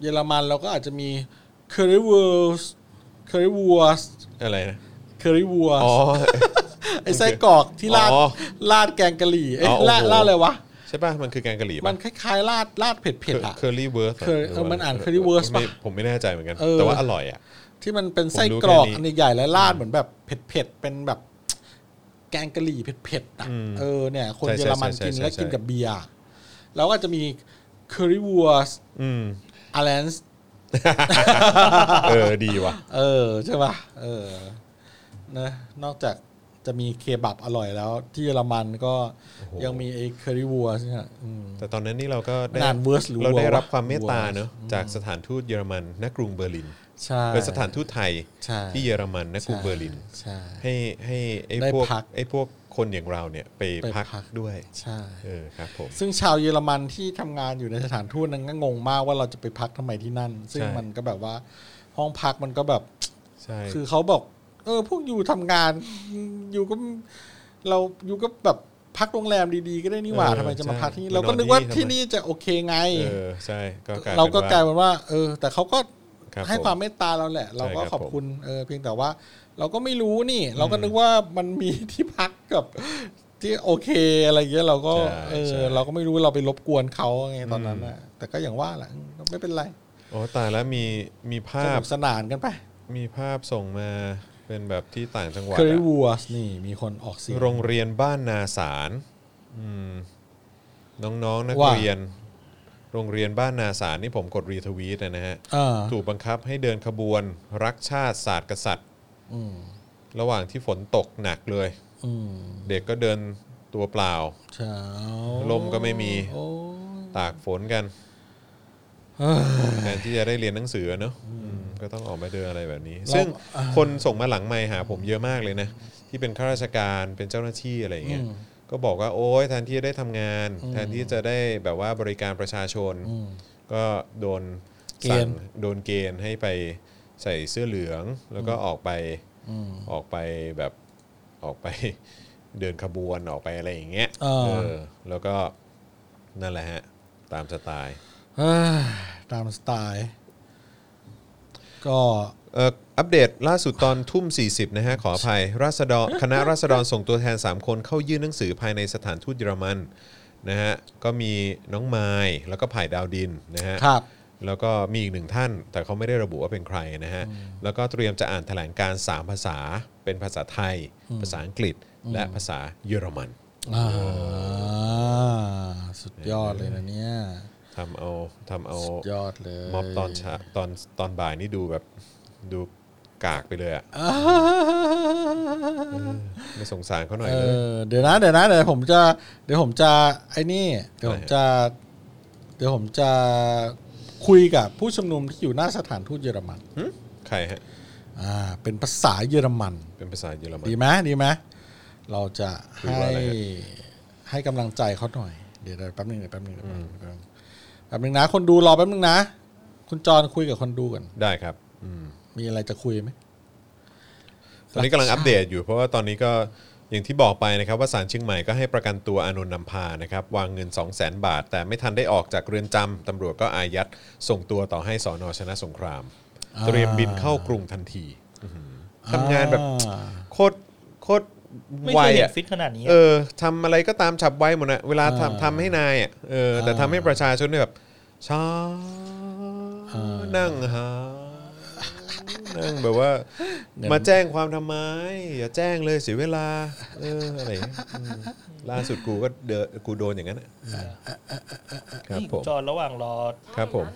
C: เยอรมันเราก็อาจจะมี c u r r y w u r s t c u r r y w u r s t
B: อะไรนะ
C: c u r r y w u r s
B: อ๋อ
C: t ไอ้ไส้กรอกที่ราด
B: อ๋อ
C: ราดแกงกะหรี่เอ้ย
B: อ๋อโอ้โห
C: ราดราดอะไรวะ
B: ใช่ป่ะ มันคือแกงกะหรี่
C: มั
B: ป่ะ
C: นคล้ายๆราดราดเผ็ดๆอ่ะ
B: เคอรี่เวิร์ส
C: Curry- เออมันอ่าน Curry Wurst ป่ะ
B: ผมไม่แน่ใจเหมือนกัน
C: เออ
B: แต่ว่าอร่อยอ่ะ
C: ที่มันเป็นไส้กรอก
B: ผมรู้แค่นี้
C: อันใหญ่ๆและราดเหมือนแบบเผ็ดๆเป็นแบบ แกงกะหรี่เผ็ดๆอ่ะเออเนี่ย คน
B: ใช่
C: เยอรมัน
B: ใช่
C: กิน
B: ใช่
C: แล้ว
B: ใช่
C: กินกับเบียร์แล้วก็จะมี c u r r y w u r s t
B: อืม
C: a l l a n c e
B: เออ ดีว่ะ
C: เออ ใช่ป่ะเออนะนอกจากจะมีเคบับอร่อยแล้ว ที่เยอรมันก็ยังมีไอ้เคอรี่วัวใช่ไหมอืม
B: แต่ตอนนั้นนี่เราก็ได้
C: นาน Wurst หรือ
B: เราได้
C: Wurst
B: รับความเมตตา
C: Wurst
B: เนอะจากสถานทูตเยอรมันณกรุงเบอร์ลิน
C: ใช่
B: เป็นสถานทูตไทย
C: ใช่
B: ที่เยอรมันณกรุงเบอร์ลิน
C: ใช่
B: ให้ให้ไอ้
C: ได้
B: พวก
C: พัก
B: ไอ้พวกคนอย่างเราเนี่ยไป
C: ไป
B: พัก
C: พัก
B: ด้วย
C: ใช่
B: เออครับผม
C: ซึ่งชาวเยอรมันที่ทำงานอยู่ในสถานทูตนั้นก็งงมากว่าเราจะไปพักทำไมที่นั่น ซึ่ง
B: ใช่
C: มันก็แบบว่าห้องพักมันก็แบบ
B: ใช่
C: คือเขาบอก เออ พวกอยู่ทำงานอยู่ก็เราอยู่ก็แบบพักโรงแรมดีๆ ก็ได้นี่หว่าทำไมจะมาพักที่นี่เราก็นึกว่าที่นี่จะโอเคไง
B: เออใช่ก็กลาย
C: เราก็กลาย
B: เป็นว่
C: เป็นว่า เออ แต่เขาก็
B: ครับ
C: ให้
B: ผม
C: ความเมตตาเราแหละ เราก็
B: ใช่ครับ
C: ขอบคุณเออเพียงแต่ว่า เราก็ไม่รู้นี่ เราก็นึกว่ามันมีที่พักกับ ที่โอเคอะไรเงี้ยเราก็
B: ใช่
C: เออ
B: ใช่
C: เราก็ไม่รู้เราไปรบกวนเขาไงตอนนั้นนะแต่ก็อย่างว่าแหละก็ไม่เป็นไร
B: าโอ้ตายแล้วมีมี
C: ส
B: ภาพ
C: นุกสนานกันไป
B: มีภาพส่งมาเป็นแบบที่ต่างจังหวัด
C: เคอรี่
B: อะ
C: วัวนี่ มีคนออกเสียง
B: โรงเรียนบ้านนาสารอืมน้องๆนัก
C: ว่า
B: เรียน โรงเรียนบ้านนาสารนี่ผมกดรีทวีตนะฮะ
C: อ่า
B: ถูกบังคับให้เดินขบวน รักชาติศาสตร์กษัตริย์
C: อืม
B: ระหว่างที่ฝนตกหนักเลย
C: อืม
B: เด็กก็เดินตัวเปล่า
C: เช้า
B: ลมก็ไม่มี
C: โอ้ย
B: ตากฝนกันแทนที่จะได้เรียนหนังสือเนอะอืมก็ต้องออกมาเดินอะไรแบบนี้
C: เรา
B: ซึ่งคนส่งมาหลังไมค์หาผมเยอะมากเลยนะ ที่เป็นข้าราชการเป็นเจ้าหน้าที่อะไรอย่างเงี้ยก็บอกว่าโอ๊ยแทนที่จะได้ทำงาน แทนที่จะได้แบบว่าบริการประชาชน ก็โดนสั่งโดนเกณฑ์ให้ไปใส่เสื้อเหลือง แล้วก็ออกไปออกไปแบบออกไป เดินขบวนออกไปอะไรอย่างเงี้ย
C: เออ
B: เออแล้วก็นั่นแหละฮะ ตามสไตล์
C: เอ้ยตามสไตล์ก็
B: เอ่ออัปเดตล่าสุดตอนทุ่ม 40 นะฮะ ขออภัยราษฎรคณะราษฎรส่งตัวแทน 3 คนเข้ายื่นหนังสือภายในสถานทูตเยอรมันนะฮะ ก็มีน้องไม้แล้วก็ไผ่ดาวดินนะฮะ
C: ครับ
B: แล้วก็มีอีกหนึ่งท่าน แต่เขาไม่ได้ระบุว่าเป็นใครนะฮะ แล้วก็เตรียมจะอ่านแถลงการ 3 ภาษา เป็นภาษาไทย ภาษาอังกฤษ และภาษาเยอรมัน
C: อ่าสุดยอดเลยนะเนี่ย
B: ทำเอาทำเอา
C: สุดยอดเลย
B: ม็อบตอนเช้าตอนตอนบ่ายนี่ดูแบบดูกากไป เลยอะ
C: อ่า
B: ไม่สงสารเขาหน่อย
C: เอ
B: เลย
C: อเดี๋ยวนะ เดี๋ยวนะ เดี๋ยวผมจะ เดี๋ยวผมจะไอ้นี่ เดี๋ยวผมจะ เดี๋ยวผมจะคุยกับผู้ชุมนุมที่อยู่หน้าสถานทูตเยอรมัน
B: หึใครฮะ
C: อ่าเป็นภาษาเยอรมัน
B: เป็นภาษาเยอรมัน
C: ดีไหมดีไหมเราจะ
B: คุยว่า
C: ให้
B: อะไรฮะ
C: ให้กำลังใจเขาหน่อย เดี๋ยวเดี๋ยวแป๊บนึงเดี๋ยวแป๊บนึงเดี๋ยวแป๊บนึงแป๊บนึงนะ คนดูรอแป๊บนึงนะ คุณจรคุยกับคนดูก่อน
B: ได้ครับอืม
C: มีอะไรจะคุยไหม
B: ตอนนี้กำลังอัปเดตอยู่เพราะว่าตอนนี้ก็อย่างที่บอกไปนะครับว่าศาลเชียงใหม่ก็ให้ประกันตัวอานนท์นำพานะครับวางเงิน 2 0 0 0 0 0 บาท แต่ไม่ทันได้ออกจากเรือนจำตำรวจก็อายัดส่งตัวต่อให้สอนอชนะสงคราม
C: อ่า
B: เตรียมบินเข้ากรุงทันทีอื้อหือทำงานแบบโคตรโคตร
D: ไม่
B: ไว
D: เคยเห็น
B: อะ
D: ฟิตขนาดนี้
B: เออทำอะไรก็ตามฉับไวหมดนะเวลาทำทำให้นายอะเออแต่ทำให้ประชาชนเนี่ยแบบช้านั่งหา นั่งแบบว่ามาแจ้งความทำไม อย่าแจ้งเลยเสียเวลา เอออะไรอย่างเงี้ยอืมล่าสุดกูก็เดอกูโดนอย่างนั้นอะครับผม
D: จอดระหว่างรอ
B: ครับผม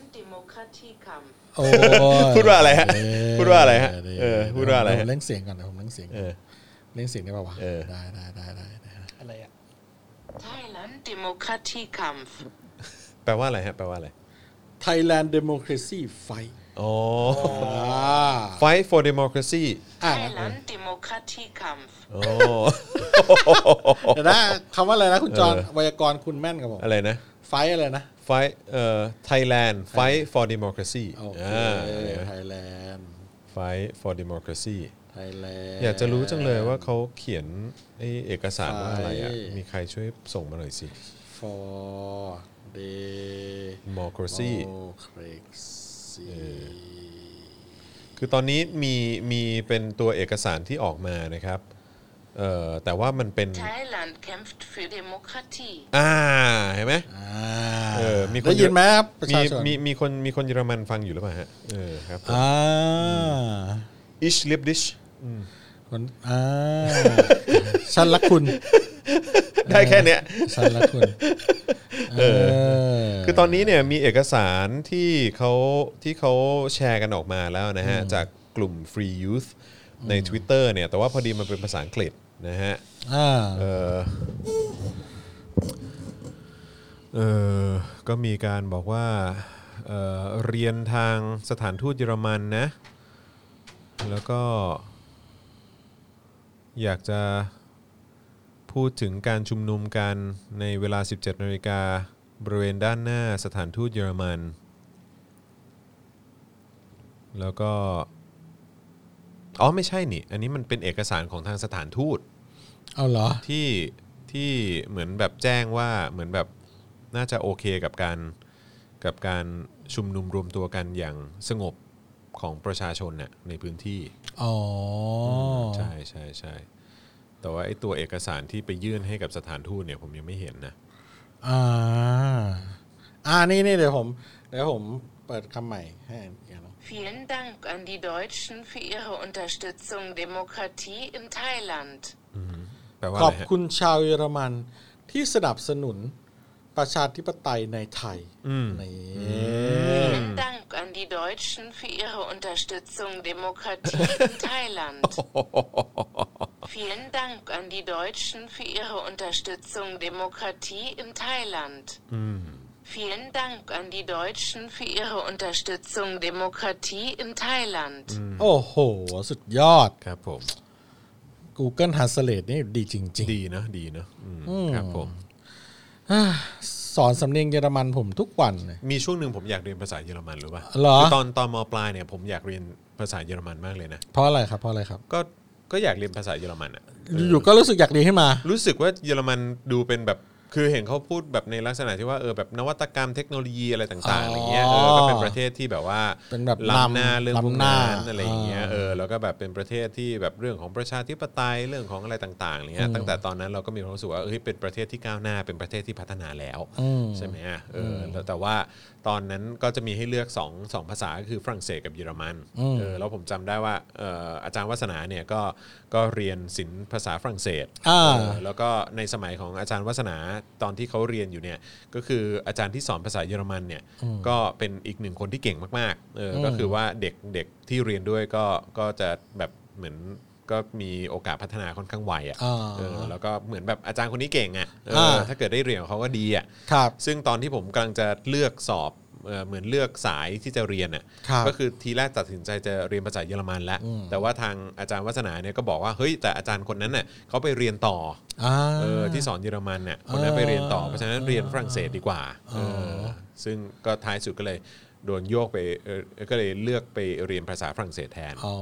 C: โอ้ย
B: พูดว่าอะไรฮะ
C: เอ้ย
B: พูดว่าอะไรฮะเออพูดว่าอะไร
C: เย
B: ฮะ
C: ผมเล่นเสียงก่อนเดี๋ยวผมเล่นเสียงก่
B: เอ
C: อน
B: อ
C: เล่นเสียงได้ป่าวะ
B: เออ
C: ได้ได้ได้ได้ได้
D: อะไรอะ
I: Thailand Demokratiekampf.
B: แปลว่าอะไรฮะแปลว่าอะไร
C: ไทยแลนด์เดโมคราซีไฟ
B: อ๋อ
C: อ่า
B: Fight for Democracy
C: อ่า
I: Thailand Demokratiekampf.
B: อ๋อ
C: เดี๋ยวนะคำว่าอะไรนะคุณจอน
B: เออ
C: ไวยากรณ์คุณแม่นกับผม
B: อะไรนะ
C: ไฟอะไรนะ
B: Fight เอ่อ Thailand Fight for Democracy
C: โอเค
B: อ่า
C: ไทยแลนด์
B: Fight for Democracy
C: ไทยแลนด์
B: อยากจะรู้จังเลยว่าเขาเขียนไอ้เอกสารว่าอะไรอ่ะ
C: ไฟ
B: มีใครช่วยส่งมาหน่อยสิ
C: for day
B: democracy
C: democracy
B: คือตอนนี้มีมีเป็นตัวเอกสารที่ออกมานะครับเอ่อแต่ว่ามันเป็น
I: Thailand kämpft für Demokratie.
B: อ่าเห็นไหม
C: อ่า
B: เออมีคน
C: ได้ยินไหมครับประ
B: มี
C: ชาชน
B: มีมีคนมีคนเยอรมันฟังอยู่หรือเปล่าฮะเออครับ
C: อ่า
B: อิชลิปดิช
C: คนอ่า ฉันรักคุณ
B: ได้แค่เนี้ย
C: ฉันรักคุณเออ
B: คือตอนนี้เนี่ยมีเอกสารที่เขาที่เขาแชร์กันออกมาแล้วนะฮะ จากกลุ่ม Free Youth ใน Twitter เนี่ย แต่ว่าพอดีมันเป็นภาษาอังกฤษนะฮะ
C: อ่า
B: เออเออก็มีการบอกว่าเออเรียนทางสถานทูตเยอรมันนะ แล้วก็ อยากจะพูดถึงการชุมนุมกันในเวลา 17นาฬิกาบริเวณด้านหน้าสถานทูตเยอรมัน แล้วก็ อ๋อ ไม่ใช่นี่ อันนี้มันเป็นเอกสารของทางสถานทูต
C: เอาเหรอ
B: ที่ที่เหมือนแบบแจ้งว่าเหมือนแบบน่าจะโอเคกับการกับการชุมนุมรวมตัวกันอย่างสงบของประชาชนเนี่ยในพื้นที่
C: อ๋อ
B: ใช่ใช่ใช่แต่ว่าไอ้ตัวเอกสารที่ไปยื่นให้กับสถานทูตเนี่ยผมยังไม่เห็นนะ
C: อ่าอ่านี่นี่เดี๋ยวผมเดี๋ยวผมเปิดคำใหม่ให้อ่านอีกครั้ง
I: Vielen Dank an die Deutschen für ihre Unterstützung Demokratie in Thailand.
B: แปลว่า
C: ข
B: อะ
C: อบ
B: ไรฮะ
C: คุณชาวเยอรมันที่สนับสนุนประชาธิปไตยในไทยนี่
I: Vielen Dank an die Deutschen für ihre Unterstützung Demokratie in Thailand. Vielen Dank an die Deutschen für ihre Unterstützung Demokratie in Thailand. Vielen Dank an die Deutschen für ihre Unterstützung Demokratie in Thailand.
C: โอ้โห สุดยอด
B: ครับผม
C: Google Translate นี่ดีจริง
B: ดีเนอะดีเนอะอืมครับผม
C: ๆ สอนสำเนียงเยอรมันผมทุกวันเลย
B: มีช่วงหนึ่งผมอยากเรียนภาษาเยอรมันรู้ป่ะ
C: เหรอ
B: คือตอนตอนมปลายเนี่ยผมอยากเรียนภาษาเยอรมันมากเลยนะ
C: เพราะอะไรครับ เพราะอะไรครับ
B: ก็ก็อยากเรียนภาษาเยอรมันอะ
C: อยู่ๆก็รู้สึกอยากเรียนขึ้นมา
B: รู้สึกว่าเยอรมันดูเป็นแบบคือเห็นเขาพูดแบบในลักษณะที่ว่าเออแบบนวัตกรรมเทคโนโลยีอะไรต่างๆอะไรเงี้ยเออ
C: อ๋อ
B: ก็เป็นประเทศที่แบบว่า
C: เป็นแบบ
B: ล้ำหน้า
C: ล้ำ
B: เรื่องพวก
C: ล้ำหน้า
B: นั้นอะไรอย่างเงี้ย
C: อ่า
B: เออแล้วก็แบบเป็นประเทศที่แบบเรื่องของประชาธิปไตยเรื่องของอะไรต่างๆอะไรเงี้ยตั้งแต่ตอนนั้นเราก็มีความรู้สึกว่าเฮ้ยเป็นประเทศที่ก้าวหน้าเป็นประเทศที่พัฒนาแล้วใช่ไหมอ่ะเอออแล้วแต่ว่าตอนนั้นก็จะมีให้เลือกสองสองภาษาก็คือฝรั่งเศสกับเยอรมันเออแล้วผมจำได้ว่าเอ่ออาจารย์วัฒนาเนี่ยก็ก็เรียนศิลป์ภาษาฝรั่งเศส
C: อ่า
B: เออแล้วก็ในสมัยของอาจารย์วัฒนาตอนที่เขาเรียนอยู่เนี่ยก็คืออาจารย์ที่สอนภาษาเยอรมันเนี่ยก็เป็นอีกหนึ่งคนที่เก่งมากๆเอออก็คือว่าเด็กเด็กที่เรียนด้วยก็ก็จะแบบเหมือนก็มีโอกาสพัฒนาค่อนข้างไวอะ
C: อ่า
B: เออแล้วก็เหมือนแบบอาจารย์คนนี้เก่งอ่ะเอออา ถ้าเกิดได้เรียนของเขาก็ดีอ่ะ
C: ครับ
B: ซึ่งตอนที่ผมกำลังจะเลือกสอบเอ่อเหมือนเลือกสายที่จะเรียนน่ะ
C: ครับ
B: ก็คือทีแรกตัดสินใจจะเรียนภาษาเยอรมันแล้ว แต่ว่าทางอาจารย์วัฒนาเนี่ยก็บอกว่าเฮ้ยแต่อาจารย์คนนั้นน่ะเขาไปเรียนต่ออา เออที่สอนเยอรมันเนี่ยคนนั้นไปเรียนต่อเพราะฉะนั้นเรียนฝรั่งเศสดีกว่าเออซึ่งก็ท้ายสุดก็เลยโดนโยกไปเอ่อก็เลยเลือกไปเรียนภาษาฝรั่งเศสแทน
C: อ๋อ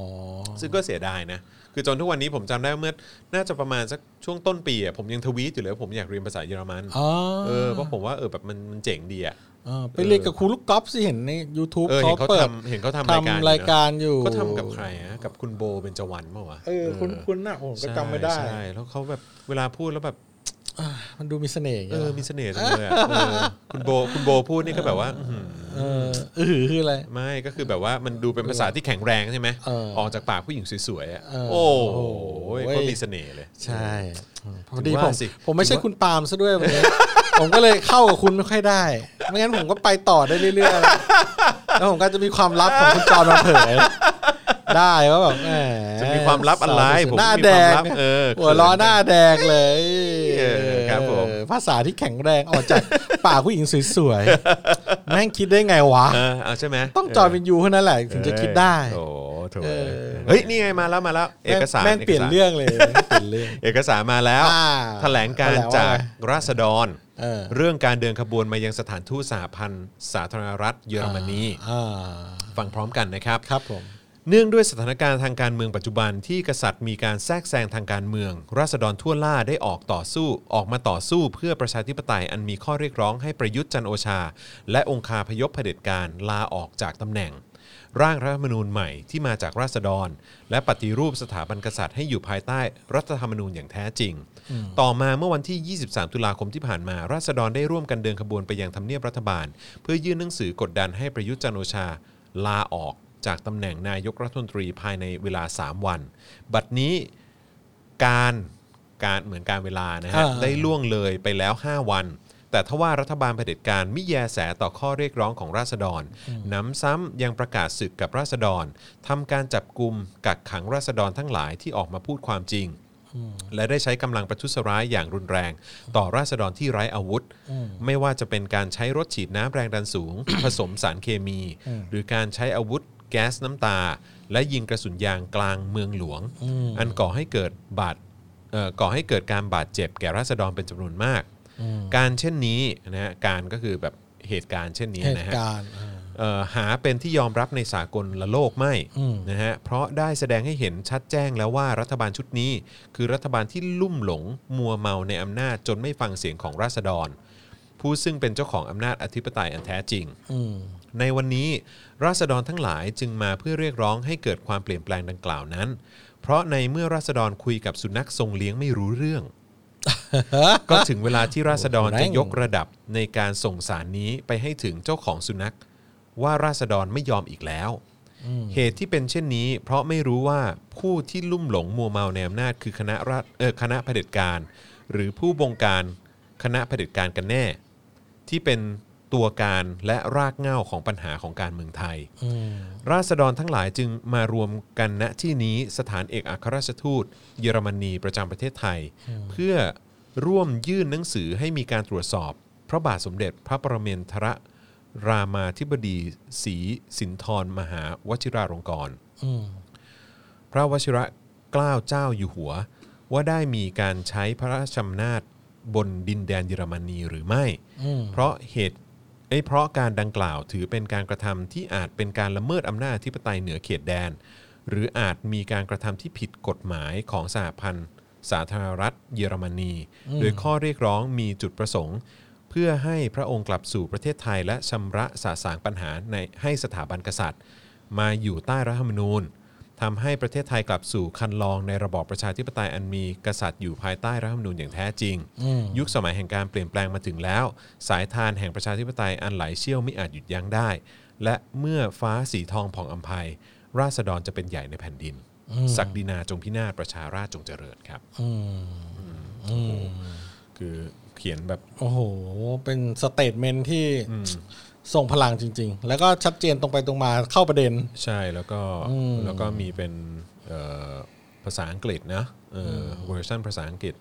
B: ซึ่งก็เสียดายนะ คือจนทุกวันนี้ผมจำได้เมื่อ น่าจะประมาณสักช่วงต้นปีอะผมยังทวีตอยู่เลยว่าผมอยากเรียนภาษาเยอรมัน
C: อ๋อ
B: เออเพราะผมว่าเออแบบมันมันเจ๋งดีอะ
C: อ่าไปเรียนกับครูลูกกอล์ฟสิเห็นใน YouTube
B: เออเห็นเขา
C: เปิด
B: ทำเห็นเขาทำรายการอยู่นะ
C: ทำรายการอยู่
B: เขาทำกับใครอะกับคุณโบเบญจวรรณเปล่าวะ
C: เออคุณคุณน่ะผมก็จำไม่ได้
B: ใช่ใช่แล้วเขาแบบเวลาพูดแล้วแบบ
C: มันดูมีเสน่ห์อย่าง
B: เอ
C: เงี้ย
B: อมีเสน่ห์จังเลย อะเออคุณโบคุณโบพูดนี่ก็แบบว่าอื้อหือ
C: เออเออคืออะไร
B: ไม่ก็คือแบบว่ามันดูเป็นภาษาที่แข็งแรงใช่ไหม
C: เออ
B: ออกจากปากผู้หญิงสวยๆอะ
C: เออ
B: โอ้โห
C: โอ้ย
B: ก็มีเสน่ห์เลย
C: ใช่พ
B: ถึ
C: อง ดี
B: ว่า
C: ผม
B: สิ
C: ผมไม่ใช่คุณปาล์มซะด้วยวันนี้ ผมก็เลยเข้ากับคุณไม่ค่อยได้ ไม่งั้นผมก็ไปต่อได้เรื่อยๆ แล้วผม ก็จะมีความลับของคุณจอนมาเผย ได้ว่าแบบแหม
B: จะมีความลับอะไรผม
C: หน้า
B: มี
C: แด
B: ความ
C: ง
B: ลับเออ
C: หัวล้อหน้าแดงเลย
B: เออครับผม
C: เออภาษาที่แข็งแรงออกจากปากผู้หญิงสวยๆ แม่งคิดได้ไงวะ
B: เออเอาใช่ไหม
C: ต้องจอยเป็นยูเท่านั้นแหละถึงจะคิดได้
B: โอ้โหโถ
C: เออ
B: เฮ้ยนี่ไงมาแล้วมาแล้วเอกสาร
C: แม่งเปลี่ยน
B: กสา
C: เรื่องเลยแม่งเปลี่ยนเรื่อง
B: เอกสารมาแล้ว
C: อ่า
B: แถลงการ
C: แถลงว่า
B: จากราษฎร
C: เออ
B: เรื่องการเดินขบวนมายังสถานทูตสหพันธ์สาธารณรัฐเยอรมนี
C: อ่า
B: ฟังพร้อมกันนะครับ
C: ครับผม
B: เนื่องด้วยสถานการณ์ทางการเมืองปัจจุบันที่กษัตริย์มีการแทรกแซงทางการเมือง ราษฎรทั่วล่าได้ออกต่อสู้ออกมาต่อสู้เพื่อประชาธิปไตยอันมีข้อเรียกร้องให้ประยุทธ์จันทร์โอชา และองคาพยพเผด็จการลาออกจากตำแหน่ง ร่างรัฐธรรมนูญใหม่ที่มาจากราษฎร และปฏิรูปสถาบันกษัตริย์ให้อยู่ภายใต้รัฐธรรมนูญอย่างแท้จริง ต่อมาเมื่อวันที่ 23 ตุลาคมที่ผ่านมา ราษฎรได้ร่วมกันเดินขบวนไปยังทำเนียบรัฐบาล เพื่อยื่นหนังสือกดดันให้ประยุทธ์จันทร์โอชา ลาออกจากตำแหน่งนายกรัฐมนตรีภายในเวลา 3 วัน บัดนี้การการเหมือนการเวลานะฮะ
C: อ่า
B: ได้ล่วงเลยไปแล้ว 5 วัน แต่ทว่ารัฐบาลเผด็จการมิแยแสต่อข้อเรียกร้องของราษฎรหนำซ้ำยังประกาศศึกกับราษฎรทำการจับกลุ่มกักขังราษฎรทั้งหลายที่ออกมาพูดความจริง และได้ใช้กำลังประทุษร้ายอย่างรุนแรง ต่อราษฎรที่ไร้อาวุธ ไม่ว่าจะเป็นการใช้รถฉีดน้ำแรงดันสูง ผสมสารเคมี หรือการใช้อาวุธ แก๊สน้ำตา และยิงกระสุนยางกลางเมืองหลวง อันก่อให้เกิดบาดเอ่อก่อให้เกิดการบาดเจ็บแก่ราษฎรเป็นจำนวนมาก การเช่นนี้นะฮะการก็คือแบบเหตุการณ์เช่นนี้
C: เหตุ
B: นะฮะ
C: การณ์อ่า
B: เอ่อหาเป็นที่ยอมรับในสากลละโลกไม่นะฮะเพราะได้แสดงให้เห็นชัดแจ้งแล้วว่ารัฐบาลชุดนี้ คือรัฐบาลที่ลุ่มหลง มัวเมาในอำนาจจนไม่ฟังเสียงของราษฎร ผู้ซึ่งเป็นเจ้าของอำนาจอธิปไตยอันแท้จริง ในวันนี้ราษฎรทั้งหลายจึงมาเพื่อเรียกร้องให้เกิดความเปลี่ยนแปลงดังกล่าวนั้น เพราะในเมื่อราษฎรคุยกับสุนัขทรงเลี้ยงไม่รู้เรื่อง ก็ถึงเวลาที่ราษฎร
C: โหดแรง
B: จะยกระดับในการส่งสารนี้ไปให้ถึงเจ้าของสุนัข ว่าราษฎรไม่ยอมอีกแล้ว เหตุที่เป็นเช่นนี้ เพราะไม่รู้ว่าผู้ที่ลุ่มหลงมัวเมาในอำนาจคือคณะรัฐเออคณะเผด็จการ หรือผู้บงการคณะเผด็จการกันแน่ ที่เป็นตัวการและรากเหง้าของปัญหาของการเมืองไทย ราษฎรทั้งหลายจึงมารวมกันณที่นี้สถานเอกอัครราชทูต เยอรมนีประจำประเทศไทย เพื่อร่วมยื่นหนังสือให้มีการตรวจสอบ พระบาทสมเด็จพระประเมนทรรามาธิบดีศรีสินธรมหาวชิราลงกรณ์ พระวชิระเกล้าเจ้าอยู่หัว ว่าได้มีการใช้พระราชอำนาจบนดินแดนเยอรมนีหรือไม่ เพราะเหตุเอ้ยเพราะการดังกล่าวถือเป็นการกระทำที่อาจเป็นการละเมิดอำนาจอธิปไตยเหนือเขตแดน หรืออาจมีการกระทำที่ผิดกฎหมายของสหพันธ์สาธารณรัฐเยอรมนี โดยข้อเรียกร้องมีจุดประสงค์ เพื่อให้พระองค์กลับสู่ประเทศไทยและชำระสาสางปัญหาในให้สถาบันกษัตริย์ มาอยู่ใต้รัฐธรรมนูญ ทำให้ประเทศไทยกลับสู่คันลองในระบอบประชาธิปไตยอันมีกษัตริย์อยู่ภายใต้รัฐธรรมนูญอย่างแท้จริง ยุคสมัยแห่งการเปลี่ยนแปลงมาถึงแล้ว สายทานแห่งประชาธิปไตยอันไหลเชี่ยวไม่อาจหยุดยั้งได้ และเมื่อฟ้าสีทองผ่องอำภัย ราษฎรจะเป็นใหญ่ในแผ่นดิน ศักดินาจงพินาศประชาราชจงเจริญครับอืมคือเขียนแบบ
C: โอ้โห เป็นสเตทเมนที่ส่งพลังจริง ๆ แล้วก็ชัดเจนตรงไปตรงมาเข้าประเด็น
B: ใช่แล้วก็แล้วก็มีเป็นเอ่อภาษาอังกฤษนะเอ่ออเวอร์ชันภาษาอังกฤษ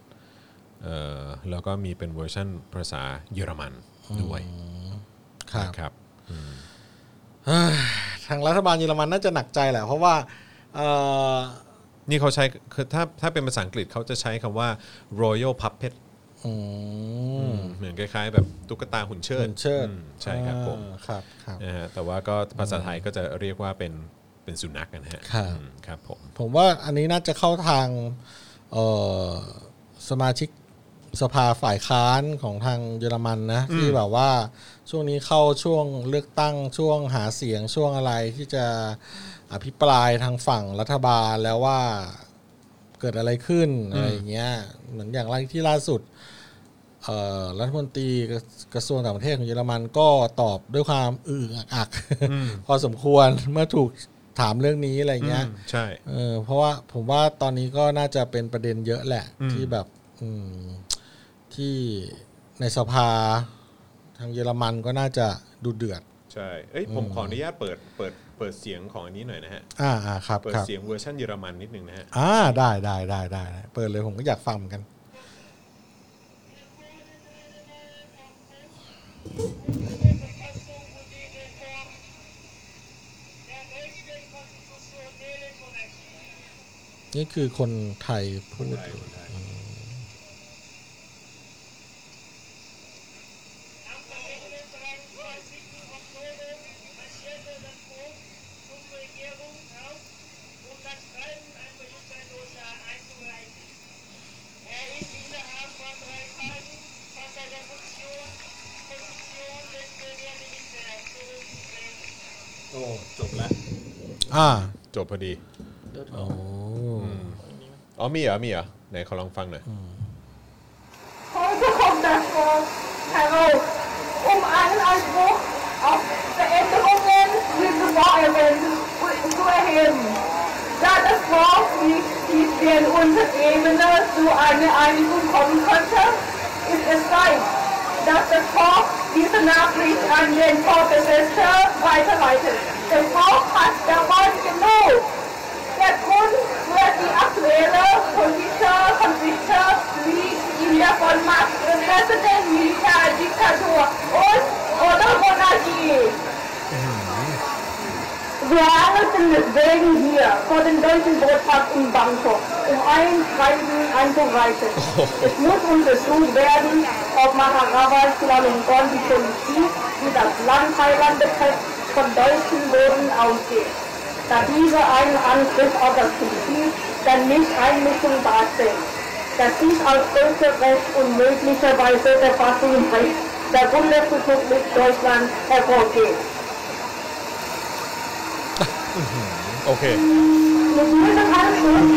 B: เอ่อแล้วก็มีเป็นเวอร์ชันภาษาเยอรมันด้วย
C: ครับ
B: นะครับ
C: ทางรัฐบาลเยอรมันน่าจะหนักใจแหละ เพราะว่าเอ่อ
B: นี่เขาใช้คือถ้าถ้าเป็นภาษาอังกฤษเขาจะใช้คำว่า royal puppet
C: อืม
B: เหมือนคล้ายๆ แบบตุ๊กตาหุ่นเชิด
C: เป็นเชิด
B: อืมใช่ครับผม
C: อ่าครับครับ
B: นะฮะแต่ว่าก็ภาษาไทยก็จะเรียกว่าเป็นเป็นสุนัขนะฮะ
C: ครับ
B: อืมครับผม
C: ผมว่าอันนี้น่าจะเข้าทางเอ่อสมาชิกสภาฝ่ายค้านของทางเยอรมันนะที่แบบว่าช่วงนี้เข้าช่วงเลือกตั้งช่วงหาเสียงช่วงอะไรที่จะอภิปรายทางฝั่งรัฐบาลแล้วว่าเกิดอะไรขึ้นอะไรอย่างเงี้ยเหมือนอย่างไรที่ล่าสุดเอ่อรัฐมนตรีกระทรวงต่างประเทศของเยอรมันก็ตอบด้วยความอึกอักพอสมควรเมื่อถูกถามเรื่องนี้อะไรอย่างเงี้ย
B: อืมใช่
C: เออเพราะว่าผมว่าตอนนี้ก็น่าจะเป็นประเด็นเยอะแหละ ที่แบบอืมที่ในสภาทางเยอรมันก็น่าจะดูเดือด
B: ใช่เอ้ยผมขออนุญาตเปิดเปิดเปิดเสียงของอันนี้หน่อยนะฮะ
C: อ่าอ่าครับ
B: เปิด
C: ครับ
B: เสียงเวอร์ชันเยอรมันนิดนึงนะฮะ
C: อ่าได้ได้ได้ได้ได้เปิดเลยผมก็อยากฟังเหมือนกัน นี่คือคนไทยพูดอยู่
F: น
C: อ่า
B: จบพอดี
D: เดี๋ยว
C: โอ้
B: อ๋อมีเหรอมีเหรอไหนขอลองฟังหน่อย
J: Heute kommt das Wort heraus, um allen Anspruch auf Veränderungen, Hilfeforderungen zu erheben. Da das Wort nicht tief in unsere Ebene zu einer Einigung kommen könnte, ist es Zeit, dass das Wort diese Nachricht an den Vorgesetzten weiterleitet. Das Wort hat davon genug. Der Grund für die aktuelle politische Konflikte liegt in der von Machtinteressen, Militärdiktatur und oder Monarchie. Wir alle sind deswegen hier vor dem deutschen Botschaft in Bangkok, um ein Schreiben einzureichen. Es muss untersucht werden, ob Maharaja Chulalongkorn die Politik, die das Land Thailand betrifft, von deutschen Boden ausgeht. Da diese einen Angriff auf das Prinzip der Nichteinmischung darstellt. Das ist aus Völkerrecht und möglicherweise Verfassungsrecht der Bundesrepublik Deutschland hervorgeht.
B: โอเค
J: อิ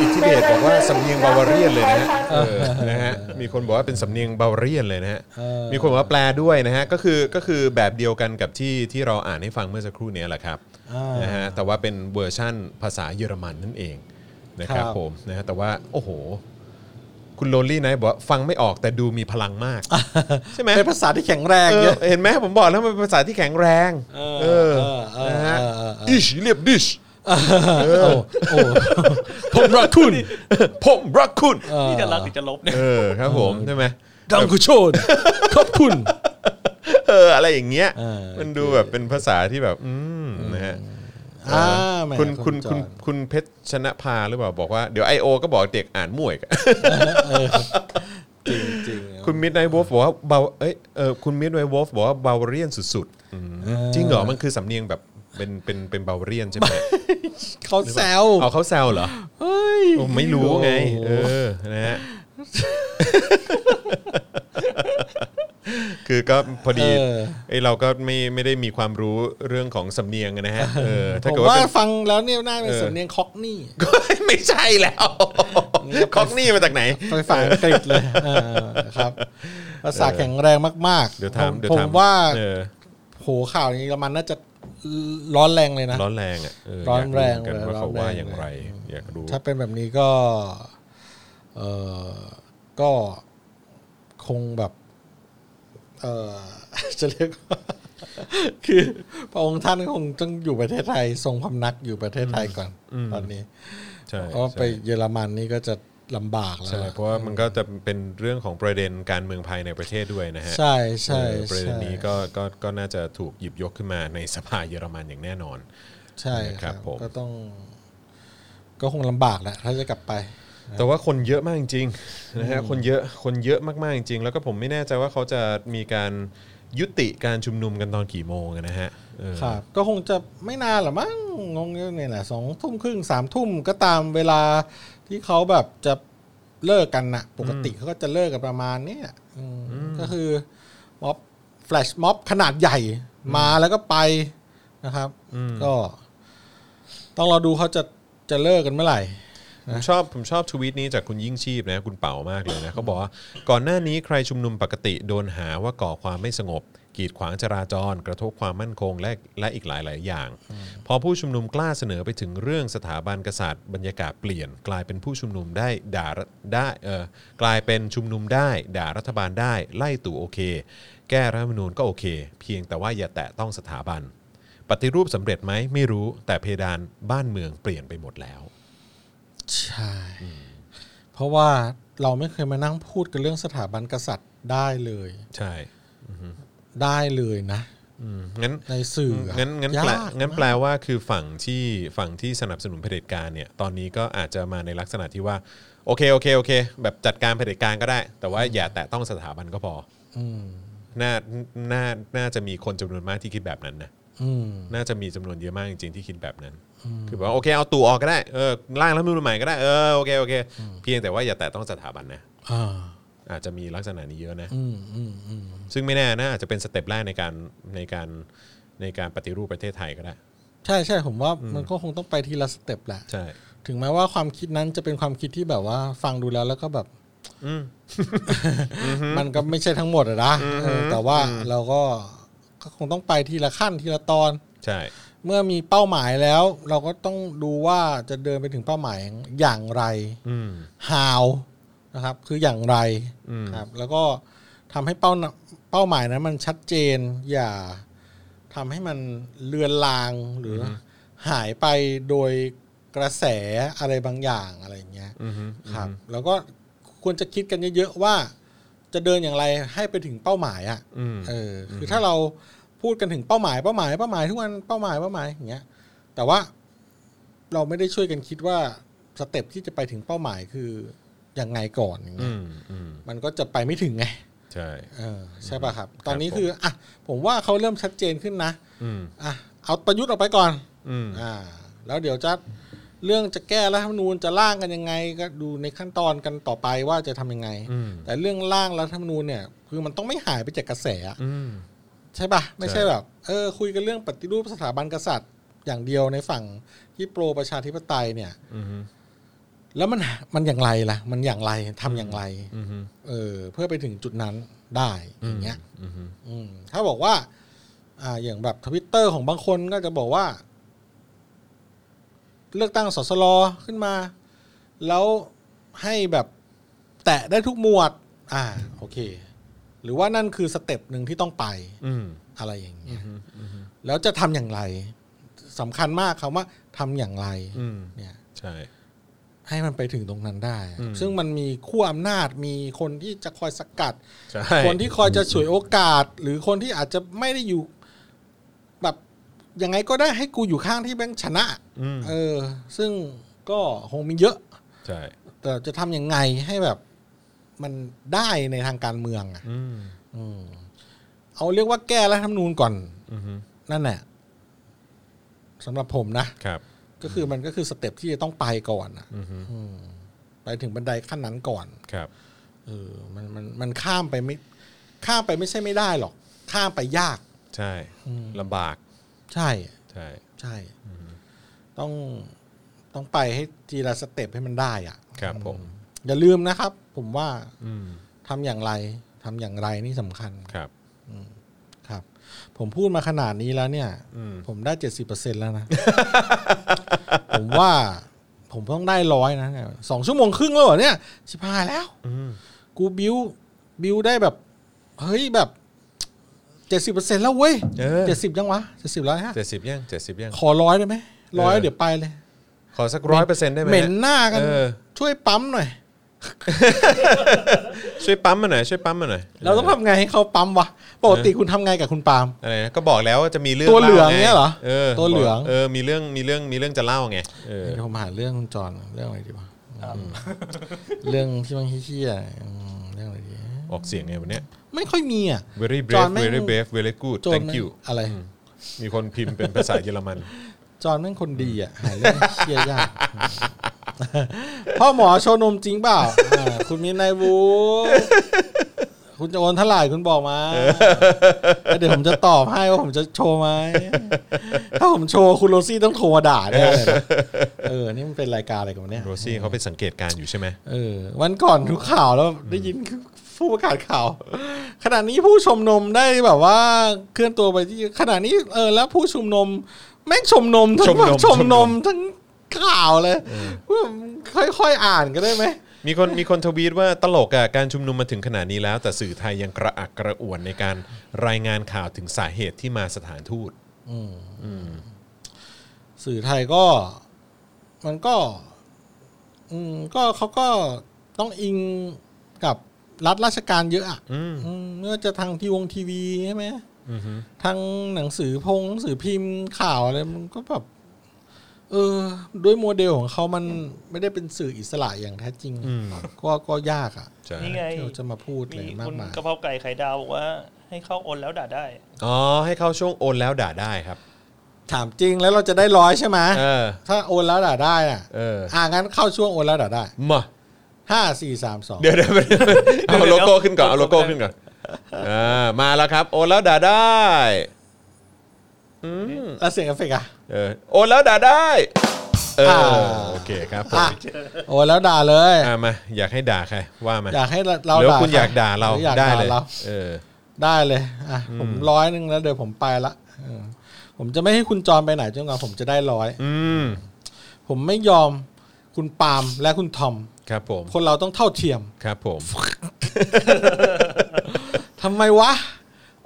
B: อิทธิเดชบอกว่าสำเนียงบาวาเรียนเลยนะฮะ
J: ออ
B: เออนะฮะ มีคนบอกว่าเป็นสำเนียงบาวาเรียนเลยนะฮะ
C: เออ
B: มีคนบอกว่าแปลด้วยนะฮะ ก็คือก็คือแบบเดียวกันกับที่ที่เราอ่านให้ฟังเมื่อสักครู่เนี้ยแหละครับ
C: อ่า
B: นะฮะ แต่ว่าเป็นเวอร์ชั่นภาษาเยอรมันนั่นเองนะครับ
C: ครับ
B: ผมนะฮะ แต่ว่าโอ้โห คุณโรลลี่ไนท์บอกว่าฟังไม่ออกแต่ดูมีพลัง มาก ใช่ไหม
C: เป็นภาษาที่แข็งแรง
B: เอ
C: เย
B: อ
C: อะ
B: เห็นไหมผมบอกแล้วมันเป็นภาษาที่แข็งแรง
C: เออเออเออ
B: นะฮะ
C: เออเออเออ
B: ดิชเรียบดิช
C: โอ้โห
B: ผมรักคุณ ผมรักคุณ
D: นี่จะรักหรือจะลบเนี่ย
B: เออครับผมใช่ไหม
C: ดังกุโชนขอบคุณ
B: เอออะไรอย่างเงี้ย
C: เออ
B: มันดูแบบเป็นภาษาที่แบบอืมนะฮะ
C: อ่าแหม
B: คุณ
C: ขอบ
B: คุณ
C: จ
B: คุ
C: อ
B: ณ
C: ห์น
B: คุณเพชรชนะพาหรือเปล่าบอกว่าเดี๋ยว I.O. ก็บอกเด็กอ่านมั่วอีก
C: จริงจริงๆ
B: คุณมิดไนท์วอฟบอกว่าเบาเอ้ยเออคุณมิดไนท์วอฟบอกว่าบาวาเรียนสุดๆอืมจริงเหรอมันคือสำเนียงแบบเป็นเป็นเป็นบาวาเรียนใช่ไหม
C: เขาแซว
B: เอาเขาแซวเหรอผมไม่รู้ไง เออ นะฮะ คือก็พอดี
C: เออ
B: ไอ้เราก็ไม่ไม่ได้มีความรู้เรื่องของสำเนียงนะฮะ เออ ถ้า
C: ผ
B: เกิด
C: ม
B: ว่า
C: ว่า
B: เป็น
C: ฟังแล้วเนี่ยน่าเป็น
B: เออ
C: สำเนียงคอกนี่
B: ไม่ใช่แล้วคอกนี่มาจากไหน
C: ไปฝั่งอังกฤษเลยเออครับภาษาแข็งแรงมากๆ
B: เดี๋ยวถาม
C: ผ
B: เดี๋ยว
C: ผ
B: ถาม
C: มว่า
B: เออ
C: โหข่าวนี้มันน่าจะร้อนแรงเลยนะ
B: ร้อนแรงอ่ะเออ
C: ร้อนแรง
B: อยากเหมือนกัน
C: เลย
B: ว่าเขา
C: ร้อนแรง
B: ว่าอย่างไร อยากรู้
C: ถ้าเป็นแบบนี้ก็เออก็คงแบบ เออ จะเรียกว่า คือพระองค์ท่านคงต้องอยู่ประเทศไทย ทรงพำนักอยู่ประเทศไทยก่อน ตอนนี้
B: ใช่
C: เพราะว่าไป
B: ใช่
C: เยอรมันนี่ก็จะลำบากแล้ว
B: ใช่
C: ล่ะ
B: เพราะว่ามันก็จะเป็นเรื่องของประเด็นการเมืองภายในประเทศด้วยนะฮะ
C: ใช่ใช่
B: เออประเด็นนี้
C: ใช่
B: ก็ก็ก็น่าจะถูกหยิบยกขึ้นมาในสภาเยอรมันอย่างแน่นอน
C: ใช่
B: นะค
C: ค
B: รั
C: รั
B: บบ ผม
C: ก็ต้อง ก็คงลำบากแหละถ้าจะกลับไป
B: แต่ว่าคนเยอะมากจริงๆนะฮะคนเยอะคนเยอะมากๆจริง แล้วก็ผมไม่แน่ใจว่าเขาจะมีการยุติการชุมนุมกันตอนกี่โมงอะนะฮะเออ
C: ครับ ก็คงจะไม่นานหรอมั้งงงอยู่เนี่ยแหละสองทุ่มครึ่งสามทุ่มก็ตามเวลาที่เขาแบบจะเลิกกันนะปกติเขาก็จะเลิกกันประมาณเนี้ยอืมก็คือม็อบแฟลชม็อบขนาดใหญ่มาแล้วก็ไปนะครับ ก็ ต้องรอดูเขาจะจะเลิกกันเมื่อไหร่
B: ผมชอบผมชอบทวีตนี้จากคุณยิ่งชีพนะคุณเป่ามากเลยนะเขาบอกว่าก่อนหน้านี้ใครชุมนุมปกติโดนหาว่าก่อความไม่สงบ กีดขวางจราจร กระทบความมั่นคงและและอีกหลาย ๆ อย่าง พอผู้ชุมนุมกล้าเสนอไปถึงเรื่องสถาบันกษัตริย์บรรยากาศเปลี่ยน กลายเป็นผู้ชุมนุมได้ด่าได้เออกลายเป็นชุมนุมได้ ด่ารัฐบาลได้ไล่ตู่โอเค แก้รัฐธรรมนูญก็โอเค เพียงแต่ว่าอย่าแตะต้องสถาบัน ปฏิรูปสำเร็จไหมไม่รู้ แต่เพดานบ้านเมืองเปลี่ยนไปหมดแล้ว
C: ใช่ เพราะว่าเราไม่เคยมานั่งพูดกันเรื่องสถาบันกษัตริย์ได้เลย
B: ใช่
C: ได้เลยนะ
B: งั้น
C: ในสื่ออะ
B: งั้นงั้นแปล
C: ยาก
B: งั้นแปลว่าคือฝั่งที่ฝั่งที่สนับสนุนเผด็จการเนี่ยตอนนี้ก็อาจจะมาในลักษณะที่ว่าโอเคโอเคโอเค แบบจัดการเผด็จการก็ได้ แต่ว่าอย่าแตะต้องสถาบันก็พออน่าน่าน่าจะมีคนจำนวนมากที่คิดแบบนั้นนะ
C: อืม
B: น่าจะมีจำนวนเยอะมากจริงๆที่คิดแบบนั้น คือแบบว่าโอเคเอาตู่ออกก็ได้เออร่างรัฐธรรมนูญใหม่ก็ได้เออโอเคโอเค เพียงแต่ว่าอย่าแตะต้องสถาบันนะ
C: อ่า
B: อาจจะมีลักษณะนี้เยอะนะ
C: อืมอืมอืม
B: ซึ่งไม่แน่นะอาจจะเป็นสเต็ปแรกในการในการในการปฏิรูปประเทศไทยก็ได้
C: ใช่ใช่ผมว่ามันก็คงต้องไปทีละสเต็ปแหละ
B: ใช่
C: ถึงแม้ว่าความคิดนั้นจะเป็นความคิดที่แบบว่าฟังดูแล้วแล้วก็แบบ มันก็ไม่ใช่ทั้งหมดอะนะเออแต่ว่าเราก็ก็คงต้องไปทีละขั้นทีละตอน
B: ใช่
C: เมื่อมีเป้าหมายแล้ว เราก็ต้องดูว่าจะเดินไปถึงเป้าหมายอย่างไร
B: อืม
C: how นะครับ คืออย่างไร
B: อืม
C: ครับ แล้วก็ทำให้เป้าน่ะเป้าหมายนั้นมันชัดเจน อย่าทำให้มันเลือนลางหรืออหายไปโดยกระแสอะไรบางอย่างอะไรอย่างเงี้ย
B: อืม
C: ครับ แล้วก็ควรจะคิดกันเยอะๆว่า จะเดินอย่างไรให้ไปถึงเป้าหมายอ่ะ
B: อืม
C: เออคือถ้าเราพูดกันถึงเป้าหมายเป้าหมายเป้าหมายทุกวันเป้าหมายเป้าหมายอย่างเงี้ยแต่ว่าเราไม่ได้ช่วยกันคิดว่าสเต็ปที่จะไปถึงเป้าหมายคือยังไงก่อนอย่าง
B: อื
C: เงี้ย
B: มอืม
C: มันก็จะไปไม่ถึงไง
B: ใช่
C: เออใช่ป่ะครับ ตอนนี้
B: ผม
C: คืออ่ะผมว่าเขาเริ่มชัดเจนขึ้นนะ
B: อืม
C: อ่ะเอาประยุทธ์ออกไปก่อน
B: อืม
C: อ่าแล้วเดี๋ยวจะเรื่องจะแก้รัฐธรรมนูญจะร่างกันยังไง ก็ดูในขั้นตอนกันต่อไปว่าจะทำยังไง
B: อืม
C: แต่เรื่องร่างรัฐธรรมนูญเนี่ยคือมันต้องไม่หายไปจากกระแสอะ
B: อืม
C: ใช่ปะ่ะ ไม่
B: ใช่
C: ใช่แบบเออคุยกันเรื่องปฏิรูปสถาบันกษัตริย์ อย่างเดียวในฝั่งที่โปรประชาธิปไตยเนี่ย
B: อืม
C: แล้วมันมันอย่างไรล่ะ มันอย่างไรทำอย่างไร
B: อืม
C: เออเพื่อไปถึงจุดนั้นได้
B: อืม
C: อย่างเงี้ย
B: อืม
C: อืมถ้าบอกว่า อ่าอย่างแบบทวิตเตอร์ของบางคนก็จะบอกว่า เลือกตั้งสสลขึ้นมา แล้วให้แบบแตะได้ทุกหมวด อ่า โอเค หรือว่านั่นคือสเต็ปหนึ่งที่ต้องไป
B: อืม
C: อะไรอย่างเงี้ย แล้วจะทำอย่างไรสำคัญมากคำว่าทำอย่างไร
B: อืม
C: เนี่ย
B: ใช่
C: ให้มันไปถึงตรงนั้นได้
B: อืม
C: ซึ่งมันมีขั้วอำนาจมีคนที่จะคอยสกัด
B: ใช่
C: คนที่คอยจะฉวยโอกาส หรือคนที่อาจจะไม่ได้อยู่ แบบยังไงก็ได้ให้กูอยู่ข้างที่แบงชนะ
B: อืม
C: เออ ซึ่งก็คงมีเยอะ
B: ใช่
C: แต่จะทำยังไงให้แบบมันได้ในทางการเมืองอะ
B: อืม
C: อืมเอาเรียกว่าแก้รัฐธรรมนูญก่อน
B: อืม
C: นั่นแหละสำหรับผมนะ
B: ครับ
C: ก็คือมันก็คือสเต็ปที่จะต้องไปก่อนอะ
B: อืม
C: อืมไปถึงบันไดขั้นนั้นก่อน
B: ครับ
C: เออมันมันมันข้ามไปไม่ ข้ามไปไม่ใช่ไม่ได้หรอก ข้ามไปยาก
B: ใช่
C: อืม
B: ลำบาก
C: ใช่
B: ใช่
C: ใช่ ต้องต้องไปให้ทีละสเต็ปให้มันได้อะ
B: ครับผม
C: อย่าลืมนะครับ ผมว่า
B: อืม
C: ทำอย่างไรทำอย่างไรนี่สำคัญ
B: ครับ
C: ครับ ผมพูดมาขนาดนี้แล้วเนี่ย
B: อืม
C: ผมได้เจ็ดสิบเปอร์เซ็นแล้วนะ ผมว่าผมต้องได้ร้อยนะเนี่ยสองชั่วโมงครึ่งแล้วเหรอเนี่ย ชิบหายแล้ว
B: อืม
C: กูบิวบิวได้แบบ เฮ้ยแบบเจ็ดสิบเปอร์เซ็นแล้วเว้ย
B: เออ
C: เจ็ดสิบยังวะเจ็ดสิบแล้วฮะ
B: เจ็ดสิบยังเจ็ดสิบยัง
C: ขอร้อยได้ไหมร้อย
B: เออ
C: เดี๋ยวไปเลย
B: ขอสักร้อยเปอร์เซ็นต์ได้ไหม
C: เหม็น
B: ฮะ
C: หน้ากัน
B: เออ
C: ช่วยปั๊มหน่อย
B: ช่วยปั๊มมาหน่อยช่วยปั๊มมาหน่อย
C: เราต้องทำไงให้เขาปั๊มวะปกติคุณทำไงกับคุณปาล์ม
B: อะไรนะก็บอกแล้วว่าจะมีเรื่อง
C: ตัวเหลือง
B: าไ
C: เนี่ยเหรอ
B: เออ
C: ตัวเหลือง
B: เออมีเรื่องมีเรื่องมีเรื่องจะเล่าไงเออ
C: เดี๋ยวผมหาเรื่องคุณจอนเรื่องอะไรดีวะอืมเรื่องที่มันเฮี้ยๆอืมเรื่องอะไรดี
B: ออกเสียงไงวันเนี้ย
C: ไม่ค่อยมีอ่ะ
B: very
C: จอ
B: brave
C: นแม่ง
B: very brave very good
C: โจร
B: thank you
C: อะไร
B: มีคนพิมพ์เป็นภาษาเยอรมัน
C: จอนแม่งคนดีอ่ะ หายเรื่องเชียร์ยาก พ่อหมอโชว์นมจริงเปล่าอ่าคุณมีนายวูคุณจะโอนเท่าไหร่คุณบอกมาแล้วเดี๋ยวผมจะตอบให้ว่าผมจะโชว์ไหมถ้าผมโชว์คุณโรซี่ต้องโทรมาด่าแน่เลยนะเออ นี่มันเป็นรายการอะไรกันวะเนี่ย
B: โรซี่เขาเป็นสังเกตการณ์อยู่ใช่ไหม
C: เออวันก่อนดูข่าวแล้วได้ยินผู้ประกาศข่าว ขณะนี้ผู้ชมนมได้แบบว่าเคลื่อนตัวไปที่ขณะนี้เออแล้วผู้ชุมนมแม่งชมนมทั้ง
B: ชมนมช
C: ชม
B: ม
C: น
B: น
C: ม
B: ม
C: ทั้งข่าวเลยค่อยๆอ่านก็ได้ไหม
B: มีคนมีคนทวีตว่าตลกอ่ะการชุมนุมมาถึงขนาดนี้แล้ว แต่สื่อไทยยังกระอักกระอ่วนในการรายงานข่าวถึงสาเหตุที่มาสถานทูต
C: สื่อไทยก็ มันก็ อืมก็เขาก็ต้องอิงกับรัฐราชการเยอะอะ
B: อืม
C: อืมไม่ว่าจะทางทีวงทีวีใช่ไหม
B: อือฮึ
C: ทั้งหนังสือพงหนังสือพิมพ์ข่าวอะไรมันก็แบบเออ ด้วยโมเดลของเขามันไม่ได้เป็นสื่ออิสระอย่างแท้จริง
B: อืม
C: ก็ก็ยากอ่ะ
B: ใช่
D: นี่ไง
C: ที่เราจะมาพูดอะ
D: มี
C: ไรมา
D: คุ
C: ก
D: ณ
C: มาย
D: กระเพราไก่ไข่ดาวบอกว่า ให้เข้าโอนแล้วด่าได้
B: อ๋อให้เข้าช่วงโอนแล้วด่าได้ครับ
C: ถามจริงแล้วเราจะได้ร้อยใช่ไหม
B: เออ
C: ถ้าโอนแล้วด่าได้อ่ะ
B: เออ
C: อ่างั้นเข้าช่วงโอนแล้วด่าได้
B: มา
C: ห้าสี่สามสอง
B: เดี๋ยวเดี๋ยวเดี๋ยวเอาโลโก้ขึ้นก่อนเอาโลโก้ขึ้นก่อนเออมาแล้วครับ โอนแล้วด่าได้
C: แล้วเสียงเอฟเฟกต์อ่ะ
B: เออโอนแล้วด่าได้เออ
C: อ่า
B: โอเคครับผม
C: อ่ะโอ้แล้วด่าเลย
B: อ่ะมาอยากให้ด่าใครว่ามา
C: อยากให้เรา
B: หรือ
C: ด่า
B: คุณ
C: ใร
B: อยากด่าเรา
C: หออ
B: ได้เลย
C: รา
B: เออ
C: ได้เลยอ่ะผมร้อยหนึ่งแล้วเดี๋ยวผมไปละเออผมจะไม่ให้คุณจอนไปไหนจนกว่าผมจะได้ร้อย
B: อืม
C: ผมไม่ยอมคุณปาล์มและคุณทอม
B: ครับผม
C: คนเราต้องเท่าเทียม
B: ครับผม
C: ทำไมวะ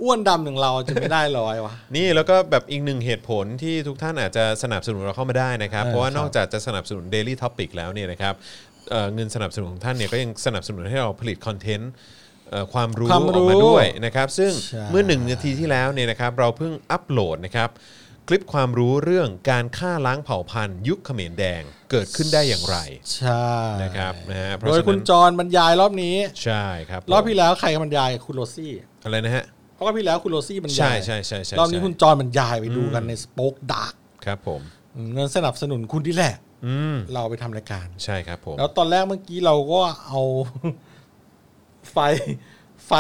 C: อ้วนดำหนึ่งเราจะไม่ได้ร้อยวะ
B: นี่แล้วก็แบบอีกหนึ่งเหตุผลที่ทุกท่านอาจจะสนับสนุนเราเข้ามาได้นะครับ
C: เออ
B: เพราะว่า
C: ครับ
B: นอกจากจะสนับสนุน Daily Topic แล้วเนี่ยนะครับเอ่อเงินสนับสนุนของท่านเนี่ยก็ยังสนับสนุนให้เราผลิตคอนเทนต์เอ่อความรู้
C: ความ
B: อ
C: รู้
B: อกมาด้วยนะครับซึ่ง
C: ใช่
B: เมื่อหนึ่งนาทีที่แล้วเนี่ยนะครับเราเพิ่งอัปโหลดนะครับคลิปความรู้เรื่องการฆ่าล้างเผ่าพันธุ์ยุคเขมรแดงเกิดขึ้นได้อย่างไร
C: ใช่
B: นะครับนะฮะเพราะ
C: โดย
B: ฉะ
C: คุณ
B: นั้น
C: จอนบรรยายรอบนี้
B: ใช่ครับผม
C: รอบที่แล้วใครบรรยายคุณโรซี่
B: อะไรนะฮะ
C: เพราะรอบที่แล้วคุณโรซี่บรรยาย
B: ใช่ใช่ใช่ใช่
C: รอบนี้
B: ใช่
C: คุณจอนบรรยายไปดูกันในสป็อคดาร์ก
B: ครับผม
C: เงินสนับสนุนคุณที่แหละ
B: อืม
C: เราไปทำรายการ
B: ใช่ครับผม
C: แล้วตอนแรกเมื่อกี้เราก็เอา ไฟไฟ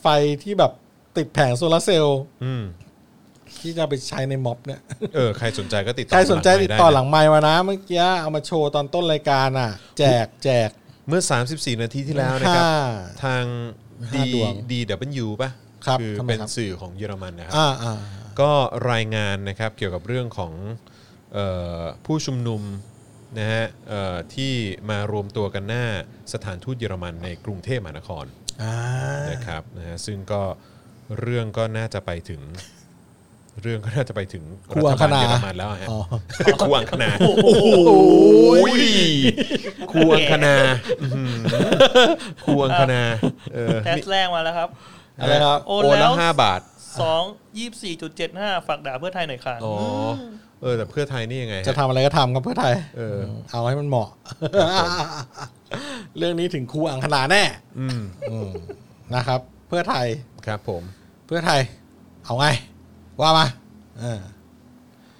C: ไฟที่แบบติดแผงโซลาร์เซลล์
B: อืม
C: ที่จะไปใช้ในม็อบเนี่ย
B: เออใครสนใจก็ติดต่อ
C: ใครสนใจติดต่อหลั
B: ไมค์ไ
C: งไมค์มานะเมื่อกี้เอามาโชว์ตอนต้นรายการอ่ะ แจกแจก
B: นะเมื่อ 34 นาทีที่แล้วนะครับ
C: ห้า
B: ทาง D
C: ห้าดวง
B: DW ป่ะ
C: ครับ
B: คือ
C: ทำไม
B: เป็น
C: ครับ
B: สื่อของเยอรมันนะครับ
C: อ่าอ่า
B: ก็รายงานนะครับเกี่ยวกับเรื่องของเอ่อผู้ชุมนุมนะฮะเอ่อที่มารวมตัวกันหน้าสถานทูตเยอรมันในกรุงเทพมหานคร
C: อ่า
B: นะครับนะฮะซึ่งก็เรื่องก็น่าจะไปถึง เรื่องก็น่าจะไปถึง
C: ครูอังคณา
B: รัฐบลเยอรมันแล้วอะฮะ
C: อ๋อ
B: ครูอังคณา
C: โอ้
B: อุ้
C: ย
B: ยครูอังคณาอื้อหือครูอังคณาเออ
D: แทสแรกมาแล้วครับ
C: อะไรครับ
B: โอนแล้วห้าบาท
D: สองยี่สี่จุดเจ็ดห้าฝากด่าเพื่อไทยหน่อยค่ะ
B: อ๋อเออแต่เพื่อไทยนี่ยังไงฮ
C: จะทำอะไรก็ทำครับเพื่อไทย
B: เออ
C: เอาให้มันเหมาะ เรื่องนี้ถึงครูอังคณาแน่
B: อืม
C: นะครับ เพื่อไทย
B: ครับผม
C: เพื่อไทย เอาไง ว่ามาเออ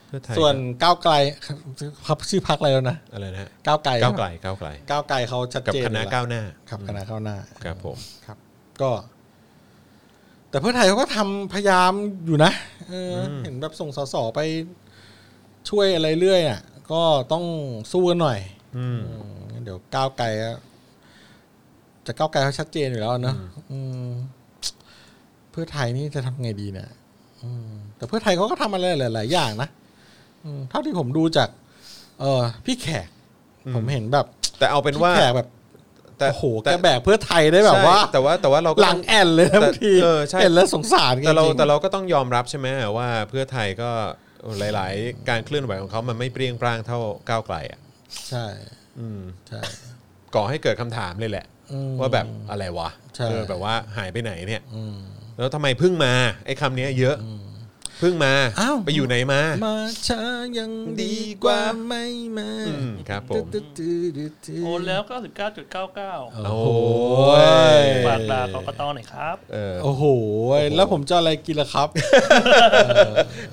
B: เพื่อไทย
C: ส่วนก้าวไกล ครับชื่อพักอะไรแล้วนะ
B: อะไรนะฮะ
C: ก้าวไกล
B: ก้าวไกลก้าวไกล
C: ก้าวไกลเขาชัด
B: กับ
C: เจน
B: คณะ
C: อยู่แล้ว
B: ก้าวหน้า
C: ครับคณะก้าวหน้า
B: ครับผม
C: ครับ ก็ แต่เพื่อไทยเขาก็ทำพยายามอยู่นะเอออเห็นแบบส่งสสไปช่วยอะไรเรื่อยอ่ะ ก็ต้องสู้กันหน่อย
B: อืม
C: อืมงั้นเดี๋ยวก้าวไกลก็จะก้าวไกลเขาชัดเจนอยู่แล้วเนอะอืมเพื่อไทยนี่จะทำไงดีเนี่ยอืมแต่เพื่อไทยเขาก็ทำอะไรหลาย ๆ อย่างนะอืมเท่าที่ผมดูจาก เออพี่แขก ผมเห็นแบบ
B: แต่เอาเป็นว่า
C: พี่แขกแบบ
B: แต่
C: โอ้โหแก
B: ต่
C: แบกเพื่อไทยได้แบบ
B: ใช่
C: ว่า
B: แต่ว่าแต่ว่าเราก็
C: หลัง
B: ต้อง
C: แอนเลยนะ
B: แต่
C: บางที
B: เออใช่
C: เห็นแล้วสงสารแก
B: แต่เรา
C: จงๆ
B: แต่เราก็ต้องยอมรับใช่ไหมว่าเพื่อไทยก็หลาย ๆ การเคลื่อนไหวของเขามันไม่เปรี้ยงปร้างเท่าก้าวไกลอ่ะ
C: ใช่
B: อืม
C: ใช่
B: ก่อให้เกิดคำถามเลยแหละ
C: อืม
B: ว่าแบบอะไรวะ
C: ใช่
B: เออแบบว่าหายไปไหนเนี่ย
C: อืม
B: แล้วทำไมเพิ่งมา ไอ้คำเนี้ยเยอะเพิ่งมา
C: อ้าว
B: ไปอยู่ไหนมา
C: มาช้ายัง
B: ดี
C: ดี
B: ก
C: ก
B: ว่า
C: ว่าไม่มา
B: อืมครับผม
C: ตึ๊ดตึ๊ดตึ๊ดตึ๊ด
D: โอนแล้วเก้าสิบเก้าจุดเก้าเก้า
B: โอ้ย
D: ฝากด่ากรกตหน่อยครับ
B: เออ
C: โอ้โห แล้วผมจะเอาอะไรกินล่ะครับ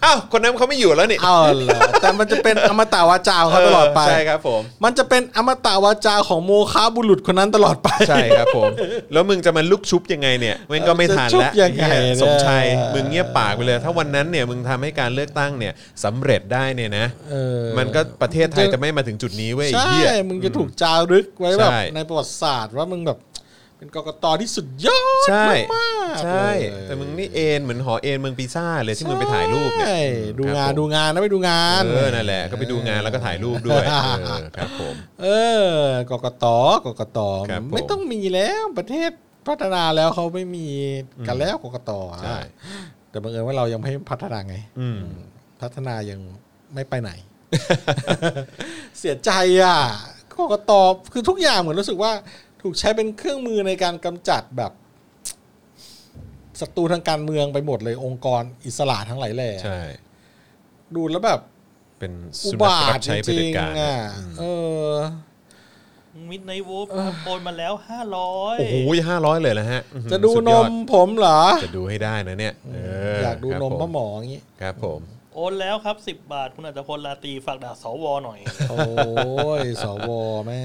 B: อ้าวคนนั้นเขาไม่อยู่แล้วนี่
C: เอาล่ะแต่มันจะเป็น อมตะวาจาของเขาตลอดไป
B: เใช่ครับผม
C: มันจะเป็นอมตะวาจาของโมคาบุรุษคนนั้นตลอดไป
B: ใช่ครับผม แล้วมึงจะมาลุกชุบยังไงเนี่ยมึงก็ไม่ทัน
C: จะชุบ
B: แล้ว
C: ยังไงเนี่ย
B: สมชัยมึงเงียบปากไปเลย ถ้าวันนั้นเนี่ยมึงทำให้การเลือกตั้งเนี่ยสำเร็จได้เนี่ยนะ
C: เออ
B: มันก็ประเทศไทยจะไม่มาถึงจุดนี้เว้ยไอ้
C: ใช่
B: เหี้ย
C: มึงจะถูกจารึกไว้แบบ
B: ใช่
C: ในประวัติศาสตร์ว่ามึงแบบ เป็นกกตที่สุดยอด
B: ใช่
C: มากๆ
B: ใช่
C: เลย
B: แต่มึงนี่เอ็นเหมือนหอเอ็นเมืองปีซ่าเลยที่มึงไปถ่ายรูปเนี่ย
C: ใช่ดูงา
B: ค
C: น
B: รับผม
C: ดูงานนะไปดูงาน
B: เออนั่นแหละก็ไปดูงานแล้วก็ถ่ายรูปด้วยเออครับผม
C: เออกกตกกต
B: ครับผม
C: ไม่ต้องมีแล้วประเทศพัฒนาแล้วเขาไม่มีกันแล้วกกตอ่ะ
B: ใช่
C: แต่บังเอิญว่าเรายังไม่พัฒนาไง
B: อืม
C: พัฒนายังไม่ไปไหน เสียใจอ่ะกกตคือทุกอย่างเหมือนรู้สึกว่า ถูกใช้เป็นเครื่องมือในการกำจัดแบบศัตรูทางการเมืองไปหมดเลยองค์กรอิสระทั้งหลายแหล่
B: ใช่
C: ดูแล้วแบบ
B: เป็น
C: อุ
B: สุนัข
C: บา
B: รับ
C: ทจ
B: ใช้เผด็
C: ริ
B: จ
C: ง
B: การ
C: ๆอ่ะเออ
D: มิดในวูฟโอนมาแล้วห้าร้อย
B: โอ้โหห้าร้อยเลยนะฮะ
C: จะดู
B: สุ
C: น
B: ยอ
C: มผมเหรอ
B: จะดูให้ได้นะเนี่ยเ
C: อยากดู
B: ครับ
C: นม
B: ผ
C: พ่อหมออย่างนี้
B: ครับผม
D: โอนแล้วครับสิบบาท คุณอัจพลลาตรีฝากด่าสวหน่อย
C: โอ้ยสวแม่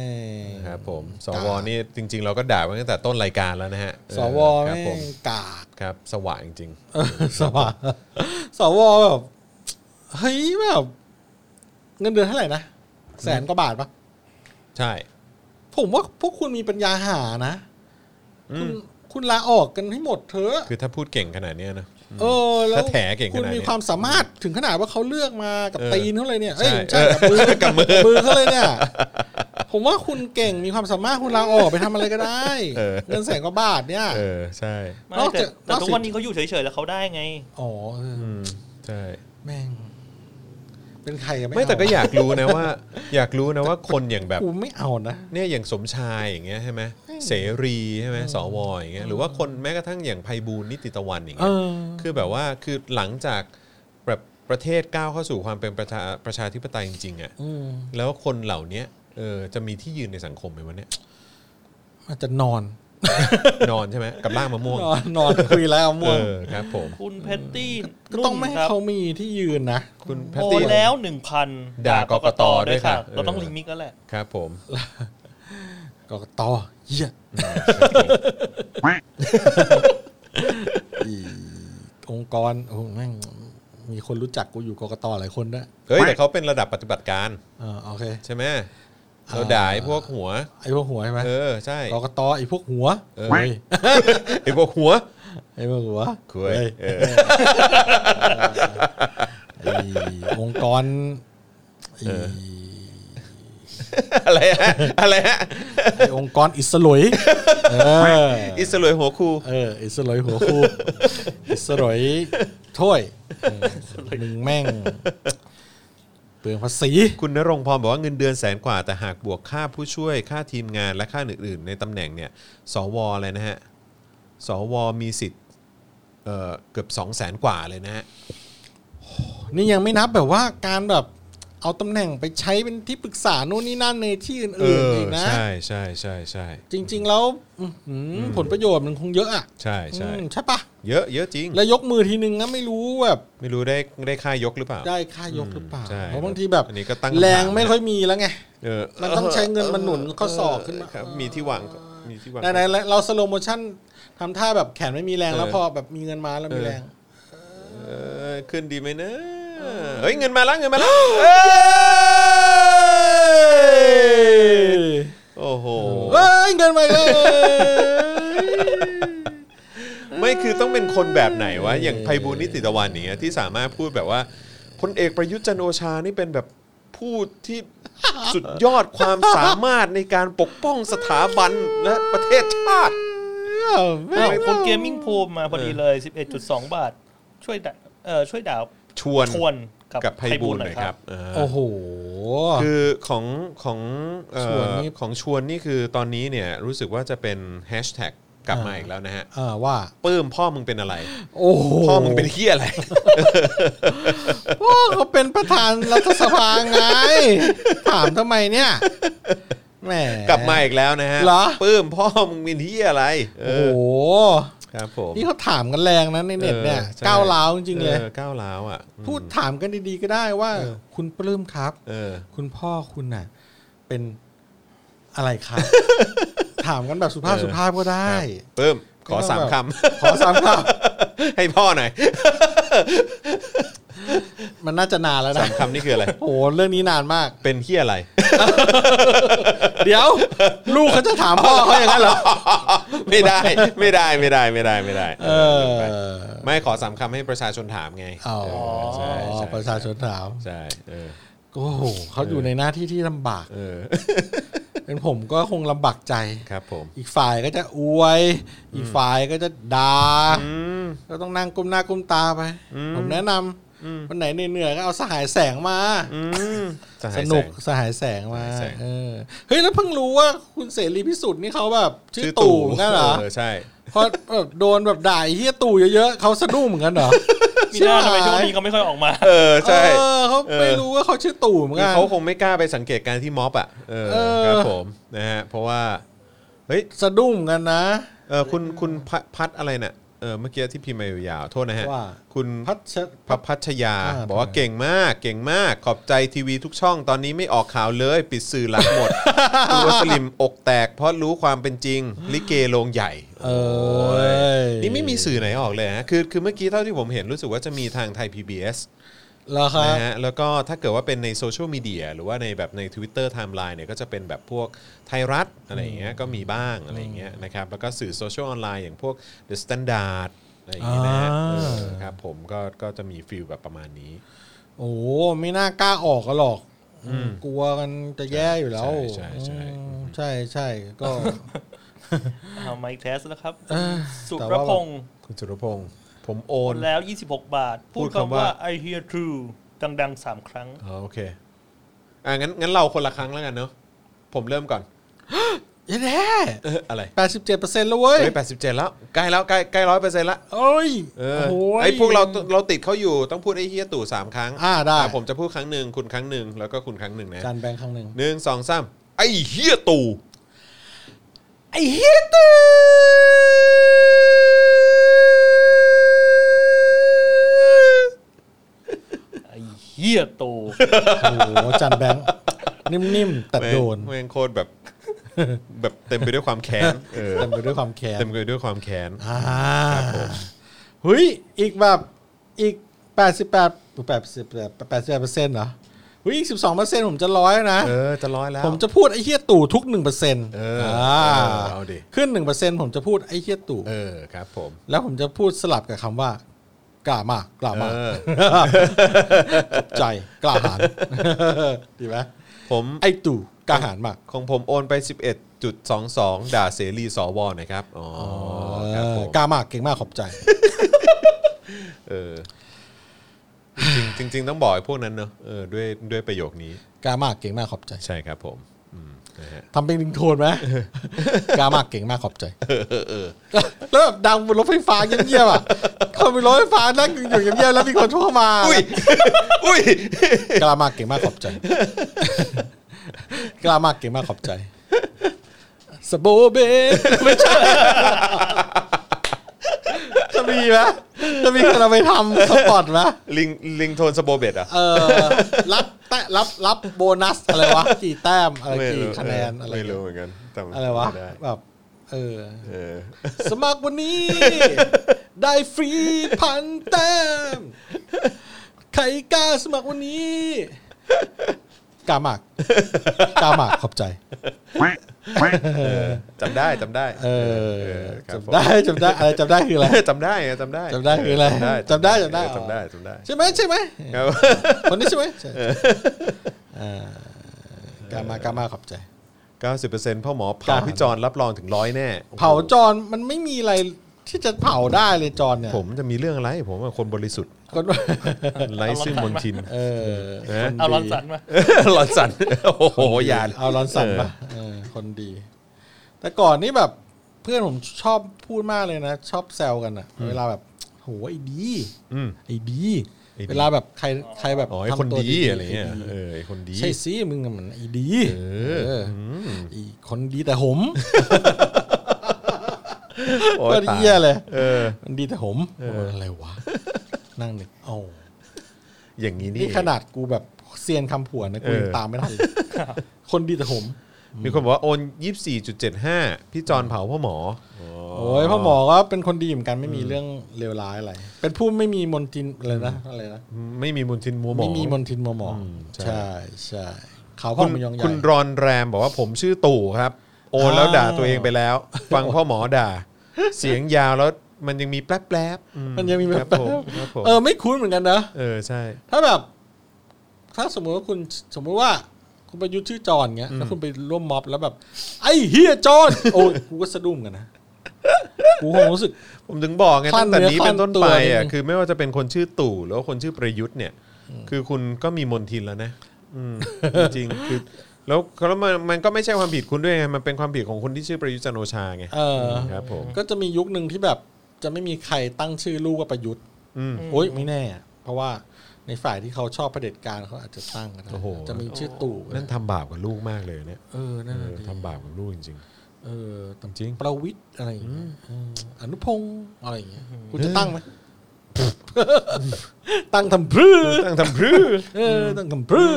C: ง
B: ครับผมสวนี่จริง ๆ เราก็ด่าไว้ตั้งแต่ต้นรายการแล้วนะฮะเออ
C: สว
B: ครับ
C: แม่
B: ผม
C: งกาก
B: ครับสว่างจริง
C: เออสวสวแบบ เฮ้ยแบบเงินเดือนเท่าไหร่นะแสนกว่าบาทปะ
B: ใช่
C: ผมว่าพวกคุณมีปัญญาหานะ
B: อื
C: คุณ
B: ม
C: คุณลาออกกันให้หมดเถอะ
B: คือถ้าพูดเก่งขนาดเนี้ยนะ
C: เออแล้ว
B: ถ้าแถเก่งขนาดนี้
C: คุณมีความสามารถถึงขนาดว่าเขาเลือกมากับ
B: เออ
C: ตีนเขาเลยเนี่ยเอ้ย
B: ใช่
C: ใช่กับมือ
B: เออกับมือ
C: มือเขาเลยเนี่ย ผมว่าคุณเก่งมีความสามารถคุณลาออกไปทำอะไรก็ได้ เงินแสนกว่าบาทเนี่ย
B: เออ ใช่
D: ไม่
C: นอก
D: แต่
C: จาก
D: แต่
C: นอกจาก
D: ทุกวันนี้เขาอยู่เฉยๆแล้วเขาได้ไง
C: อ๋อเออ
B: อืม ใช่
C: แม่ง เป็นใครกัน
B: ไม่แต่ก็อยากรู้ นะว่า อยากรู้นะว่าคนอย่างแบบ
C: กูไม่เอานะ
B: เนี่ยอย่างสมชายอย่างเงี้ยใช่ไหมเสรีใช่ไหมสวอย่างเงี้ยหรือว่าคนแม้กระทั่งอย่างไพบูลย์นิติตะวันอย่าง
C: เอ
B: เงี้ย
C: อ
B: คือแบบว่าคือหลังจากแบบประเทศก้าวเข้าสู่ความเป็นประชาประชาธิปไตยจริงๆอะ่ะ
C: อืม
B: แล้วคนเหล่าเนี้ยเออจะมีที่ยืนในสังคมไหมวะ เนี่ย
C: อาจจะนอน
B: นอนใช่ไหมกับร่างมะม่วง
C: นอนนอนคุยแล้วม่วง
B: เออครับ ผม
D: คุณเพตตี้
C: ก็ต้องไม่ให้
D: ครับ
C: เขามีที่ยืนนะ
B: คุณแพต
D: โอ
B: ตี้
D: นแล้วหนึ่งพัน
B: ด่ากกตด้วยค่ะ
D: เราต้อง
B: เออ
D: ลิมิกแล้วแหละ
B: ครับผม
C: กกตเหี้ยอีองค์กรโอ้โหแม่งมีคนรู้จักกูอยู่กกตหลายคนด้วย
B: เฮ้ยแต่เขาเป็นระดับปฏิบัติการ
C: เออโอเค
B: ใช่ไหมเราด่าไอ้พวกหัว
C: ไอ้พวกหัวใช่ไหม
B: เออใช่
C: กกตไอ้พวกหัว
B: เออ
C: เว้ย
B: ไอ้พวกหัว
C: ไอ้พวกหัว
B: คุย
C: เว้ย
B: เออ
C: ไอ้องค์กรไอ้
B: อะไรฮะอะไรฮะ
C: ไอ้องค์กรอิสลวยเออ
B: อิสรวยหัวครู
C: เอออิสลวยหัว คู่อิสลวยถ้วยเออมึงแม่งเปลืองภาษี
B: คุณณรงค์พรบอกว่าเงินเดือนแสนกว่าแต่หากบวกค่าผู้ช่วยค่าทีมงานและค่าอื่นๆ ในตำแหน่งเนี่ยสวอะไรนะฮะสวมีสิทธิ์เอ่อเกือบ2 0 0แสนกว่าเลยนะฮะ
C: นี่ยังไม่นับแบบว่าการแบบเอาตำแหน่งไปใช้เป็นที่ปรึกษานู่นนี่นั่นในที่
B: เอ
C: อื่นๆ
B: อ
C: อีกนะ
B: ใช่ใช่ใช่ใช่
C: จริง ๆ แล้วอื้อหือผลประโยชน์มันคงเยอะอ่ะ
B: ใช่ใช่
C: อืมใช่ปะ
B: เยอะเยอะจริง
C: แล้วยกมือทีนึงนะไม่รู้แบบ
B: ไม่รู้ได้ได้ค่ายกหรือเปล่า
C: ได้ค่ายกหรือเปล่า
B: ใช่
C: เพราะบางทีแบบ
B: อันนี้ก็ตั้งคำถาม
C: แรงไม่ค่อยมีแล้วไง
B: เออ
C: มันต้องใช้เงินมาหนุนข้อศอกขึ้นมา
B: เครับมีที่หวังมีที่หวัง
C: ไหนๆเราสโลโมชั่นทำท่าแบบแขนไม่มีแรงแล้ว
B: เออ
C: พอแบบมีเงินมาแล้วมีแรง
B: เออขึ้นดีไหมนะเฮ้ยเงินมาแล้วเงินมาแล้วเอ้ยโอ้โห
C: เอ้ยเงินมาอีกแล้วเว้ย
B: ไม่คือต้องเป็นคนแบบไหนวะ อย่างไพบูลย์นิติตะวันอย่างเงี้ยที่สามารถพูดแบบว่าพลเอกประยุทธ์จันทร์โอชานี่เป็นแบบผู้ที่สุดยอดความสามารถในการปกป้องสถาบันและประเทศชาติ
D: อ้าวคนเกมมิ่งพูมมาพอดีเลย 11.2 บาท ช่วยด่าเออช่วยด่า
B: ชวน
D: ชวนกับ
B: กับไพบูลย์หน่อยครับเออ
C: โอ้โห
B: คือของของเอ่อ
C: ชวนนี่
B: ของชวนนี่คือตอนนี้เนี่ยรู้สึกว่าจะเป็นแฮชแท็กกลับมาอีกแล้วนะฮะ
C: เออว่า
B: ปื้มพ่อมึงเป็นอะไร
C: โอ้โห
B: พ่อมึงเป็นเฮียอะไร
C: โอ้เขาเป็นประธานรัฐสภาไง ถามทำไมเนี่ยแหม
B: กลับมาอีกแล้วนะฮะ
C: เหรอ
B: ปื้มพ่อมึงเป็นเฮียอะไรเอ
C: โอ้
B: อ
C: โห
B: ครับผม
C: นี่เขาถามกันแรงนะในเน็ตเนี่ย
B: เออใช่
C: ก้าวร้าวจริงๆเลย
B: ออก้าวร้าวอ่ะอืม
C: พูดถามกันดีๆก็ได้ว่า คุณปลื้มครับ
B: เออ
C: คุณพ่อคุณน่ะ เป็นอะไร ครับ ถามกันแบบสุภาพ
B: เออ
C: สุภาพก็ได้
B: ปื้มขอ
C: ไม่ต้อง
B: สาม
C: แบบ
B: ค
C: ขอสามค
B: ำ ให้พ่อหน่อย
C: ำมันน่าจะนานแล้ว
B: สา
C: นะ
B: มคำนี่คืออะไร
C: โอ้โหเรื่องนี้นานมาก
B: เป็นเฮียอะไร
C: เดี๋ยว ลูกเขาจะถามพ่อเขาอย่างนั้นเหรอ
B: ไม่ได้ ไม่ได้ไม่ได้ไม่ได้ไม่ได้
C: เออ
B: ไม่ขอสามคำให้ประชาชนถามไง
C: อ๋อ
B: เใช่ใช่
C: ประชาชนถาม
B: ใช่เออ
C: โอ้โหเขาอยู่ในหน้าที่ที่ลำบาก
B: เออ
C: เป็นผมก็คงลำบากใจ
B: ครับผม
C: อีกฝ่ายก็จะอวย อีกฝ่ายก็จะด่า
B: อืม
C: ก็ต้องนั่งก้มหน้าก้มตาไป
B: อืม
C: ผมแนะนำวันไหนเหนื่อยๆก็เอาสหายแสงมา
B: อืมจะ
C: ส
B: หายแส
C: นุก
B: ง
C: สหายแสงมา
B: สหายแสง
C: เออเฮ้ยแล้วเพิ่งรู้ว่าคุณเสรีพิสุทธิ์นี่เขาแบบ ชื่อ
B: ชื่อ
C: ตู่งั้นเหรอ
B: ใช่
C: เพราะแบบโดนแบบด่าไอ้เฮียตู่เยอะๆเขาสะดุ้งเหมือนกันเหรอ
D: มีหน้าทำไมช่วงนี้ก็ไม่ค่อยออกมา
B: เออใช่
C: เออเขาไม่
B: เออ
C: รู้ว่าเขาชื่อตู่เหมือน
B: คือ
C: กัน
B: เขาคงไม่กล้าไปสังเกตการณ์ที่ม็อบอ่ะเออ
C: เออ
B: ครับผมนะฮะเพราะว่าเฮ้ย
C: สะดุ้งเหมือนกันนะ
B: เออคุณคุณพะพัดอะไรน่ะเออเมื่อกี้ที่พิมพ์มายาวๆโทษนะฮะ
C: ว่า
B: คุณ
C: พัช
B: พระพัชยา บอกว่าเก่งมากเก่งมากขอบใจทีวีทุกช่องตอนนี้ไม่ออกข่าวเลย ปิดสื่อหลักหม ดตัวสลิมอกแตก เพราะรู้ความเป็นจริง ลิเกโรงใหญ่
C: เอ้ย
B: นี่ไม่มีสื่อไหนออกเลยฮะ คือคือเมื่อกี้เท่าที่ผมเห็นรู้สึกว่าจะมีทางไทย PBS
C: เหรอครับ
B: นะฮะแล้วก็ถ้าเกิดว่าเป็นในโซเชียลมีเดียหรือว่าในแบบใน Twitter Timeline เนี่ยก็จะเป็นแบบพวกไทยรัฐอะไรอย่างเงี้ยก็มีบ้างอะไรอย่างเงี้ยนะครับแล้วก็สื่อโซเชียลออนไลน์อย่างพวก The Standard อะไรอย่างเงี้ยนะฮะ
C: อ่า
B: เออครับผมก็ก็จะมีฟิลแบบประมาณนี้
C: โอ้โหไม่น่ากล้าออกก็หรอกกลัวกันจะแย่อยู่แล้ว
B: ใช่ใช่ใช่
C: อืมใช่ใช่ก็
D: เอาไมค์เทสแล้วครับ
C: เออ
D: สุ
C: แต่
D: ร
C: ว่า
D: พงศ์
B: คุณสุรพงศ์ผมโอน
D: แล้ว 26 บาท พู
B: พู
D: ด
B: ดคำ
D: คำว่า
B: ว่า
D: I hear true ดังๆสามครั้ง
B: อ๋อโอเคอ่ะงั้นงั้นเราคนละครั้งแล้วกันเนาะผมเริ่มก่อน
C: เย้แน่
B: เอออะไร
C: แปดสิบเจ็ดเปอร์เซ็นต์แล้วเว้ย
B: เฮ้ยแปดสิบเจ็ดแล้วใกล้แล้วใกล้ใกล้ร้อยเปอร์เซ็นต์ละ
C: โอ้ย
B: เออ
C: โย
B: ไอ้พวกเราเราติดเขาอยู่ต้องพูดไอ้เฮียตู่สามครั้ง
C: อ่าได้
B: ะผมจะพูดครั้งหนึ่งคุณครั้งหนึ่งแล้วก็คุณครั้งหนึ่งนะ
C: จานแบงค์ครั้งหนึ่ง
B: หนึ่งสองสามไอ้เฮียตู่
C: ไอ้เฮียตู
D: ไอ้เฮียโต
C: โอ้โหจานแบงค์นิ่มๆแต่โดน
B: แม่งโคตรแบบ แบบเต็มไปด้วยความแค้น เออ
C: เต็มไปด้วยความแค้น
B: เต็มไปด้วยความแค้น
C: อ่า
B: ครับผม
C: เฮ้ยอีกแบบอีกแปดสิบแปดแปดสิบแปดแปดสิบแปดเปอร์เซ็นต์เหรอเฮ้ยอีกสิบสองเปอร์เซ็นต์ผมจะร้อยนะ
B: เออจะร้อยแล้ว
C: ผมจะพูดไอ้เฮียตู่ทุกหนึ่งเปอร์เซ็นต์
B: เออเอาดิ
C: ขึ้นหนึ่งเปอร์เซ็นต์ผมจะพูดไอ้เฮียตู่
B: เออครับผม
C: แล้วผมจะพูดสลับกับคำว่ากล่ามากกล่า
B: เอ
C: มาก
B: อ
C: ตกใจกล้าหาญ ดีไหม
B: ผม
C: ไอ้ตู่กล้าหาญมาก
B: ของผมโอนไป 11.22 ด่าเสรีสวหนะครับ อ๋อครับ
C: เอ
B: ผ
C: อ
B: ม
C: กล้ามากเก่งมากขอบใจ
B: เออจริงๆจริง ๆ ต้องบอกไอ้พวกนั้นเนอะเออด้วยด้วยประโยคนี้
C: กล้ามากเก่งมากขอบใจ
B: ใช่ครับผมอืมนะฮะ
C: ทำเป็นลิงโทนไหม กล้ามากเก่งมากขอบใจแล้วแบบดังบนรถไฟฟ้าเงียบๆอ่ะคนบนรถไฟฟ้านั่งอยู่เงียบๆแล้วมีคนโทรมา
B: อุ้ย
C: กล้ามากเก่งมากขอบใจ กล้ามากเก่งมากขอบใจสโบเบไม่ใช่ จะมีไหมจะมีคนเอาไปทำสปอตไหม
B: ลิงลิงโทนสโบเบตอ่ะ
C: เออรับแตะรับรับโบนัสอะไรวะกี่แต้มอะไร
B: ไม่
C: กี่
B: รู้
C: คะแนนอะไร
B: ไม่รู้เหมือนกันจำ
C: อะไรวะ
B: ม่ด้
C: แบบเออ
B: เออ
C: สมัครวันนี้ ได้ฟรีพันแต้มใครกล้าสมัครวันนี้กล้า มากกล้ามากขอบใจ
B: จำได้จำได้
C: เออ
B: ครับผม
C: จำได้จำได้อะไรจำได้คืออะไร
B: จำได้ไงจำได้
C: จำได้คืออะไร
B: จำ
C: จำได้
B: ได้
C: จำได้
B: จำได้จำได้
C: ใช่ไหมใช่ไหม
B: ครับ
C: คนนี้ใช่ไหมใช่เออกล้ามากล้ามากขอบใจ
B: เก้าสิบเปอร์เซ็นต์พ่อหมอเผาพี่จอนรับรองถึงร้อยแน่
C: เผาจอนมันไม่มีอะไรที่จะเผาได้เลยจอนเนี่ย
B: ผมจะมีเรื่องอะไร ผมเป็นคนบริสุ ทธิ์
C: คนว่า
B: ไร้ซึ่งมนทิน
C: เออ
B: นะ
D: เอาลอนสันมา
B: หลอนสันโอ้โหยาน
C: เอาร้อนสันปะเออคนดี แต่ก่อนนี่แบบเพื่อนผมชอบพูดมากเลยนะ ชอบแซวกันอะเวลาแบบโหไอ้ดี
B: อืม
C: ไอ้ดี
B: ไอ้ดี
C: เวลาแบบใครใครแบบ
B: อ๋อไอ้คน
C: ทำตัว
B: ดีอะไรเงี้ย
C: ไดี
B: เออไอ้คนดี
C: ใช่สิมึงอะมันไอ้ดี
B: อ
C: เออไอ้คนดีแต่ผม
B: โอ้ย
C: ก็
B: ตา
C: เยี่ยเลย
B: เออ
C: มันดีแต่ผมอะไรวะนั่งนึกโอ้
B: อย่างนี้นี่
C: นี่
B: เอง
C: ขนาดกูแบบเซียนคำผวนนะกูยัง
B: เออ
C: ตามไม่ทันเลยคนดีแต่ผม
B: มีคนบอกว่าโอน24.75 พี่จอนเผาพ่อหมอ
C: โอ้ยพ่อหมอก็เป็นคนดีเหมือนกันไม่มีเรื่องเลวร้ายอะไร เป็นผู้ไม่มีมนทินอะไรนะอะไรนะ
B: ไม่มีมูลทินมัวหมอ
C: ไม่มีมนทินมัวหมอง
B: อืมใช่
C: ใช่ใช่เขาวพ่
B: คุ
C: อ
B: ณ
C: มันยองใหญ่
B: คุณรอนแรมบอกว่าผมชื่อตู่ครับ โอนแล้ว
C: อ้าว
B: ด่าตัวเองไปแล้ว ฟังพ่อหมอด่า เสียงยาวแล้วมันยังมีแป๊บแป๊บๆอื
C: มันยังมีแบ
B: ครับบผมครับผม
C: เออไม่คุ้นเหมือนกันนะ
B: เออใช่
C: ถ้าแบบ ถ้าสมมุติว่าคุณสมมุติว่า คุณประยุทธ์ชื่อจอนเงี้ยแล้วคุณไปร่วมม็อบแล้วแบบ ไอ้เฮียจอนโอ้ยกูก็สะดุ้งกันนะ กูคงรู้สึก
B: ผมถึงบอกไง
C: คลั่
B: ตั้
C: น
B: งแต่
C: เนื้อ
B: นี้
C: คลั่
B: เป็น นต้น
C: ตัว
B: ไป
C: นิด
B: อ่ะ
C: นึง
B: คือไม่ว่าจะเป็นคนชื่อตู่หรือว่าคนชื่อประยุทธ์เนี่ย คือคุณก็มีมนทินแล้วนะอืมจริงๆคือแล้วแล้วมันมันก็ไม่ใช่ความผิดคุณด้วยไงมันเป็นความผิดของคนที่ชื่อประยุทธ์จันทร์โอชาไง
C: เออ
B: ครับผม
C: ก็จะมียุคหนึ่งที่แบบจะไม่มีใครตั้งชื่อลูกว่าประยุทธ์
B: อืม
C: โอ๊ยไม่แน่อะเพราะว่าในฝ่ายที่เขาชอบเผด็จการเขาอาจจะตั้งก็ได้
B: โอ้โห
C: จะมีชื่อตู่ก็ได้
B: นั่นทำบาปกับลูกมากเลยเนี่ย
C: เออนั่น
B: เอ
C: น่ะ
B: อ
C: ดิ
B: ทำบาปกับลูกจริง
C: เออตำ
B: จริง
C: ประวิทย์อะไรอย่างเงี้ยเอออนุพงศ์อะไรอย่างเงี้ยคุณจะตั้งไหม ตั้งทำพรื้
B: ๆตั้งทำพรื้
C: เออตั้งทำพรื้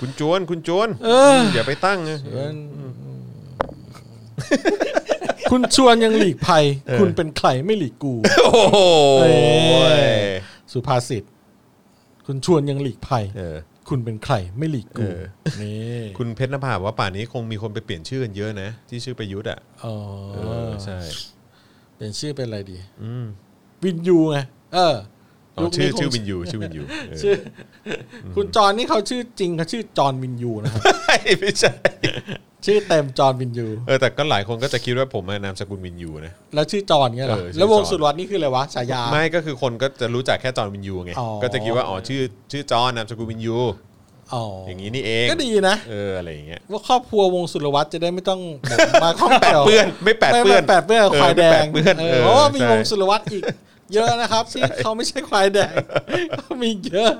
B: คุณจวนคุณจวน
C: เออ
B: อย่าไปตั้งนะ
C: เออคุณชวนยังหลีกภัย คุณเป็นใครไม่หลีกกู
B: โอ้โห
C: เออ สุภาษิต คุณชวนยังหลีกภัย
B: เออ
C: คุณเป็นใครไม่หลีกกู
B: เออ
C: นี่
B: คุณเพชรนภาบอกว่าป่านนี้คงมีคนไปเปลี่ยนชื่อกันเยอะนะ ที่ชื่อประยุทธ์อ่ะ
C: อ๋อ
B: เออใช่
C: เป็นชื่อเป็นอะไรดี
B: อืม
C: วินยูไงเออ
B: อ๋อ
C: ยุค
B: ชื่อ
C: คง
B: ชื่อวินยูชื่อวินยูเออ
C: ชื่อ คุณจอนนี่เขาชื่อจริงเขาชื่อจอนวินยู นะครับ
B: ไม่ใช่
C: ชื่อเต็มจอนวินยู
B: เออแต่ก็หลายคนก็จะคิดว่าผมอะนามสกุลวินยูนะ
C: แล้วชื่อจอนเงี้ยเหรอ
B: เออชื่อ
C: แล้ววง
B: จอน
C: สุรวัตรนี่คืออะไรวะฉายา
B: ไม่ก็คือคนก็จะรู้จักแค่จอห์นวินยูไง
C: อ๋อ
B: ก็จะคิดว่าอ๋อชื่อชื่อจอห์นนามสกุลวินยู
C: อ๋ออ
B: อย่างนี้นี่เอง
C: ก็ดีนะ
B: เอออะไรอย่างเงี้ย
C: ว่าครอบครัววงสุรวัตรจะได้ไม่ต้องแบบมาข้องแปด
B: เปื้อนไม่แปดเปื้อน
C: แปดเปื้อนกับควายแดง
B: เออไม่แปดเปื้อน
C: เอ
B: เอ
C: อ
B: อ
C: เพราะว่ามี
B: ใช่
C: วงสุรวัตรอีก เยอะนะครับที่เขาไม่ใช่ควายแดงเขามีเยอะ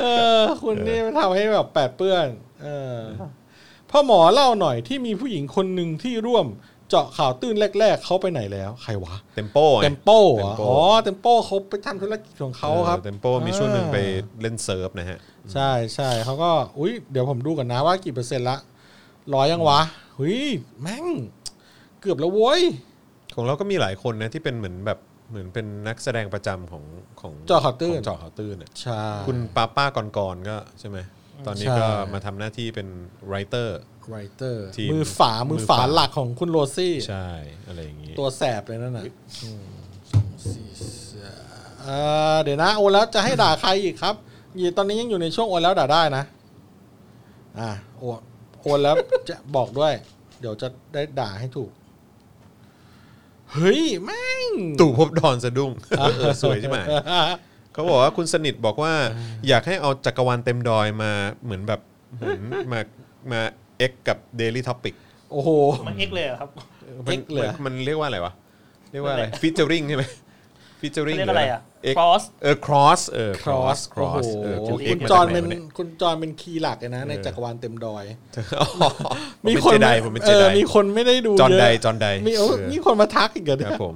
C: เออคุณนี่ทำให้แบบแปดเปื้อนเออพ่อหมอเล่าหน่อยที่มีผู้หญิงคนหนึ่งที่ร่วมเจาะข่าวตื้นแรก ๆเขาไปไหนแล้ว ใครวะ
B: เต็มโป้ไง
C: เต็มโป้
B: เต็
C: เหร
B: ม
C: อ
B: โป้
C: อ๋อเต็มโป้เขาไปทำธุรกิจของเขาครับ
B: ออเต็มโป้มีช่วงหนึ่งไปเล่นเซิร์ฟนะฮะ
C: ใช่ใช่เขาก็อุ้ยเดี๋ยวผมดูก่อนนะว่ากี่เปอร์เซ็นต์ละร้อยยังวะอุ้ยแม่ง เกือบแล้วโว้ย
B: ของเราก็มีหลายคนนะที่เป็นเหมือนแบบเหมือนเป็นนักแสดงประจำของของ
C: เจอข่าวตื้น
B: ของจอข่าวตื้นเนี่ย
C: ใช่
B: คุณป้าป้าก่อนๆก็ใช่ไหมตอนนี้
C: ใช่
B: ก็มาทำหน้าที่เป็นไรเตอร์
C: ไรเตอร์
B: ทีม
C: มือฝามือ
B: มือ
C: ฝา
B: ฝา
C: หลักของคุณโรซี่
B: ใช่อะไรอย่างนี้
C: ตัวแสบเลยนั่นน่ะอืมสองสี่สามเอ่อเดี๋ยวนะโอแล้วจะให้ด่าใครอีกครับยีตอนนี้ยังอยู่ในช่วงโอนแล้วด่าได้นะ อ่ะโอนโอนแล้ว จะบอกด้วย เดี๋ยวจะได้ด่าให้ถูก เฮ้ยแม่ง
B: ตู่ภพบดอนสะดุ้งเออสวยใช่ไหมเขาบอกว่าคุณสนิทบอกว่า อยากให้เอาจักรวาลเต็มดอยมาเหมือนแบบเหมือนมามาเอ็กกับ Daily Topic
C: โอ้โห
D: มันเอ็กเลยเหรอครับ
B: มัน
C: X เลยเหรอ
B: มันเรียกว่าอะไรวะ เรียกว่าอะไร
D: นั่นแหละ
B: ฟีเจอริงใช่ไหมฟีเจอริง
D: เขาเรียกอะไรอะ
B: เอ็ก
D: cross
B: เออ cross เออ
C: ครอส
B: cross cross
C: โอ้โห
B: เออคุณ X
C: คุณ
B: มา
C: จ
B: จา
C: อน
B: กไหน
C: เป็น
B: วะเนี่ย
C: คุณจอนเป็นคีย์หลักเลยนะ ในจักรวาลเต็มดอย
B: อ๋อ ผมเป็
C: คน
B: เจไดผมเป็น
C: เอ
B: เจ
C: อ
B: ได
C: มีคนไม่ได้ดู
B: จอน
C: เยะ
B: ไดจอนได
C: มีโอ้
B: เออ
C: มีคนมาทักอีกเหรอ
B: ค
C: เนี่
B: รั
C: ย
B: บผม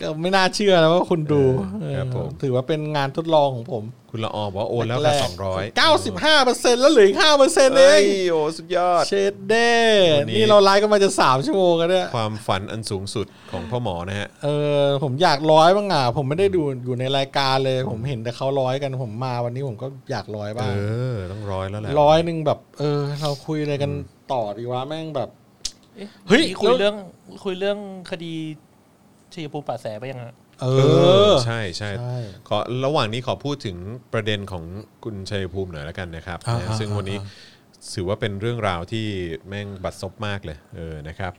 C: ก็ไม่น่าเชื่อนะว่าคุณดู
B: เออครับผม
C: ถือว่าเป็นงานทดลองของผม
B: คุณละออบอกว่าโอนแล้วค่ะสองร้อย
C: เก้าสิบห้าเปอร์เซ็นต์แล้วเหลืออีกห้าเปอร์เซ็นต์เอ
B: เอ้ย
C: ง
B: โอ้สุดยอด
C: เชดเด้
B: วันนี้
C: นี่เราไลฟ์กันมาจะสามชั่วโมงกันเนี่ย
B: ความฝันอันสูงสุดของพ่อหมอนะฮะ
C: เออผมอยากร้อยบ้างอ่ะผมไม่ได้ดูอยู่ในรายการเลย ผมเห็นแต่เขาร้อยกันผมมาวันนี้ผมก็อยากร้อย
B: เอ
C: บ้าง
B: อ ต้องร้อยแล้วแหละ
C: ร้อยหนึ่งแบบ เออ เราคุยอะไรกันต่อดีวะแม่งแบบ เฮ้ย
D: นี่คุย
C: แล้ว
D: เรื่องคุยเรื่องคดีชัยภูมิป่าแสไปยังฮะ
C: เอ
B: เอ
C: อ
B: อใช่ใช่
C: ใช่
B: ขอระหว่างนี้ขอพูดถึงประเด็นของคุณชัยภูมิหน่อยแล้วกันนะครับ
C: อ่า
B: นะซึ่ง
C: อ่า
B: วันนี้
C: อ่
B: ถือว่าเป็นเรื่องราวที่แม่งบัดซบมากเลยเออนะครับ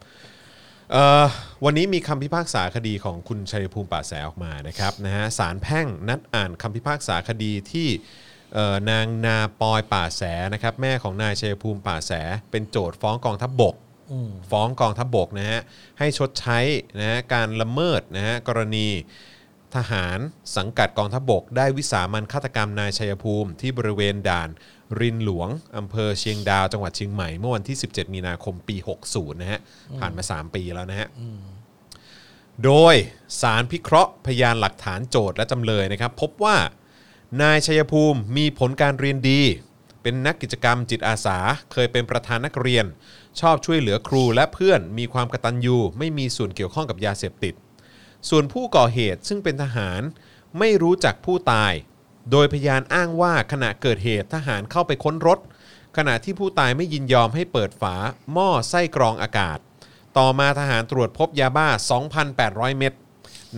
B: เอ่อวันนี้มีคำพิพากษาคดีของคุณชัยภูมิป่าแสออกมานะครับนะฮะสารแพ่งนัดอ่านคำพิพากษาคดีที่เอ่อนางนาปอยป่าแสนะครับแม่ของนายชัยภูมิป่าแส เป็นโจทย์ฟ้องกองทัพบก ฟ้องกองทัพบกนะฮะให้ชดใช้นะฮะการละเมิดนะฮะกรณีทหารสังกัดกองทัพบก ได้วิสามันฆาตกรรมนายชัยภูมิ ที่บริเวณด่านรินหลวงอำเภอเชียงดาวจังหวัดเชียงใหม่เมื่อวันที่ 17 มีนาคมปี 60 นะฮะผ่านมา 3 ปีแล้วนะฮะ โดยสารพิเคราะห์พยานหลักฐานโจทย์และจำเลยนะครับ พบว่านายชัยภูมิมีผลการเรียนดี เป็นนักกิจกรรมจิตอาสา เคยเป็นประธานนักเรียน ชอบช่วยเหลือครูและเพื่อนมีความกตัญญูไม่มีส่วนเกี่ยวข้องกับยาเสพติด ส่วนผู้ก่อเหตุซึ่งเป็นทหารไม่รู้จักผู้ตาย โดยพยานอ้างว่าขณะเกิดเหตุทหารเข้าไปค้นรถ ขณะที่ผู้ตายไม่ยินยอมให้เปิดฝาหม้อไส้กรองอากาศ ต่อมาทหารตรวจพบยาบ้า 2,800 เม็ด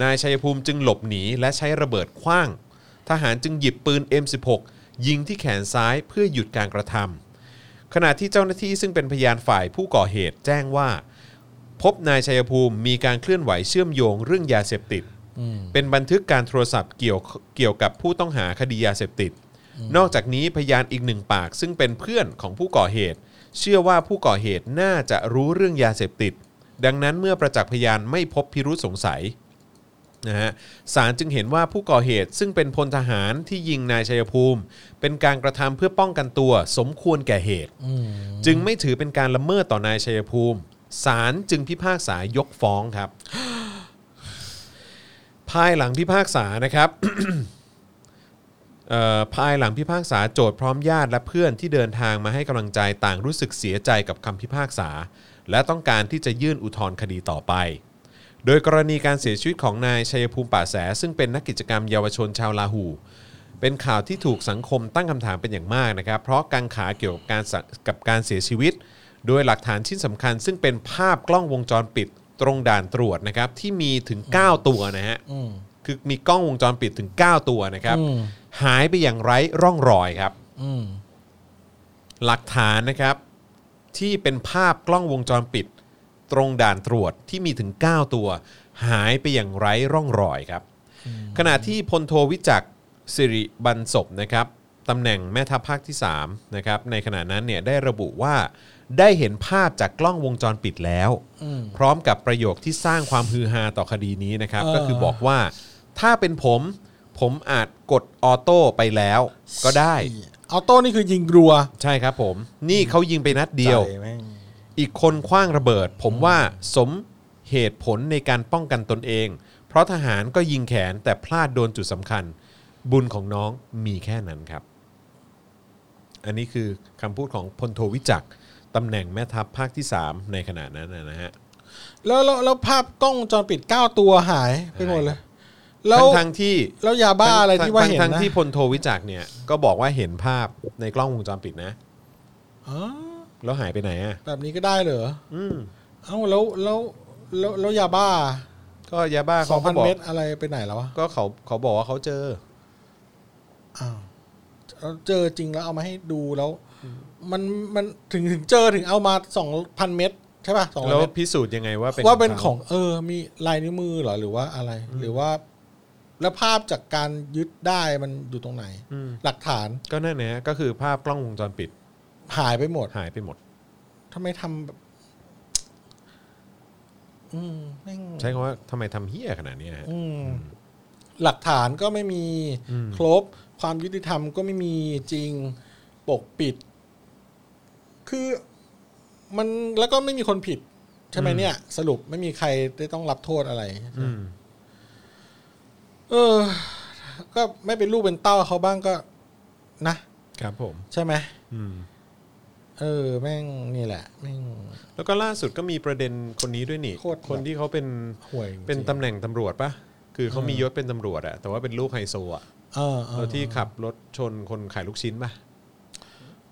B: นายชัยภูมิจึงหลบหนีและใช้ระเบิดขว้าง ทหารจึงหยิบปืน M16 ยิงที่แขนซ้ายเพื่อหยุดการกระทำ ขณะที่เจ้าหน้าที่ซึ่งเป็นพยานฝ่ายผู้ก่อเหตุแจ้งว่า พบนายชัยภูมิมีการเคลื่อนไหวเชื่อมโยงเรื่องยาเสพติด เป็นบันทึกการโทรศัพท์เกี่ยวเกี่ยวกับผู้ต้องหาคดียาเสพติด นอกจากนี้พยานอีกหนึ่งปากซึ่งเป็นเพื่อนของผู้ก่อเหตุ เชื่อว่าผู้ก่อเหตุน่าจะรู้เรื่องยาเสพติด ดังนั้นเมื่อประจักษ์พยานไม่พบพิรุษสงสัย นะฮะศาลจึงเห็นว่าผู้ก่อเหตุซึ่งเป็นพลทหารที่ยิงนายชัยภูมิ เป็นการกระทำเพื่อป้องกันตัว สมควรแก่เหตุ จึงไม่ถือเป็นการละเมิดต่อนายชัยภูมิศาลจึงพิพากษายกฟ้องครับ ภายหลังพิพากษานะครับ เอ่อภายหลังพิพากษาโจทย์พร้อมญาติและเพื่อนที่เดินทางมาให้กำลังใจต่างรู้สึกเสียใจกับคำพิพากษา และต้องการที่จะยื่นอุทธรณ์คดีต่อไป โดยกรณีการเสียชีวิตของนายชัยภูมิป่าแส ซึ่งเป็นนักกิจกรรมเยาวชนชาวลาหู เป็นข่าวที่ถูกสังคมตั้งคำถามเป็นอย่างมากนะครับ เพราะกังขาเกี่ยวกับการสะกับการเสียชีวิต โดยหลักฐานชิ้นสำคัญ ซึ่งเป็นภาพกล้องวงจรปิดตรงด่านตรวจนะครับที่มีถึง 9 ตัวนะฮะคือมีกล้องวงจรปิดถึง 9 ตัวนะครับหายไปอย่างไร้ร่องรอยครับ
C: อืม
B: หลักฐานนะครับที่เป็นภาพกล้องวงจรปิด ตรงด่านตรวจที่มีถึง 9 ตัว หายไปอย่างไร้ร่องรอยครับ ขณะที่พลโทวิจักรสิริบันศพนะครับตำแหน่งแม่ทัพภาคที่ 3 นะครับ ในขณะนั้นเนี่ยได้ระบุว่าได้เห็นภาพจากกล้องวงจรปิดแล้ว พร้อมกับประโยคที่สร้างความฮือฮาต่อคดีนี้นะครับ
C: เออ
B: ก็คือบอกว่าถ้าเป็นผม ผมอาจกดออโต้ไปแล้วก็ได้
C: เอาโต้นี่คือยิงรัว
B: ใช่ครับผม นี่เขายิงไปนัดเดียว
C: ใจแม่ง
B: อีกคนคว้างระเบิด ผมว่าสมเหตุผลในการป้องกันตนเอง เพราะทหารก็ยิงแขนแต่พลาดโดนจุดสำคัญ บุญของน้องมีแค่นั้นครับ อันนี้คือคำพูดของพลโทวิจักรตำแหน่งแม่ทัพภาคที่ 3 ในขณะนั้นน่ะนะฮะ
C: แล้วแล้วแล้วภาพกล้องวงจรปิดเก้าตัวหายไปหมดเลย แล้ว
B: ทั้งทั้งๆที่
C: แล้วยาบ้าอะไรที่ว่าเห็น
B: ทั้งๆ
C: นะ
B: ที่พลโทวิจักรเนี่ยก็บอกว่าเห็นภาพในกล้องวงจรปิดนะ
C: อ๋อ
B: แล้วหายไปไหนอ่ะ
C: แบบนี้ก็ได้เหรอ
B: อืม
C: เอ้าแล้วแล้วแล้วแล้วยาบ้า
B: ก็ยาบ้า
C: สอ
B: เขาก็
C: งพัน
B: บอก
C: เม็ดอะไรไปไหนแล้ววะ
B: ก็เขาเขาบอกว่าเขาเจอ
C: อ้าวแล้วเจอจริงแล้วเอามาให้ดูแล้ว มันมันถึงถึงเจอถึงเอามาสองพันเม็ดใช่ป่ะสองพัน
B: แล้ว
C: เม็ด
B: พิสูจน์ยังไงว่าเป็น
C: ว่าเป็นของ
B: ข
C: เออ มีลายนิ้วมือเหรอหรือว่าอะไร หรือว่า แล้วภาพจากการยึดได้มันอยู่ตรงไหน
B: อืม
C: หลักฐาน
B: ก็นั่นนะฮะก็คือภาพกล้องวงจรปิด
C: หายไปหมด
B: หายไปหมด
C: ทำไมทำแบบอืมแม่ง
B: ใช้คำว่าทำไมทำเฮี้ยขนาดเนี้ยฮะ
C: อืม หลักฐานก็ไม่มี
B: อืม
C: ครบ ความยุติธรรมก็ไม่มีจริงปกปิด คือมันแล้วก็ไม่มีคนผิด ใช่ไหมเนี่ย สรุปไม่มีใครได้ต้องรับโทษอะไร
B: อืม
C: เออ ก็ไม่เป็นลูกเป็นเต้าเขาบ้างก็ นะ
B: ครับผม
C: ใช่ไหม
B: อืม
C: เออ แม่งนี่แหละ แม่ง
B: แล้วก็ล่าสุดก็มีประเด็นคนนี้ด้วยนี่
C: โคตร
B: คนที่เขาเป็น
C: ห่วยจริง
B: เป็นตำแหน่งตำรวจปะคือเขามียศเป็นตำรวจอะแต่ว่าเป็นลูกไฮโซอะ
C: เออเออ
B: แล้วที่ขับรถชนคนขายลูกชิ้นปะ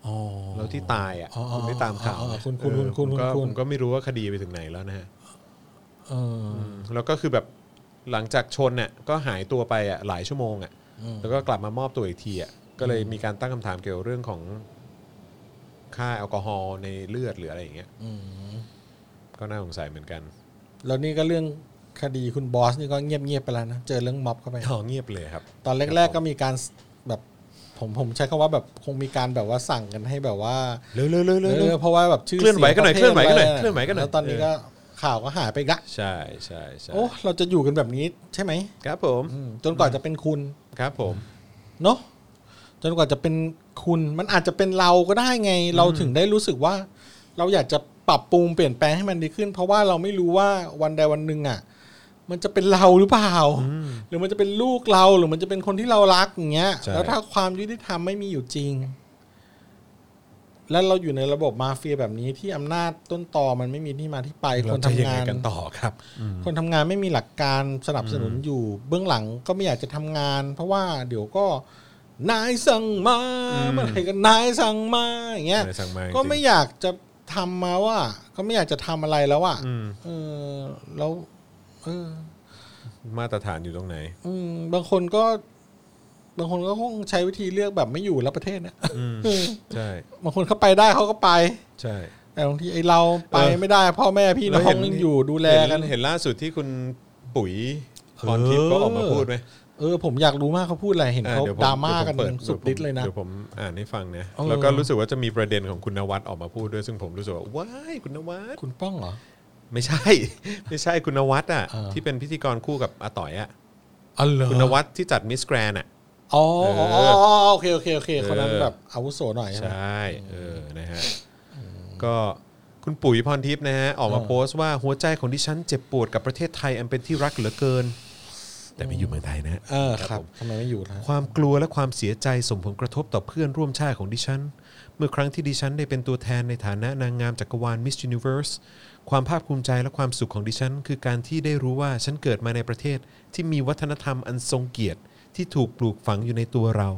C: อ๋อ
B: แล้วที่ตายอะ
C: อ๋อ
B: คุณได้ตามข่าว
C: อ๋อ
B: ไหม
C: อ๋อคุณคุณ
B: เออ
C: คุณ
B: ผมก็
C: คุณ
B: ผมก็ไม่รู้ว่าคดีไปถึงไหนแล้วนะฮะ
C: เอออ
B: แล้วก็คือแบบหลังจากชนเนี่ยก็หายตัวไปอะหลายชั่วโมงอะ
C: อืม
B: แล้วก็กลับมามอบตัวอีกทีอ่ะก็เลยมีการตั้งคำถามเกี่ยวกับเรื่องของค่าแอลกอฮอล์ในเลือดหรืออะไรอย่างเงี้ย
C: อืม
B: ก็น่าสงสัยเหมือนกัน
C: แล้วนี่ก็เรื่องคดีคุณบอสนี่ก็เงียบเงียบๆไปแล้วนะ เจอเรื่องม็อบเข้าไป
B: อ๋อเงียบเลยครับ
C: ตอนแรก ๆ ก็มีการแบบ ผมผมใช้คำว่าแบบคงมีการแบบว่าสั่งกันให้แบบว่า
B: เร็วเร็วเร็ว
C: เอ
B: เร็
C: อ
B: ว
C: เพราะว่าแบบชื่อ
B: เคลื่อนไหวกันหน่อย
C: สีงประ
B: เคลื่อนไหวกันหน่อย
C: ทศะระ
B: เคลื่อนไหวกันหน่อย
C: แล้ตอนนี้ก็ข่าวก็หายไปอีกละ
B: ใช่ใช่ใช่
C: โอ้เราจะอยู่กันแบบนี้ใช่ไหม
B: ครับผม
C: อืมจนกว่าจะเป็นคุณ
B: ครับผม
C: เนาะจนกว่าจะเป็นคุณมันอาจจะเป็นเราก็ได้ไง เราถึงได้รู้สึกว่า เราอยากจะปรับปรุงเปลี่ยนแปลงให้มันดีขึ้น เพราะว่าเราไม่รู้ว่าวันใดวันหนึ่งอ่ะ มันจะเป็นเราหรือเปล่า หรือมันจะเป็นลูกเราหรือมันจะเป็นคนที่เรารักอย่างเงี้ย แล้วถ้าความยุติธรรมไม่มีอยู่จริง แล้วเราอยู่ในระบบมาเฟียแบบนี้ที่อำนาจต้นตอมันไม่มีที่มาที่ไปค
B: เรา
C: น
B: จะ
C: ทำ
B: ยัง
C: งา
B: ไง
C: น
B: กันต่อครับ
C: คนทำงานไม่มีหลักการสนับสนุนอยู่ เบื้องหลังก็ไม่อยากจะทำงาน เพราะว่าเดี๋ยวก็นายสั่งมาเมื่อไหร่ก็นายสั่งมาอย่างเงี้ย
B: นายสั่งมาจริง
C: ก็ไม่อยากจะทำมาว่า ก็ไม่อยากจะทำอะไรแล้วอ่ะ
B: อืม
C: เออแล้วเออ
B: มาตรฐานอยู่ตรงไหน
C: อืมบางคนก็ บางคนก็คงใช้วิธีเลือกแบบไม่อยู่ แล้วประเทศเนะ
B: อืมใช่
C: บางคนเขาไปได้เขาก็ไป
B: ใช่
C: แต่บางทีไอเราไป
B: เออ
C: ไม่ได้ พ่อแม่พี่น้องยังอยู่ดูแลกัน
B: เห็นเห็นล่าสุดที่คุณปุ๋ย
C: เอ
B: พ
C: อ
B: รทิพย์ก็ออกมาพูดไหม
C: เออผมอยากรู้มากเขาพูดอะไรเห็น
B: อ่ะ
C: เขา
B: เดี๋ยวผ
C: ดราม่ากัน
B: เยวผ
C: สุดฤทธิ์เลยนะ
B: เดี๋ยวผมอ่านให้ฟังนะ
C: เออ
B: แล้วก็รู้สึกว่าจะมีประเด็นของคุณนวัดออกมาพูดด้วยซึ่งผมรู้สึกว่าว้ายคุณนวัด
C: คุณป้องเหรอ
B: ไม่ใช่ ไม่ใช่คุณนวัดอ่ะ
C: เออ
B: ที่เป็นพิธีกรคู่กับอาต่อยอ่ะ
C: อ๋อเหรอ
B: คุณนวัดที่จัดมิสแกรนอ่ะ
C: อ๋ออ๋ออ๋อ
B: เออ
C: อ๋อโอเคโอเคโอเค
B: เออ
C: คนนั้นแบบอาวุโสหน่อยใช่
B: ใช
C: ไหม่
B: เออนะฮะก็คุณปุ๋ยพรทิพย์นะฮะออกมาโพสต์ว่าหัวใจของดิฉันเจ็บปวดกับประเทศไทยอันเป็นที่รักเหลือเกิน แต่ไม่อยู่เมืองไทยนะฮะ
C: เออครับทำไมไม่อยู่นะ
B: ความกลัวและความเสียใจส่งผลกระทบต่อเพื่อนร่วมชาติของดิฉัน เมื่อครั้งที่ดิฉันได้เป็นตัวแทนในฐานะนางงามจักรวาล Miss Universe ความภาคภูมิใจและความสุขของดิฉัน คือการที่ได้รู้ว่าฉันเกิดมาในประเทศที่มีวัฒนธรรมอันทรงเกียรติ ที่ถูกปลูกฝังอยู่ในตัวเรา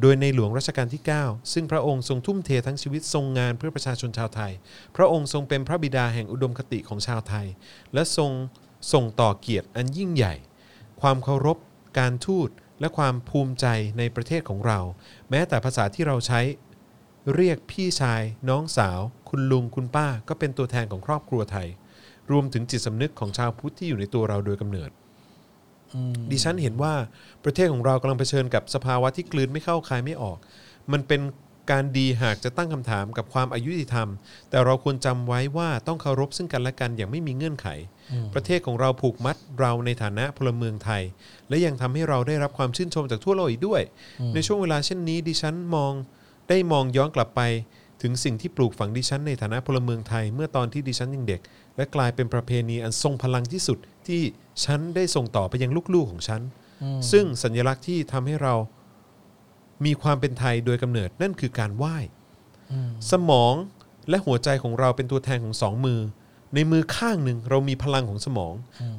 B: โดยในหลวงรัชกาลที่ 9 ซึ่งพระองค์ทรงทุ่มเททั้งชีวิตทรงงานเพื่อประชาชนชาวไทย พระองค์ทรงเป็นพระบิดาแห่งอุดมคติของชาวไทย และทรงส่งต่อเกียรติอันยิ่งใหญ่ ความเคารพ การทูต และความภูมิใจในประเทศของเรา แม้แต่ภาษาที่เราใช้ เรียกพี่ชาย น้องสาว คุณลุงคุณป้าก็เป็นตัวแทนของครอบครัวไทย รวมถึงจิตสำนึกของชาวพุทธที่อยู่ในตัวเราโดยกำเนิด ดิฉันเห็นว่าประเทศของเรากำลังเผชิญกับสภาวะที่กลืนไม่เข้าคายไม่ออก มันเป็นการดีหากจะตั้งคำถามกับความอายุติธรรม แต่เราควรจำไว้ว่าต้องเคารพซึ่งกันและกันอย่างไม่มีเงื่อนไข ประเทศของเราผูกมัดเราในฐานะพลเมืองไทย และยังทำให้เราได้รับความชื่นชมจากทั่วโลกอีกด้วย ในช่วงเวลาเช่นนี้ดิฉันมองได้มองย้อนกลับไป ถึงสิ่งที่ปลูกฝังดิฉันในฐานะพลเมืองไทย เมื่อตอนที่ดิฉันยังเด็ก และกลายเป็นประเพณีอันทรงพลังที่สุดที่ฉันได้ส่งต่อไปยังลูกๆของฉัน ซึ่งสัญลักษณ์ที่ทำให้เรามีความเป็นไทยโดยกำเนิดนั่นคือการไหว้ สมองและหัวใจของเราเป็นตัวแทนของสองมือ ในมือข้างหนึ่งเรามีพลังของสมอง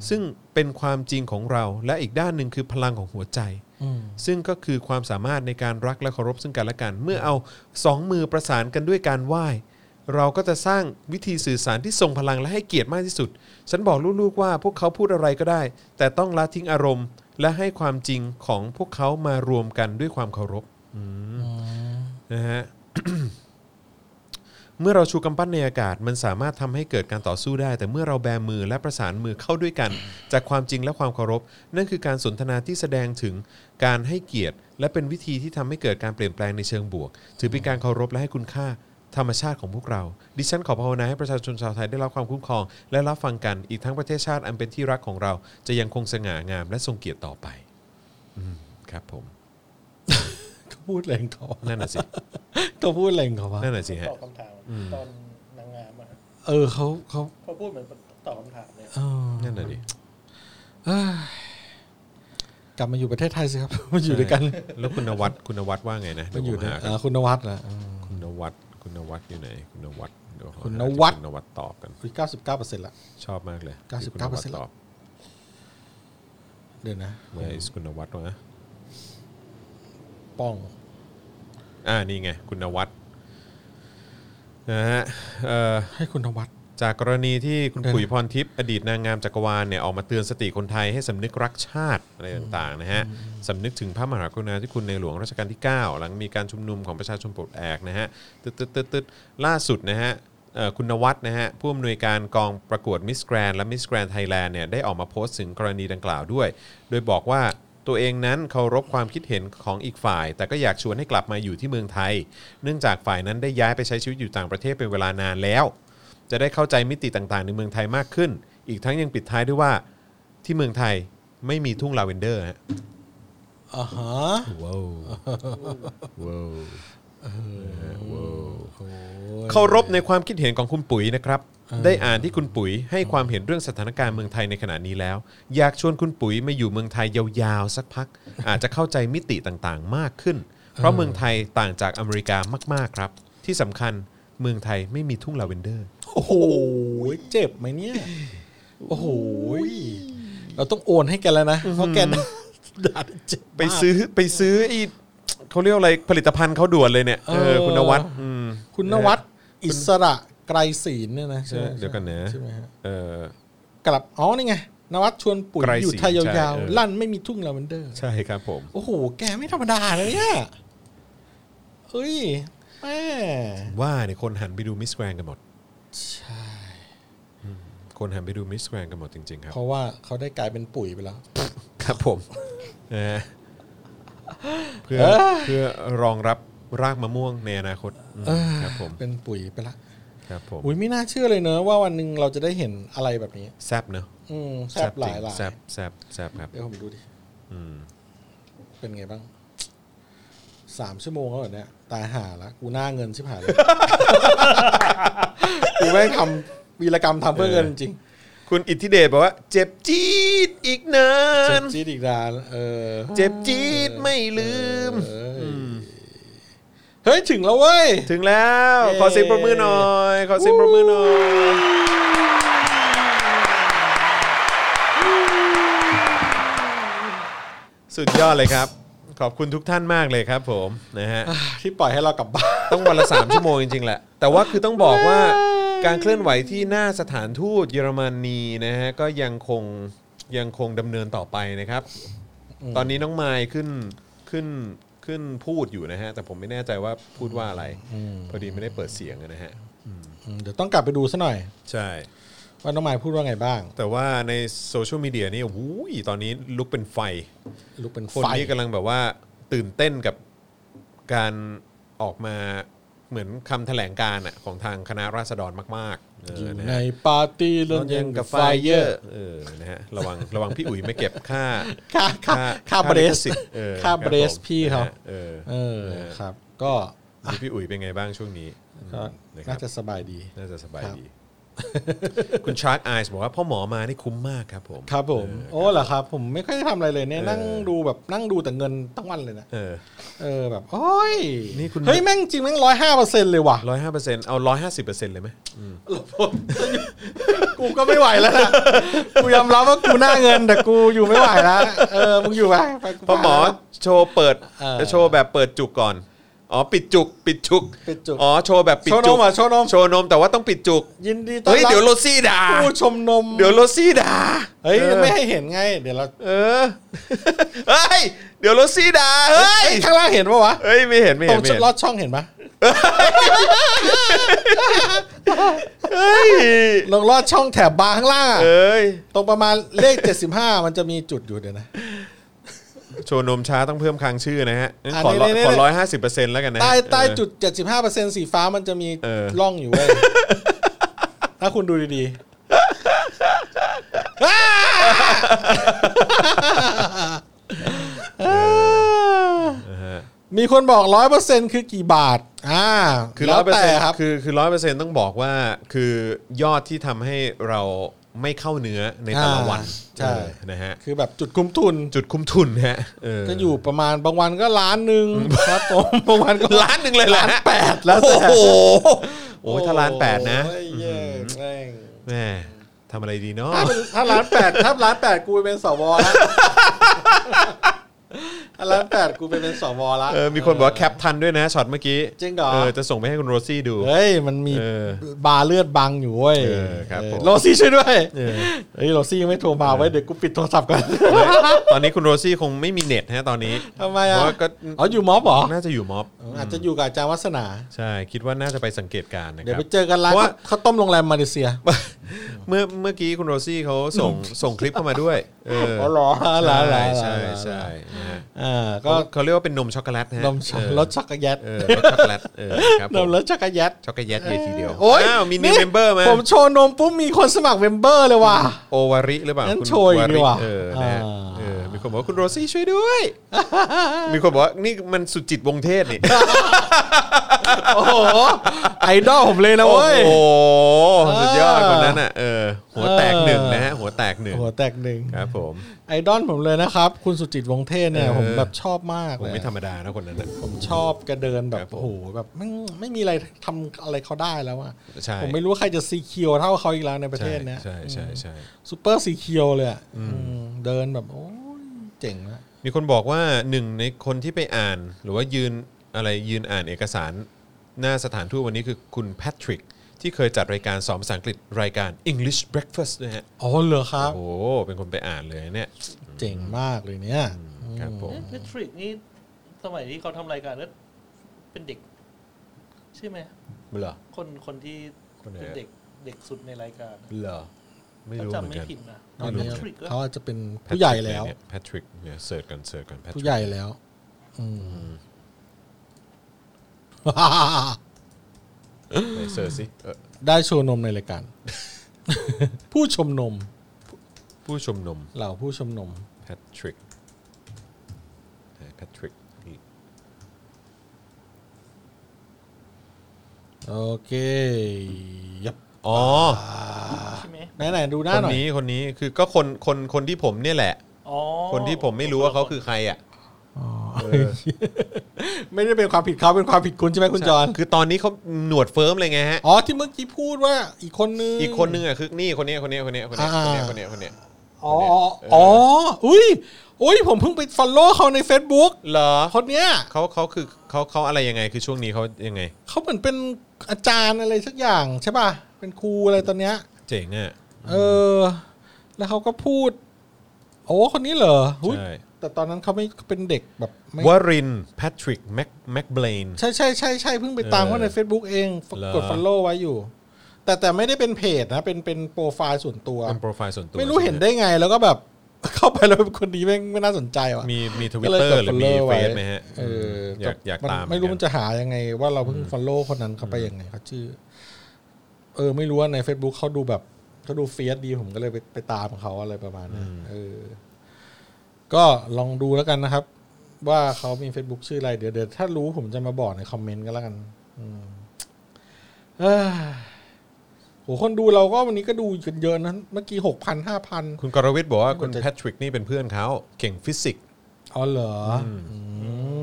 B: ซึ่งเป็นความจริงของเราและอีกด้านหนึ่งคือพลังของหัวใจ ซึ่งก็คือความสามารถในการรักและเคารพซึ่งกันและกัน เมื่อเอาสองมือประสานกันด้วยการไหว้ เราก็จะสร้างวิธีสื่อสารที่ทรงพลังและให้เกียรติมากที่สุด ฉันบอกลูกๆว่าพวกเขาพูดอะไรก็ได้ แต่ต้องละทิ้งอารมณ์ และให้ความจริงของพวกเขามารวมกันด้วยความเคารพอืมนะฮ ะ เมื่อเราชูกำปั้นในอากาศ มันสามารถทำให้เกิดการต่อสู้ได้ แต่เมื่อเราแบมือและประสานมือเข้าด้วยกัน จากความจริงและความเคารพ นั่นคือการสนทนาที่แสดงถึงการให้เกียรติ และเป็นวิธีที่ทำให้เกิดการเปลี่ยนแปลงในเชิงบวก ถือเป็นการเคารพและให้คุณค่าธรรมชาติของพวกเรา ดิฉันขอภาวนาให้ประชาชนชาวไทยได้รับความคุ้มครอง และรับฟังกันอีกทั้งประเทศชาติอันเป็นที่รักของเรา จะยังคงสง่างามและทรงเกียรติต่อไปอืมครับผม
C: ก็พูดแรงเขา
B: นั่นน่ะสิ
C: ก็พูดแรงเขาว่า
B: นั่นน่ะสิฮะ
D: ตอบคำถามตอนนางงามอะฮะ
C: เออเขาเขา
D: เขาพูดเหมือนตอบคำถามเนี่ย
C: เออ
B: นั่นน่ะดิ
C: เอ้ยกลับมาอยู่ประเทศไทยสิครับ มาอยู่ด้วยกัน
B: แล้วคุณนวัดคุณนวัดว่าไงนะเดี๋
C: มา
B: ยวผ
C: อยู่
B: ม
C: ด้วย
B: หา
C: อ่าคุณนวัดนะอืม
B: คุณนวัดคุณนวัดอยู่ไหนคุณนวัดเดี๋ยวขอหา
C: คุณนวัด
B: ที่คุณนวัดตอบกัน
C: คุยเก้าสิบเก้าเปอร์เซ็นต์ละ
B: ชอบมากเลย
C: 99%
B: ที่คุณนวัดตอบ
C: เดี๋ยวนะ
B: เมื่อไอ้คุณนวัดวะ
C: ป้อง
B: อ่านี่ไงคุณนวัดนะฮะเอ่อ
C: ให้คุณนวัด
B: จากกรณีที่คุณขุยพรทิพย์อดีตนางงามจักรวาลเนี่ยออกมาเตือนสติคนไทยให้สำนึกรักชาติอะไรต่างๆนะฮะสำนึกถึงพระมหากรุณาธิคุณในหลวงรัชกาลที่ 9 หลังมีการชุมนุมของประชาชนปลดแอกนะฮะตึ๊ดตึ๊ดตึ๊ดตึ๊ดล่าสุดนะฮะเอ่อคุณนวัดนะฮะผู้อำนวยการกองประกวดมิสแกรนและมิสแกรนไทยแลนด์เนี่ยได้ออกมาโพสต์ถึงกรณีดังกล่าวด้วย โดยบอกว่า ตัวเองนั้นเคารพความคิดเห็นของอีกฝ่าย แต่ก็อยากชวนให้กลับมาอยู่ที่เมืองไทย เนื่องจากฝ่ายนั้นได้ย้ายไปใช้ชีวิตอยู่ต่างประเทศเป็นเวลานานแล้ว จะได้เข้าใจมิติต่างๆ ในเมืองไทยมากขึ้น อีกทั้งยังปิดท้ายด้วยว่าที่เมืองไทยไม่มีทุ่งลาเวนเดอร์ฮะ
C: อ่าฮะ
B: ว้าวว้าว
C: โอ้ย
B: เคารพในความคิดเห็นของคุณปุ๋ยนะครับ ได้อ่านที่คุณปุ๋ยให้ความเห็นเรื่องสถานการณ์เมืองไทยในขณะนี้แล้ว อยากชวนคุณปุ๋ยมาอยู่เมืองไทยยาวๆสักพัก อาจจะเข้าใจมิติต่างๆ มากขึ้น เพราะเมืองไทยต่างจากอเมริกามากๆครับ ที่สำคัญเมืองไทยไม่มีทุ่งลาเวนเดอร์
C: โอ้โหเจ็บไหมเนี่ย โอ้โหเราต้องโอนให้แกแล้วนะเพราะแกน่ะด่าเจ็บมาก
B: ไปซื้อไปซื้อไอ้เขาเรียกอะไรผลิตภัณฑ์เขาด่วนเลยเนี่ยเออคุณนวัดอืม
C: คุณนวัดอิสระไกรศีลเนี่ยนะใช่ไหม
B: เดี๋ยวก่อนนะ
C: ใช่ไหมฮะ
B: เออ
C: กลับอ๋อนี่ไงนวัดชวนปุ๋ย
B: ไกรศรี
C: อยู่ไทย
B: ใช่
C: ยาว
B: เออ
C: ๆ ลั่นไม่มีทุ่งลาเวนเดอร์
B: ใช่ครับผม
C: โอ้โห แกไม่ธรรมดานะเนี่ยเอ้ยแม่
B: ว่าเนี่ยคนหันไปดูมิสแกรนกันหมด
C: ใช่
B: คนหันไปดูมิสแกรนกันหมดจริง ๆ ครับ
C: เพราะว่าเขาได้กลายเป็นปุ๋ยไปแล้ว
B: ครับผมนะฮะเพื่อเพื่อรองรับรากมะม่วงในอนาคตอืม
C: เออ
B: ครับผม
C: เป็นปุ๋ยไปละ
B: ครับผม
C: อุ้ยไม่น่าเชื่อเลยเนอะว่าวันหนึ่งเราจะได้เห็นอะไรแบบนี้
B: แซบเนอะ
C: อืมแซบห
B: จริ
C: ลาง ยหลาย
B: แซบแซบแซบครับ
C: เดี๋ยวผมดูดิ
B: อืม
C: เป็นไงบ้างสามชั่วโมงแล้วเหรอเนี่ยตายห่าละกูหน้าเงินชิบหายเลย กูแม่งทำวีรกรรมทำเพื่อเงินจริง
B: คุณอิทธิเดชบอกว่า เจ็บจี๊ดอีกนาน
C: เจ็บจี๊ดอีกดานเออ
B: เจ็บจี๊ดไม่ลืม
C: เอ้ยเฮ้ย ถึงแล้วเว้ย
B: ถึงแล้ว
C: เย้
B: ขอเสียงประมือหน่อย ขอเสียงประมือหน่อย ส สุดยอดเลยครับ ขอบคุณทุกท่านมากเลยครับ ผมนะฮะ
C: ที่ปล่อยให้เรากลับบ้าน
B: ต้องวันละ 3 ชั่วโมงจริงๆแหละ แต่ว่าคือต้องบอกว่าการเคลื่อนไหวที่หน้าสถานทูตเยอรมนีนะฮะก็ยังคงยังคงดำเนินต่อไปนะครับ ตอนนี้น้องไมค์ขึ้นขึ้นขึ้นพูดอยู่นะฮะ แต่ผมไม่แน่ใจว่าพูดว่าอะไร พอดีไม่ได้เปิดเสียงอะนะฮะ
C: เดี๋ยวต้องกลับไปดูซะหน่อย
B: ใช่
C: ว่าน้องไมายพูดว่าไงบ้าง
B: แต่ว่าในโซเชียลมีเดียนี่โอ้โหตอนนี้ลุกเป็นไฟ
C: ลุกเป็น
B: คน
C: ไฟ
B: ที่กำลังแบบว่าตื่นเต้นกับการออกมาเหมือนคำแถลงการณ์อะของทางคณะราษฎรมากๆเอ
C: อยู่
B: อนะ
C: ใน
B: ฮะ
C: ปาร์ตี้ร้อนเย็นกับไฟเยอร์
B: เออนะฮะระวังระวังพี่อุ๋ยไม่เก็บค่า
C: ค่าค่าค่าเบรส
B: ลิขสิทธิ์เออ
C: ค่าเบรส
B: ผม
C: พี่เขา
B: นะฮะเออ
C: เออครับ ก็
B: นี่พี่อุ๋ยเป็นไงบ้างช่วงนี้
C: ก็
B: นะครั
C: น่า
B: บ
C: จะสบายดี
B: น่าจะสบาย
C: ครับ
B: ดี คุณชาร์กไอส์บอกว่าพ่อหมอมานี่คุ้มมากครับผม
C: ครับผม โอ้เหรอครับ ผมไม่ค่อยได้ทำอะไรเลยเนี่ยนั่งดูแบบนั่งดูแต่เงินทั้งวันเลยนะ
B: เออ
C: เออแบบโอ้ย
B: นี่คุณ
C: เฮ้ยแม่งจริงแม่งร้อยห้าเปอร์เซ็นต์เลยว่ะ
B: ร้อยห้าเปอร์เซ็นต์เอาร้อยห้าสิบเปอร์เซ็นต์เลยไหม
C: กูก็ไม่ไหวแล้ว นะกูยอมรับว่ากูหน้าเงินแต่กูอยู่ไม่ไหวแล้วเออมึงอยู่ไปไปกูไป
B: พ่อหมอโชว์เปิด
C: เออ
B: โชว์แบบเปิดจุกก่อน อ๋อปิดจุก ปิดจุก
C: ปิดจุก
B: อ๋อโชว์แบบปิด
C: โชว์น
B: จุก
C: มอ่ะโชว์นม
B: โชว์นมแต่ว่าต้องปิดจุก
C: ยินดีต้อน
B: เฮ้ย
C: รับ
B: เดี๋ยวโรซี่ด่า
C: ผู้ชมนม
B: เดี๋ยวโรซี่ด่า
C: เฮ้ย
B: ออ
C: ไม่ให้เห็นไง เดี๋ยวเรา
B: เออ เฮ้ยเดี๋ยวโรซี่ด่าเฮ้ย
C: เอ้ยข้างล่างเห็นปะวะ
B: เฮ้ยไม่เห็นไม่
C: ตร
B: เห็
C: ง
B: นไม่เห็น
C: ลอดช่องเห็นปะ
B: เฮ้ย
C: ลงลอดช่องแถบบาร์ข้างล่างอะ
B: เอ้ย
C: ตรงประมาณเลข 75 มันจะมีจุดอยู่เดี๋ยวนะ
B: โชว์นมช้าต้องเพิ่มคางชื่อนะฮะงั้น
C: อ่ะ
B: ขอร้อย
C: นี่ๆๆ
B: ขอร้อยห้าสิบเปอร์เซ็นต์แล้วกันนะ
C: ใต้ใต้
B: เออ
C: จุด 75%สีฟ้ามันจะมี
B: เออ
C: ร่องอยู่เว้ย ถ้าคุณดูดีๆอ้า
B: นะฮะ
C: มีคนบอก 100%คือกี่บาท อ่า
B: คือร้
C: แล้
B: อ
C: วย
B: เปอร์
C: แต่
B: เซ็นต์
C: ครับ
B: คือคือร้อยเปอร์เซ็นต์ต้องบอกว่าคือยอดที่ทำให้เราไม่เข้าเนื้อในแต่ละวัน
C: อ่าใช่
B: เออนะฮะ
C: คือแบบจุดคุ้มทุน
B: จุดคุ้มทุนฮะเ
C: ก็อยู่ประมาณบางวันก็ล้านหนึ่งครับผม บางวันก็
B: ล้านหนึ่งเลยแหละ
C: ล้านแปดแล้วแต่
B: โอ้โหโอ้ยถ้าล้านแปดนะ
C: โอ้ยเย้แม่ง
B: แม่ทำอะไรดีเนาะ
C: ถ้าเป็นถ้าล้านแปดถ้าล้านแปดกูไปเป็นสวแล้วถ้าล้านแปดกูไปเป็นสวแล้ว
B: เออมีคนบอกว่าแคปทันด้วยนะช็อตเมื่อกี้
C: จริงเหรอ
B: อจะส่งไปให้คุณโรซี่ดู
C: เฮ้ยมันมี
B: เออบ
C: าร์เลือดบังอยู่เว้ย
B: เออครับผม
C: โรซี่ช่วยด้วย
B: เออ
C: เฮ้ยโรซี่ยังไม่โทรมาไว้ยเดี๋ยวกูปิดโทรศัพท์ก่อน
B: ตอนนี้คุณโรซี่คงไม่มีเน็ตฮะตอนนี้
C: ทำไม
B: เพ
C: อ่ะ
B: ราะว่าก็
C: อ๋ออยู่ม็อบเหรอ
B: น่าจะอยู่ม็อบ
C: อาจจะอยู่กับอาจารย์วัฒนา
B: ใช่คิดว่าน่าจะไปสังเกตการณ์นะครับ
C: เดี๋ยวไปเจอกันร้าน
B: เพราะว่า
C: ข้าวต้มโรงแรมมาเลเซีย
B: เมื่อเมื่อกี้คุณโรซี่เขาส่งส่งคลิปเข้ามาด้วยเออ
C: อ๋อเหรออะไร
B: ใช่
C: อะไร
B: ใช่ใช่นะฮะ
C: อ่าก็
B: ก็เขาเรียกว่าเป็นนมช็อกโกแลตนะฮะ
C: นมช็อก
B: เออ
C: รสช็อกโกแลต
B: เออรสช็อกโกแลตเออครับผ
C: น
B: ม
C: มรสช็อกโกแลต
B: ช็อกโกแลตเยทีเดียว
C: โอ้ย
B: อ้าวมีนิวเมมเบอร์ไหม
C: ผมโชว์นมปุ๊บมีคนสมัครเมมเบอร์เลยว่ะ
B: โอวาริหรือเปล่า
C: งั้น
B: คุณ
C: โชย
B: า
C: ดี
B: ริ
C: กว่า
B: เออนะฮะ
C: อ่า
B: เออมีคนบอกว่าคุณโรซี่ช่วยด้วย มีคนบอกว่านี่มันสุจิตวงเทศนี่
C: โอ้โห ไอดอลผมเลยนะ
B: โอ้
C: เว้ย
B: โหสุดยอด
C: เอ
B: ค
C: อ
B: นนั้นอ่ะเออหัวแตกหนึ่งนะฮะหัวแตกหนึ่ง
C: หัวแตกหนึ่ง
B: ครับผม
C: ไอดอลผมเลยนะครับ คุณสุจิตวงศ์เทศเนี่ย
B: เออ
C: ผมแบบชอบมาก
B: ผม
C: เลย
B: ไม่ธรรมดานะคนนั้นน่ะ
C: ผมชอบแกเดินแบ
B: ครับ บผม
C: โอ้โหแบบไม่ไม่มีอะไรทำอะไรเขาได้แล้วอ่ะ
B: ใช่
C: ผมไม่รู้ว่าใครจะซีเคียวเท่าเขาอีกแล้วในประเทศเนี้ย
B: ใช่ใช่ใช่
C: ซูเปอร์ซีเคียวเลยอะอืมเดินแบบโอ้ยเจ๋งนะ
B: มีคนบอกว่าหนึ่งในคนที่ไปอ่านหรือว่ายืนอะไรยืนอ่านเอกสาร หน้าสถานทูตวันนี้คือคุณแพทริก ที่เคยจัดรายการสอนภาษาอังกฤษรายการ English Breakfast นะฮะ
C: อ๋อเหรอครั
B: โอ้
C: บ
B: โหเป็นคนไปอ่านเลยเนี่ย
C: เจ๋งมากเลยเนี่ย
B: ครับผม
D: แพทริกนี่สมัยที่เขาทำรายการนั้นเป็นเด็ก ใช่ไหม
B: เหรอ
D: คนคนที่
B: คนไหน
D: เป็นเด็กเด็กสุดในรายการ
B: เหรอไม่
D: ถ้า
B: รู้เหมือ
D: จำ
B: น
D: ไม่
B: กัน
D: ผิดนะ
C: ตอนนี้
D: แพทริกก็
C: เขาอาจจะเป็นผู้ใหญ่แล้ว
B: แพทริกเนี่ยเสิร์ชกันเสิร์ชกันแพทริก
C: ผู้ใหญ่แล้วอืม
B: เสิร์ชสิเออ
C: ได้โชว์นมในรายการ ผู้ชมนม
B: ผู้ชมนม
C: เหล่าผู้ชมนม
B: แพทริกแพทริกนี่
C: โอเคยับ
B: อ๋อ
D: ใช่ไหม
C: ไหนไหนๆดูหน้า
B: คน
C: หน่อย
B: นี้คนนี้คือก็คนคนคนที่ผมเนี่ยแหละ
D: อ๋อ
B: คนที่ผมไม่รู้ว่าเขาคือใครอ่ะ
C: ไม่ได้เป็นความผิดเขาเป็นความผิดคุณใช่ไหมคุณจอน
B: คือตอนนี้เขาหนวดเฟิร์มเลยไงฮะ
C: อ๋อที่เมื่อกี้พูดว่าอีกคนนึง
B: อีกคนนึงอ่ะคือนี่คนเนี้ยคนเนี้ยคนเนี้ยคนเนี้ยคนเนี้ยคน
C: อ่า
B: เนี้ยคนเนี้ย
C: อ๋ออ๋ออุ้ยอุ้ยผมเพิ่งไปฟอลโล่เขาใน Facebook
B: เหรอ
C: คนเนี้ย
B: เขาเขาคือเขาเขาอะไรยังไงคือช่วงนี้เขายังไง
C: เขาเหมือนเป็นอาจารย์อะไรสักอย่างใช่ป่ะ เป็นครูอะไรตอนเนี้ย
B: เจ๋งอ่ะ
C: เออ แล้วเขาก็พูด โอ้คนนี้เหรออุ๊ย
B: ใช่
C: แต่ตอนนั้นเขาไม่เป็นเด็กแบบไม่
B: วรินแพทริกแม็กแม็กเบลน
C: ใช่ใช่ใช่ใช่เพิ่งไปตามเขาใน Facebook เอง
B: เหรอ
C: กด Follow ไว้อยู่ แต่แต่ไม่ได้เป็นเพจนะ เป็นเป็นโปรไฟล์ส่วนตัว
B: เป็นโปรไฟล์ส่วนตัว
C: ไม่รู้เห็นได้ไงแล้วก็แบบ เข้าไปแล้วคนนี้แม่งไม่น่าสนใจว่ะ
B: มีมีทวิ
C: ก็
B: ต
C: เลย
B: เตอกร์
C: ด
B: หรือ มี
C: follow
B: เฟ
C: ไว้
B: ซไหมฮะ
C: เออ
B: อยากอยาก
C: น
B: ตาม
C: ไม่รู้
B: เหมือ
C: มั
B: น
C: น
B: กัน
C: จะหายังไง ว่าเราเพิ่ง Follow คนนั้นเข้าไปยังไงเขาชื่อ เออ ไม่รู้ว่าใน Facebook เขาดูแบบเขาดูเฟียสดีผมก็เลยไปไปตามเขาอะไรประมาณนั้นเออ ก็ลองดูแล้วกันนะครับ ว่าเขามี Facebook ชื่ออะไรเดี๋ยวเดี๋ยวถ้ารู้ผมจะมาบอกในคอมเมนต์ก็แล้วกัน อืมเอ้ยโหคนดูเราก็วันนี้ก็ดูกันเยอะนะเมื่อกี้หกพันห้าพัน
B: คุณกรวิทย์บอกว่าคุณแพทริกนี่เป็นเพื่อนเขาเก่งฟิสิกส์
C: อ๋อเหรออื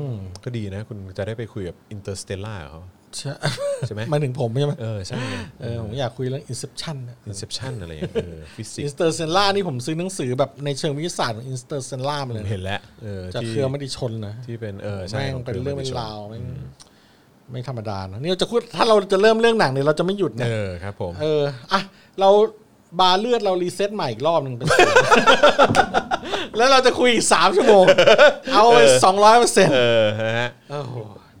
C: ม
B: ก็ดีนะ คุณจะได้ไปคุยกับอินเตอร์สเตลล่าเขา
C: ใช่
B: ใช่ไหม
C: หมายถึงผมใช่ไหม
B: เออ ใช่ไง
C: เออผมอยากคุยเรื่อง Inception นะ
B: อินเซพชันอะไรอย่างเงี้ยฟิสิก
C: อินส
B: ส์
C: เตอร์เซนล่านี่ผมซื้อหนังสือแบบในเชิงวิทยาศาสตร์ของอินสเตอร์เซนล่ามาเลยนะ
B: เห็นแล้วเออ
C: จาก
B: ที่
C: เครือมติชนนะ
B: ที่เป็นเออใช่
C: แม่ง
B: ของ
C: เป็นเรื่องเป็นราว
B: ค
C: แม่งไม่ธรรมดานะนี่เราจะพูดถ้าเราจะเริ่มเรื่องหนังเนี่ยเราจะไม่หยุด
B: เอ
C: นะ
B: อครับผม
C: เอออ่ะเราบาร์เลือดเรารีเซ็ตใหม่อีกรอบหนึ่งเป็น ศูนย์ แล้วเราจะคุยอีกสามชั่วโมง เอาไปสองร้อยเปอร์เซ็นต์
B: เออฮะ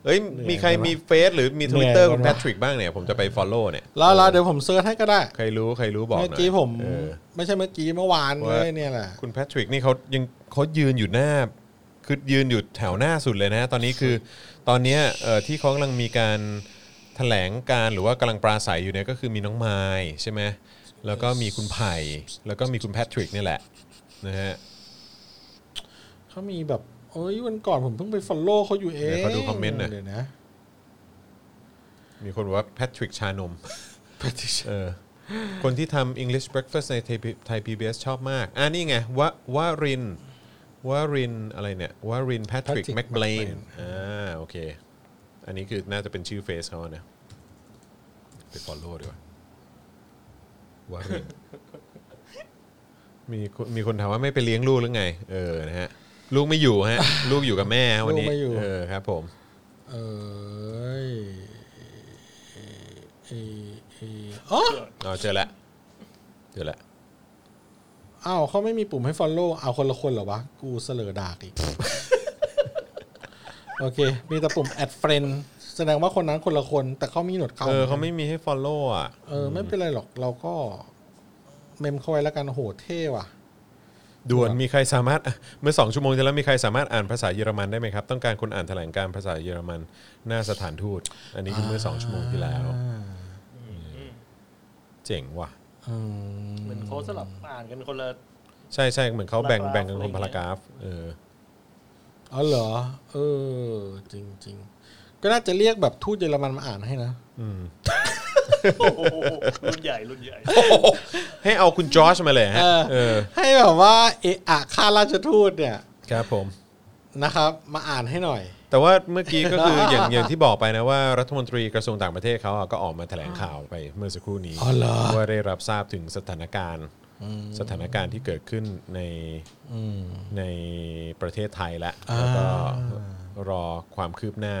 B: เอ้ยมีใครมีเฟซหรือมีทวิตเตอร์คุณแพทริกบ้างเนี่ยผมจะไปฟอลโล่เนี่ย
C: แล้วเราเดี๋ยวผมเซิร์ชให้ก็ได้
B: ใครรู้ใครรู้บอกหน่อย
C: เมื่อกี้ผม
B: เออ
C: ไม่ใช่เมื่อกี้เมื่อวาน
B: ว่า
C: เลยเนี่ยแหละ
B: คุณแพทริกนี่เขายังเขายืนอยู่หน้าคือยืนอยู่แถวหน้าสุดเลยนะ ตอนนี้คือตอนเนี้ยเอ่อที่เขากำลังมีการแถลงการหรือว่ากำลังปราศัยอยู่เนี่ยก็คือมีน้องไม้ใช่ไหมแล้วก็มีคุณไผ่แล้วก็มีคุณแพทริกนี่แหละนะฮะ
C: เขามีแบบเอ้ยวันก่อนผมเพิ่งไปฟอลโล่เขาอยู่เอง
B: เดี๋ยวขอดูคอมเมนต์หน่อย
C: เดี๋ยวนะ
B: มีคนบอกว่าแพทริกชานม เออคนที่ทำ English Breakfast ในไทย PBS ชอบมากอ่านี่ไงวะวารินวารินอะไรเนี่ยวารินแพทริก
C: Patrick
B: แม็กเบลน
C: McBlain
B: อ่าโอเค อันนี้คือน่าจะเป็นชื่อเฟซเขาอะนะ ไปฟอลโล่ดีกว่าว่าเรื่อง มีคนมีคนถามว่าไม่ไปเลี้ยงลูกหรือไง เออนะฮะ ลูกไม่อยู่ฮะ ลูกอยู่กับแม่ฮะวันนี้
C: ลูกไม่อยู่
B: เออครับผม
C: เอ้ยเอ้ยเอ้ยอ๋อ
B: เอาเจอละเจอละ
C: อ้าวเขาไม่มีปุ่มให้ follow เอาคนละคนเหรอวะ กูเสลอดากอี ก โอเค มีแต่ปุ่ม add friend แสดงว่าคนนั้นคนละคน แต่เขามีหนวดเขา
B: เออเขาไม่มีให้ฟอลโล่อ่ะ
C: เออ ไม่เป็นไรหรอก เราก็เมมเขาไว้แล้วกันโหเท่ว่ะ
B: ด่วนมีใครสามารถ เมื่อสองชั่วโมงที่แล้วมีใครสามารถอ่านภาษาเยอรมันได้ไหมครับ ต้องการคนอ่านแถลงการภาษาเยอรมันหน้าสถานทูต อันนี้คือเมื่อสองชั่วโมงที่แล้วเจ๋งว่ะ
D: เหมือนเขาสลับอ่านกันคน ละ
B: ใช่ใช่เหมือนเขาแบ่ง
D: พารากราฟ
B: แบ่งกันคนพารากราฟเอ อ
C: อ๋อเหรอ เออ จริงจริงๆ ก็น่าจะเรียกแบบทูตเยอรมันมาอ่านให้นะ
D: โอ้โหรุ่นใหญ่รุ่นใหญ่
B: ให้เอาคุณจอร์จมาเลยฮะ
C: เออ
B: เออ
C: ให้แบบว่าเอะอะข้าราชทูตเนี่ย
B: ครับผม
C: นะครับ มาอ่านให้หน่อย
B: แต่ว่าเมื่อกี้ก็ คือ อย่างอย่างที่บอกไปนะว่ารัฐมนตรีกระทรวงต่างประเทศเขาอะก็ออกมาแถลงข่าวไปเมื่อสักครู่นี้
C: อ๋อเหรอ
B: ว่าได้รับทราบถึงสถานการณ์สถานการณ์ที่เกิดขึ้นในในประเทศไทยแล้วแล้วก็รอความคืบหน้า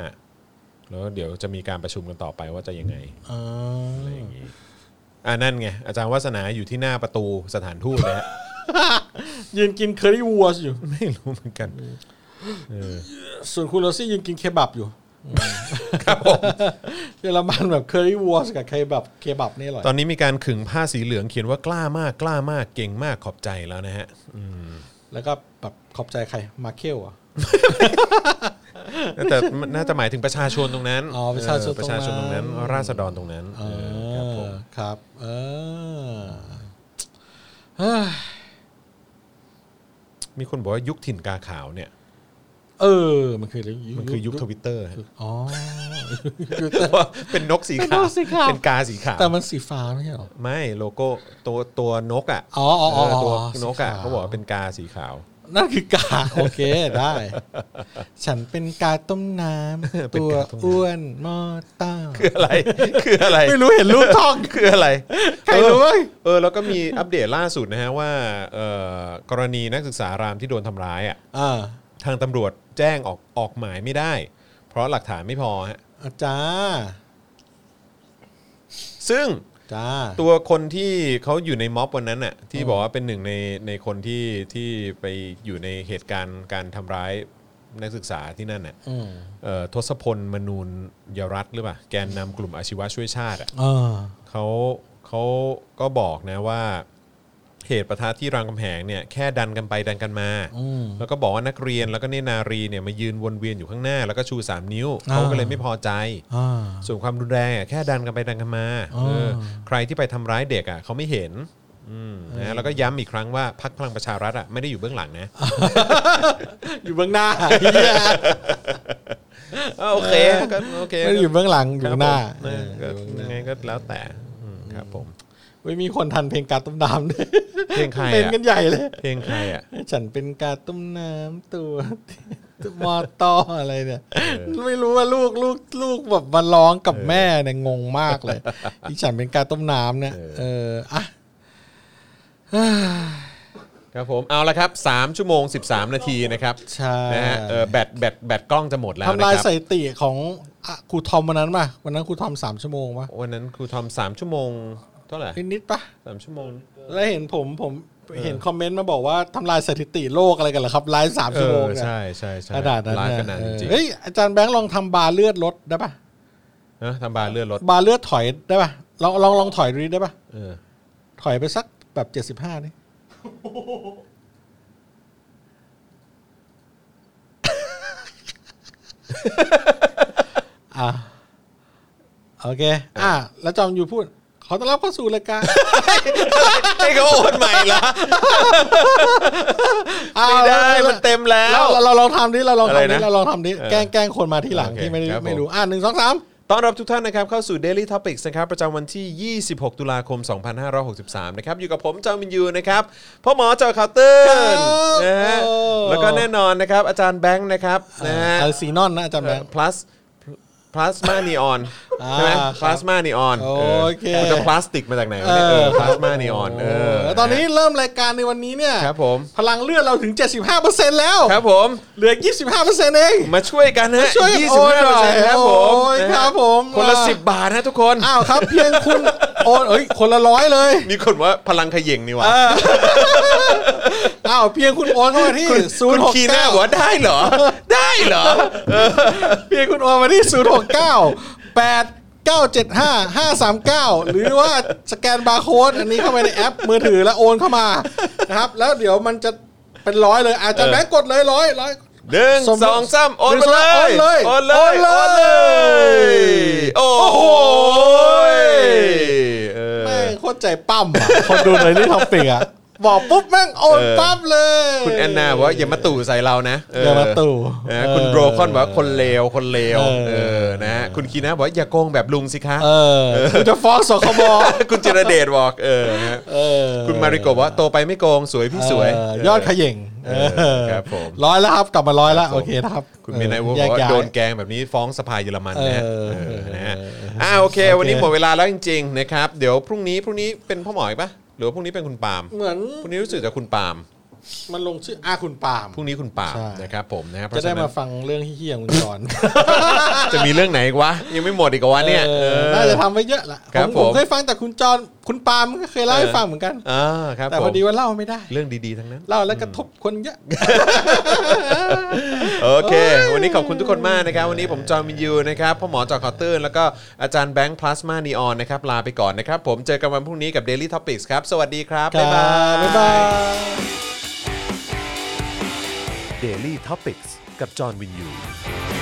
B: แล้วเดี๋ยวจะมีการประชุมกันต่อไปว่าจะยังไง
C: อ๋อ
B: อะไรอย่างนี้อ่านั่นไงอาจารย์วัฒนาอยู่ที่หน้าประตูสถานทูตแล้ว
C: ยืนกินเคอรี่วัวอยู่
B: ไม่รู้เหมือนกัน
C: ส่วนคุณโรซี่ยืนกินเคบับอยู่
B: ครับผม
C: เยอรมันแบบเคอรี่วัวกับเคบับ เคบับนี่อร่อย
B: ตอนนี้มีการขึงผ้าสีเหลืองเขียนว่ากล้ามากกล้ามากเก่งมากขอบใจแล้วนะฮะอืม
C: แล้วก็แบบขอบใจใคร มาเคิลเหรอ่ะ
B: แต่น่าจะหมายถึงประชาชนตรงนั้น
C: อ๋อประชาชน
B: เออประชาชนต
C: ต
B: ร
C: รงงนั้
B: นั้น
C: น
B: ราษฎรตรงนั้นเออครับผม
C: ครับ เออเฮ้ย
B: มีคนบอกว่ายุคถิ่นกาขาวเนี่ย
C: เออ มันคืออะไร
B: มันคือยุคทวิตเตอร์
C: อ๋อ
B: เป็น นกสี
C: เป็น
B: ขาวน
C: กสีขาว
B: เป็นกาสีขาว
C: แต่มันสีฟ้าไม่ใช่เหรอ
B: ไม่โลโก้ตัวตัวนกอ่ะ
C: อ๋ออ๋ออ๋อ
B: เออตัว
C: อ๋อสี
B: น
C: ขาว
B: กอ่ะเขาบอกว่าเป็นกาสีขาว
C: นั่นคือกา โอเคได้ ฉันเป็นกาต้มน้ำ ตัวอ้วนหมอเต้า
B: คืออะไร คืออะไร
C: ไม่รู้เห็นรูปท่อง
B: คืออะไร
C: ใครรู้เว้ย
B: เออแล้วก็มีอัปเดตล่าสุดนะฮะว่าเอ่อกรณีนักศึกษารามที่โดนทำร้ายอ่ะ
C: อ่า
B: ทางตำรวจแจ้งออกออกหมายไม่ได้ เพราะหลักฐานไม่พอฮะ
C: อ่ะจ้า
B: ซึ่ง
C: จ้า
B: ตัวคนที่เขาอยู่ในม็อบวันนั้นน่ะที่บอกว่าเป็นหนึ่งในในคนที่ที่ไปอยู่ในเหตุการณ์การทำร้ายนักศึกษาที่นั่นน่ะ
C: อืม
B: เอ่อทศพลมนูนยรัตน์หรือเปล่าแกนนำกลุ่มอาชีวะช่วยชาติอ่ะ
C: อ่า
B: เขาเขาก็บอกนะว่าเหตุประทะที่รามคำแหงเนี่ยแค่ดันกันไปดันกันมา
C: อืม
B: แล้วก็บอกว่านักเรียนแล้วก็เนตรนารีเนี่ยมายืนวนเวียนอยู่ข้างหน้า แล้วก็ชู 3 นิ้ว
C: อ่า
B: เขาก็เลยไม่พอใจ
C: อ่า
B: ส่วนความรุนแรงอ่ะแค่ดันกันไปดันกันมา
C: อ๋อ
B: เออใครที่ไปทำร้ายเด็กอ่ะเขาไม่เห็นอืมนะแล้วก็ย้ำอีกครั้งว่าพักพลังประชารัฐอ่ะไม่ได้อยู่เบื้องหลังนะ
C: อยู่เบื้องหน้าเหี้ย
B: อ่ะ โอเคก็โอเค
C: ไม่ได้อยู่เบื้องหลังอยู่
B: ครับ
C: ข้างหน้า
B: ผมเออก็ยังไงก็แล้วแต่อืมครับผม
C: ไม่มีคนทันเพลงกาต้มน้ำด้วย
B: เพลงใครอะ
C: เป็นกันใหญ่เลย
B: เพลงใครอ่ะ
C: ฉันเป็นกาต้มน้ำตัวตัวมอตออะไรเนี่ย ไม่รู้ว่าลูกลูกลูกแบบมาร้องกับแม่เนี่ยงงมากเลยที่ฉันเป็นกาต้มน้ำเนี่ยเอออ่ะ
B: ครับผมเอาละครับ 3 ชั่วโมง 13 นาทีนะครับ
C: ใช่
B: นะฮะเออแบตแบตแบตกล้องจะหมดแล้วนะ
C: ทำลาย
B: ครั
C: สถิติของอ่ะครูทอมวันนั้นป่ะวันนั้นครูทอมสามชั่วโมงป่ะ
B: วันนั้นครูทอม 3 ชั่วโมงเท่าไหร่
C: นิดๆป่ะ
B: สามชั่วโมง
C: แล้วเห็นผมผมเห็นคอมเมนต์มาบอกว่าทำลายสถิติโลกอะไรกันเหรอครับไลฟ์สาม
B: เอ
C: ชั่วโมง
B: อ
C: เนี่ย
B: ใช่ใช่ใช่
C: ขนาดนั้น
B: ร้าน
C: เนี่
B: ขนาดจริง
C: ยเฮ้ยอาจารย์แบงค์ลองทำบาร์เลือดลดได้ป่ะ
B: ๆนะทำบาร์เลื่อนรถ
C: บาร์เลือดถอยได้ป่ะลองลองลองถอยดูได้ป่ะ
B: เออ
C: ถอยไปสักแบบเจ็ดสิบห้านี่ อ่ะโอเค อ่ะแล้วจอมอยู่พูด ขอต้อนรับเข้าสู่รายการ
B: ให้เขาโอนใหม่ละ
C: อ้า ว
B: ไม่ได้มันเต็มแล้ว
C: เราเราเราลองทำดิเราลอง
B: อะไร
C: ทำดิ
B: นะ
C: เราลองทำดิ
B: เออ
C: แกล้งแกล้งคนมาที่หลัง
B: โอเค
C: ที่ไม่ได้
B: ครับผม
C: ไม่รู้ อ่ะหนึ่งสองสาม
B: ต้อนรับทุกท่านนะครับเข้าสู่ Daily Topics นะครับประจำวันที่ 26 ตุลาคม 2563 นะครับอยู่กับผมจอมินยูนะครับพ่อหมอจอคาวเตอร์
C: ครับ
B: นะฮะ
C: โอ้
B: แล้วก็แน่นอนนะครับอาจารย์แบงค์นะครับนะฮะ
C: อะไรซีนอนนะอาจำได้
B: plus plus มานีออน
C: อ่า
B: ใช่ไหม
C: ครับ
B: plus มานีออน
C: โอเค
B: มันจะพลาสติกมาจากไหนวะเนี่ยเออ plus มานีออนเออ
C: แล้วตอนนี้เริ่มรายการในวันนี้เนี่ย
B: ครับผม
C: พลังเลือดเราถึง 75%แล้ว
B: ครับผม
C: เหลือ 25%เอง
B: มาช่วยกันฮะ
C: ช่วย
B: ยี่
C: โอ
B: สิบ
C: น
B: ห้า
C: ห
B: เปอร์
C: น่อย
B: เซ็นต์ครับผม
C: โอ้ย
B: นะฮะ
C: ครับผม
B: คนละ
C: อ่า
B: สิบบาทนะทุกคน
C: อ้าวครับ เพียงคุณ โอนเอ้ยคนละร้อยเลย
B: มีคนว่าพลังเขย่งนี่หวะ
C: อ้าวเพียงคุณโอนเข้ามาที่0
B: คุณคีน่าบอก
C: 6
B: ว่าได้เหร อ ได้เหรอ
C: 9เพียงคุณโอนมาที่ 0 6 9 8 9 7 5 5 3 9 หรือว่าสแกนบาร์โค้ดอันนี้เข้าไปในแอปมือถือแล้วโอนเข้ามานะครับ แล้วเดี๋ยวมันจะเป็นร้อยเลย อาจจะแบงค์กดเลยร้อยร้อย
B: หนึ่ง
C: สม
B: สองสามโอน
C: หนึ่
B: มาง เล
C: สอ
B: ย
C: งโอน
B: นเลยย
C: เล
B: โอน
C: โอน
B: เล
C: เลย
B: ย โอ้โหเออ
C: แม่งโคตรใจปั้มอะคนดูเลยนี่ท็อปปิกอะบอกปุ๊บแม่งโอน
B: เออ
C: ปั๊บเลย
B: คุณแอนนาบอกว่าอย่ามาตู่ใส่เรานะเ
C: อย่ามาตู่
B: เออคุณ
C: เออ
B: โบรคอนบอกว่าคนเลวคนเลว
C: เออ
B: เออนะฮะคุณคีน่าบอกว่าอย่าโกงแบบลุงสิคะ
C: เออคุณจะฟ้องสคบ
B: คุณจิรเดชบอกเออนะฮะ
C: เออ
B: คุณมาริโกะบอกว่าโตไปไม่โกงสวยพี่สวย
C: เออยอดเขย่ง
B: เออ
C: เออ
B: ครับผม
C: ร้อยแล้วครับกลับมาร้อยแล้วโอเคนะครับ
B: คุณเมนาย
C: อ
B: วบอ
C: อ
B: ก
C: แยก
B: ว่า
C: ย้าย
B: โดนแกล้งแบบนี้ฟ้องสภาเยอรมันนะฮะ
C: เออ
B: เออนะฮะอ่าโอเค วันนี้
C: โอเค
B: หมดเวลาแล้วจริงๆนะครับเดี๋ยวพรุ่งนี้พรุ่งนี้เป็นพ่อหมอยปะหรือว่าพรุ่งนี้เป็นคุณปาล์ม
C: เหมือน
B: พรุ่งนี้รู้สึกจะคุณปาล์ม
C: มันลงชื่ออาคุณปาล์ม
B: พรุ่งนี้คุณปาล์ม
C: ใช่
B: นะครับผมนะฮะเพ
C: จะ
B: ราะ
C: ได้
B: ฉะนั้
C: มาน ฟังเรื่องเฮี้ยๆของคุณจอน
B: จะมีเรื่องไหนอีกวะยังไม่หมดอีกเหรอวะเนี่ย
C: เอ
B: เอ
C: อ
B: อ
C: น่าจะทำไว้เยอะละ
B: ครับ
C: ผม
B: ผม
C: เคยฟังแต่คุณจอนคุณปาล์มก็เคยเล่าให้ฟังเหมือนกัน
B: อ่าครับ
C: แต่
B: ผม
C: พอดีว่าเล่าไม่ได้
B: เรื่องดีๆ ทั้งนั้น
C: เล่าแล้วกระทบคนเยอะ
B: โอเค วันนี้ขอบคุณทุกคนมากนะครับ วันนี้ผมจอห์นวินยูนะครับพ่อหมอจอห์นคอตเตอร์แล้วก็อาจารย์แบงค์พลาสมานีออนนะครับ ลาไปก่อนนะครับ ผมเจอกันวันพรุ่งนี้กับ Daily Topics ครับ สวัสดีครับ บ๊ายบาย
C: บ๊ายบาย
A: Daily t o p i c กกับจอห์นวินยู